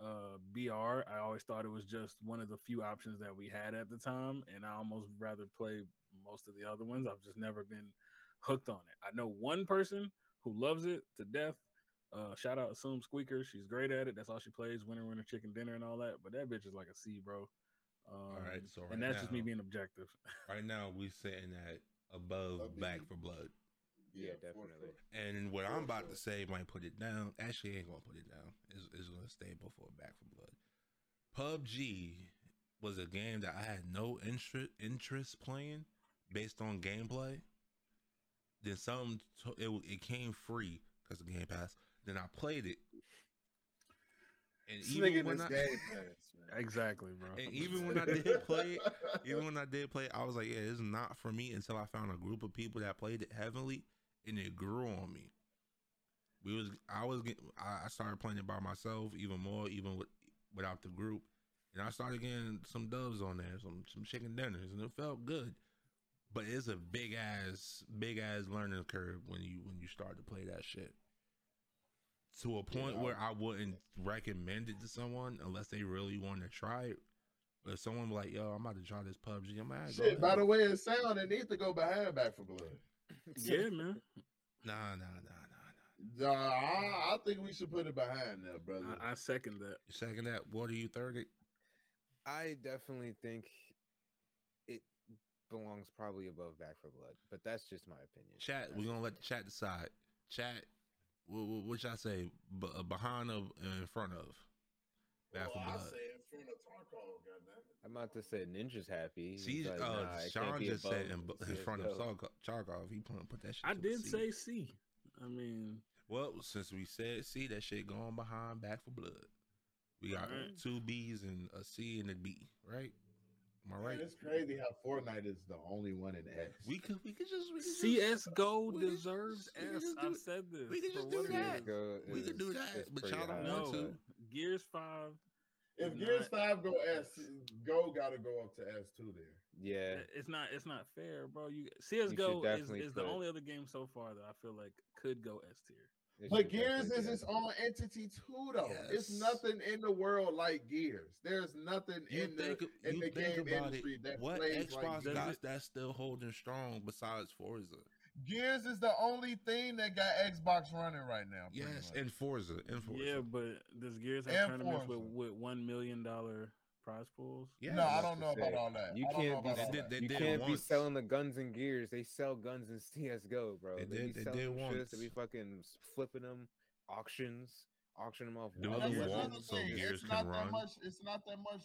Speaker 4: uh BR. I always thought it was just one of the few options that we had at the time, and I almost rather play most of the other ones. I've just never been hooked on it. I know one person who loves it to death. Uh, shout out Assume Squeaker. She's great at it. That's all she plays. Winner, winner, chicken dinner, and all that. But that bitch is like a C, bro. Um,
Speaker 1: right, so right
Speaker 4: and that's just me
Speaker 1: now-
Speaker 4: being objective.
Speaker 1: right now we sitting at above
Speaker 5: A B.
Speaker 1: Back for Blood,
Speaker 3: Yeah,
Speaker 5: for
Speaker 3: definitely.
Speaker 5: sure.
Speaker 1: and what
Speaker 5: For
Speaker 1: I'm about
Speaker 5: sure.
Speaker 1: to say might put it down. Actually, ain't gonna put it down. It's, it's gonna stay before Back for Blood. PUBG was a game that I had no interest interest playing based on gameplay. Then something to- it w- it came free because of Game Pass. Then I played it, and
Speaker 5: This nigga
Speaker 1: even
Speaker 5: in
Speaker 1: when
Speaker 5: this
Speaker 1: I
Speaker 5: game
Speaker 1: (laughs)
Speaker 5: pass, man.
Speaker 4: Exactly, bro.
Speaker 1: and even (laughs) when I
Speaker 5: (laughs)
Speaker 4: (laughs)
Speaker 1: did play it,
Speaker 3: (laughs)
Speaker 1: even when I did play, it, I was like, yeah, this is not for me until I found a group of people that played it heavily and it grew on me. We was I was get- I I started playing it by myself even more, even with, without the group. And I started getting some doves on there, some some chicken dinners, and it felt good. But it's a big ass, big ass learning curve when you when you start to play that shit. To a point
Speaker 5: I-
Speaker 1: where I wouldn't recommend it to someone unless they really want to try it. But if someone be like, "Yo, I'm about to try this PUBG," I'm like, "Alright, go
Speaker 5: Shit, by
Speaker 1: ahead."
Speaker 5: the way, it sound it needs to go behind Back for Blood.
Speaker 4: yeah, man.
Speaker 1: "Nah, nah, nah, nah, nah."
Speaker 5: Nah, I, I think we should put it behind that, brother.
Speaker 4: I, I second that.
Speaker 1: You second that? What are you third? it?
Speaker 3: I definitely think it belongs probably above Back for Blood, but that's just my opinion.
Speaker 1: Chat. We're gonna let the chat decide. Chat. What, what, what should I say? B- uh, behind of, and in front of. Back for
Speaker 5: Well, Oh, I
Speaker 1: blood.
Speaker 5: say in front of Tarkov, goddamn it.
Speaker 3: I'm about to say Ninja's happy. He's
Speaker 1: See,
Speaker 3: like,
Speaker 1: uh,
Speaker 3: "Nah, it can't
Speaker 1: Sean
Speaker 3: be
Speaker 1: just said
Speaker 3: above
Speaker 1: in, b- in front of
Speaker 3: CS:GO."
Speaker 1: Sarko- Charkov. He put, put that shit.
Speaker 4: I
Speaker 1: to a
Speaker 4: did
Speaker 1: C.
Speaker 4: say C. I mean,
Speaker 1: Well, since we said C, that shit going behind back for blood. We got
Speaker 4: Alright.
Speaker 1: two B's and a C and a B, right? Am I right?
Speaker 5: Man, it's crazy how Fortnite is the only one in X.
Speaker 1: We could we could just we could just-
Speaker 4: CS:GO
Speaker 1: we could-
Speaker 4: deserves
Speaker 1: we could
Speaker 4: S.
Speaker 1: just do
Speaker 4: I've
Speaker 1: it.
Speaker 4: said this.
Speaker 1: we could
Speaker 4: for
Speaker 1: just do
Speaker 4: what it
Speaker 1: that.
Speaker 4: is.
Speaker 3: CS:GO
Speaker 1: We could
Speaker 3: is-
Speaker 1: do that,
Speaker 3: is
Speaker 1: but
Speaker 3: pretty
Speaker 1: y'all don't
Speaker 3: high
Speaker 1: want
Speaker 3: up
Speaker 4: No.
Speaker 1: to.
Speaker 3: there.
Speaker 4: Gears Five.
Speaker 5: If
Speaker 4: Not-
Speaker 5: Gears Five go S, Go gotta go up to S two there.
Speaker 3: Yeah,
Speaker 4: it- It's not. It's not fair, bro. You CS:GO is,
Speaker 3: definitely
Speaker 4: is the
Speaker 3: put-
Speaker 4: only other game so far that I feel like could go S tier.
Speaker 3: it
Speaker 5: But
Speaker 3: should
Speaker 5: Gears
Speaker 3: definitely
Speaker 5: is
Speaker 3: be
Speaker 5: its
Speaker 3: up
Speaker 5: own entity too, though. It's
Speaker 1: Yes.
Speaker 5: nothing in the world like Gears. There's nothing
Speaker 1: You
Speaker 5: in the
Speaker 1: think
Speaker 5: in
Speaker 1: you
Speaker 5: the
Speaker 1: think
Speaker 5: game
Speaker 1: about
Speaker 5: industry
Speaker 1: it.
Speaker 5: that
Speaker 1: What
Speaker 5: plays
Speaker 1: Xbox
Speaker 5: like
Speaker 4: does
Speaker 5: Gears.
Speaker 1: got
Speaker 4: it-
Speaker 1: that's still holding strong besides Forza?
Speaker 5: Gears is the only thing that got Xbox running right now. pretty
Speaker 1: Yes,
Speaker 5: much.
Speaker 1: and Forza, and Forza.
Speaker 4: Yeah, but does Gears have
Speaker 5: And
Speaker 4: tournaments with,
Speaker 5: Forza.
Speaker 4: with one million dollar prize pools?
Speaker 1: yeah.
Speaker 5: no, I
Speaker 3: that's
Speaker 5: don't
Speaker 3: to
Speaker 5: know
Speaker 3: say.
Speaker 5: about all that.
Speaker 3: You
Speaker 5: I don't know
Speaker 3: can't be
Speaker 5: about all
Speaker 1: they did,
Speaker 5: that.
Speaker 1: they
Speaker 3: you
Speaker 1: did
Speaker 3: can't
Speaker 1: once.
Speaker 3: be selling the guns and gears. They sell guns in CS:GO, bro.
Speaker 1: They
Speaker 3: They,
Speaker 1: did-
Speaker 3: be
Speaker 1: they
Speaker 3: selling
Speaker 1: did
Speaker 3: them shits. They
Speaker 1: once.
Speaker 3: be fucking s- flipping them auctions, auction them off.
Speaker 1: The
Speaker 3: wall
Speaker 1: other
Speaker 5: That's
Speaker 3: to
Speaker 1: one-
Speaker 3: wall.
Speaker 5: another
Speaker 1: won't, so
Speaker 5: thing.
Speaker 1: Gears
Speaker 5: it's
Speaker 1: can
Speaker 5: not that
Speaker 1: run.
Speaker 5: much. It's not that much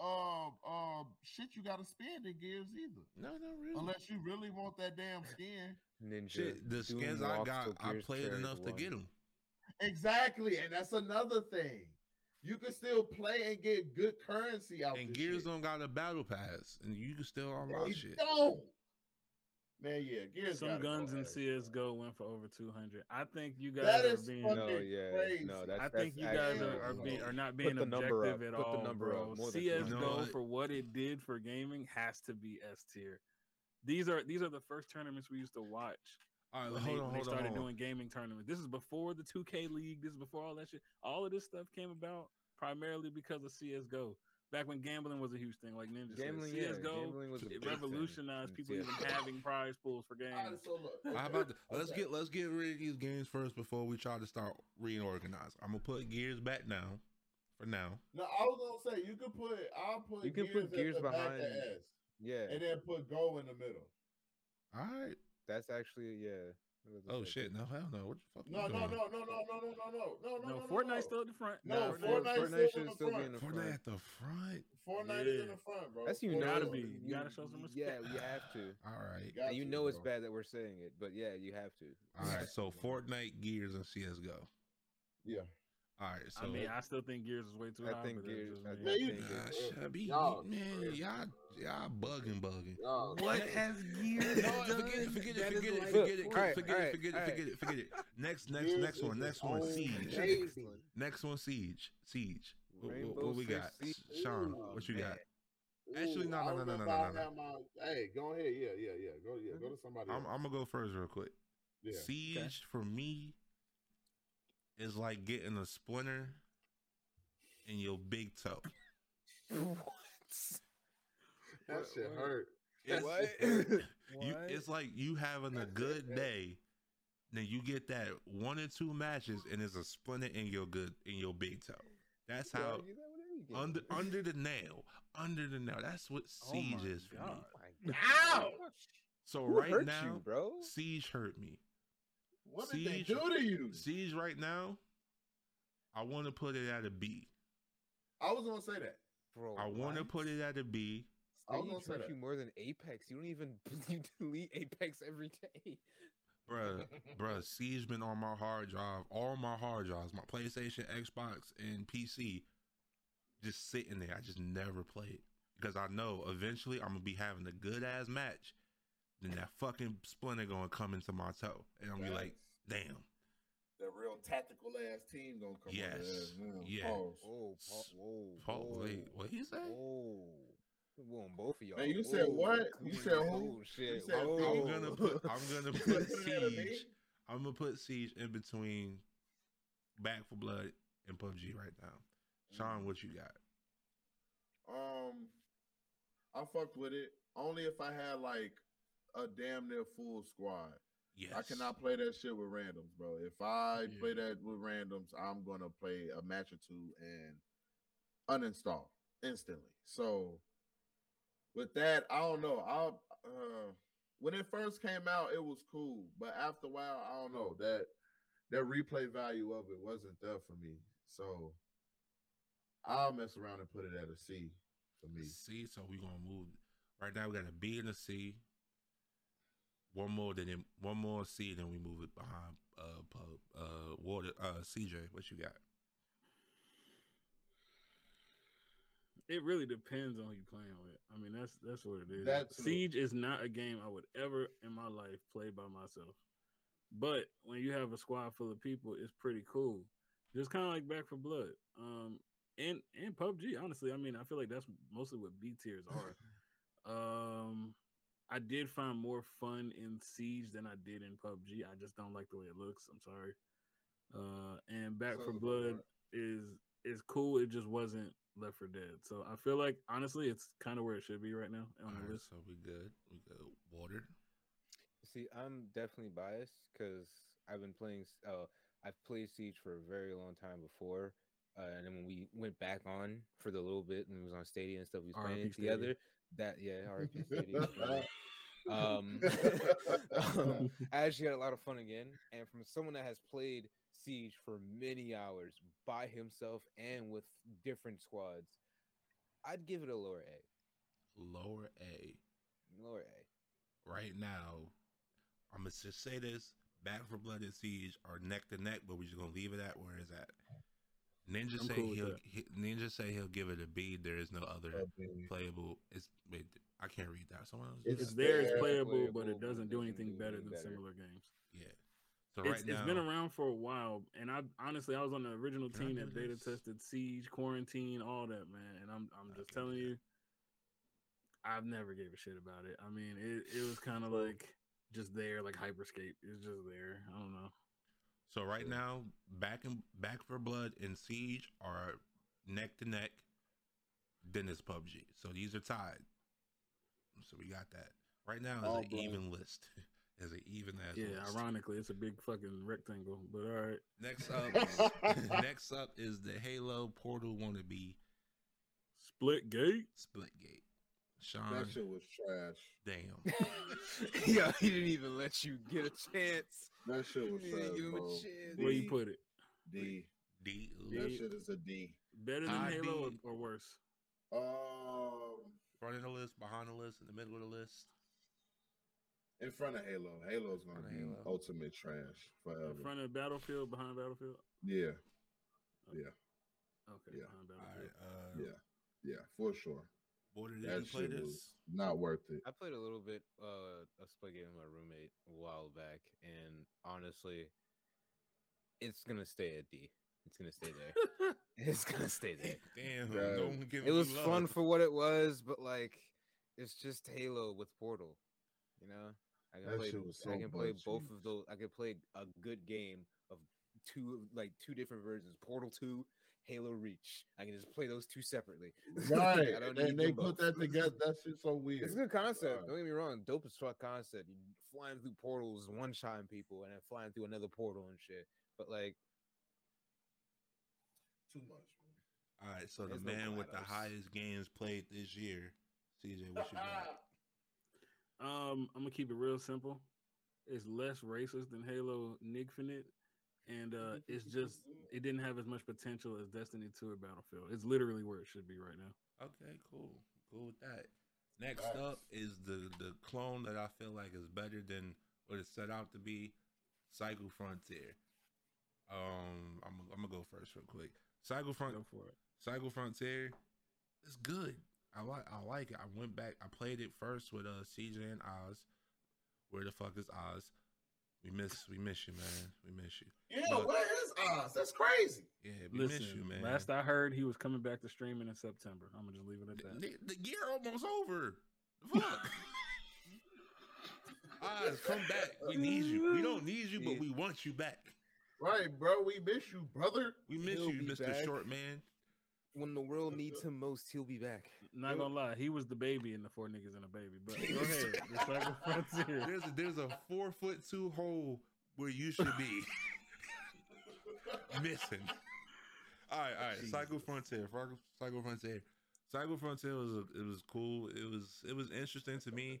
Speaker 5: um um shit you gotta spend in gears either.
Speaker 1: No, not really.
Speaker 5: Unless you really want that damn skin.
Speaker 3: Ninja.
Speaker 1: Shit, the
Speaker 3: Doom
Speaker 1: skins I
Speaker 3: walks
Speaker 1: got,
Speaker 3: till
Speaker 1: I
Speaker 3: Gears
Speaker 1: played
Speaker 3: Cherry
Speaker 1: enough to
Speaker 3: One.
Speaker 1: get them.
Speaker 5: Exactly, and that's another thing. You can still play and get good currency out.
Speaker 1: And
Speaker 5: this
Speaker 1: Gears
Speaker 5: shit.
Speaker 1: don't got a battle pass, and you can still
Speaker 5: They
Speaker 1: unlock shit.
Speaker 5: don't. Man, yeah, Gears
Speaker 4: Some
Speaker 5: gotta go
Speaker 4: guns in
Speaker 5: ahead.
Speaker 4: CS:GO went for over 200. I think you guys
Speaker 5: That
Speaker 4: are
Speaker 5: is
Speaker 4: being.
Speaker 5: fucking
Speaker 3: No, yeah,
Speaker 5: crazy.
Speaker 3: no, that's.
Speaker 4: I
Speaker 3: that's
Speaker 4: think you guys
Speaker 3: actually-
Speaker 4: are, are, being, are
Speaker 3: Put
Speaker 4: not being
Speaker 3: the number
Speaker 4: objective
Speaker 3: up.
Speaker 4: at
Speaker 3: Put
Speaker 4: all,
Speaker 3: the number
Speaker 4: bro.
Speaker 3: up. More than
Speaker 4: CS:GO
Speaker 1: You know what?
Speaker 4: for what it did for gaming has to be S tier. These are these are the first tournaments we used to watch.
Speaker 1: All right,
Speaker 4: when
Speaker 1: hold
Speaker 4: they,
Speaker 1: on,
Speaker 4: when they
Speaker 1: hold on,
Speaker 4: started
Speaker 1: hold on.
Speaker 3: (laughs)
Speaker 4: doing gaming tournaments. This is before the 2K League. This is before all that shit. All of this stuff came about primarily because of CS:GO. Back when gambling was a huge thing, like Ninja
Speaker 3: Gambling, yeah,
Speaker 4: said, CS:GO
Speaker 3: gambling was a big
Speaker 4: it
Speaker 3: thing
Speaker 4: revolutionized
Speaker 3: in
Speaker 4: people even
Speaker 3: CS:GO.
Speaker 4: having prize pools for
Speaker 5: All
Speaker 4: games.
Speaker 5: right, so
Speaker 1: (laughs)
Speaker 5: look.
Speaker 1: How about the, let's
Speaker 5: Okay.
Speaker 1: get let's get rid of these games first before we try to start reorganizing. I'm gonna put Gears back now, for now.
Speaker 5: No, I was gonna say you could put. I'll put.
Speaker 3: You can put Gears
Speaker 5: at the back of
Speaker 3: behind-
Speaker 5: S,
Speaker 3: (laughs) Yeah,
Speaker 5: and then put Go in the middle.
Speaker 1: All right.
Speaker 3: that's actually yeah. I was about
Speaker 1: Oh
Speaker 3: to say.
Speaker 1: shit! No hell no. What the fuck?
Speaker 5: No,
Speaker 1: you
Speaker 5: no, no,
Speaker 1: doing?
Speaker 5: no, no, no, no, no, no, no, no.
Speaker 4: No,
Speaker 5: no, no.
Speaker 4: Fortnite's still at the front.
Speaker 5: No,
Speaker 3: Fortnite-
Speaker 4: Fortnite's-
Speaker 3: Fortnite
Speaker 5: Fortnite's still in
Speaker 3: should
Speaker 5: the
Speaker 3: still be
Speaker 5: front.
Speaker 3: in the front.
Speaker 1: Fortnite at the front.
Speaker 5: Fortnite is in
Speaker 4: Yeah.
Speaker 5: the front, bro.
Speaker 3: That's you
Speaker 5: Fortnite
Speaker 4: gotta
Speaker 5: is
Speaker 3: know.
Speaker 4: be.
Speaker 5: in the
Speaker 4: You
Speaker 5: front.
Speaker 4: gotta show some respect.
Speaker 3: Yeah, you have to.
Speaker 1: All right.
Speaker 5: Got
Speaker 3: And you
Speaker 5: to,
Speaker 3: know it's
Speaker 5: bro.
Speaker 3: bad that we're saying it, but yeah, you have to.
Speaker 1: All right. So Fortnite, Gears, and CS:GO.
Speaker 5: Yeah.
Speaker 1: All right. So
Speaker 4: I mean, I still think Gears is way too
Speaker 3: I
Speaker 4: high.
Speaker 3: think
Speaker 4: but that's
Speaker 3: Gears-
Speaker 4: just
Speaker 3: I
Speaker 4: me.
Speaker 3: think-
Speaker 5: Yeah, you
Speaker 1: Nah,
Speaker 5: just-
Speaker 1: should be
Speaker 5: y'all-
Speaker 1: man, y'all, y'all bugging, bugging.
Speaker 5: y'all-
Speaker 1: has (laughs) Gears
Speaker 4: done
Speaker 1: Forget it, forget it,
Speaker 4: that is
Speaker 1: forget it,
Speaker 4: like-
Speaker 1: forget it,
Speaker 3: Look, alright,
Speaker 1: forget it,
Speaker 3: alright,
Speaker 1: forget it,
Speaker 3: alright.
Speaker 1: forget it, forget it. Next, next,
Speaker 5: Gears
Speaker 1: next
Speaker 5: is
Speaker 1: one,
Speaker 5: its
Speaker 1: next one,
Speaker 5: own
Speaker 1: siege,
Speaker 5: thing.
Speaker 1: next one, siege, siege. What, what,
Speaker 3: Rainbow
Speaker 1: what we
Speaker 3: Six
Speaker 1: got,
Speaker 3: Siege.
Speaker 1: Sean?
Speaker 5: Ooh,
Speaker 1: What you got? Actually,
Speaker 5: Ooh,
Speaker 1: no,
Speaker 5: I
Speaker 1: no, no, no,
Speaker 5: remember
Speaker 1: no,
Speaker 5: I
Speaker 1: no,
Speaker 5: had my- Hey, go ahead. Yeah, yeah, yeah. Go, yeah. Go to somebody.
Speaker 1: I'm,
Speaker 5: else.
Speaker 1: I'm gonna go first real quick.
Speaker 5: yeah.
Speaker 1: Siege for me is like getting a splinter in your big toe.
Speaker 5: That
Speaker 3: What-
Speaker 5: shit
Speaker 1: (laughs)
Speaker 3: what-
Speaker 5: hurt.
Speaker 1: It's-
Speaker 3: (laughs) What?
Speaker 1: (laughs) You, it's like you having a good day, then you get that one or two matches, and it's a splinter in your good in your big toe. That's
Speaker 3: You
Speaker 1: how
Speaker 3: argue that with any game. (laughs)
Speaker 1: under (laughs) under the nail, under the nail. That's what
Speaker 4: Oh my
Speaker 1: siege is for me.
Speaker 4: God.
Speaker 3: Ow!
Speaker 1: So
Speaker 3: Who
Speaker 1: right
Speaker 3: hurt
Speaker 1: now,
Speaker 3: you, bro?
Speaker 1: siege hurt me.
Speaker 5: What did they
Speaker 1: Siege-
Speaker 5: do to you?
Speaker 1: Siege right now, I want to put it at a B.
Speaker 5: I was gonna say that.
Speaker 3: Bro,
Speaker 1: I want to
Speaker 3: what?
Speaker 1: put it at a B.
Speaker 5: I was
Speaker 3: Siege
Speaker 5: gonna say
Speaker 3: hurt
Speaker 5: that.
Speaker 3: you more than Apex. You don't even (laughs) you delete Apex every day.
Speaker 1: Bruh, bruh, Siege been on my hard drive, all my hard drives, my PlayStation, Xbox, and PC, just sitting there. I just never play it because I know eventually I'm gonna be having a good ass match, then that fucking splinter gonna come into my toe, and I'm gonna be like, damn,
Speaker 5: the real tactical ass team gonna come.
Speaker 1: Yes.
Speaker 5: out of this, man.
Speaker 1: Yeah.
Speaker 5: Pause.
Speaker 1: (laughs)
Speaker 3: (laughs) Whoa, pa-
Speaker 1: S-
Speaker 3: whoa,
Speaker 1: Paul, wait,
Speaker 3: whoa,
Speaker 1: what he say?
Speaker 3: Whoa. Whoa, both of y'all.
Speaker 5: Man, you said
Speaker 3: Whoa,
Speaker 5: what?
Speaker 3: come
Speaker 5: You
Speaker 3: on,
Speaker 5: said who?
Speaker 3: whoa, shit.
Speaker 5: You said
Speaker 3: whoa.
Speaker 1: I'm gonna put, I'm gonna
Speaker 3: (laughs)
Speaker 5: You
Speaker 1: put
Speaker 5: put it at a B?
Speaker 1: Siege, I'm gonna put Siege in between Back for Blood and PUBG right now. Sean, what you got?
Speaker 5: Um, I fucked with it only if I had like a damn near full squad.
Speaker 1: Yes,
Speaker 5: I cannot play that shit with randoms, bro. If I
Speaker 4: Yeah.
Speaker 5: play that with randoms, I'm gonna play a match or two and uninstall instantly. So with that, I don't know. I uh, when it first came out, it was cool, but after a while, I don't know that that replay value of it wasn't there for me. So I'll mess around and put it at a C for me.
Speaker 1: C, so we're gonna move. Right now we got a B and a C. One more than it- one more C, then we move it behind uh pub uh water uh CJ. What you got?
Speaker 4: It really depends on who you're playing with. I mean, that's that's what it is.
Speaker 5: That too.
Speaker 4: Siege is not a game I would ever in my life play by myself. But when you have a squad full of people, it's pretty cool. Just kind of like Back for Blood, um, and and PUBG. Honestly, I mean, I feel like that's mostly what B tiers (laughs) are. um, I did find more fun in Siege than I did in PUBG. I just don't like the way it looks. I'm sorry. Uh, and Back
Speaker 5: Sounds
Speaker 4: for
Speaker 5: about
Speaker 4: Blood
Speaker 5: right.
Speaker 4: is is cool. It just wasn't Left for Dead. So I feel like honestly, it's kind of where it should be right now on the
Speaker 1: Alright,
Speaker 4: list.
Speaker 1: so we good. We good. Water.
Speaker 3: See, I'm definitely biased because I've been playing. s- Uh, I've played Siege for a very long time before, uh, and then when we went back on for the little bit and it was on Stadia and stuff, we was playing
Speaker 4: RIP
Speaker 3: it
Speaker 4: Stadia.
Speaker 3: together. That yeah, RIP
Speaker 5: (laughs)
Speaker 3: Stadia. (laughs) um, (laughs) um, I actually had a lot of fun again, and from someone that has played Siege for many hours by himself and with different squads, I'd give it a lower A.
Speaker 1: Lower A.
Speaker 3: Lower A.
Speaker 1: Right now, I'm gonna just say this: Back for Blood and Siege are neck to neck, but we're just gonna leave it at where it's at. Ninja
Speaker 4: I'm
Speaker 1: say
Speaker 4: cool with
Speaker 1: he'll
Speaker 4: that.
Speaker 1: he, Ninja say he'll give it a B. There is no other playable. It's wait, I can't read that. Someone else.
Speaker 4: Uh, It's, there, it's playable, but it doesn't do anything better than similar games.
Speaker 1: Yeah. So
Speaker 4: it's,
Speaker 1: right now,
Speaker 4: it's been around for a while, and I honestly I was on the original
Speaker 1: Can I
Speaker 4: team
Speaker 1: do
Speaker 4: that beta
Speaker 1: this?
Speaker 4: tested Siege, Quarantine, all that man, and I'm I'm just telling you, I've never gave a shit about it. I mean, it, it was kind of like just there, like Hyperscape. It's just there. I don't know.
Speaker 1: So right now, back and back for blood and siege are neck to neck. Then it's PUBG. So these are tied. So we got that. Right now is
Speaker 4: All
Speaker 1: an
Speaker 4: blood.
Speaker 1: even list. (laughs) Is an even ass.
Speaker 4: yeah,
Speaker 1: list.
Speaker 4: ironically, it's a big fucking rectangle, but all right.
Speaker 1: Next
Speaker 5: (laughs)
Speaker 1: up, next up is the Halo Portal wannabe
Speaker 4: Split Gate.
Speaker 1: Split Gate.
Speaker 5: That
Speaker 1: Sean,
Speaker 5: shit was trash. (laughs)
Speaker 1: damn.
Speaker 3: (laughs) Yo, he didn't even let you get a chance.
Speaker 5: That shit was
Speaker 3: You
Speaker 5: trash,
Speaker 3: didn't give him a
Speaker 5: bro.
Speaker 3: chance.
Speaker 4: Where you put it?
Speaker 5: D.
Speaker 1: D.
Speaker 5: That shit is a D.
Speaker 4: Better than
Speaker 1: I
Speaker 4: Halo
Speaker 1: did.
Speaker 4: or, or worse?
Speaker 5: Um,
Speaker 1: Front of the list, behind the list, in the middle of the list.
Speaker 5: in front of Halo, Halo's gonna
Speaker 1: Front of
Speaker 5: be
Speaker 1: Halo.
Speaker 5: ultimate trash forever.
Speaker 4: In front of Battlefield, behind Battlefield.
Speaker 5: yeah, yeah,
Speaker 4: Okay,
Speaker 5: Yeah.
Speaker 4: behind
Speaker 1: All
Speaker 4: Battlefield.
Speaker 1: right, uh,
Speaker 5: yeah, yeah, for sure.
Speaker 1: Border, did you
Speaker 5: That
Speaker 1: play
Speaker 5: shit
Speaker 1: this?
Speaker 5: was not worth
Speaker 3: (laughs)
Speaker 5: it.
Speaker 3: I played a little bit uh, a split game with my roommate a while back, and honestly, it's gonna stay at D. It's gonna stay there. (laughs) it's gonna stay
Speaker 5: (laughs)
Speaker 3: there.
Speaker 1: Damn,
Speaker 5: Yeah.
Speaker 1: no one giving
Speaker 3: It
Speaker 1: you
Speaker 3: was
Speaker 1: love.
Speaker 3: fun for what it was, but like, it's just Halo with Portal. You know, I can
Speaker 5: That
Speaker 3: play.
Speaker 5: shit was so
Speaker 3: I can play
Speaker 5: much
Speaker 3: both
Speaker 5: use.
Speaker 3: of those. I could play a good game of two, like two different versions: Portal Two, Halo Reach. I can just play those two separately.
Speaker 5: Right,
Speaker 3: I don't need
Speaker 5: and they
Speaker 3: them both.
Speaker 5: put that together. That shit's so weird.
Speaker 3: It's a good concept.
Speaker 5: Uh,
Speaker 3: Don't get me wrong. Dope as fuck concept. You flying through portals, one shotting people, and then flying through another portal and shit. But like,
Speaker 5: Too much.
Speaker 1: All right, so the
Speaker 3: There's no
Speaker 1: man with the
Speaker 3: GLaDOS.
Speaker 1: highest games played this year, CJ, what's your game?
Speaker 4: Um, I'm gonna keep it real simple. It's less racist than Halo Nigfinite, and uh, it's just it didn't have as much potential as Destiny 2 or Battlefield. It's literally where it should be right now.
Speaker 1: Okay, cool, cool with that. Next
Speaker 5: Facts.
Speaker 1: up is the the clone that I feel like is better than what it's set out to be, Cycle Frontier. Um, I'm I'm gonna go first real quick. Cycle Front
Speaker 4: Go for it.
Speaker 1: Cycle Frontier is good. I like I like it. I went back. I played it first with uh CJ and Oz. Where the fuck is Oz? We miss we miss you, man. We miss you.
Speaker 5: Yeah,
Speaker 1: But-
Speaker 5: where is Oz? That's crazy.
Speaker 1: Yeah, we
Speaker 4: Listen,
Speaker 1: miss you, man.
Speaker 4: last I heard, he was coming back to streaming in September. I'm gonna just leave it at that.
Speaker 1: The, the year almost over. The Fuck.
Speaker 4: (laughs)
Speaker 1: Oz, come back. (laughs)
Speaker 3: (laughs)
Speaker 1: We need you. We don't need you, but we want you back.
Speaker 5: Right, bro. We miss you, brother.
Speaker 1: We miss
Speaker 3: He'll
Speaker 1: you,
Speaker 3: be
Speaker 1: Mr.
Speaker 3: back.
Speaker 1: Short Man.
Speaker 3: when the world needs him most, he'll be back.
Speaker 4: Not gonna lie, he was the baby in the four niggas and a baby.
Speaker 1: (laughs)
Speaker 4: But go ahead, the Cycle Frontier.
Speaker 1: There's a, there's a four foot two hole where you should
Speaker 3: (laughs)
Speaker 1: be missing. All right, all right. Cycle Frontier, Cycle- Cycle Frontier, Cycle Frontier was a, it was cool. It was it was interesting to me.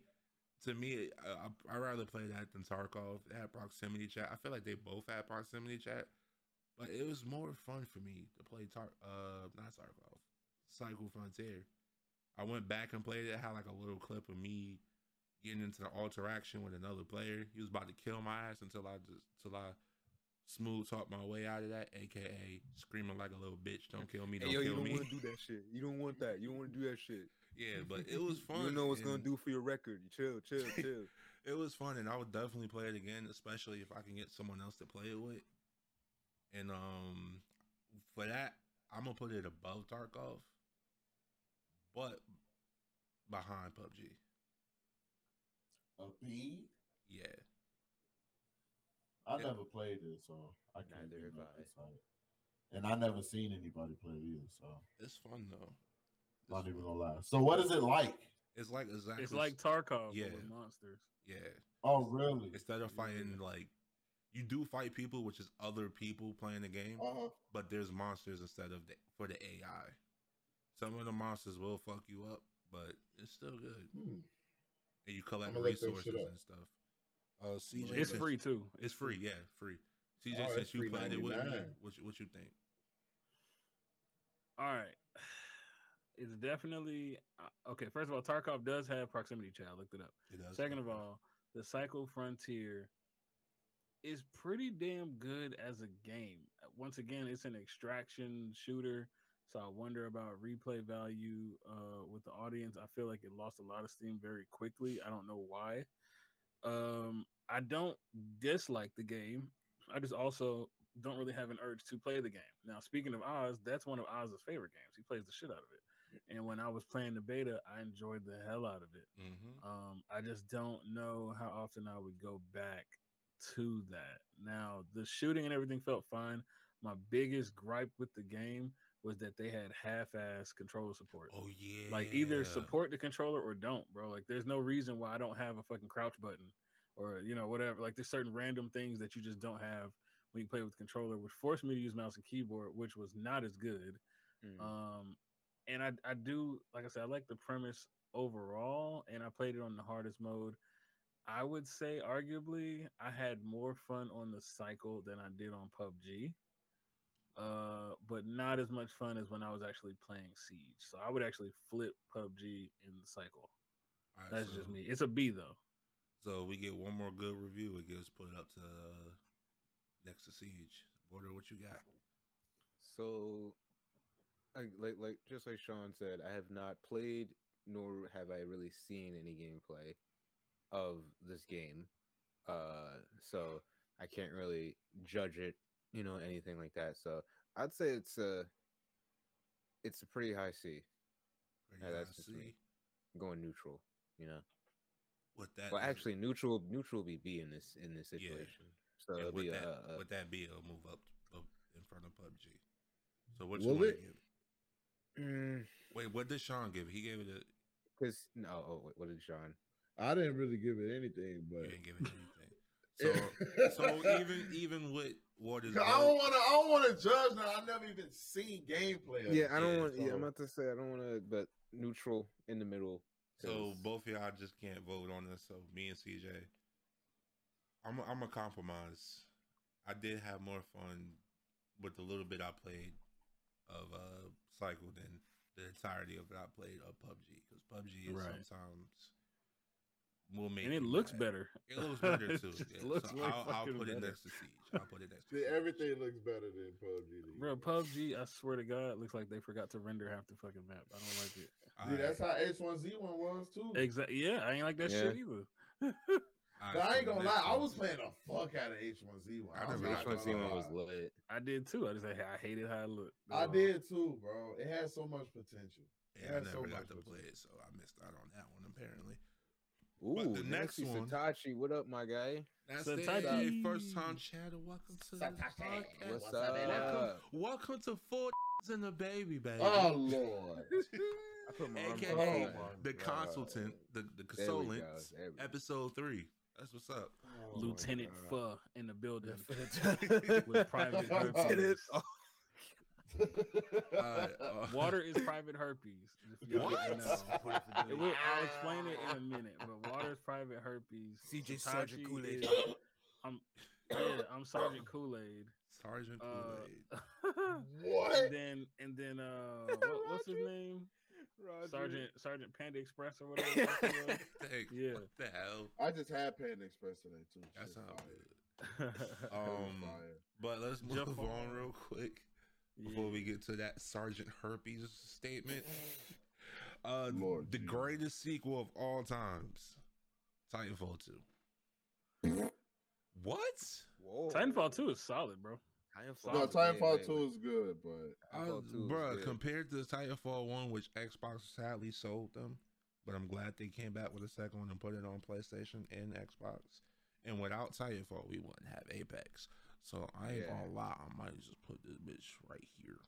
Speaker 1: To me, I, I I'd rather play that than Tarkov. It had proximity chat. I feel like they both had proximity chat, but it was more fun for me to play Tar uh not Tarkov, Cycle Frontier. I went back and played it. Had like a little clip of me getting into the interaction with another player. He was about to kill my ass until I just until I smooth talked my way out of that, aka screaming like a little bitch, "Don't kill me,
Speaker 3: Hey,
Speaker 1: don't
Speaker 3: yo, you
Speaker 1: kill
Speaker 3: don't
Speaker 1: me."
Speaker 3: want to do that shit. You don't want that. You don't want to do that shit.
Speaker 1: Yeah, but it was fun.
Speaker 3: (laughs) You don't know what's gonna
Speaker 1: and
Speaker 3: do for your record. You chill, (laughs) chill, chill.
Speaker 1: It was fun, and I would definitely play it again, especially if I can get someone else to play it with. And um, for that, I'm gonna put it above Tarkov, but behind PUBG.
Speaker 5: A B.
Speaker 1: Yeah,
Speaker 5: I
Speaker 1: Yeah.
Speaker 5: never played it, so I can't
Speaker 3: Neither have
Speaker 5: give no
Speaker 3: I.
Speaker 5: insight. And I never seen anybody play it either, so
Speaker 1: it's fun though. It's
Speaker 5: not even
Speaker 1: fun.
Speaker 5: gonna lie. So what is it like?
Speaker 1: It's like exactly.
Speaker 4: It's like Tarkov,
Speaker 1: Yeah.
Speaker 4: but with monsters.
Speaker 1: yeah.
Speaker 5: Oh really?
Speaker 1: instead of fighting like you do fight people which is other people playing the game
Speaker 5: Uh-huh.
Speaker 1: but there's monsters instead of the, for the ai some of the monsters will fuck you up but it's still good
Speaker 5: Hmm.
Speaker 1: and you collect
Speaker 5: I'ma look that
Speaker 1: resources
Speaker 5: shit up.
Speaker 1: and stuff uh cj
Speaker 4: It's
Speaker 1: since-
Speaker 4: free too.
Speaker 1: it's free yeah free cj
Speaker 5: Oh,
Speaker 1: since
Speaker 5: it's
Speaker 1: you played it with me
Speaker 5: $3.99.
Speaker 1: what you, what you think
Speaker 4: All right. (sighs) it's definitely uh, okay. First of all, Tarkov does have proximity child. Looked it up.
Speaker 1: It does.
Speaker 4: Second of all, the Psycho Frontier is pretty damn good as a game. Once again, it's an extraction shooter, so I wonder about replay value uh, with the audience. I feel like it lost a lot of steam very quickly. I don't know why. Um, I don't dislike the game. I just also don't really have an urge to play the game. Now, speaking of Oz, that's one of Oz's favorite games. He plays the shit out of it. And when I was playing the beta, I enjoyed the hell out of it.
Speaker 1: Mm-hmm.
Speaker 4: Um, I just don't know how often I would go back to that. Now, the shooting and everything felt fine. My biggest gripe with the game was that they had half-ass controller support.
Speaker 1: Oh yeah.
Speaker 4: Like either support the controller or don't, bro. Like there's no reason why I don't have a fucking crouch button or you know whatever. Like there's certain random things that you just don't have when you play with controller, which forced me to use mouse and keyboard, which was not as good.
Speaker 15: Mm.
Speaker 1: Mm-hmm.
Speaker 4: Um, and I, I do, like I said, I like the premise overall, and I played it on the hardest mode. I would say, arguably, I had more fun on the cycle than I did on PUBG, uh, but not as much fun as when I was actually playing Siege. So I would actually flip PUBG in the cycle.
Speaker 1: All right,
Speaker 4: That's
Speaker 1: so-
Speaker 4: just me. It's a B though.
Speaker 1: So we get one more good review. It gets put up to uh, next to Siege. Border, what you got?
Speaker 3: So, like, like, like, just like Sean said, I have not played nor have I really seen any gameplay of this game. Uh, so I can't really judge it, you know, anything like that. So I'd say it's a, it's a pretty high C.
Speaker 1: Pretty
Speaker 3: Yeah, that's
Speaker 1: high
Speaker 3: just me.
Speaker 1: C.
Speaker 3: Going neutral, you know.
Speaker 1: With that,
Speaker 3: well,
Speaker 1: is-
Speaker 3: actually, neutral, neutral will be B in this in this
Speaker 1: Yeah.
Speaker 3: situation. So
Speaker 1: and
Speaker 3: it'll
Speaker 1: with
Speaker 3: be uh,
Speaker 1: that,
Speaker 3: a, a
Speaker 1: with that be, it'll move up, up in front of PUBG. So what you
Speaker 3: Will
Speaker 1: want to
Speaker 3: it?
Speaker 1: give? it? Wait, what did Sean give? it? He gave it a.
Speaker 3: because mm, no, oh, wait, what did Sean?
Speaker 5: I didn't really give it anything,
Speaker 1: You
Speaker 5: but
Speaker 1: didn't give it anything.
Speaker 5: (laughs)
Speaker 1: So, so even even with what is
Speaker 5: I don't want to. I don't want to judge now. I never even seen gameplay. of
Speaker 3: Yeah,
Speaker 5: it,
Speaker 3: I don't want. Yeah,
Speaker 5: so-
Speaker 3: I'm about to say I don't want to, but neutral in the middle.
Speaker 1: So
Speaker 3: 'cause-
Speaker 1: both of y'all just can't vote on this. So me and CJ, I'm a, I'm a compromise. I did have more fun with the little bit I played of uh cycle than the entirety of it I played of PUBG because PUBG is
Speaker 4: Right.
Speaker 1: sometimes will make
Speaker 4: And it
Speaker 1: you
Speaker 4: looks
Speaker 1: mad.
Speaker 4: better.
Speaker 1: It looks better
Speaker 4: It (laughs)
Speaker 1: too.
Speaker 4: just
Speaker 1: yeah.
Speaker 4: looks
Speaker 1: so
Speaker 4: way
Speaker 1: I'll, I'll
Speaker 4: fucking
Speaker 1: put it
Speaker 4: better.
Speaker 1: next to Siege. I'll put it next. to
Speaker 5: See,
Speaker 1: Siege.
Speaker 5: everything looks better than PUBG. League.
Speaker 4: Bro, PUBG, I swear to God, it looks like they forgot to render half the fucking map. I don't like it.
Speaker 1: Alright,
Speaker 5: Dude, that's how H1Z1 was too.
Speaker 4: Exactly. Yeah, I ain't like that
Speaker 3: Yeah.
Speaker 4: shit either.
Speaker 1: alright,
Speaker 5: But I
Speaker 1: so
Speaker 5: ain't
Speaker 1: the
Speaker 5: gonna
Speaker 1: next
Speaker 5: lie, I
Speaker 1: one-
Speaker 5: was playing the fuck out of H1Z1.
Speaker 1: I
Speaker 5: I'm
Speaker 1: never
Speaker 5: not
Speaker 1: got
Speaker 5: gonna
Speaker 3: H1Z1 was
Speaker 5: lie.
Speaker 3: lit.
Speaker 4: I did too. I just like, I hated how it looked.
Speaker 5: I
Speaker 4: That's all.
Speaker 5: did too, bro. It had so much potential.
Speaker 1: Yeah, I
Speaker 5: That's so
Speaker 1: never got
Speaker 5: much
Speaker 1: to
Speaker 5: was-
Speaker 1: play it, so I missed out on that one apparently.
Speaker 3: Ooh,
Speaker 1: the next
Speaker 3: next
Speaker 1: one-
Speaker 3: Satachi, what up, my guy?
Speaker 1: That's
Speaker 4: So
Speaker 1: it.
Speaker 4: Tati-
Speaker 1: First time chatter. Welcome to the
Speaker 2: Satake.
Speaker 1: podcast.
Speaker 3: What's
Speaker 2: what's up,
Speaker 3: up?
Speaker 1: Welcome, welcome to Four (laughs) and the Baby Baby.
Speaker 5: Oh lord.
Speaker 3: I put my arms
Speaker 1: AKA
Speaker 3: around
Speaker 5: Oh,
Speaker 3: him.
Speaker 5: my
Speaker 1: the
Speaker 3: God.
Speaker 1: consultant, the the
Speaker 3: There we go,
Speaker 1: consultant,
Speaker 3: there we go.
Speaker 1: episode three. That's what's up.
Speaker 5: Oh, my
Speaker 4: Lieutenant
Speaker 5: God.
Speaker 4: Fuh in the building
Speaker 1: With
Speaker 3: (laughs)
Speaker 4: (laughs) with private
Speaker 5: Lieutenant
Speaker 4: herpes.
Speaker 1: Uh, uh,
Speaker 4: Water is private herpes. If you
Speaker 1: What?
Speaker 4: didn't know. It will- I'll explain it in a minute, but water is private herpes.
Speaker 13: CJ
Speaker 4: Satachi
Speaker 13: Sergeant Kool-Aid.
Speaker 4: is- I'm, yeah, I'm Sergeant Kool (laughs) Aid.
Speaker 1: (laughs) Sergeant
Speaker 4: Uh,
Speaker 1: Kool-Aid.
Speaker 5: (laughs) What?
Speaker 4: And then and then uh, what, what's his name?
Speaker 3: Roger.
Speaker 4: Sergeant Sergeant Panda Express or whatever. the fuck he was.
Speaker 1: Dang,
Speaker 4: yeah.
Speaker 1: What the hell?
Speaker 5: I just had Panda Express today too.
Speaker 1: That
Speaker 5: Shit
Speaker 1: sounds
Speaker 5: fire.
Speaker 1: good.
Speaker 4: (laughs)
Speaker 5: That was
Speaker 1: Um,
Speaker 5: fire.
Speaker 1: But let's
Speaker 4: Jump
Speaker 1: move
Speaker 4: on.
Speaker 1: on real quick before
Speaker 4: Yeah.
Speaker 1: we get to that Sergeant Herpes statement. Uh,
Speaker 5: Lord
Speaker 1: the
Speaker 5: Jesus.
Speaker 1: greatest sequel of all times, Titanfall Two. What?
Speaker 3: Whoa.
Speaker 4: Titanfall 2 is solid, bro.
Speaker 3: Titanfall.
Speaker 5: no,
Speaker 4: Solid.
Speaker 5: Titanfall Two is good, but
Speaker 1: I,
Speaker 3: Titanfall 2 is
Speaker 1: bruh,
Speaker 3: good.
Speaker 1: compared to the Titanfall One, which Xbox sadly sold them, but I'm glad they came back with a second one and put it on PlayStation and Xbox. And without Titanfall, we wouldn't have Apex. So I ain't
Speaker 3: Yeah.
Speaker 1: gonna lie, I might just put this bitch right here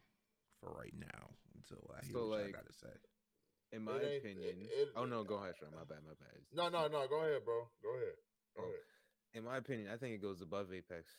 Speaker 1: for right now until I hear
Speaker 3: So,
Speaker 1: what I
Speaker 3: like,
Speaker 1: gotta say.
Speaker 3: in my
Speaker 5: It ain't-
Speaker 3: opinion.
Speaker 5: it- it-
Speaker 3: oh no, go ahead, Sean. My bad, my bad.
Speaker 5: no, no, no. Go ahead, bro. Go ahead. Go
Speaker 3: Oh.
Speaker 5: ahead.
Speaker 3: In my opinion, I think it goes above Apex.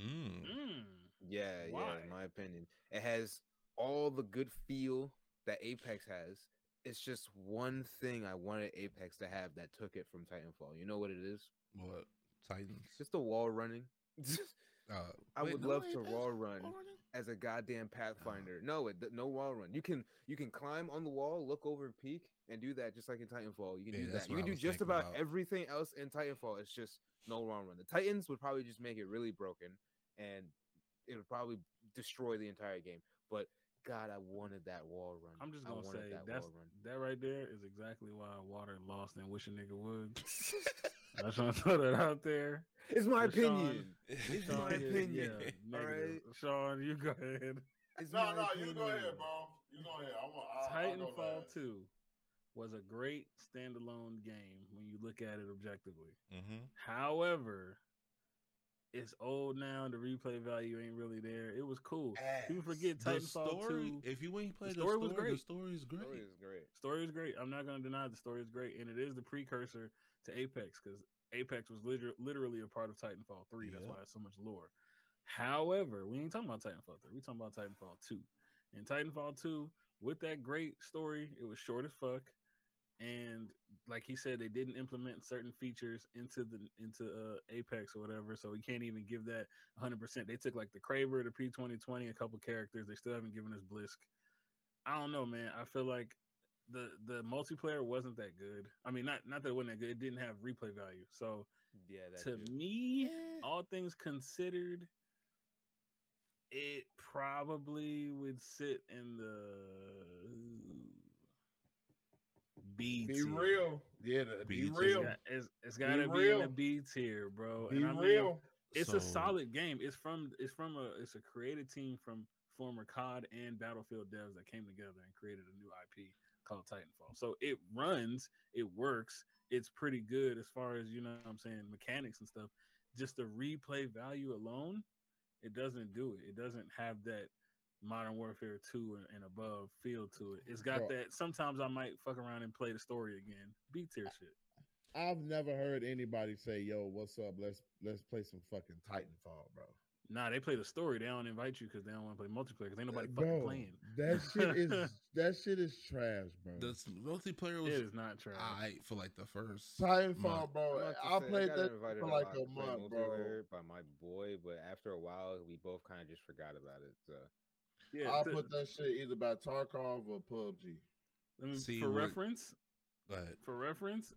Speaker 1: Mm.
Speaker 4: Mm.
Speaker 3: Yeah, yeah.
Speaker 4: Why?
Speaker 3: In my opinion, it has all the good feel that Apex has. It's just one thing I wanted Apex to have that took it from Titanfall. You know what it is?
Speaker 1: What Titans?
Speaker 3: It's just the wall running. (laughs)
Speaker 1: Uh,
Speaker 3: I
Speaker 1: wait,
Speaker 3: would
Speaker 1: no, (laughs)
Speaker 3: love
Speaker 1: ain't
Speaker 3: to
Speaker 1: that-
Speaker 3: wall run.
Speaker 1: wall running?
Speaker 3: as a goddamn Pathfinder. No, it, no wall run. You can you can climb on the wall, look over a peak, and do that just like in Titanfall. You can
Speaker 1: Yeah,
Speaker 3: do
Speaker 1: that's
Speaker 3: that. You
Speaker 1: what I
Speaker 3: can do
Speaker 1: was
Speaker 3: just
Speaker 1: thinking
Speaker 3: about,
Speaker 1: about.
Speaker 3: everything else in Titanfall. It's just no wall run. The Titans would probably just make it really broken, and it would probably destroy the entire game. But God, I wanted that wall run.
Speaker 4: I'm just
Speaker 3: I
Speaker 4: gonna
Speaker 3: wanted
Speaker 4: say
Speaker 3: that
Speaker 4: that's
Speaker 3: wall run.
Speaker 4: that right there is exactly why Water lost and wish a nigga would.
Speaker 3: (laughs)
Speaker 4: I just want to throw that out there.
Speaker 3: It's my
Speaker 4: But Sean-
Speaker 3: opinion. It's
Speaker 4: Sean,
Speaker 3: my
Speaker 4: yeah,
Speaker 3: opinion.
Speaker 4: yeah,
Speaker 3: (laughs) all
Speaker 4: negative.
Speaker 3: right.
Speaker 4: Sean, you go ahead.
Speaker 2: no, no, you go ahead, bro. You go ahead. I want I, I go
Speaker 4: Titanfall
Speaker 2: last.
Speaker 4: 2 was a great standalone game when you look at it objectively.
Speaker 1: Mm-hmm.
Speaker 4: However, it's old now. The replay value ain't really there. It was cool. People forget
Speaker 1: The
Speaker 4: Titanfall
Speaker 1: story,
Speaker 4: 2.
Speaker 1: if you ain't played the
Speaker 4: story
Speaker 1: story,
Speaker 4: was
Speaker 1: the
Speaker 4: great.
Speaker 1: story is great.
Speaker 3: Story is great.
Speaker 4: Story is great. I'm not going to deny the story is great. And it is the precursor to Apex because Apex was liter- literally a part of Titanfall 3. That's
Speaker 1: Yeah.
Speaker 4: why it's so much lore. However, we ain't talking about Titanfall 3. we talking about Titanfall 2. And Titanfall 2, with that great story, it was short as fuck. And like he said, they didn't implement certain features into the into uh, Apex or whatever, so we can't even give that 100. percent They took like the Kraber, the P2020, a couple characters. They still haven't given us Blisk. I don't know, man. I feel like the the multiplayer wasn't that good. I mean, not not that it wasn't that good. It didn't have replay value. So
Speaker 3: Yeah, that
Speaker 4: to
Speaker 3: too.
Speaker 4: me, all things considered, it probably would sit in the B.
Speaker 5: Be
Speaker 4: tier.
Speaker 5: real. Yeah, the,
Speaker 1: Be
Speaker 5: be
Speaker 1: real.
Speaker 5: real.
Speaker 4: Yeah, It's, it's
Speaker 5: Be
Speaker 4: gotta be, in
Speaker 5: real.
Speaker 4: the B tier, bro.
Speaker 5: Be
Speaker 4: and I mean,
Speaker 5: real.
Speaker 4: it's a
Speaker 1: So-
Speaker 4: solid game. It's from it's from a it's a creative team from former COD and Battlefield devs that came together and created a new IP called Titanfall. So it runs, it works, it's pretty good as far as you know what I'm saying mechanics and stuff. Just the replay value alone, it doesn't do it. It doesn't have that Modern Warfare 2 and- and above feel to it. It's got
Speaker 5: Bro.
Speaker 4: that sometimes I might fuck around and play the story again. B tier shit.
Speaker 5: I've never heard anybody say, "Yo, what's up? Let's let's play some fucking Titanfall, bro."
Speaker 4: Nah, they play the story. They don't invite you because they don't want to play multiplayer because ain't nobody fucking
Speaker 5: Uh, Bro,
Speaker 4: playing.
Speaker 5: That
Speaker 1: (laughs)
Speaker 5: shit is that shit is trash, bro.
Speaker 1: The s- multiplayer
Speaker 4: It
Speaker 1: was
Speaker 4: is not trash.
Speaker 1: I for like the first month.
Speaker 5: Titanfall,
Speaker 3: I'm
Speaker 5: bro.
Speaker 3: about to
Speaker 5: I
Speaker 3: say,
Speaker 5: played
Speaker 3: got
Speaker 5: that
Speaker 3: invited
Speaker 5: for like
Speaker 3: lot
Speaker 5: a
Speaker 3: to play
Speaker 5: month, bro.
Speaker 3: multiplayer By my boy, but after a while, we both kind of just forgot about it. So
Speaker 4: Yeah,
Speaker 5: I
Speaker 4: th-
Speaker 5: put that shit either by Tarkov or PUBG.
Speaker 4: I mean,
Speaker 1: See
Speaker 4: for
Speaker 1: what-
Speaker 4: reference,
Speaker 1: But
Speaker 4: for reference,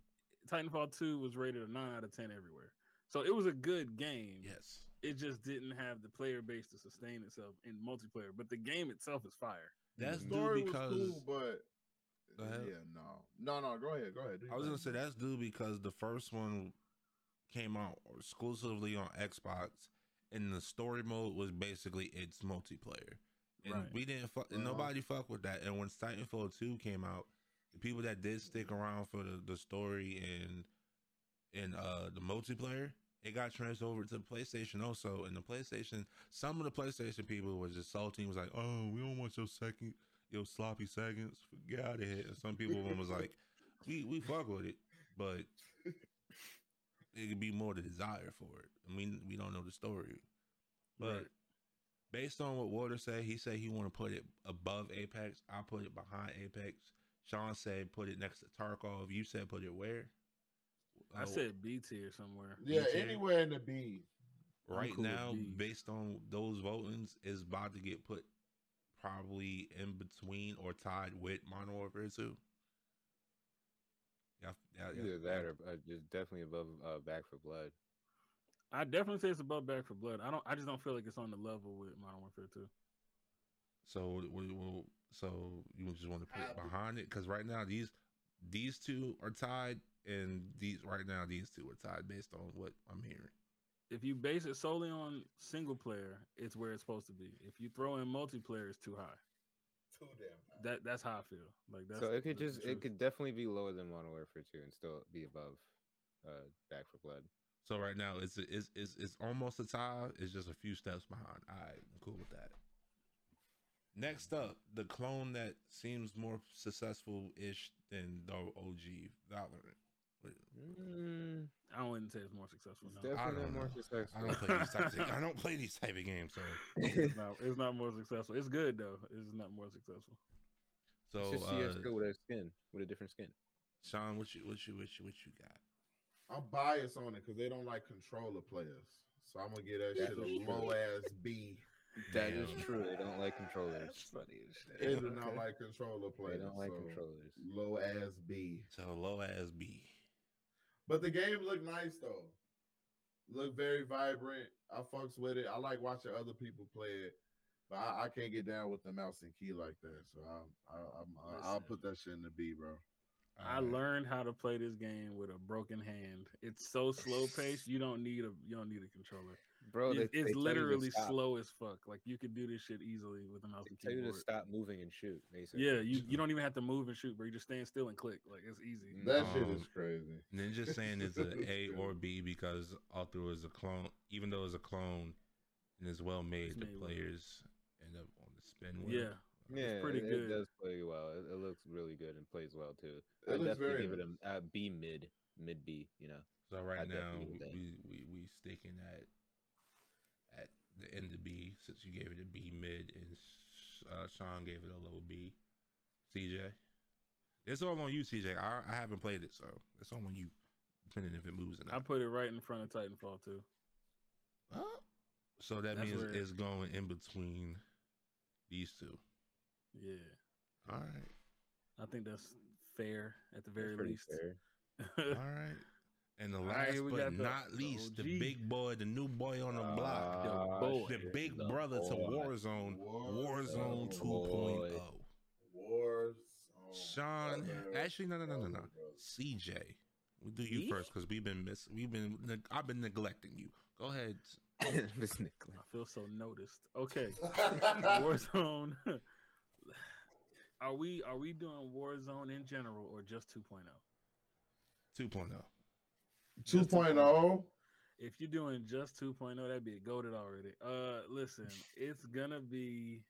Speaker 4: Titanfall 2 was rated a 9 out of 10 everywhere. So it was a good game.
Speaker 1: yes,
Speaker 4: It just didn't have the player base to sustain itself in multiplayer, but the game itself is fire.
Speaker 1: that's
Speaker 5: The
Speaker 1: due
Speaker 5: story
Speaker 1: because
Speaker 5: was cool, but
Speaker 1: Go ahead.
Speaker 5: yeah, no, no, no. Go ahead, go ahead. do
Speaker 1: I was
Speaker 5: your
Speaker 1: gonna say
Speaker 5: thing.
Speaker 1: that's due because the first one came out exclusively on Xbox, and the story mode was basically its multiplayer, and
Speaker 4: Right.
Speaker 1: we didn't fuck, and
Speaker 5: Uh-huh.
Speaker 1: nobody fuck with that. And when Titanfall two came out, the people that did stick around for the, the story and and uh the multiplayer, it got transferred over to PlayStation also. And the PlayStation, some of the PlayStation people was just salty, was like, "Oh, we don't want your second, your sloppy seconds, get out of here." And some people was like we we fuck with it, but it could be more the desire for it. I mean, we don't know the story, but
Speaker 4: Right.
Speaker 1: based on what Water said, he said he want to put it above Apex. I put it behind Apex. Sean said put it next to Tarkov. You said put it where?
Speaker 4: I
Speaker 3: Oh.
Speaker 1: Uh,
Speaker 4: said B tier somewhere.
Speaker 5: yeah,
Speaker 1: you can.
Speaker 5: anywhere in the B.
Speaker 4: I'm
Speaker 1: right
Speaker 4: cool with
Speaker 1: now,
Speaker 4: B.
Speaker 1: based on those votings, is about to get put probably in between or tied with Modern Warfare Two. Yeah, yeah, yeah.
Speaker 3: either that or uh, just definitely above uh, Back for Blood.
Speaker 4: I definitely say it's above Back for Blood. I don't. I just don't feel like it's on the level with Modern Warfare 2.
Speaker 1: So we will. So you just want to put it
Speaker 5: Happy.
Speaker 1: behind it because right now these these two are tied, and these right now these two are tied based on what I'm hearing.
Speaker 4: if you base it solely on single player, it's where it's supposed to be. If you throw in multiplayer, it's too high.
Speaker 5: Too damn.
Speaker 4: That that's how I feel. Like that's
Speaker 3: so it could
Speaker 4: the- the
Speaker 3: just
Speaker 4: truth.
Speaker 3: it could definitely be lower than Modern Warfare Two and still be above uh, Back for Blood.
Speaker 1: So right now it's it's it's, it's almost a tie. It's just a few steps behind. All right, I'm cool with that. Next up, the clone that seems more successful ish than the OG Valorant. Wait,
Speaker 3: Mm,
Speaker 4: I wouldn't say it's more successful.
Speaker 3: it's
Speaker 4: No.
Speaker 1: I
Speaker 3: definitely
Speaker 1: don't
Speaker 3: more
Speaker 1: know. I
Speaker 3: successful.
Speaker 1: don't play these (laughs) types. Of, I don't play these type of games. So
Speaker 4: it's, not, it's not more successful. It's good though. It's not more successful.
Speaker 1: so
Speaker 3: it's just
Speaker 1: uh,
Speaker 3: CS:GO with a skin, with a different skin.
Speaker 1: Sean, what you what you what you what you got?
Speaker 5: I'm biased on it because they don't like controller players, so I'm gonna get that
Speaker 3: That's
Speaker 5: shit
Speaker 3: for sure.
Speaker 1: (laughs)
Speaker 5: a low ass B.
Speaker 3: That is true. They don't like controllers. That's funny
Speaker 5: They do
Speaker 3: (laughs)
Speaker 5: not like controller players.
Speaker 3: don't like
Speaker 5: so
Speaker 3: controllers.
Speaker 5: Low ass B.
Speaker 1: So low ass B.
Speaker 5: But the game looked nice though. Looked very vibrant. I fucks with it. I like watching other people play it, but I, I can't get down with the mouse and key like that. So I, I, I'm, I, I'll
Speaker 4: Listen.
Speaker 5: put that shit in the B, bro.
Speaker 4: I learned how to play this game with a broken hand. It's so slow paced. You don't need a you don't need a controller,
Speaker 3: Bro,
Speaker 4: It-
Speaker 3: they- they
Speaker 4: it's
Speaker 3: tell you to
Speaker 4: literally
Speaker 3: stop.
Speaker 4: slow as fuck. Like you could do this shit easily with a mouse and
Speaker 3: Tell you to
Speaker 4: keyboard.
Speaker 3: stop moving and shoot, basically.
Speaker 4: Yeah, you, you don't even have to move and shoot, bro. You just stand still and click. Like it's easy.
Speaker 5: That shit
Speaker 1: Um,
Speaker 5: is crazy.
Speaker 1: Ninja saying it's
Speaker 3: (laughs)
Speaker 1: a A or B because Arthur is a clone, even though it's a clone and is well made,
Speaker 4: It's
Speaker 1: the
Speaker 4: made well.
Speaker 1: players end up on the spin wheel.
Speaker 4: Yeah,
Speaker 3: Yeah,
Speaker 4: it's pretty
Speaker 3: it,
Speaker 4: good.
Speaker 3: It does play well. It, it looks really good and plays well too.
Speaker 5: It
Speaker 3: I
Speaker 5: looks
Speaker 3: definitely
Speaker 5: very
Speaker 3: give it a, a B mid, mid B. You know,
Speaker 1: So right
Speaker 3: I
Speaker 1: now
Speaker 3: definitely
Speaker 1: we,
Speaker 3: would think.
Speaker 1: we we we sticking at at the end of B since you gave it a B mid and uh, Sean gave it a low B. CJ, it's all on you, CJ. I I haven't played it, so it's all on you. Depending if it moves or
Speaker 4: I
Speaker 1: not.
Speaker 4: put it right in front of Titanfall too.
Speaker 1: Oh. So that
Speaker 4: That's
Speaker 1: means
Speaker 4: where-
Speaker 1: it's going in between these two.
Speaker 4: Yeah,
Speaker 1: All right.
Speaker 4: (laughs) I think that's fair at the very
Speaker 3: pretty
Speaker 4: least. (laughs)
Speaker 1: All
Speaker 3: fair.
Speaker 1: right. And the
Speaker 4: All
Speaker 1: last
Speaker 4: right, we
Speaker 1: but
Speaker 4: got the-
Speaker 1: not
Speaker 4: the
Speaker 1: least, the,
Speaker 4: OG.
Speaker 1: big boy, the new boy on the block,
Speaker 3: Ah,
Speaker 4: boy.
Speaker 1: the
Speaker 3: shit,
Speaker 1: big
Speaker 3: the
Speaker 1: brother to
Speaker 3: boy.
Speaker 1: Warzone, Warzone 2.0.
Speaker 3: boy.
Speaker 5: Wars. oh,
Speaker 1: Sean,
Speaker 5: brother.
Speaker 1: actually, no, no, no, no, no.
Speaker 5: Oh, brother.
Speaker 1: CJ, we do you
Speaker 3: Me?
Speaker 1: first because we've been miss, we've been, neg- I've been neglecting you. Go ahead.
Speaker 3: (laughs)
Speaker 1: (laughs)
Speaker 3: Miss Nicholas.
Speaker 4: I feel so noticed. Okay,
Speaker 1: (laughs)
Speaker 5: (laughs)
Speaker 4: Warzone. are we are we doing Warzone in general or just oh? 2.0?
Speaker 1: 2.0.
Speaker 3: oh.
Speaker 5: 2.0.
Speaker 4: If you're doing just 2.0, that'd be goaded already. Uh, listen, it's gonna be.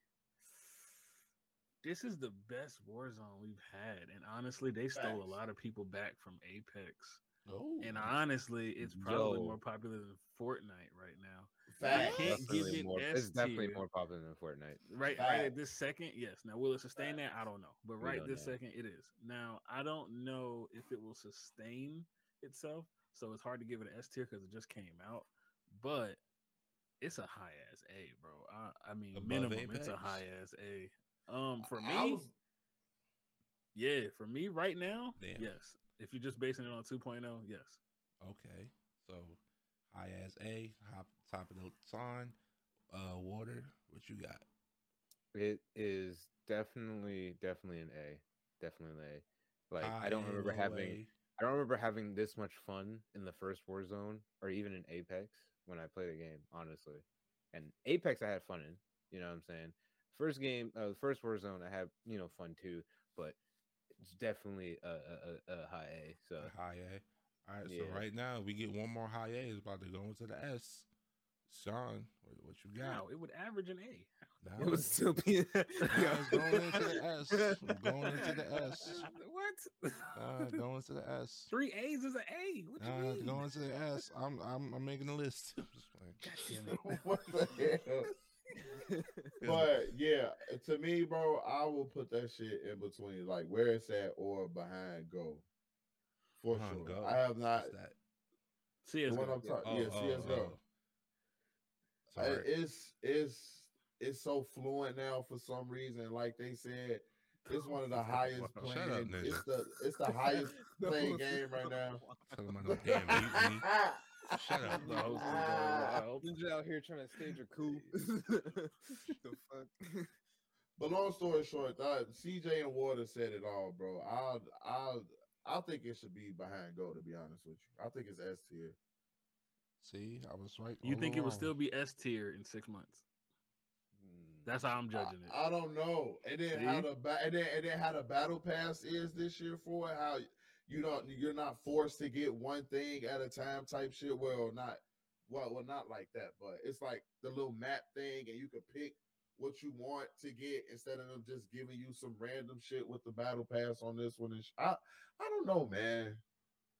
Speaker 4: This is the best Warzone we've had, and honestly, they stole
Speaker 5: Facts.
Speaker 4: a lot of people back from Apex.
Speaker 1: Oh,
Speaker 4: And honestly, it's probably
Speaker 3: Yo.
Speaker 4: more popular than Fortnite right now.
Speaker 5: Facts.
Speaker 4: can't give
Speaker 3: Definitely
Speaker 4: it
Speaker 3: more-
Speaker 4: S
Speaker 3: it's definitely
Speaker 4: tier.
Speaker 3: more popular than Fortnite.
Speaker 4: Right, right at
Speaker 5: Facts.
Speaker 4: this second, yes. Now, will it sustain that? I don't know, but
Speaker 3: We
Speaker 4: right
Speaker 3: don't
Speaker 4: this
Speaker 3: know.
Speaker 4: second, it is. Now, I don't know if it will sustain itself, so it's hard to give it an S tier because it just came out. But it's a high ass A, bro. I, I mean,
Speaker 1: Above
Speaker 4: minimum, it's a
Speaker 1: Apex?
Speaker 4: high ass A. Um, for me,
Speaker 5: I was- (laughs)
Speaker 4: yeah, for me right now,
Speaker 1: Damn.
Speaker 4: yes. If you're just basing it on 2.0, yes.
Speaker 1: Okay. So high as A, hop, top of the sign, uh, water. What you got?
Speaker 3: It is definitely, definitely an A. Definitely an A. Like I
Speaker 1: High
Speaker 3: don't
Speaker 1: A,
Speaker 3: remember
Speaker 1: low
Speaker 3: having.
Speaker 1: A.
Speaker 3: I don't remember having this much fun in the first Warzone or even in Apex when I played the game, honestly. And Apex I had fun in, you know what I'm saying? First game, uh, the first Warzone I had, you know, fun too, but it's definitely a, a, a- a high A.
Speaker 5: (laughs)
Speaker 3: So (laughs)
Speaker 1: A high A. All right,
Speaker 3: Yeah.
Speaker 1: so right now we get one more high A. It's about to go into the S. Sean, what, what you got?
Speaker 4: Wow, it would average an A.
Speaker 1: Now
Speaker 3: it was
Speaker 1: it's-
Speaker 4: (laughs)
Speaker 3: still be (laughs)
Speaker 1: now it's going into the S. We're going into
Speaker 4: (laughs)
Speaker 1: the S. Uh,
Speaker 4: What?
Speaker 1: Nah, it's going to the S.
Speaker 4: (laughs) Three A's is an A. What you
Speaker 1: Nah, it's
Speaker 4: mean?
Speaker 1: Uh, going to the S. I'm I'm I'm making a list. I'm just playing.
Speaker 5: what the hell? But yeah, uh, to me, bro, I will put that shit in between like where it's at or behind go. For
Speaker 1: Huh,
Speaker 5: sure.
Speaker 1: go.
Speaker 5: I have not
Speaker 1: What's that?
Speaker 4: See,
Speaker 5: the one I'm talking yeah, CSGO.
Speaker 1: oh.
Speaker 5: Uh,
Speaker 1: Sorry.
Speaker 5: it's it's it's so fluent now for some reason. Like they said, it's one
Speaker 1: (laughs)
Speaker 5: of the highest
Speaker 1: Shut up,
Speaker 5: playing.
Speaker 1: nigga.
Speaker 5: it's the it's the highest
Speaker 1: (laughs)
Speaker 3: (laughs)
Speaker 5: playing game right now.
Speaker 1: Talking about no damn
Speaker 5: (laughs)
Speaker 1: mutiny. Shut up.
Speaker 4: The host is going
Speaker 3: (laughs)
Speaker 4: wild.
Speaker 3: Ninja out here trying to stage a coup. (laughs) the fuck?
Speaker 5: But long story short, uh, CJ and Water said it all, bro. I I I think it should be behind go. To be honest with you, I think it's S tier. (laughs)
Speaker 1: See, I was right.
Speaker 4: You
Speaker 1: all
Speaker 4: think it will
Speaker 1: along.
Speaker 4: still be S tier in six months?
Speaker 3: Hmm.
Speaker 4: That's how I'm judging it.
Speaker 5: I, I don't know. And then how
Speaker 4: See?
Speaker 5: the ba- and then, and then how the battle pass is this year for it, how you don't you're not forced to get one thing at a time type shit. Well, not well, well, not like that, but it's like the little map thing, and you can pick what you want to get instead of them just giving you some random shit with the battle pass on this one. And sh- I I don't know, man.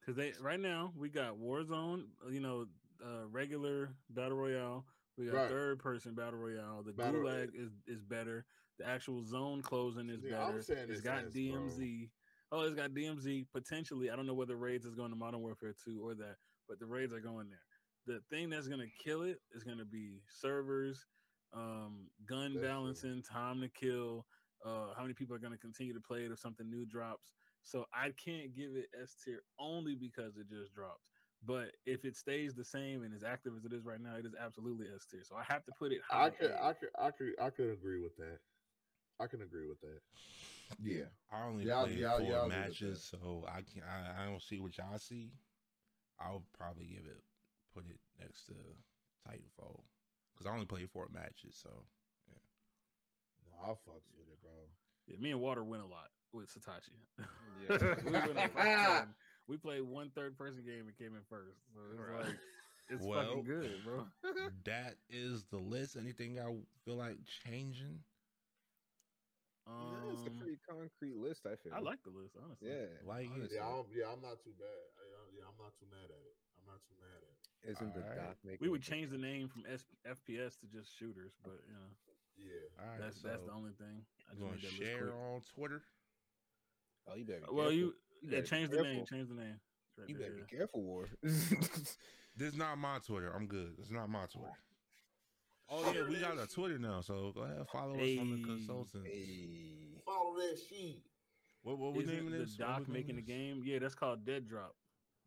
Speaker 4: Because they right now we got Warzone, uh, you know, uh, regular battle royale. We got
Speaker 5: Right.
Speaker 4: third person battle royale. The
Speaker 5: Battle-
Speaker 4: Gulag is is better. The actual zone closing is
Speaker 5: Yeah, I'm
Speaker 4: better.
Speaker 5: saying
Speaker 4: it's
Speaker 5: it's
Speaker 4: got
Speaker 5: ass, bro.
Speaker 4: DMZ. Oh, it's got DMZ potentially. I don't know whether raids is going to Modern Warfare two or that, but the raids are going there. The thing that's going to kill it is going to be servers, um, gun
Speaker 15: That's
Speaker 4: balancing, time to kill, uh, how many people are going to continue to play it if something new drops. So I can't give it S tier only because it just dropped. But if it stays the same and as active as it is right now, it is absolutely S tier. So I have to put it.
Speaker 5: I
Speaker 4: high
Speaker 5: could,
Speaker 4: A.
Speaker 5: I could, I could, I could agree with that. I can agree with that. Yeah,
Speaker 1: I only
Speaker 5: Y'all-
Speaker 1: played
Speaker 5: y'all-
Speaker 1: 4
Speaker 5: y'all good at
Speaker 1: matches, so I can not I, I don't see what y'all see. I'll probably give it put it next to Titanfall because I only played four matches. So
Speaker 5: I fucks with it, bro.
Speaker 4: Yeah, me and Water win a lot with Satachi.
Speaker 5: Yeah.
Speaker 4: (laughs) we, win
Speaker 5: (laughs)
Speaker 4: a lot. Um, we played one third person game and came in first. So it's
Speaker 1: Right.
Speaker 4: like it's
Speaker 1: Well.
Speaker 4: fucking good,
Speaker 5: (laughs)
Speaker 4: bro.
Speaker 1: that is the list. Anything I feel like changing?
Speaker 15: Yeah, it's a
Speaker 4: Um,
Speaker 15: pretty concrete list. I feel.
Speaker 4: I like the list, honestly.
Speaker 15: Yeah,
Speaker 1: Like it.
Speaker 5: Yeah, I'm, yeah, I'm not too bad. I, I- yeah, I'm not too mad at it. I'm not too mad at it.
Speaker 15: Isn't the
Speaker 1: Alright.
Speaker 15: doc making?
Speaker 4: We
Speaker 15: a
Speaker 4: would
Speaker 15: big-
Speaker 4: change the name from S- FPS to just shooters, but you know
Speaker 5: Yeah,
Speaker 1: All right,
Speaker 4: that's that's
Speaker 1: so
Speaker 4: the only thing. I
Speaker 1: You
Speaker 4: just
Speaker 1: gonna
Speaker 4: made that list
Speaker 1: share
Speaker 4: quick.
Speaker 1: on Twitter?
Speaker 15: Oh, you better. be
Speaker 4: Well,
Speaker 15: careful.
Speaker 4: you, yeah,
Speaker 15: better be
Speaker 4: change the name.
Speaker 15: careful.
Speaker 4: Change the name. Right
Speaker 15: You
Speaker 4: there,
Speaker 15: better
Speaker 4: yeah.
Speaker 15: be careful, War. (laughs)
Speaker 1: This is not my Twitter. I'm good. It's not my Twitter. Oh yeah, we got a Twitter now, so go ahead follow us on the
Speaker 4: Hey.
Speaker 1: consultant.
Speaker 15: Hey.
Speaker 5: Follow that sheet.
Speaker 1: What what we
Speaker 4: Isn't
Speaker 1: naming
Speaker 4: the
Speaker 1: this? What
Speaker 4: doc
Speaker 1: we naming
Speaker 4: making the
Speaker 1: this?
Speaker 4: game? Yeah, that's called Dead Drop.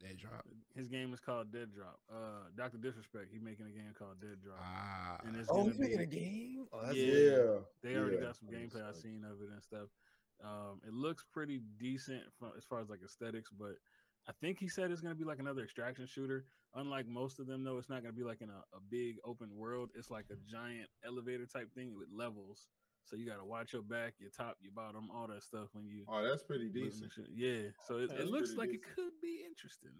Speaker 1: That drop.
Speaker 4: His game is called Dead Drop. Uh, Doctor Disrespect. He making a game called Dead Drop.
Speaker 1: Ah,
Speaker 4: And it's
Speaker 15: Oh,
Speaker 4: gonna
Speaker 15: he's making
Speaker 4: be-
Speaker 15: a game. Oh, that's
Speaker 4: Yeah.
Speaker 15: lit.
Speaker 4: They already
Speaker 5: Yeah.
Speaker 4: got some gameplay I've seen of it and stuff. Um, it looks pretty decent fro- as far as like aesthetics, but I think he said it's going to be like another extraction shooter. Unlike most of them, though, it's not going to be like in a, a big open world. It's like a giant elevator type thing with levels. So you got to watch your back, your top, your bottom, all that stuff when you.
Speaker 5: Oh, that's pretty
Speaker 4: loading
Speaker 5: decent.
Speaker 4: the shit. Yeah. So it,
Speaker 5: Yeah,
Speaker 4: it
Speaker 5: that's
Speaker 4: looks
Speaker 5: pretty
Speaker 4: like it
Speaker 5: decent.
Speaker 4: could be interesting.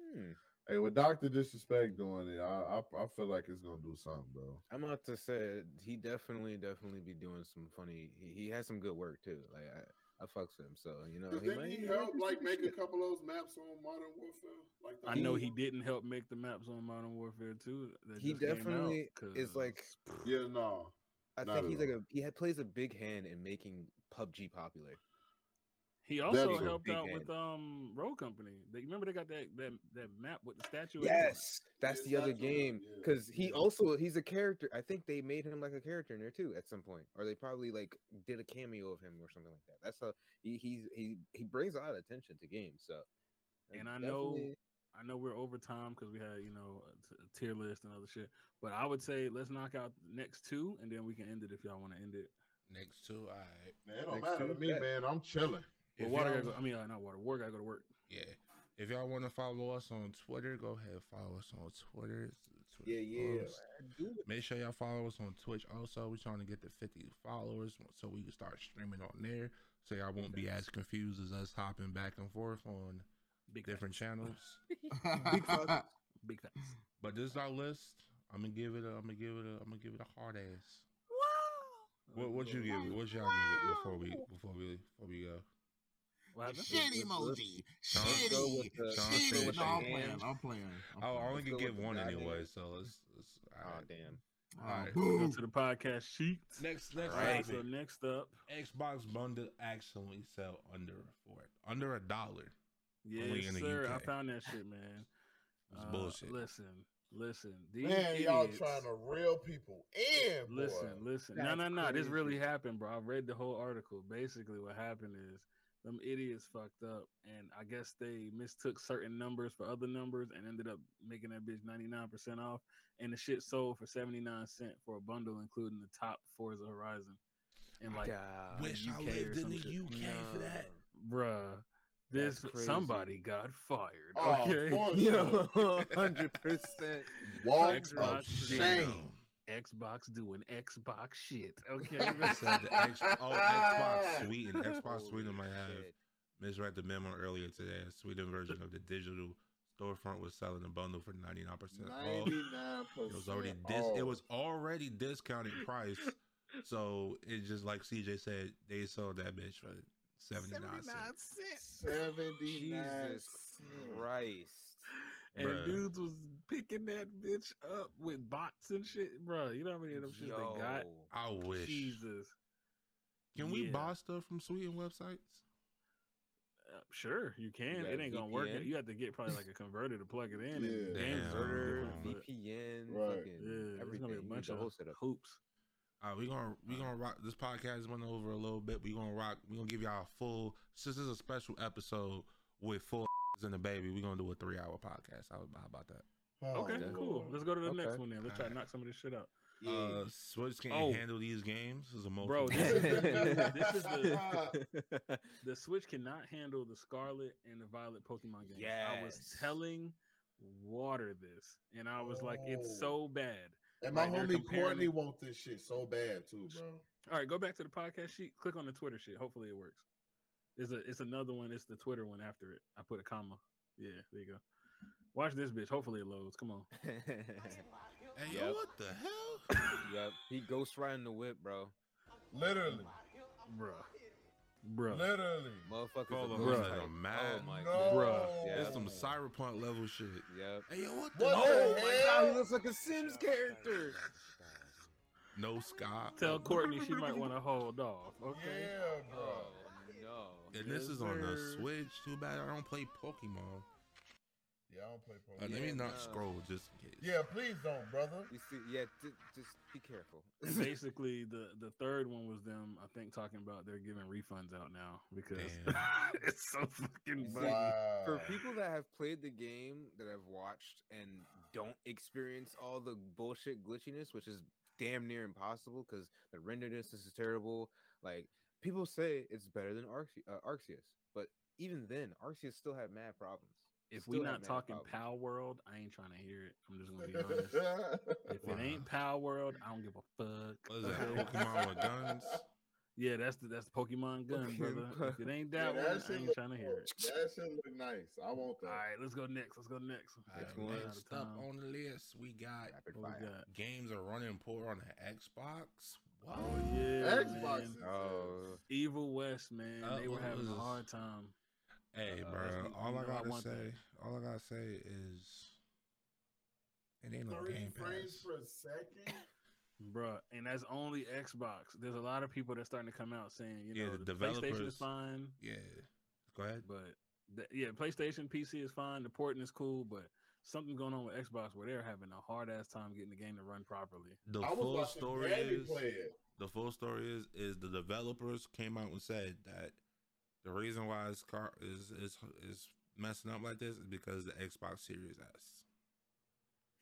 Speaker 15: Hmm.
Speaker 5: Hey, with Doctor Disrespect doing it, I, I I feel like it's gonna do something, bro.
Speaker 15: I'm about to say he definitely, definitely be doing some funny. He, he has some good work too. Like I, I fucks with him. So you know,
Speaker 5: Did
Speaker 15: he might
Speaker 5: they need
Speaker 15: might
Speaker 5: help
Speaker 15: do
Speaker 5: like
Speaker 15: some
Speaker 5: make a
Speaker 15: shit.
Speaker 5: couple of those maps on Modern Warfare? Like the
Speaker 4: I know
Speaker 5: whole-
Speaker 4: he didn't help make the maps on Modern Warfare 2. that
Speaker 15: He
Speaker 4: just came out,
Speaker 15: definitely is
Speaker 4: 'cause-
Speaker 15: like.
Speaker 5: Yeah, no.
Speaker 15: I
Speaker 5: Not
Speaker 15: think
Speaker 5: at
Speaker 15: he's like a he had, plays a big hand in making PUBG popular.
Speaker 4: He also
Speaker 15: a
Speaker 4: helped
Speaker 15: big
Speaker 4: out with
Speaker 15: hand.
Speaker 4: um Road Company. They remember they got that that, that map with the statue. in it?
Speaker 15: Yes, that's
Speaker 5: Yes,
Speaker 15: the other
Speaker 5: that's what I'm-
Speaker 15: game
Speaker 5: yeah,
Speaker 15: because he
Speaker 5: yeah.
Speaker 15: also he's a character. I think they made him like a character in there too at some point, or they probably like did a cameo of him or something like that. That's how he he's, he he brings a lot of attention to games. So, uh,
Speaker 4: And I know-
Speaker 15: definitely-
Speaker 4: I know we're over time because we had you know a, t- a tier list and other shit. But I would say let's knock out the next two and then we can end it if y'all want to end it.
Speaker 1: Next two, all right.
Speaker 5: Man, it don't
Speaker 15: Next
Speaker 5: matter to
Speaker 15: to
Speaker 5: me,
Speaker 15: that.
Speaker 5: man. I'm chilling.
Speaker 4: But
Speaker 1: If
Speaker 4: water,
Speaker 1: y'all-
Speaker 4: gotta go, I mean uh, not water. War, gotta go to work.
Speaker 1: Yeah. If y'all want to follow us on Twitter, go ahead follow us on Twitter. It's the
Speaker 15: yeah,
Speaker 1: Twitter
Speaker 15: yeah.
Speaker 1: post.
Speaker 15: do it.
Speaker 1: Make sure y'all follow us on Twitch. Also, we're trying to get to 50 followers so we can start streaming on there, so y'all won't be as confused as us hopping back and forth on
Speaker 4: Big
Speaker 1: different
Speaker 15: (laughs)
Speaker 4: facts.
Speaker 1: channels.
Speaker 5: Big fuck.
Speaker 4: Big facts.
Speaker 1: But this is our list. I'm gonna give it. A, I'm gonna give it. A, I'm gonna give it a hard ass.
Speaker 4: Uh,
Speaker 1: What What you give it? What y'all give it before we before we before we go?
Speaker 4: What happened?
Speaker 15: Shitty emoji. Shitty.
Speaker 1: Shitty. No, I'm
Speaker 5: playing.
Speaker 15: (laughs)
Speaker 5: I'm playing. I'm
Speaker 1: Oh, I only
Speaker 15: let's
Speaker 1: can
Speaker 15: go
Speaker 1: give
Speaker 15: with
Speaker 1: one
Speaker 15: the goddamn-
Speaker 1: anyway. So let's. let's
Speaker 15: Oh
Speaker 1: all right.
Speaker 4: (laughs)
Speaker 15: damn!
Speaker 1: All right.
Speaker 4: Go to the podcast sheet.
Speaker 1: Next next
Speaker 4: All right. So
Speaker 1: topic.
Speaker 4: next up,
Speaker 1: Xbox bundle actually sell under a four under a dollar. Only
Speaker 4: yes
Speaker 1: in the
Speaker 4: sir, I
Speaker 1: UK.
Speaker 4: found that shit, man. Uh,
Speaker 1: It's bullshit.
Speaker 4: Listen, listen. These
Speaker 5: man, y'all
Speaker 4: idiots-
Speaker 5: trying to reel people in, boy.
Speaker 4: Listen, listen. No,
Speaker 15: That's
Speaker 4: no, no. This
Speaker 15: crazy.
Speaker 4: really happened, bro. I read the whole article. Basically, what happened is them idiots fucked up, and I guess they mistook certain numbers for other numbers, and ended up making that bitch ninety nine percent off, and the shit sold for seventy nine cent for a bundle, including the top Forza Horizon, and like,
Speaker 15: God.
Speaker 1: Wish I
Speaker 4: UK Uh, or
Speaker 1: lived in
Speaker 4: some
Speaker 1: the
Speaker 4: shit.
Speaker 1: UK for that.
Speaker 4: bruh,
Speaker 15: That's
Speaker 4: this
Speaker 15: crazy.
Speaker 4: somebody got fired.
Speaker 5: Oh,
Speaker 4: okay, (laughs)
Speaker 5: Forza.
Speaker 15: Yo, (laughs) hundred percent.
Speaker 5: Walk
Speaker 1: Oh,
Speaker 4: Xbox
Speaker 5: of
Speaker 4: shit.
Speaker 5: shame.
Speaker 4: Xbox doing Xbox shit. Okay,
Speaker 1: Said
Speaker 4: (laughs)
Speaker 1: the X, oh, Xbox Sweden. Xbox Sweden might have
Speaker 15: Shit.
Speaker 1: misread the memo earlier today. A Sweden version of the digital storefront was selling a bundle for ninety nine percent off.
Speaker 5: Ninety-nine percent.
Speaker 1: It was already dis- it was already discounted price. So it just like CJ said, they sold that bitch for seventy nine cents.
Speaker 5: Oh,
Speaker 4: (sighs)
Speaker 5: seventy-nine.
Speaker 15: Jesus Christ.
Speaker 4: and
Speaker 1: Bruh.
Speaker 4: dudes was picking that bitch up with bots and shit, bro. You know how many of them shit they got?
Speaker 15: Yo.
Speaker 1: I wish.
Speaker 4: Jesus.
Speaker 1: Can we
Speaker 4: Yeah.
Speaker 1: buy stuff from Sweden websites?
Speaker 4: Uh, sure, you can.
Speaker 3: got
Speaker 4: it ain't gonna work.
Speaker 3: VPN?
Speaker 4: You have to get probably like a converter to plug it in.
Speaker 3: Yeah.
Speaker 4: and games
Speaker 1: Damn.
Speaker 4: converter, but-
Speaker 3: VPN,
Speaker 5: Right.
Speaker 3: fucking
Speaker 4: Yeah, there's
Speaker 3: everything.
Speaker 4: gonna be a
Speaker 3: You
Speaker 4: bunch
Speaker 3: get the
Speaker 4: of
Speaker 3: whole
Speaker 4: (laughs)
Speaker 3: setup.
Speaker 4: hoops.
Speaker 1: Uh, we gonna we gonna rock this podcast went over a little bit. We gonna rock. We gonna give y'all a full. Since this is a special episode with full (laughs) and the baby, we gonna do a three hour podcast. How, how about that?
Speaker 4: okay,
Speaker 5: Oh,
Speaker 4: cool.
Speaker 5: Lord.
Speaker 4: Let's go to the next
Speaker 3: Okay.
Speaker 4: one then. Let's try to knock some of this shit out.
Speaker 1: Uh, Switch can't
Speaker 4: Oh.
Speaker 1: handle these games. This is emotional.
Speaker 4: Bro, this is, the- this is
Speaker 3: (laughs)
Speaker 4: the the Switch cannot handle the Scarlet and the Violet Pokemon games. I was
Speaker 3: Yes.
Speaker 4: telling Water this, and I was like,
Speaker 3: Oh.
Speaker 4: it's so bad.
Speaker 5: And my
Speaker 4: Like, they're
Speaker 5: homie
Speaker 4: comparing
Speaker 5: Courtney
Speaker 4: it-
Speaker 5: wants this shit so bad too, bro.
Speaker 4: All right, go back to the podcast sheet. Click on the Twitter shit. Hopefully it works. It's a it's another one. It's the Twitter one after it. I put a comma. Yeah, there you go. Watch this bitch. Hopefully it loads. Come on.
Speaker 1: Hey, yo, (laughs)
Speaker 3: Yep.
Speaker 1: what the hell?
Speaker 3: yep, he ghost riding the whip, bro.
Speaker 5: Literally,
Speaker 4: Bruh. Bruh.
Speaker 5: literally.
Speaker 3: Motherfuckers,
Speaker 1: Bro,
Speaker 3: are
Speaker 1: the
Speaker 3: ghost
Speaker 1: hoes are
Speaker 3: riding.
Speaker 1: mad.
Speaker 3: Oh my
Speaker 5: No.
Speaker 3: god,
Speaker 5: Bruh.
Speaker 3: Yeah.
Speaker 1: It's some cyberpunk level shit.
Speaker 3: Yep.
Speaker 1: Hey, yo, what the?
Speaker 5: What
Speaker 1: hell?
Speaker 3: Oh
Speaker 5: the hell?
Speaker 3: looks like a (laughs) Sims character.
Speaker 1: No Scott.
Speaker 4: Tell Courtney she might want to hold off. Okay.
Speaker 5: Yeah, bro.
Speaker 3: Oh no.
Speaker 1: And this is on the
Speaker 4: Yes, sir.
Speaker 1: Switch. Too bad I don't play Pokemon.
Speaker 5: Yeah, I don't play
Speaker 1: Uh,
Speaker 5: Pokemon.
Speaker 1: let
Speaker 3: Yeah,
Speaker 1: me not
Speaker 3: nah.
Speaker 1: scroll just in case.
Speaker 5: Yeah, please don't, brother.
Speaker 3: You see, yeah, d- just be careful. (laughs)
Speaker 4: Basically, the the third one was them. I think talking about they're giving refunds out now because
Speaker 1: Damn.
Speaker 4: (laughs) it's so fucking
Speaker 3: Is
Speaker 4: funny.
Speaker 3: it-
Speaker 5: Wow.
Speaker 4: Uh,
Speaker 3: For people that have played the game that I've watched and don't experience all the bullshit glitchiness, which is damn near impossible because the render distance is terrible. Like people say it's better than Arce- uh, Arceus, but even then, Arceus still had mad problems.
Speaker 4: If
Speaker 3: Still
Speaker 4: we
Speaker 3: had
Speaker 4: not
Speaker 3: mad
Speaker 4: talking
Speaker 3: problems.
Speaker 4: Pow World, I ain't trying to hear it. I'm just gonna
Speaker 5: (laughs)
Speaker 4: be honest. If
Speaker 1: Wow.
Speaker 4: it ain't Power World, I don't give a fuck.
Speaker 1: What is that?
Speaker 4: okay?
Speaker 1: Pokemon with guns?
Speaker 4: (laughs) yeah, that's the that's the Pokemon gun, brother. If it ain't that
Speaker 5: Yeah,
Speaker 4: one,
Speaker 5: that
Speaker 4: I
Speaker 5: shit
Speaker 4: ain't
Speaker 5: look
Speaker 4: trying to
Speaker 5: (laughs)
Speaker 4: hear
Speaker 5: That
Speaker 4: it.
Speaker 5: shit look nice. I want
Speaker 4: All
Speaker 5: that.
Speaker 4: right, let's go next. Let's go next.
Speaker 1: Alright,
Speaker 4: We're running out
Speaker 1: next
Speaker 4: of
Speaker 1: up
Speaker 4: time.
Speaker 1: on the list, we got
Speaker 3: Rapid
Speaker 4: What we
Speaker 3: fire.
Speaker 4: got?
Speaker 1: games are running poor on the Xbox. What?
Speaker 4: Oh yeah,
Speaker 5: Xbox.
Speaker 4: man.
Speaker 5: is-
Speaker 3: Oh,
Speaker 4: Evil West, man.
Speaker 1: Uh,
Speaker 4: they were
Speaker 1: what
Speaker 4: having
Speaker 1: was
Speaker 4: a
Speaker 1: this?
Speaker 4: hard time.
Speaker 1: Hey,
Speaker 4: Uh,
Speaker 1: bro.
Speaker 4: you-
Speaker 1: All
Speaker 4: you
Speaker 1: I
Speaker 4: know I
Speaker 1: gotta
Speaker 4: want
Speaker 1: say,
Speaker 4: that.
Speaker 1: all I gotta say is, it ain't no
Speaker 5: Three
Speaker 1: Game
Speaker 5: frames
Speaker 1: Pass.
Speaker 5: per second.
Speaker 4: Bruh, and that's only Xbox. There's a lot of people that's starting to come out saying, you
Speaker 1: Yeah,
Speaker 4: know,
Speaker 1: the
Speaker 4: the PlayStation
Speaker 1: developers-
Speaker 4: is fine,
Speaker 1: Yeah. Go ahead.
Speaker 4: but the, yeah, PlayStation PC is fine. The porting is cool, but something going on with Xbox where they're having a hard ass time getting the game to run properly.
Speaker 1: The
Speaker 5: I was
Speaker 1: full
Speaker 5: watching
Speaker 1: story
Speaker 5: Danny
Speaker 1: is.
Speaker 5: play it.
Speaker 1: the full story is is the developers came out and said that the reason why it's car is is is messing up like this is because the Xbox Series S.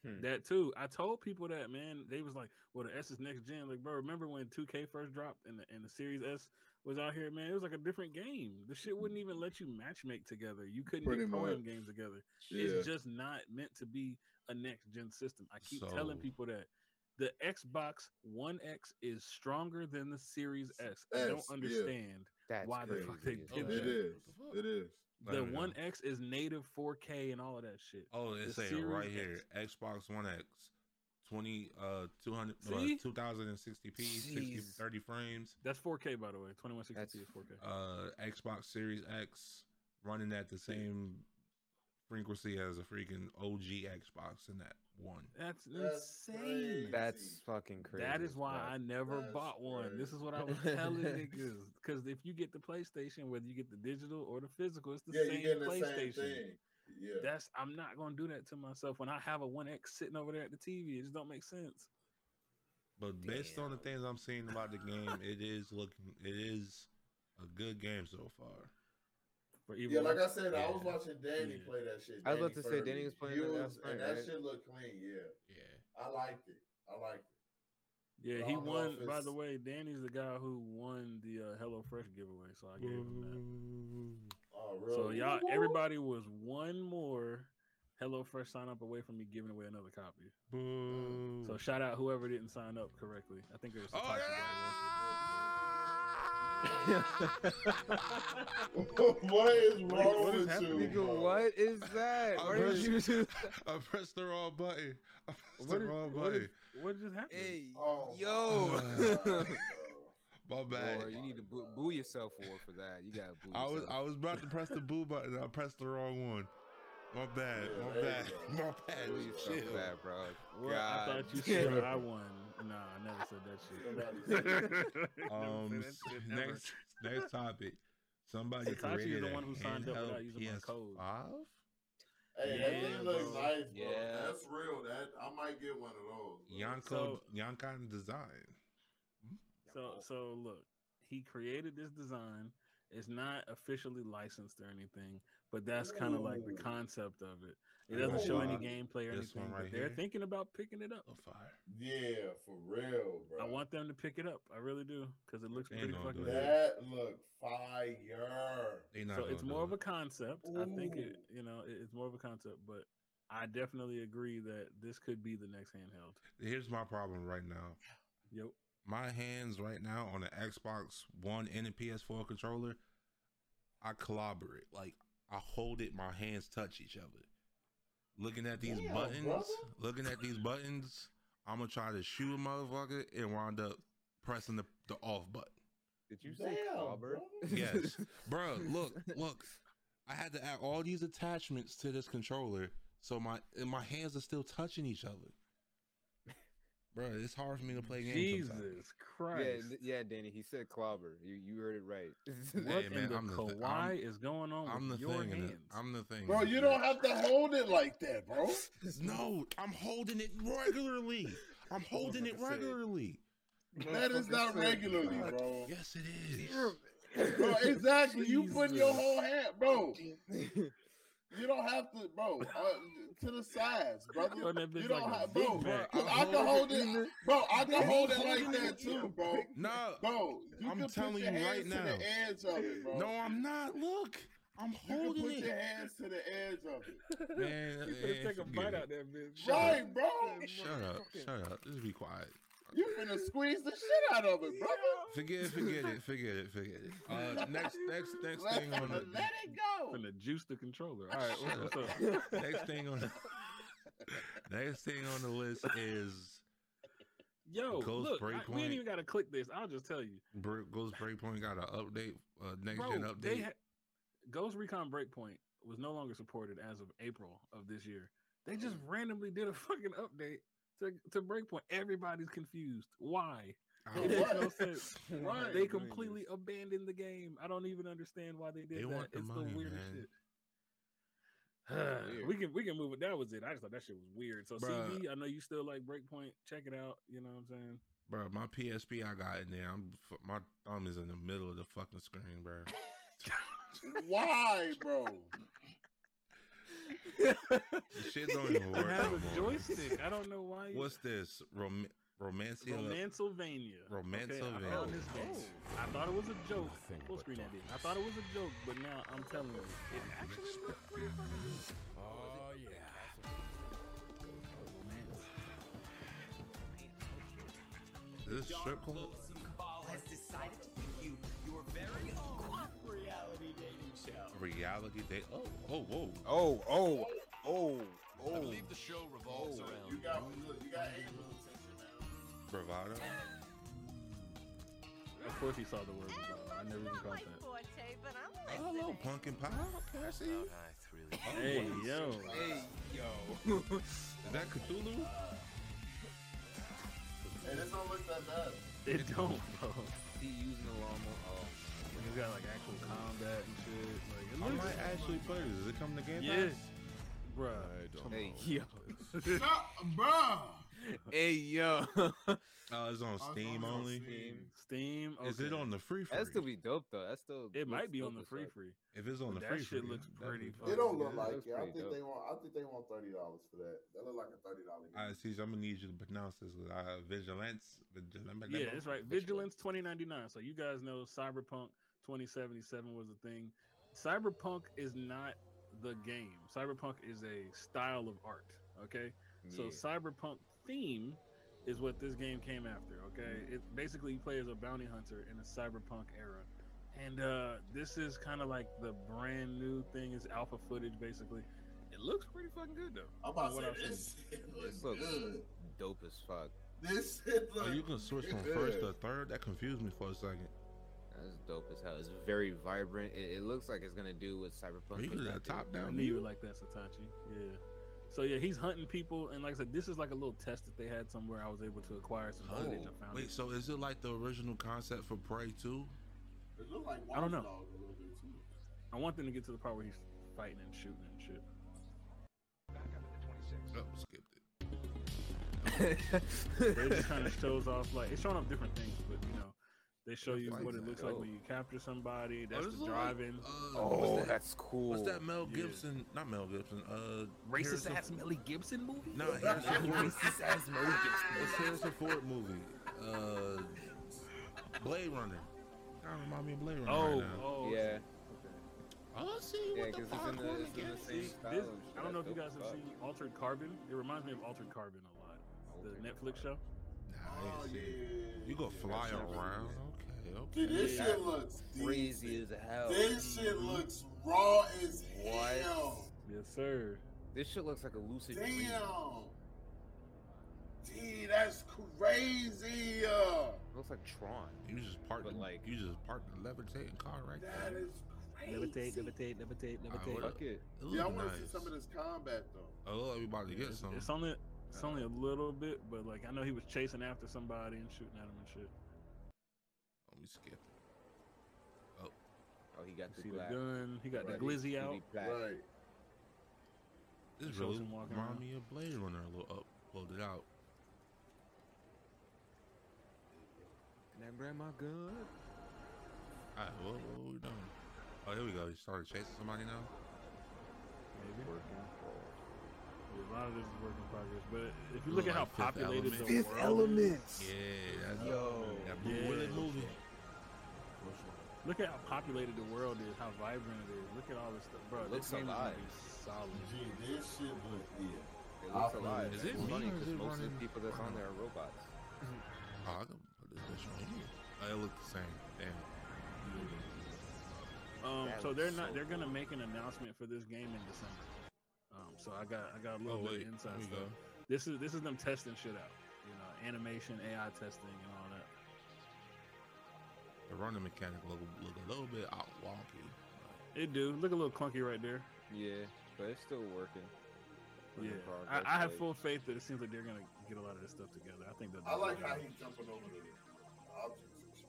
Speaker 3: Hmm.
Speaker 4: That too. I told people that man. They was like, "Well, the S is next gen." Like, bro, remember when 2K first dropped and the and the Series S was out here, man? It was like a different game. The shit wouldn't even let you matchmake together. You couldn't
Speaker 5: Pretty
Speaker 4: get co-op
Speaker 5: much.
Speaker 4: games together.
Speaker 5: Yeah.
Speaker 4: It's just not meant to be a next gen system. I keep telling
Speaker 1: So-
Speaker 4: people that the Xbox One X is stronger than the Series S. I
Speaker 5: S,
Speaker 4: don't
Speaker 5: yeah.
Speaker 4: understand.
Speaker 3: that's
Speaker 4: Why the fuck
Speaker 3: crazy.
Speaker 4: they did
Speaker 5: It
Speaker 4: that?
Speaker 5: is. It is.
Speaker 4: the
Speaker 1: There we go.
Speaker 4: One X is native 4K and all of that shit.
Speaker 1: Oh, it's
Speaker 4: The
Speaker 1: saying right here,
Speaker 4: Series
Speaker 1: Xbox One X, twenty uh two hundred uh,
Speaker 4: See?
Speaker 1: two thousand and sixty p, 60,
Speaker 3: Jeez.
Speaker 1: 30 frames.
Speaker 4: That's 4K by the way. 2160p
Speaker 3: That's-
Speaker 4: is 4K.
Speaker 1: Uh, Xbox Series X running at the same frequency as a freaking OG Xbox and that one.
Speaker 4: That's
Speaker 5: That's
Speaker 4: insane.
Speaker 5: crazy.
Speaker 3: That's fucking crazy.
Speaker 4: That is why
Speaker 3: bro.
Speaker 4: I never
Speaker 5: That's
Speaker 4: bought one. This
Speaker 5: crazy.
Speaker 4: is what I was
Speaker 5: (laughs)
Speaker 4: telling niggas. Because if you get the PlayStation, whether you get the digital or the physical, it's the
Speaker 5: Yeah,
Speaker 4: same
Speaker 5: you getting the same
Speaker 4: PlayStation.
Speaker 5: thing. Yeah.
Speaker 4: That's I'm not gonna do that to myself when I have a One X sitting over there at the TV. It just don't make sense.
Speaker 1: But based on the things I'm seeing about the game, it is looking it is a good game so far.
Speaker 4: For
Speaker 5: Yeah,
Speaker 4: Evil
Speaker 5: like I
Speaker 4: West.
Speaker 5: said, I was
Speaker 4: Yeah.
Speaker 5: watching Danny
Speaker 4: Yeah.
Speaker 5: play that shit.
Speaker 3: I was
Speaker 5: Danny
Speaker 3: about to say,
Speaker 5: Furby.
Speaker 3: Danny was playing
Speaker 5: He
Speaker 3: that
Speaker 5: was-
Speaker 3: last night,
Speaker 5: and that
Speaker 3: right?
Speaker 5: shit looked clean. Yeah,
Speaker 1: Yeah.
Speaker 5: I liked it. I liked it.
Speaker 4: Yeah, he
Speaker 5: Wrong
Speaker 4: won. By
Speaker 5: office.
Speaker 4: the way, Danny's the guy who won the uh, Hello Fresh giveaway, so I gave him
Speaker 5: Mm-hmm.
Speaker 4: that.
Speaker 5: Oh, really?
Speaker 4: So y'all, everybody was one more Hello Fresh sign up away from me giving away another copy.
Speaker 1: Boo.
Speaker 5: Mm.
Speaker 4: So shout out whoever didn't sign up correctly. I think it was.
Speaker 1: Oh,
Speaker 4: Satoshi
Speaker 5: (laughs) what is wrong
Speaker 1: What is
Speaker 5: with
Speaker 1: happening?
Speaker 5: you?
Speaker 3: Nigga,
Speaker 5: bro?
Speaker 3: what is that?
Speaker 1: I
Speaker 3: Why did
Speaker 1: really-
Speaker 3: you do that?
Speaker 1: (laughs) I pressed the wrong button. I pressed
Speaker 3: What
Speaker 1: the
Speaker 3: is-
Speaker 1: wrong
Speaker 4: Guy
Speaker 1: button.
Speaker 4: did. What, what just happened?
Speaker 3: Hey,
Speaker 5: (laughs) Oh,
Speaker 3: yo. (laughs)
Speaker 5: my God,
Speaker 1: My bad.
Speaker 3: Boy, you need to boo, boo yourself for for that. You gotta boo.
Speaker 1: I was
Speaker 3: yourself.
Speaker 1: I was about to press the boo button. I pressed the wrong one. My bad.
Speaker 5: Yeah,
Speaker 1: My
Speaker 5: there you
Speaker 1: bad. (laughs)
Speaker 5: go.
Speaker 1: My bad.
Speaker 3: boo yourself
Speaker 1: Chill.
Speaker 3: for that, bro.
Speaker 4: Well, I
Speaker 3: God.
Speaker 4: thought you
Speaker 3: (laughs)
Speaker 4: said I won. Nah, I (laughs) never said that shit. (laughs)
Speaker 5: Somebody
Speaker 4: Never said
Speaker 1: Um,
Speaker 4: that shit, ever.
Speaker 1: next next topic. Somebody
Speaker 4: Hitachi is
Speaker 1: created
Speaker 4: the
Speaker 1: a
Speaker 4: one who signed up without
Speaker 1: handheld
Speaker 4: using my code.
Speaker 1: PS5?
Speaker 5: Hey, that thing looks
Speaker 4: bro.
Speaker 5: nice, bro.
Speaker 4: Yeah.
Speaker 5: That's real. That I might get one of those. bro.
Speaker 1: Yonko
Speaker 4: So-
Speaker 1: Yonkan design.
Speaker 4: So so look, he created this design. It's not officially licensed or anything, but that's kind of like the
Speaker 5: Ooh.
Speaker 4: concept of it. It
Speaker 1: This
Speaker 4: doesn't show any
Speaker 1: one-
Speaker 4: gameplay or
Speaker 1: this
Speaker 4: anything,
Speaker 1: one
Speaker 4: but
Speaker 1: right
Speaker 4: they're
Speaker 1: here.
Speaker 4: thinking about picking it up.
Speaker 1: Oh fire.
Speaker 5: Yeah, for real, bro.
Speaker 4: I want them to pick it up. I really do because it looks
Speaker 1: They
Speaker 4: pretty
Speaker 1: ain't gonna
Speaker 4: fucking
Speaker 1: do it.
Speaker 4: good.
Speaker 5: that. Look fire.
Speaker 1: They not
Speaker 4: So it's
Speaker 1: gonna
Speaker 4: more of
Speaker 1: do
Speaker 4: a concept. I think it,
Speaker 5: Ooh.
Speaker 4: you know, it- it's more of a concept, but I definitely agree that this could be the next handheld.
Speaker 1: it. Here's my problem right now.
Speaker 4: Yep.
Speaker 1: My hands right now on the Xbox One and the PS4 controller, I collaborate. Like I hold it, my hands touch each other. Looking at these
Speaker 5: Damn,
Speaker 1: buttons,
Speaker 5: brother.
Speaker 1: looking at these buttons, I'm gonna try to shoot a motherfucker and wind up pressing the, the off button.
Speaker 3: Did you say
Speaker 5: Damn,
Speaker 3: clobber?
Speaker 4: (laughs)
Speaker 5: brother.
Speaker 1: Yes,
Speaker 3: (laughs)
Speaker 1: bro.
Speaker 5: (laughs)
Speaker 1: Look, look. I had to add all these attachments to this controller, so my and my hands are still touching each other. Bro, it's hard for me to play games.
Speaker 4: Jesus
Speaker 1: sometimes.
Speaker 4: Christ!
Speaker 3: Yeah, th- yeah, Danny. He said clobber. You you heard it right.
Speaker 4: What
Speaker 3: (laughs)
Speaker 1: Hey,
Speaker 4: in
Speaker 1: man,
Speaker 4: the
Speaker 1: I'm the th-
Speaker 4: kawaii
Speaker 1: I'm-
Speaker 4: is going on
Speaker 1: I'm the
Speaker 4: with your
Speaker 1: thing. in
Speaker 4: hands?
Speaker 1: it. I'm the thing.
Speaker 5: Bro,
Speaker 1: in
Speaker 5: you
Speaker 1: it.
Speaker 5: don't have to hold it like that, bro.
Speaker 1: No, I'm holding it regularly. I'm holding it
Speaker 3: Motherfucker said-
Speaker 1: regularly.
Speaker 5: That is
Speaker 3: Motherfucker
Speaker 5: not
Speaker 3: said
Speaker 5: regularly,
Speaker 3: clobber.
Speaker 5: bro.
Speaker 1: Yes, it is. (laughs)
Speaker 4: (laughs)
Speaker 5: bro exactly. You put your
Speaker 4: Jesus.
Speaker 5: whole hand, bro. You don't have to, bro. Uh, to the sides, brother.
Speaker 4: Throwing that bitch
Speaker 5: You don't
Speaker 4: like a
Speaker 5: have, bro.
Speaker 4: Big Mac.
Speaker 5: bro, I can hold it, bro. I can hold it like that too, bro.
Speaker 1: No,
Speaker 5: Bro, you
Speaker 1: I'm
Speaker 5: can put
Speaker 1: telling
Speaker 5: your
Speaker 1: you right
Speaker 5: hands to
Speaker 1: now.
Speaker 5: the edge of it, bro.
Speaker 1: no, I'm not. Look, I'm
Speaker 5: you can
Speaker 1: holding
Speaker 5: put your
Speaker 1: it.
Speaker 5: hands to the edge of it.
Speaker 1: Man,
Speaker 4: (laughs)
Speaker 1: man,
Speaker 3: You could take a
Speaker 1: forget
Speaker 3: bite
Speaker 1: it.
Speaker 3: out that
Speaker 1: (laughs)
Speaker 3: bitch.
Speaker 1: Shut up.
Speaker 5: right, bro.
Speaker 1: Shut up. Shut up. Just be quiet.
Speaker 5: You finna squeeze the shit out of it, brother.
Speaker 1: Forget it, forget it, forget it, forget it. Uh, next, next, next
Speaker 5: Let,
Speaker 1: thing on
Speaker 5: (laughs) let
Speaker 1: the
Speaker 5: it go.
Speaker 4: Finna juice the controller. All right,
Speaker 1: Shut
Speaker 4: what's,
Speaker 1: up.
Speaker 4: what's up?
Speaker 1: next thing on the (laughs) next thing on the list is
Speaker 4: Yo,
Speaker 1: Ghost
Speaker 4: look, I, we
Speaker 1: Breakpoint.
Speaker 4: ain't even gotta click this. I'll just tell you,
Speaker 1: Br- Ghost Breakpoint got an update, uh, next
Speaker 4: bro.
Speaker 1: gen update.
Speaker 4: They ha- Ghost Recon Breakpoint was no longer supported as of April of this year. They just
Speaker 1: Mm.
Speaker 4: randomly did a (laughs) fucking update to, to Breakpoint. Everybody's confused. Why?
Speaker 1: I don't-
Speaker 4: It makes no
Speaker 5: What?
Speaker 1: (laughs)
Speaker 4: sense.
Speaker 5: (laughs) Why are
Speaker 4: They
Speaker 5: you
Speaker 4: completely abandoned the game. I don't even understand why they did
Speaker 1: They
Speaker 4: that.
Speaker 1: want the
Speaker 4: it's
Speaker 1: money,
Speaker 4: the weirdest
Speaker 1: man.
Speaker 3: That's
Speaker 4: shit.
Speaker 3: weird.
Speaker 4: we can we can move it. That was it. I just thought that shit was weird. So
Speaker 1: Bruh.
Speaker 4: CB, I know you still like Breakpoint. Check it out. You know what I'm saying?
Speaker 1: bro, my PSP I got in there. I'm f- my thumb is in the middle of the fucking screen, bro.
Speaker 5: Why, bro?
Speaker 1: The shit don't even work.
Speaker 4: (laughs) I have
Speaker 1: no
Speaker 4: a
Speaker 1: more.
Speaker 4: joystick. I don't
Speaker 1: (laughs)
Speaker 4: know why. you-
Speaker 1: What's this? Rom- Romancia?
Speaker 4: Romansylvania. Okay, I,
Speaker 1: Romansylvania.
Speaker 4: found this game. I thought it was a joke.
Speaker 17: Nothing
Speaker 4: Full
Speaker 17: but
Speaker 4: screen that
Speaker 17: darkness.
Speaker 4: bitch. I thought it was a joke, but now I'm telling you, it actually looks pretty fucking good.
Speaker 17: Oh yeah.
Speaker 1: Is this strip club? Reality day. Oh, oh, whoa.
Speaker 3: Oh, oh, oh,
Speaker 17: I
Speaker 3: oh.
Speaker 17: believe the show revolves
Speaker 3: Oh.
Speaker 17: around.
Speaker 5: You got, look, you got Angel's attention, man.
Speaker 1: Bravado.
Speaker 4: Of course, he saw the word. Bravado. I never even caught that.
Speaker 18: forte, but I'm
Speaker 1: Hello, pumpkin pie. Okay, I see you.
Speaker 4: Hey yo,
Speaker 3: Hey, yo.
Speaker 1: Is that Cthulhu?
Speaker 5: Hey, this don't look that bad.
Speaker 4: it don't, bro.
Speaker 3: he using the lawnmower. Oh.
Speaker 4: It's got like actual combat and shit.
Speaker 1: I
Speaker 4: Like, it
Speaker 1: might
Speaker 4: looks,
Speaker 1: actually play this. Is it coming to Game
Speaker 4: yeah,
Speaker 1: Pass?
Speaker 4: (laughs) bruh.
Speaker 3: Hey, yo.
Speaker 5: (laughs) Shut, bro.
Speaker 3: hey, yo.
Speaker 1: Oh, it's on
Speaker 5: Oh,
Speaker 1: Steam
Speaker 5: it's on
Speaker 1: only.
Speaker 5: Steam.
Speaker 4: Steam.
Speaker 1: Is it
Speaker 4: okay.
Speaker 1: on the free? free?
Speaker 3: That's still be dope, though. That's still.
Speaker 4: It
Speaker 3: looks
Speaker 4: might be
Speaker 3: dope
Speaker 4: on the
Speaker 3: as
Speaker 4: free
Speaker 3: fuck.
Speaker 4: free.
Speaker 1: If it's on the
Speaker 4: That
Speaker 1: free,
Speaker 4: shit
Speaker 1: free,
Speaker 4: looks
Speaker 1: that'd
Speaker 4: pretty
Speaker 1: be-
Speaker 4: fucking-
Speaker 5: It don't
Speaker 3: Oh, Yeah,
Speaker 5: look like
Speaker 3: that's
Speaker 5: it. I
Speaker 3: pretty
Speaker 5: think they
Speaker 3: dope.
Speaker 5: want. I think they want thirty dollars for that. That look like a thirty dollar.
Speaker 1: All right, Cece, I'm gonna need you to pronounce this. With, uh, vigilance. vigilance.
Speaker 4: Yeah, that's right. Vigilance 2099. So you guys know Cyberpunk 2077 was a thing. Cyberpunk is not the game. Cyberpunk is a style of art. Okay, so
Speaker 3: Yeah.
Speaker 4: cyberpunk theme is what this game came after. Okay, it basically you play as a bounty hunter in the cyberpunk era, and uh, this is kind of like the brand new thing. It's alpha footage basically. It looks pretty fucking good though.
Speaker 5: I'm about
Speaker 4: What
Speaker 5: to
Speaker 4: else
Speaker 5: say this. shit
Speaker 3: This
Speaker 5: look
Speaker 3: looks
Speaker 5: good.
Speaker 3: dope as fuck.
Speaker 5: This shit
Speaker 1: Oh,
Speaker 5: look.
Speaker 1: you can switch from
Speaker 5: good.
Speaker 1: first to third. That confused me for a second.
Speaker 3: That's dope as hell. It's very vibrant. It, it looks like it's gonna do what Cyberpunk.
Speaker 1: you
Speaker 3: did
Speaker 1: did
Speaker 3: back
Speaker 1: that
Speaker 3: in the
Speaker 1: top
Speaker 3: day.
Speaker 4: I
Speaker 1: down.
Speaker 4: knew you were like that, Satachi. Yeah. So yeah, he's hunting people, and like I said, this is like a little test that they had somewhere. I was able to acquire some
Speaker 1: Oh,
Speaker 4: footage. I found
Speaker 1: wait.
Speaker 4: it.
Speaker 1: So is it like the original concept for Prey Two?
Speaker 5: It look like
Speaker 4: I don't know.
Speaker 5: Watch Dogs a little bit too.
Speaker 4: I want them to get to the part where he's fighting and shooting and shit.
Speaker 1: Oh, skipped it.
Speaker 3: (laughs)
Speaker 4: but (laughs) it just kind of shows off like it's showing off different things, but you know, they show you what it looks like when you capture somebody. That's
Speaker 1: this
Speaker 4: the
Speaker 1: look like,
Speaker 4: driving.
Speaker 1: uh, Oh, what's that- that's
Speaker 3: cool.
Speaker 1: What's that Mel
Speaker 4: Yeah.
Speaker 1: Gibson? Not Mel Gibson. Uh,
Speaker 4: Racist
Speaker 1: Harrison-
Speaker 4: ass Mel Gibson movie?
Speaker 2: (laughs)
Speaker 1: No, Harrison Ford.
Speaker 4: Racist ass Mel Gibson.
Speaker 1: It's Harrison Ford movie. Uh, Blade Runner. Kind of remind me of Blade Runner.
Speaker 4: Oh,
Speaker 1: right now.
Speaker 4: oh,
Speaker 3: Yeah.
Speaker 1: Oh, see
Speaker 3: Yeah,
Speaker 1: what the
Speaker 3: 'cause it's
Speaker 1: fuck
Speaker 3: in the-
Speaker 1: woman
Speaker 3: it's in the
Speaker 1: gets.
Speaker 3: same
Speaker 1: See,
Speaker 3: style
Speaker 4: This,
Speaker 3: and shit.
Speaker 4: I don't know if you
Speaker 3: That's
Speaker 4: guys
Speaker 3: dope
Speaker 4: have
Speaker 3: as
Speaker 4: seen Altered Carbon. It reminds me of Altered Carbon a lot. The Netflix show.
Speaker 5: Oh,
Speaker 1: Nah, I ain't see it. You gonna fly
Speaker 3: That's not
Speaker 1: around? Okay, okay.
Speaker 5: Dude, this
Speaker 3: Yeah.
Speaker 5: shit looks
Speaker 3: Crazy as hell. Mm-hmm.
Speaker 5: This shit looks raw as
Speaker 3: What?
Speaker 5: hell.
Speaker 4: Yes, sir.
Speaker 3: This shit looks like a lucid
Speaker 5: Damn.
Speaker 3: dream.
Speaker 5: Gee, that's crazy. Uh,
Speaker 3: looks like Tron.
Speaker 1: You just parked,
Speaker 3: But,
Speaker 1: like
Speaker 3: like-
Speaker 1: you just parked the levitating car right
Speaker 5: that
Speaker 1: there.
Speaker 5: is crazy.
Speaker 4: levitate, levitate,
Speaker 1: levitate.
Speaker 3: Fuck it.
Speaker 1: It
Speaker 5: Yeah, I
Speaker 1: look
Speaker 5: want to see
Speaker 1: nice.
Speaker 5: some of this combat though.
Speaker 1: Oh, look, we about to get
Speaker 4: It's,
Speaker 1: some.
Speaker 4: it's only it's only a
Speaker 1: uh,
Speaker 4: little bit, but like I know he was chasing after somebody and shooting at him and shit.
Speaker 1: Let me skip. it.
Speaker 3: Oh, he got
Speaker 4: You
Speaker 3: the
Speaker 4: see the
Speaker 3: black.
Speaker 4: gun. He got
Speaker 3: Right.
Speaker 4: the glizzy out.
Speaker 3: He black.
Speaker 5: Right.
Speaker 1: This
Speaker 4: Shows
Speaker 1: really
Speaker 4: him walking
Speaker 1: remind
Speaker 4: around.
Speaker 1: me of Blade Runner a little up. Pulled it out.
Speaker 3: Can I grab my gun?
Speaker 1: All right, what, what we doing? Oh, here we go. He started chasing somebody now.
Speaker 4: Maybe.
Speaker 3: Working for-
Speaker 4: A lot of this is work in progress, but if you look at how
Speaker 1: Like Fifth
Speaker 4: populated
Speaker 1: Element.
Speaker 4: the
Speaker 1: Fifth
Speaker 4: world is,
Speaker 1: Yeah, that's
Speaker 3: Yo.
Speaker 1: that Blue
Speaker 4: Yeah.
Speaker 1: Willie movie.
Speaker 4: look at how populated the world is, how vibrant it is. Look at all this stuff, bro.
Speaker 3: It
Speaker 4: This
Speaker 3: looks
Speaker 4: game is gonna
Speaker 3: alive.
Speaker 4: be solid.
Speaker 5: Gee, this shit look yeah.
Speaker 3: It
Speaker 5: I'll
Speaker 3: looks
Speaker 5: play
Speaker 3: alive.
Speaker 5: it.
Speaker 1: Is
Speaker 3: That's
Speaker 1: it me or
Speaker 3: funny
Speaker 1: is
Speaker 3: because
Speaker 1: it
Speaker 3: most of
Speaker 1: running-
Speaker 3: the people that's on there are robots.
Speaker 1: Oh, I can put this bitch on here. Oh, it looked the same. Damn.
Speaker 4: Um,
Speaker 3: That
Speaker 4: so
Speaker 3: looks
Speaker 4: they're not.
Speaker 3: so
Speaker 4: they're gonna make an announcement for this game in December. Um, so I got I got a
Speaker 1: Oh
Speaker 4: little
Speaker 1: wait, here
Speaker 4: bit of inside
Speaker 1: we
Speaker 4: stuff.
Speaker 1: go.
Speaker 4: This is this is them testing shit out. You know, animation, AI testing, and all that.
Speaker 1: The running mechanic look, look a little bit out (laughs) wonky.
Speaker 4: It do look a little clunky right there.
Speaker 3: Yeah, but it's still working. Work
Speaker 4: Yeah,
Speaker 3: in progress,
Speaker 4: I, I have
Speaker 3: like-
Speaker 4: full faith that it seems like they're gonna get a lot of this stuff together. I think that
Speaker 5: I like how he jumping over the objects. and shit.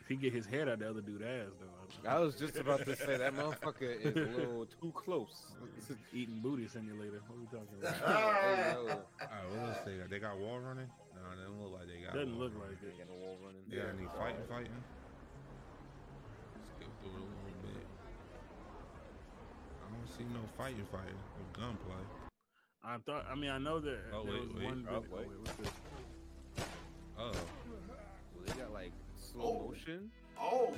Speaker 4: if he get his head out the other dude's ass though.
Speaker 3: I
Speaker 4: (laughs)
Speaker 3: was just about to say that motherfucker is a little too close.
Speaker 4: This is eating booty simulator. What are we talking
Speaker 5: (laughs)
Speaker 4: about?
Speaker 3: Hey, yo,
Speaker 1: All right, what else they got? They got wall running? No, it doesn't look like they got.
Speaker 4: Doesn't
Speaker 1: wall
Speaker 4: look
Speaker 1: running.
Speaker 4: like
Speaker 3: they
Speaker 4: it.
Speaker 3: got a wall running.
Speaker 1: They got any fighting, fighting? Skip through it a little bit. I don't see no fighting, fighting or gunplay.
Speaker 4: I thought. I mean, I know that
Speaker 1: Oh,
Speaker 4: there
Speaker 1: wait,
Speaker 4: was
Speaker 1: wait.
Speaker 4: one.
Speaker 3: Oh,
Speaker 4: Video, oh,
Speaker 3: wait.
Speaker 4: wait, what's this?
Speaker 1: Oh,
Speaker 3: Well, they got like slow
Speaker 5: Oh.
Speaker 3: motion.
Speaker 5: Oh,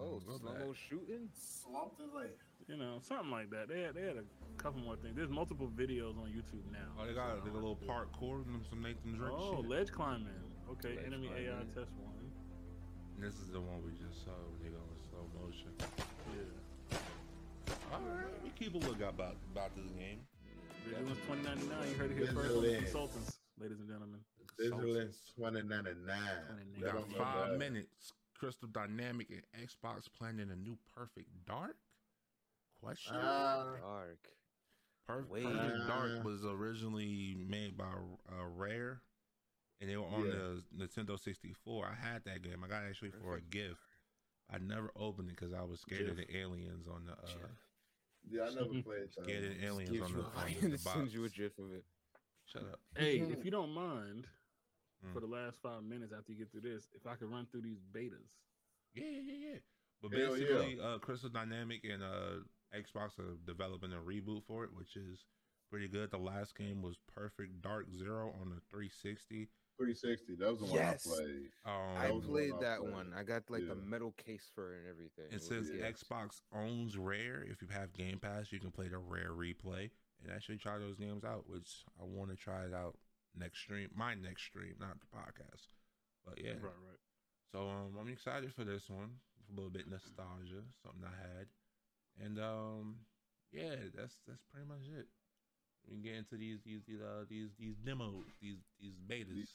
Speaker 3: Oh,
Speaker 1: go
Speaker 3: slow
Speaker 1: back.
Speaker 3: mo shooting.
Speaker 5: slumped his leg.
Speaker 4: you know, something like that. They had they had a couple more things. There's multiple videos on YouTube now.
Speaker 1: Oh, they
Speaker 4: so
Speaker 1: got they
Speaker 4: I'll
Speaker 1: got a little
Speaker 4: have to-
Speaker 1: parkour and some Nathan Drake
Speaker 4: Oh,
Speaker 1: shit.
Speaker 4: ledge climbing. Okay,
Speaker 3: Ledge
Speaker 4: enemy AI
Speaker 3: climbing.
Speaker 4: test one.
Speaker 1: And this is the one we just saw. They go in slow motion.
Speaker 4: Yeah,
Speaker 1: All right, we keep a loook about about this game.
Speaker 4: Vigilance 2099. You heard it here first on the
Speaker 5: Vigilance.
Speaker 4: consultants, ladies and gentlemen.
Speaker 5: Vigilance 2099.
Speaker 1: We got five minutes. Crystal Dynamic and Xbox planning a new Perfect Dark? Question.
Speaker 5: Uh,
Speaker 3: Dark.
Speaker 1: Per-
Speaker 3: wait.
Speaker 1: Perfect
Speaker 5: Uh.
Speaker 1: Dark was originally made by uh, Rare, and they were on
Speaker 5: Yeah.
Speaker 1: the Nintendo 64. I had that game. I got it actually for a gift. I never opened it because I was scared of
Speaker 4: Gif.
Speaker 1: the aliens on the. Uh,
Speaker 5: yeah, I never played that.
Speaker 1: scared of the aliens on the,
Speaker 3: I (laughs)
Speaker 1: on the
Speaker 3: to send
Speaker 1: box.
Speaker 3: you a gif of it.
Speaker 1: Shut up.
Speaker 4: Hey,
Speaker 5: Mhm.
Speaker 4: if you don't mind, for
Speaker 1: Mm.
Speaker 4: the last five minutes after you get through this, if I could run through these betas.
Speaker 1: Yeah, yeah, yeah, yeah. But
Speaker 5: Hell yeah.
Speaker 1: basically, uh, Crystal Dynamic and uh, Xbox are developing a reboot for it, which is pretty good. The last game was Perfect Dark Zero on the 360.
Speaker 5: 360. That was the one
Speaker 3: Yes.
Speaker 5: I played.
Speaker 1: Um,
Speaker 3: I
Speaker 5: was the one
Speaker 3: played
Speaker 5: I
Speaker 3: that
Speaker 5: played.
Speaker 3: one. I got like
Speaker 5: Yeah.
Speaker 3: a metal case for it and everything.
Speaker 1: and
Speaker 3: was
Speaker 1: since
Speaker 3: a gift.
Speaker 1: Xbox owns Rare, if you have Game Pass, you can play the Rare replay and actually try those games out, which I want to try it out next stream, my next stream, not the podcast. But yeah,
Speaker 4: Right, right.
Speaker 1: So um, I'm excited for this one. A little bit nostalgia, something I had, and um, yeah, that's that's pretty much it. We can get into these these these uh, these, these demos, these these betas.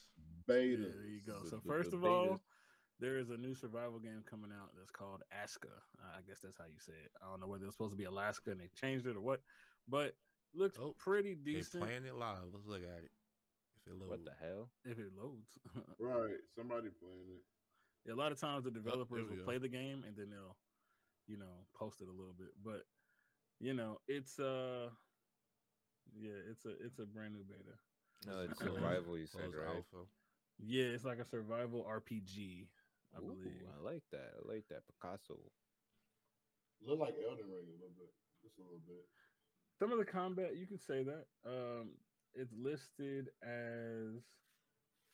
Speaker 5: Beta.
Speaker 4: Yeah, there you go.
Speaker 5: The-
Speaker 4: So
Speaker 5: the-
Speaker 4: first
Speaker 5: the
Speaker 4: of
Speaker 5: beta.
Speaker 4: all, there is a new survival game coming out that's called Aska. I guess that's how you say it. I don't know whether it's supposed to be Alaska and they changed it or what, but looks
Speaker 1: Oh,
Speaker 4: pretty
Speaker 1: They
Speaker 4: decent
Speaker 1: playing it live. Let's look at it. If it
Speaker 3: What
Speaker 1: loads.
Speaker 3: the hell?
Speaker 4: if it loads.
Speaker 5: right, somebody playing it.
Speaker 4: A lot of times the developers
Speaker 1: we
Speaker 4: will
Speaker 1: go.
Speaker 4: play the game and then they'll you know, posted a little bit. But you know, it's uh yeah, it's a it's a brand new beta.
Speaker 3: No, it's survival, you said, right?
Speaker 4: Yeah, it's like a survival RPG, I
Speaker 3: Ooh,
Speaker 4: believe.
Speaker 3: I like that. I like that Picasso.
Speaker 5: Look like Elden Ring a little bit, just a little bit.
Speaker 4: Some of the combat, you could say that. Um, it's listed as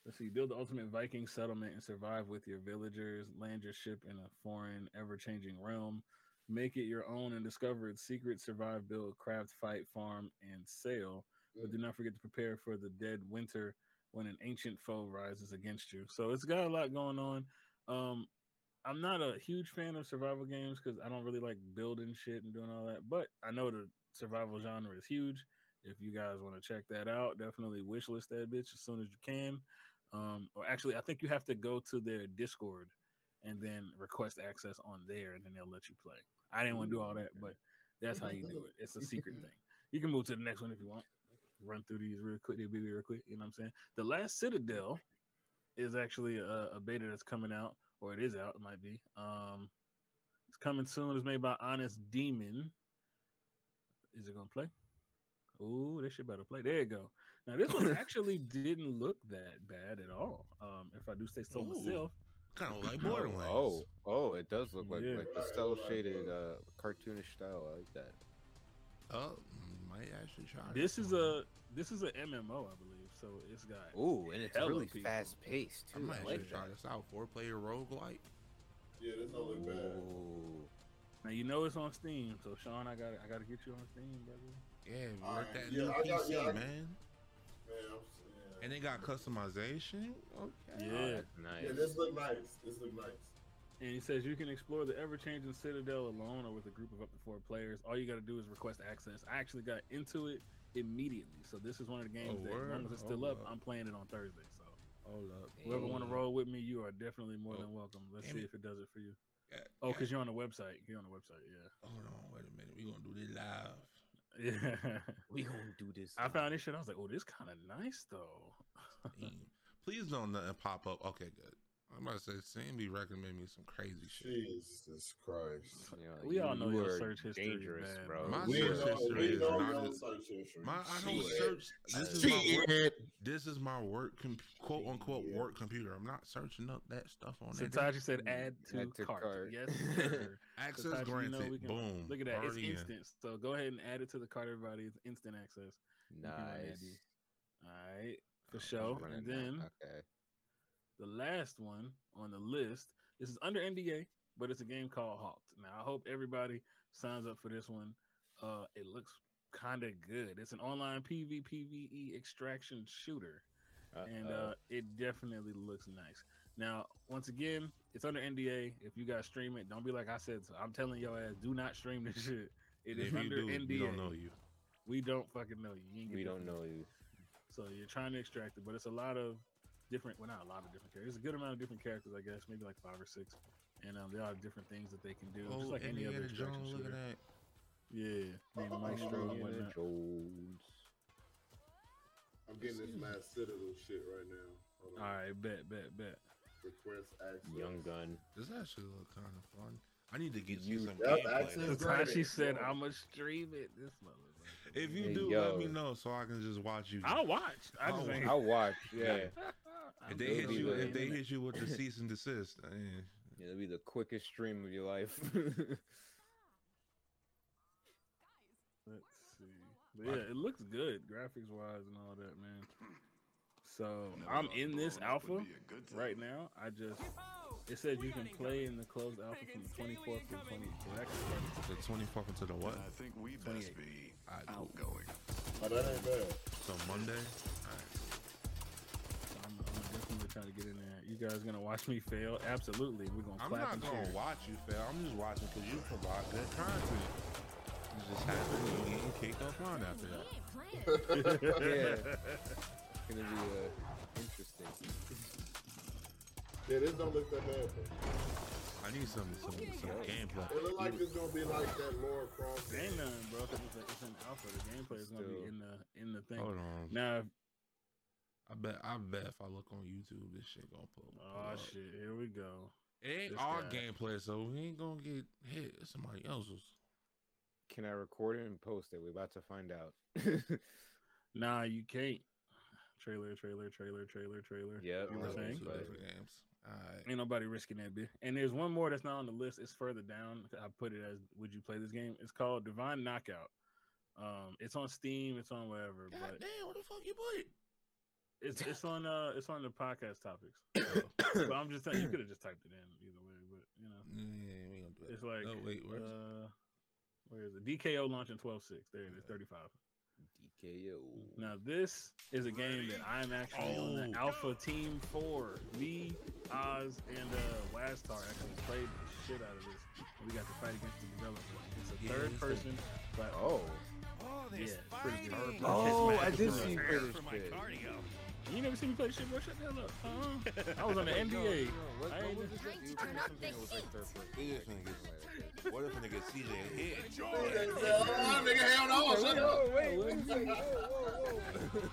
Speaker 4: let's see, build the ultimate Viking settlement and survive with your villagers, land your ship in a foreign, ever changing realm, make it your own and discover its secrets, survive, build, craft, fight, farm, and sail. But do not forget to prepare for the dead winter when an ancient foe rises against you. So it's got a lot going on. Um, I'm not a huge fan of survival games because I don't really like building shit and doing all that. But I know the survival genre is huge. If you guys want to check that out, definitely wish list that bitch as soon as you can. Um, or actually, I think you have to go to their Discord and then request access on there, and then they'll let you play. I didn't want to do all that, but that's how you do it. It's a secret thing. You can move to the next one if you want. Run through these real quick. They'll be real quick. You know what I'm saying? The Last Citadel is actually a, a beta that's coming out, or it is out. It might be. Um, it's coming soon. It's made by Honest Demon. Is it gonna play? Oh, this shit better play. There you go. Now this one actually didn't look that bad at all. Um, if I do say so myself.
Speaker 1: Kind of like
Speaker 4: Oh,
Speaker 1: Borderlands.
Speaker 3: (laughs) Oh, oh, it does look like
Speaker 4: Yeah.
Speaker 3: like the cell shaded, uh, cartoonish style. I like that.
Speaker 1: Oh, might actually try.
Speaker 4: This is a this is a MMO, I believe. So it's got
Speaker 3: Ooh, and it's
Speaker 4: hella
Speaker 3: really
Speaker 4: people.
Speaker 3: fast paced
Speaker 1: I
Speaker 3: too.
Speaker 1: might
Speaker 3: I
Speaker 1: actually
Speaker 3: like
Speaker 1: try
Speaker 3: that.
Speaker 1: this out. Four player roguelike.
Speaker 5: Yeah, that's not look bad.
Speaker 3: Ooh.
Speaker 4: Now you know it's on Steam, so Sean, I got to I got to get you on Steam, brother.
Speaker 1: Yeah, work
Speaker 5: Alright,
Speaker 1: that
Speaker 5: yeah,
Speaker 1: new
Speaker 5: I got-
Speaker 1: PC,
Speaker 5: yeah, I-
Speaker 1: man.
Speaker 5: Man, I'm, yeah.
Speaker 1: And they got customization. Okay.
Speaker 4: Yeah.
Speaker 3: oh, nice.
Speaker 5: yeah, this look nice. This look nice.
Speaker 4: And he says you can explore the ever-changing citadel alone or with a group of up to four players. All you got to do is request access. I actually got into it immediately, so this is one of the games
Speaker 1: Oh,
Speaker 4: that
Speaker 1: word.
Speaker 4: as long as it's still
Speaker 1: Oh,
Speaker 4: up,
Speaker 1: wow.
Speaker 4: I'm playing it on Thursday. So
Speaker 1: Hold up.
Speaker 4: whoever want to
Speaker 3: Dang.
Speaker 4: roll with me, you are definitely more than welcome. Let's
Speaker 1: Oh, damn
Speaker 4: see
Speaker 1: it.
Speaker 4: if it does it for you.
Speaker 1: God-
Speaker 4: Oh,
Speaker 1: God-
Speaker 4: because you're on the website. You're on the website. Yeah. (laughs)
Speaker 1: Hold on, wait a minute. We're gonna do this live.
Speaker 4: Yeah.
Speaker 3: We gonna do this.
Speaker 4: I found this shit. I was like, oh, this kind of nice though.
Speaker 1: Damn. Please don't nothing pop up. Okay, good. I'm about to say Sammy recommended me some crazy shit.
Speaker 5: Jesus Christ.
Speaker 3: You know,
Speaker 4: We all know your
Speaker 3: are
Speaker 4: search history is
Speaker 3: Dangerous,
Speaker 4: bad,
Speaker 3: bro.
Speaker 1: My
Speaker 5: We
Speaker 1: search
Speaker 5: know,
Speaker 1: history
Speaker 5: we
Speaker 1: is
Speaker 5: know
Speaker 1: not
Speaker 5: your
Speaker 1: as
Speaker 5: search history.
Speaker 1: my I don't
Speaker 5: Shit.
Speaker 1: search this is my work
Speaker 5: Shit.
Speaker 1: this is my work com- quote unquote
Speaker 5: Yeah.
Speaker 1: work computer. I'm not searching up that stuff on there.
Speaker 4: Sataji said, add to,
Speaker 3: Add to
Speaker 4: cart.
Speaker 1: (laughs)
Speaker 3: cart.
Speaker 4: Yes, sir.
Speaker 1: Access
Speaker 4: Satachi, you know
Speaker 1: granted.
Speaker 4: we can-
Speaker 1: Boom.
Speaker 4: Look at that. It's
Speaker 1: Already in.
Speaker 4: instant. So go ahead and add it to the cart, everybody. It's instant access.
Speaker 3: Nice.
Speaker 4: All right. For
Speaker 3: Just
Speaker 4: sure.
Speaker 3: running that.
Speaker 4: And then
Speaker 3: okay.
Speaker 4: the last one on the list. This is under NDA, but it's a game called Halt. Now I hope everybody signs up for this one. Uh, it looks kind of good. It's an online PvPvE E extraction shooter, and
Speaker 3: Uh-oh.
Speaker 4: uh, it definitely looks nice. Now, once again, it's under NDA. If you guys stream it, don't be like I said. So I'm telling your ass, do not stream this (laughs) shit. It is
Speaker 1: If you
Speaker 4: under
Speaker 1: do,
Speaker 4: NDA.
Speaker 1: we don't know you.
Speaker 4: We don't fucking know you. you ain't get
Speaker 3: we
Speaker 4: that
Speaker 3: don't
Speaker 4: from
Speaker 3: know you.
Speaker 4: so you're trying to extract it, but it's a lot of different. Well, not a lot of different characters. It's a good amount of different characters, I guess, maybe like five or six. And um, there are different things that they can do,
Speaker 1: Oh,
Speaker 4: just like any other
Speaker 1: Indiana
Speaker 4: extraction
Speaker 1: Jones. Look at
Speaker 4: shooter.
Speaker 1: that. Oh,
Speaker 4: Yeah, being a maestro and
Speaker 3: Indiana
Speaker 4: whatnot.
Speaker 3: Jones.
Speaker 5: I'm getting this last Citadel shit right now. Hold
Speaker 4: All right, bet, bet, bet.
Speaker 5: Request access.
Speaker 3: Young Gun.
Speaker 1: This actually look kind of fun. I need to get
Speaker 3: You-
Speaker 1: you some
Speaker 5: Yep,
Speaker 1: gameplay.
Speaker 5: access.
Speaker 4: Takashi
Speaker 5: granted.
Speaker 4: said, "I'ma stream it this motherfucker."
Speaker 1: If you
Speaker 3: Hey,
Speaker 1: do, let
Speaker 3: yo.
Speaker 1: me know so I can just watch you.
Speaker 4: I'll watch. I
Speaker 1: I'll
Speaker 4: just ain't.
Speaker 3: I'll watch. (laughs) Yeah.
Speaker 4: I'm
Speaker 1: Oh, if they
Speaker 3: It'll
Speaker 1: hit
Speaker 3: be
Speaker 1: you,
Speaker 3: the
Speaker 1: if they
Speaker 4: internet.
Speaker 1: hit you with the cease and desist, eh.
Speaker 3: It'll be the quickest stream of your life. (laughs)
Speaker 4: Let's see. But yeah, it looks good graphics wise and all that, man. So I'm in this alpha right now. I just it says you can play in the closed alpha from the 24th to the 28th. That could work.
Speaker 1: the twenty fourth into the what?
Speaker 13: I think we best be
Speaker 1: Alright, cool.
Speaker 13: outgoing.
Speaker 5: Oh, that ain't bad.
Speaker 1: So Monday. Alright.
Speaker 4: So I'm, I'm definitely trying to get in there. You guys gonna watch me fail? Absolutely. We're gonna
Speaker 1: I'm
Speaker 4: clap
Speaker 1: not
Speaker 4: and
Speaker 1: gonna
Speaker 4: (laughs) cheer.
Speaker 1: watch you fail. I'm just watching because you provide good content. You just happen to be getting kicked offline after that.
Speaker 5: (laughs)
Speaker 3: yeah. It's gonna be uh, interesting.
Speaker 5: Yeah, this don't look that bad. Though.
Speaker 1: I need some some, some gameplay.
Speaker 5: It look like it's gonna be like that Laura Croft.
Speaker 4: They
Speaker 1: (laughs)
Speaker 4: ain't nothing, bro. 'cause It's, it's an alpha. The gameplay is gonna
Speaker 3: Still.
Speaker 4: be in the in the thing.
Speaker 1: Hold on.
Speaker 4: Now,
Speaker 1: I bet I bet if I look on YouTube, this shit gonna pull.
Speaker 4: oh shit, here we go.
Speaker 1: It ain't
Speaker 4: Ah, This
Speaker 1: our
Speaker 4: guy.
Speaker 1: gameplay, so we ain't gonna get hit. It's somebody else's.
Speaker 3: Can I record it and post it? We're about to find out. (laughs)
Speaker 4: nah, you can't. Trailer, trailer, trailer, trailer, trailer.
Speaker 3: Yep,
Speaker 4: you were
Speaker 3: no,
Speaker 4: saying.
Speaker 3: it's like-
Speaker 1: Different games. Alright.
Speaker 4: Ain't nobody risking that bit. And there's one more that's not on the list. It's further down. I put it as "Would you play this game?" It's called Divine Knockout. Um, it's on Steam. It's on wherever.
Speaker 1: God
Speaker 4: But
Speaker 1: damn, what the fuck you put?
Speaker 4: it's it's on uh it's on the podcast
Speaker 1: (coughs)
Speaker 4: topics. So, but I'm just saying you could have just typed it in either way. But you know,
Speaker 1: Yeah, we gonna do that.
Speaker 4: it's like
Speaker 1: oh wait, where's
Speaker 4: uh, where is it? DKO launching 12-6. There it is, 35.
Speaker 3: KO.
Speaker 4: Now this is a game that I'm actually on the
Speaker 1: Oh.
Speaker 4: Alpha Team for. Me, Oz, and uh, Wastar actually played the shit out of this. And we got to fight against the developer. It's a
Speaker 1: Yeah,
Speaker 4: third
Speaker 1: it's
Speaker 4: person, but
Speaker 3: Oh.
Speaker 19: Oh,
Speaker 4: yeah,
Speaker 19: there's
Speaker 4: it's pretty good.
Speaker 19: fighting.
Speaker 3: Oh, I did
Speaker 4: Smash
Speaker 3: see you
Speaker 4: Bros.
Speaker 3: play
Speaker 19: Prepare
Speaker 3: this
Speaker 19: for my
Speaker 3: shit.
Speaker 19: cardio.
Speaker 4: You never seen me play shit, bro. Shut the hell up. Uh-uh. I was on
Speaker 3: (laughs)
Speaker 4: the
Speaker 3: Wait, no,
Speaker 4: NBA. (laughs)
Speaker 3: no, what-
Speaker 4: I
Speaker 3: what
Speaker 4: ain't-
Speaker 3: was this that you were
Speaker 19: Turn
Speaker 3: doing
Speaker 19: up
Speaker 3: something
Speaker 19: the
Speaker 3: that was like
Speaker 19: heat.
Speaker 3: third person?
Speaker 1: Look at this nigga. What if a nigga CJ hit?
Speaker 5: hell no, shut up.
Speaker 3: Oh, Wait, wait,
Speaker 5: Wait,
Speaker 3: wait, wait, whoa, whoa, whoa.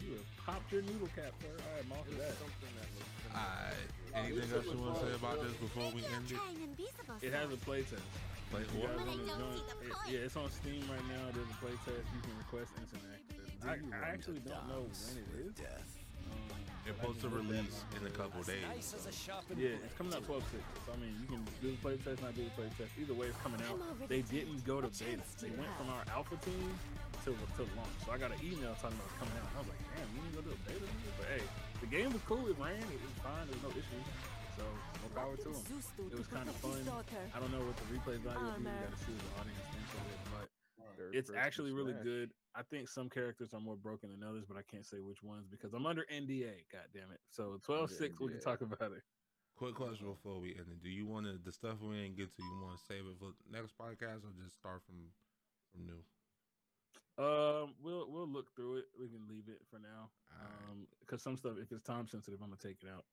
Speaker 4: You have popped your noodle cap, bro. All right, I'm off
Speaker 3: It
Speaker 4: of
Speaker 3: was
Speaker 4: that.
Speaker 3: something that was-
Speaker 1: Alright.
Speaker 5: Oh,
Speaker 1: Anything
Speaker 5: this
Speaker 1: else
Speaker 5: shit
Speaker 1: you
Speaker 5: was
Speaker 1: wanna say
Speaker 5: fun,
Speaker 1: about
Speaker 5: bro.
Speaker 1: this before we end it?
Speaker 4: It has a playtest.
Speaker 19: I don't see
Speaker 1: Play what?
Speaker 4: You guys wanna join-
Speaker 19: the
Speaker 4: it-
Speaker 19: point.
Speaker 4: yeah, it's on Steam right now. There's a playtest. You can request internet.
Speaker 19: Do you
Speaker 4: I, I
Speaker 19: want
Speaker 4: actually
Speaker 19: to
Speaker 4: don't know
Speaker 19: dance
Speaker 4: when it is.
Speaker 1: They're supposed to release in a couple days.
Speaker 19: Nice as a shopping
Speaker 4: Yeah, it's coming out 12 6. So, I mean, you can do the playtest, not do the playtest. Either way, it's coming out. They didn't go to beta. They went from our alpha team to, to launch. So I got an email talking about it's coming out. I was like, damn, you didn't go to a beta? But hey, the game was cool. It ran. It was fine. There was no issues. So, more power to them. It was kind of fun. I don't know what the replay value would be. We got to see what the audience thinks of it. But
Speaker 3: Third
Speaker 4: it's
Speaker 3: person
Speaker 4: actually really
Speaker 3: smash.
Speaker 4: good. I think some characters are more broken than others, but I can't say which ones because I'm under NDA. God damn it! So 12 6, we can
Speaker 3: NDA.
Speaker 4: talk about it.
Speaker 1: Quick question before we end it. Do you wanna the stuff we didn't get to, you wanna save it for next podcast or just start from from new?
Speaker 4: Um, we'll we'll look through it. We can leave it for now.
Speaker 1: Alright.
Speaker 4: Um, because some stuff, if it's time sensitive, I'm gonna take it out.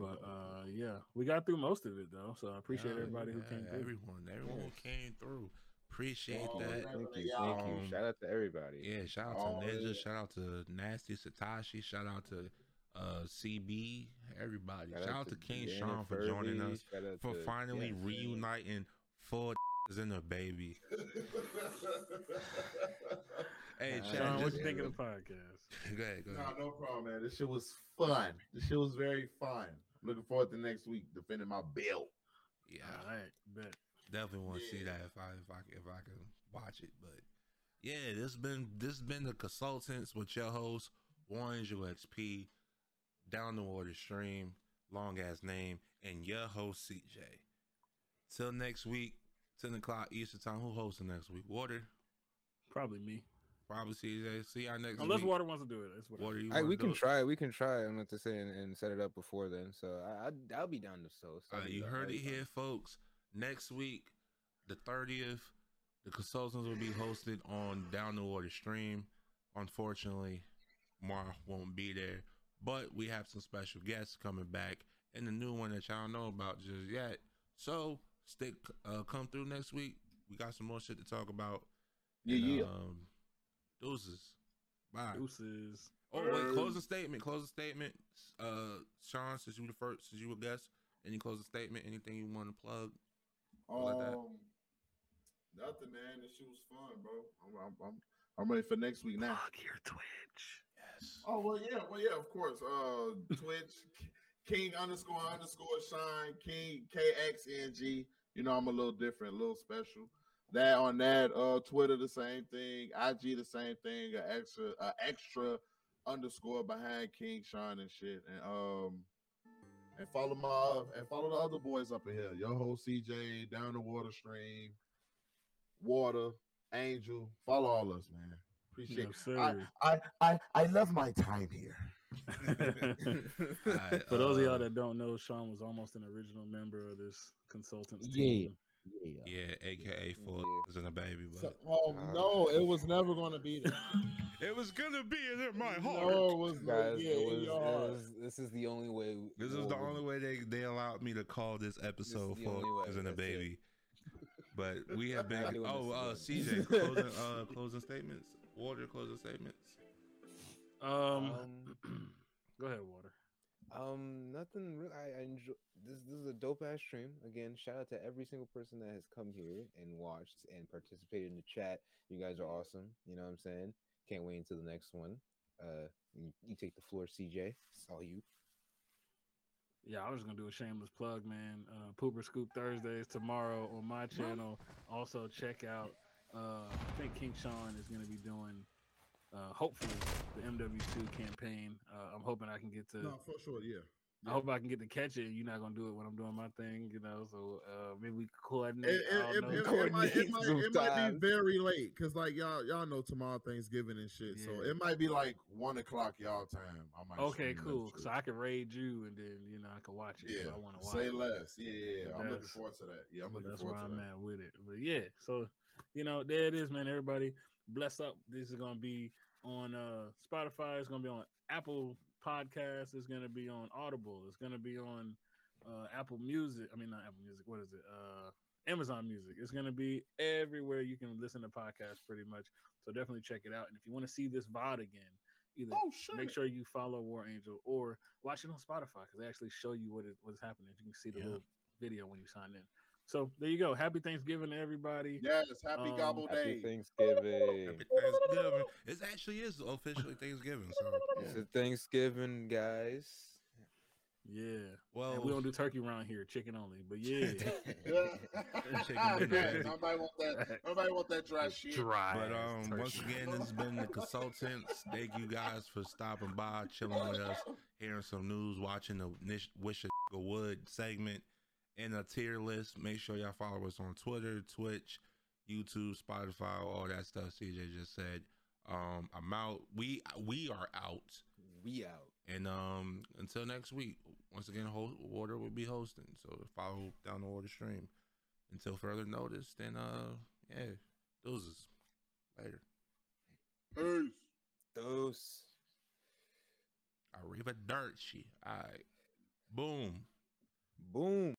Speaker 1: Alright.
Speaker 4: But uh, yeah, we got through most of it though, so I appreciate
Speaker 1: Yeah,
Speaker 4: everybody who came
Speaker 1: yeah,
Speaker 4: through.
Speaker 1: Everyone, everyone who came through. Appreciate
Speaker 5: Oh,
Speaker 1: that.
Speaker 5: yeah.
Speaker 3: Thank you, thank you.
Speaker 1: Um,
Speaker 3: Shout out to everybody.
Speaker 1: Yeah, shout out
Speaker 5: Oh,
Speaker 1: to Ninja,
Speaker 5: yeah.
Speaker 1: shout out to Nasty Satoshi, shout out to uh CB, everybody. Shout, out to, King
Speaker 3: Deanna
Speaker 1: Sean for joining
Speaker 3: Furby.
Speaker 1: us
Speaker 3: Shout out
Speaker 1: for
Speaker 3: to-
Speaker 1: finally
Speaker 3: yeah.
Speaker 1: reuniting four (laughs) is in a baby. Hey,
Speaker 3: Nah,
Speaker 1: Chad,
Speaker 4: Uh, Sean, what
Speaker 1: just,
Speaker 4: you think of the podcast?
Speaker 1: (laughs) go ahead, go
Speaker 5: No,
Speaker 1: ahead.
Speaker 5: no problem, man. This shit was fun. This shit was very fun. Looking forward to next week defending my belt.
Speaker 1: Yeah,
Speaker 4: All right, bet.
Speaker 1: definitely want to see
Speaker 5: Yeah.
Speaker 1: that if I if I if I can watch it. But yeah, this been this been the consultants with your host Orange UXP, down the water stream, long ass name, and your host CJ. Till next week, ten o'clock Eastern time. Who hosts the next week? Water,
Speaker 4: Probably me,
Speaker 1: probably CJ. See y'all next
Speaker 4: unless
Speaker 1: week.
Speaker 4: Water wants to do it. That's what.
Speaker 1: Water, you
Speaker 3: Hey,
Speaker 1: wanna
Speaker 3: we
Speaker 1: do
Speaker 3: can
Speaker 1: it?
Speaker 3: try. We can try. I'm not to say and, and set it up before then. So I, I I'll be down to so. so
Speaker 1: Uh,
Speaker 3: I'll be
Speaker 1: you
Speaker 3: down,
Speaker 1: heard
Speaker 3: I'll
Speaker 1: it
Speaker 3: be down.
Speaker 1: here, folks. Next week, the 30th, the consultants will be hosted on Down the Water Stream. Unfortunately, Mar won't be there, but we have some special guests coming back and the new one that y'all don't know about just yet. So stick, uh, come through next week. We got some more shit to talk about.
Speaker 5: Yeah,
Speaker 1: And,
Speaker 5: yeah.
Speaker 1: Um, deuces. Bye.
Speaker 4: Deuces.
Speaker 1: Oh wait, closing statement. Closing statement. Uh, Sean, since you the first, since you were guest, any closing statement? Anything you want to plug?
Speaker 5: Um,
Speaker 1: Like that.
Speaker 5: nothing, man. This shit was fun, bro. I'm, I'm, I'm, I'm ready for next week now.
Speaker 4: Plug your Twitch.
Speaker 1: Yes.
Speaker 5: Oh well, yeah, well yeah, of course. Uh, Twitch King underscore underscore Shine King K X N G. You know I'm a little different, a little special. That on that, uh, Twitter the same thing, IG the same thing, a extra, a extra underscore behind King Shine and shit, and um, and follow my and follow the other boys up in here. Yo ho CJ down the water stream, water angel. Follow all us, man. Appreciate
Speaker 4: No,
Speaker 5: it.
Speaker 4: sir.
Speaker 5: I, I, I love my time here.
Speaker 4: (laughs)
Speaker 3: (laughs)
Speaker 1: (laughs) Alright,
Speaker 4: For those of
Speaker 1: uh,
Speaker 4: y'all that don't know, Sean was almost an original member of this consultants
Speaker 15: Yeah.
Speaker 4: team.
Speaker 15: Yeah.
Speaker 1: yeah, aka four
Speaker 3: Yeah.
Speaker 1: is and a baby,
Speaker 5: So-
Speaker 1: but
Speaker 5: oh
Speaker 3: Uh,
Speaker 5: no, it was never going to be that.
Speaker 1: it was gonna be in my
Speaker 5: No, it was
Speaker 3: guys.
Speaker 5: yeah,
Speaker 3: it
Speaker 5: in
Speaker 3: was,
Speaker 5: your
Speaker 3: it
Speaker 5: heart.
Speaker 3: was, this is the only way.
Speaker 1: This is the only way they they allowed me to call this episode
Speaker 3: the
Speaker 1: four
Speaker 3: only way,
Speaker 1: is and a
Speaker 3: that's it.
Speaker 1: baby. But we
Speaker 3: (laughs)
Speaker 1: have
Speaker 3: Not
Speaker 1: been.
Speaker 3: doing
Speaker 1: Oh, uh,
Speaker 3: this
Speaker 1: CJ,
Speaker 3: (laughs) again.
Speaker 1: closing, uh, closing statements. Water closing statements.
Speaker 4: Um,
Speaker 3: Um,
Speaker 4: (clears throat) go ahead, Water.
Speaker 3: Um, nothing real. I, I enjoy this. This is a dope ass stream. Again, shout out to every single person that has come here and watched and participated in the chat. You guys are awesome. You know what I'm saying? Can't wait until the next one. Uh, you, you take the floor, CJ. It's all you.
Speaker 4: Yeah, I was gonna do a shameless plug, man. Uh, Pooper Scoop Thursdays tomorrow on my channel. Also check out. Uh, I think King Sean is gonna be doing. Uh, hopefully, the MW2 campaign. Uh, I'm hoping I can get to.
Speaker 5: No, for sure, Oh, yeah.
Speaker 4: I hope I can get to catch it. You're not gonna do it when I'm doing my thing, you know. So uh, maybe we
Speaker 5: It,
Speaker 4: coordinate.
Speaker 5: it,
Speaker 4: I
Speaker 5: it,
Speaker 4: don't
Speaker 5: it-
Speaker 4: know.
Speaker 5: it might, it, might, it might be very late because like y'all y'all know tomorrow Thanksgiving and shit, so
Speaker 4: Yeah.
Speaker 5: it might be like one o'clock y'all time. I might
Speaker 4: Okay,
Speaker 5: stream that
Speaker 4: cool.
Speaker 5: shit.
Speaker 4: So I can raid you, and then you know I can watch it. if
Speaker 5: Yeah,
Speaker 4: I want to watch.
Speaker 5: say
Speaker 4: it.
Speaker 5: less. Yeah, yeah, yeah. I'm looking
Speaker 4: That's-
Speaker 5: forward to that. Yeah, I'm looking
Speaker 4: that's
Speaker 5: forward
Speaker 4: where
Speaker 5: to
Speaker 4: I'm
Speaker 5: that.
Speaker 4: at with it. But yeah, so you know there it is, man. Everybody, bless up. This is gonna be on uh Spotify. It's gonna be on Apple Podcasts. It's gonna be on Audible. It's gonna be on uh Apple Music. I mean, not Apple Music. What is it? Uh Amazon Music. It's going to be everywhere you can listen to podcasts pretty much. So definitely check it out. And if you want to see this VOD again, either
Speaker 5: Oh,
Speaker 4: make sure you follow War Angel or watch it on Spotify because they actually show you what is what's happening. You can see the little video when you sign in. So there you go. Happy Thanksgiving to everybody.
Speaker 5: Yes,
Speaker 4: um,
Speaker 5: happy gobble
Speaker 3: Happy (laughs) Thanksgiving.
Speaker 1: Thanksgiving. It actually is officially Thanksgiving. So
Speaker 3: It's a Thanksgiving, guys.
Speaker 4: Yeah.
Speaker 1: Well,
Speaker 4: we don't do turkey around here, chicken only. But yeah,
Speaker 5: (laughs)
Speaker 4: (laughs)
Speaker 1: Chicken dinner.
Speaker 5: Nobody want that. Nobody want that dry shit.
Speaker 1: But um, once again, this has been the consultants. Thank you guys for stopping by, chilling with us, hearing some news, watching the Nish- Wish a Nigga Would segment, and a tier list. Make sure y'all follow us on Twitter, Twitch, YouTube, Spotify, all that stuff. CJ just said. Um, I'm out. We we are out.
Speaker 3: We out.
Speaker 1: And um, until next week. Once again, ho- Water will be hosting. So follow down the Water stream. Until further notice, then uh, yeah, deuces. Later.
Speaker 5: Peace.
Speaker 3: Deuce.
Speaker 1: Arrivederci. All right. Boom.
Speaker 3: Boom.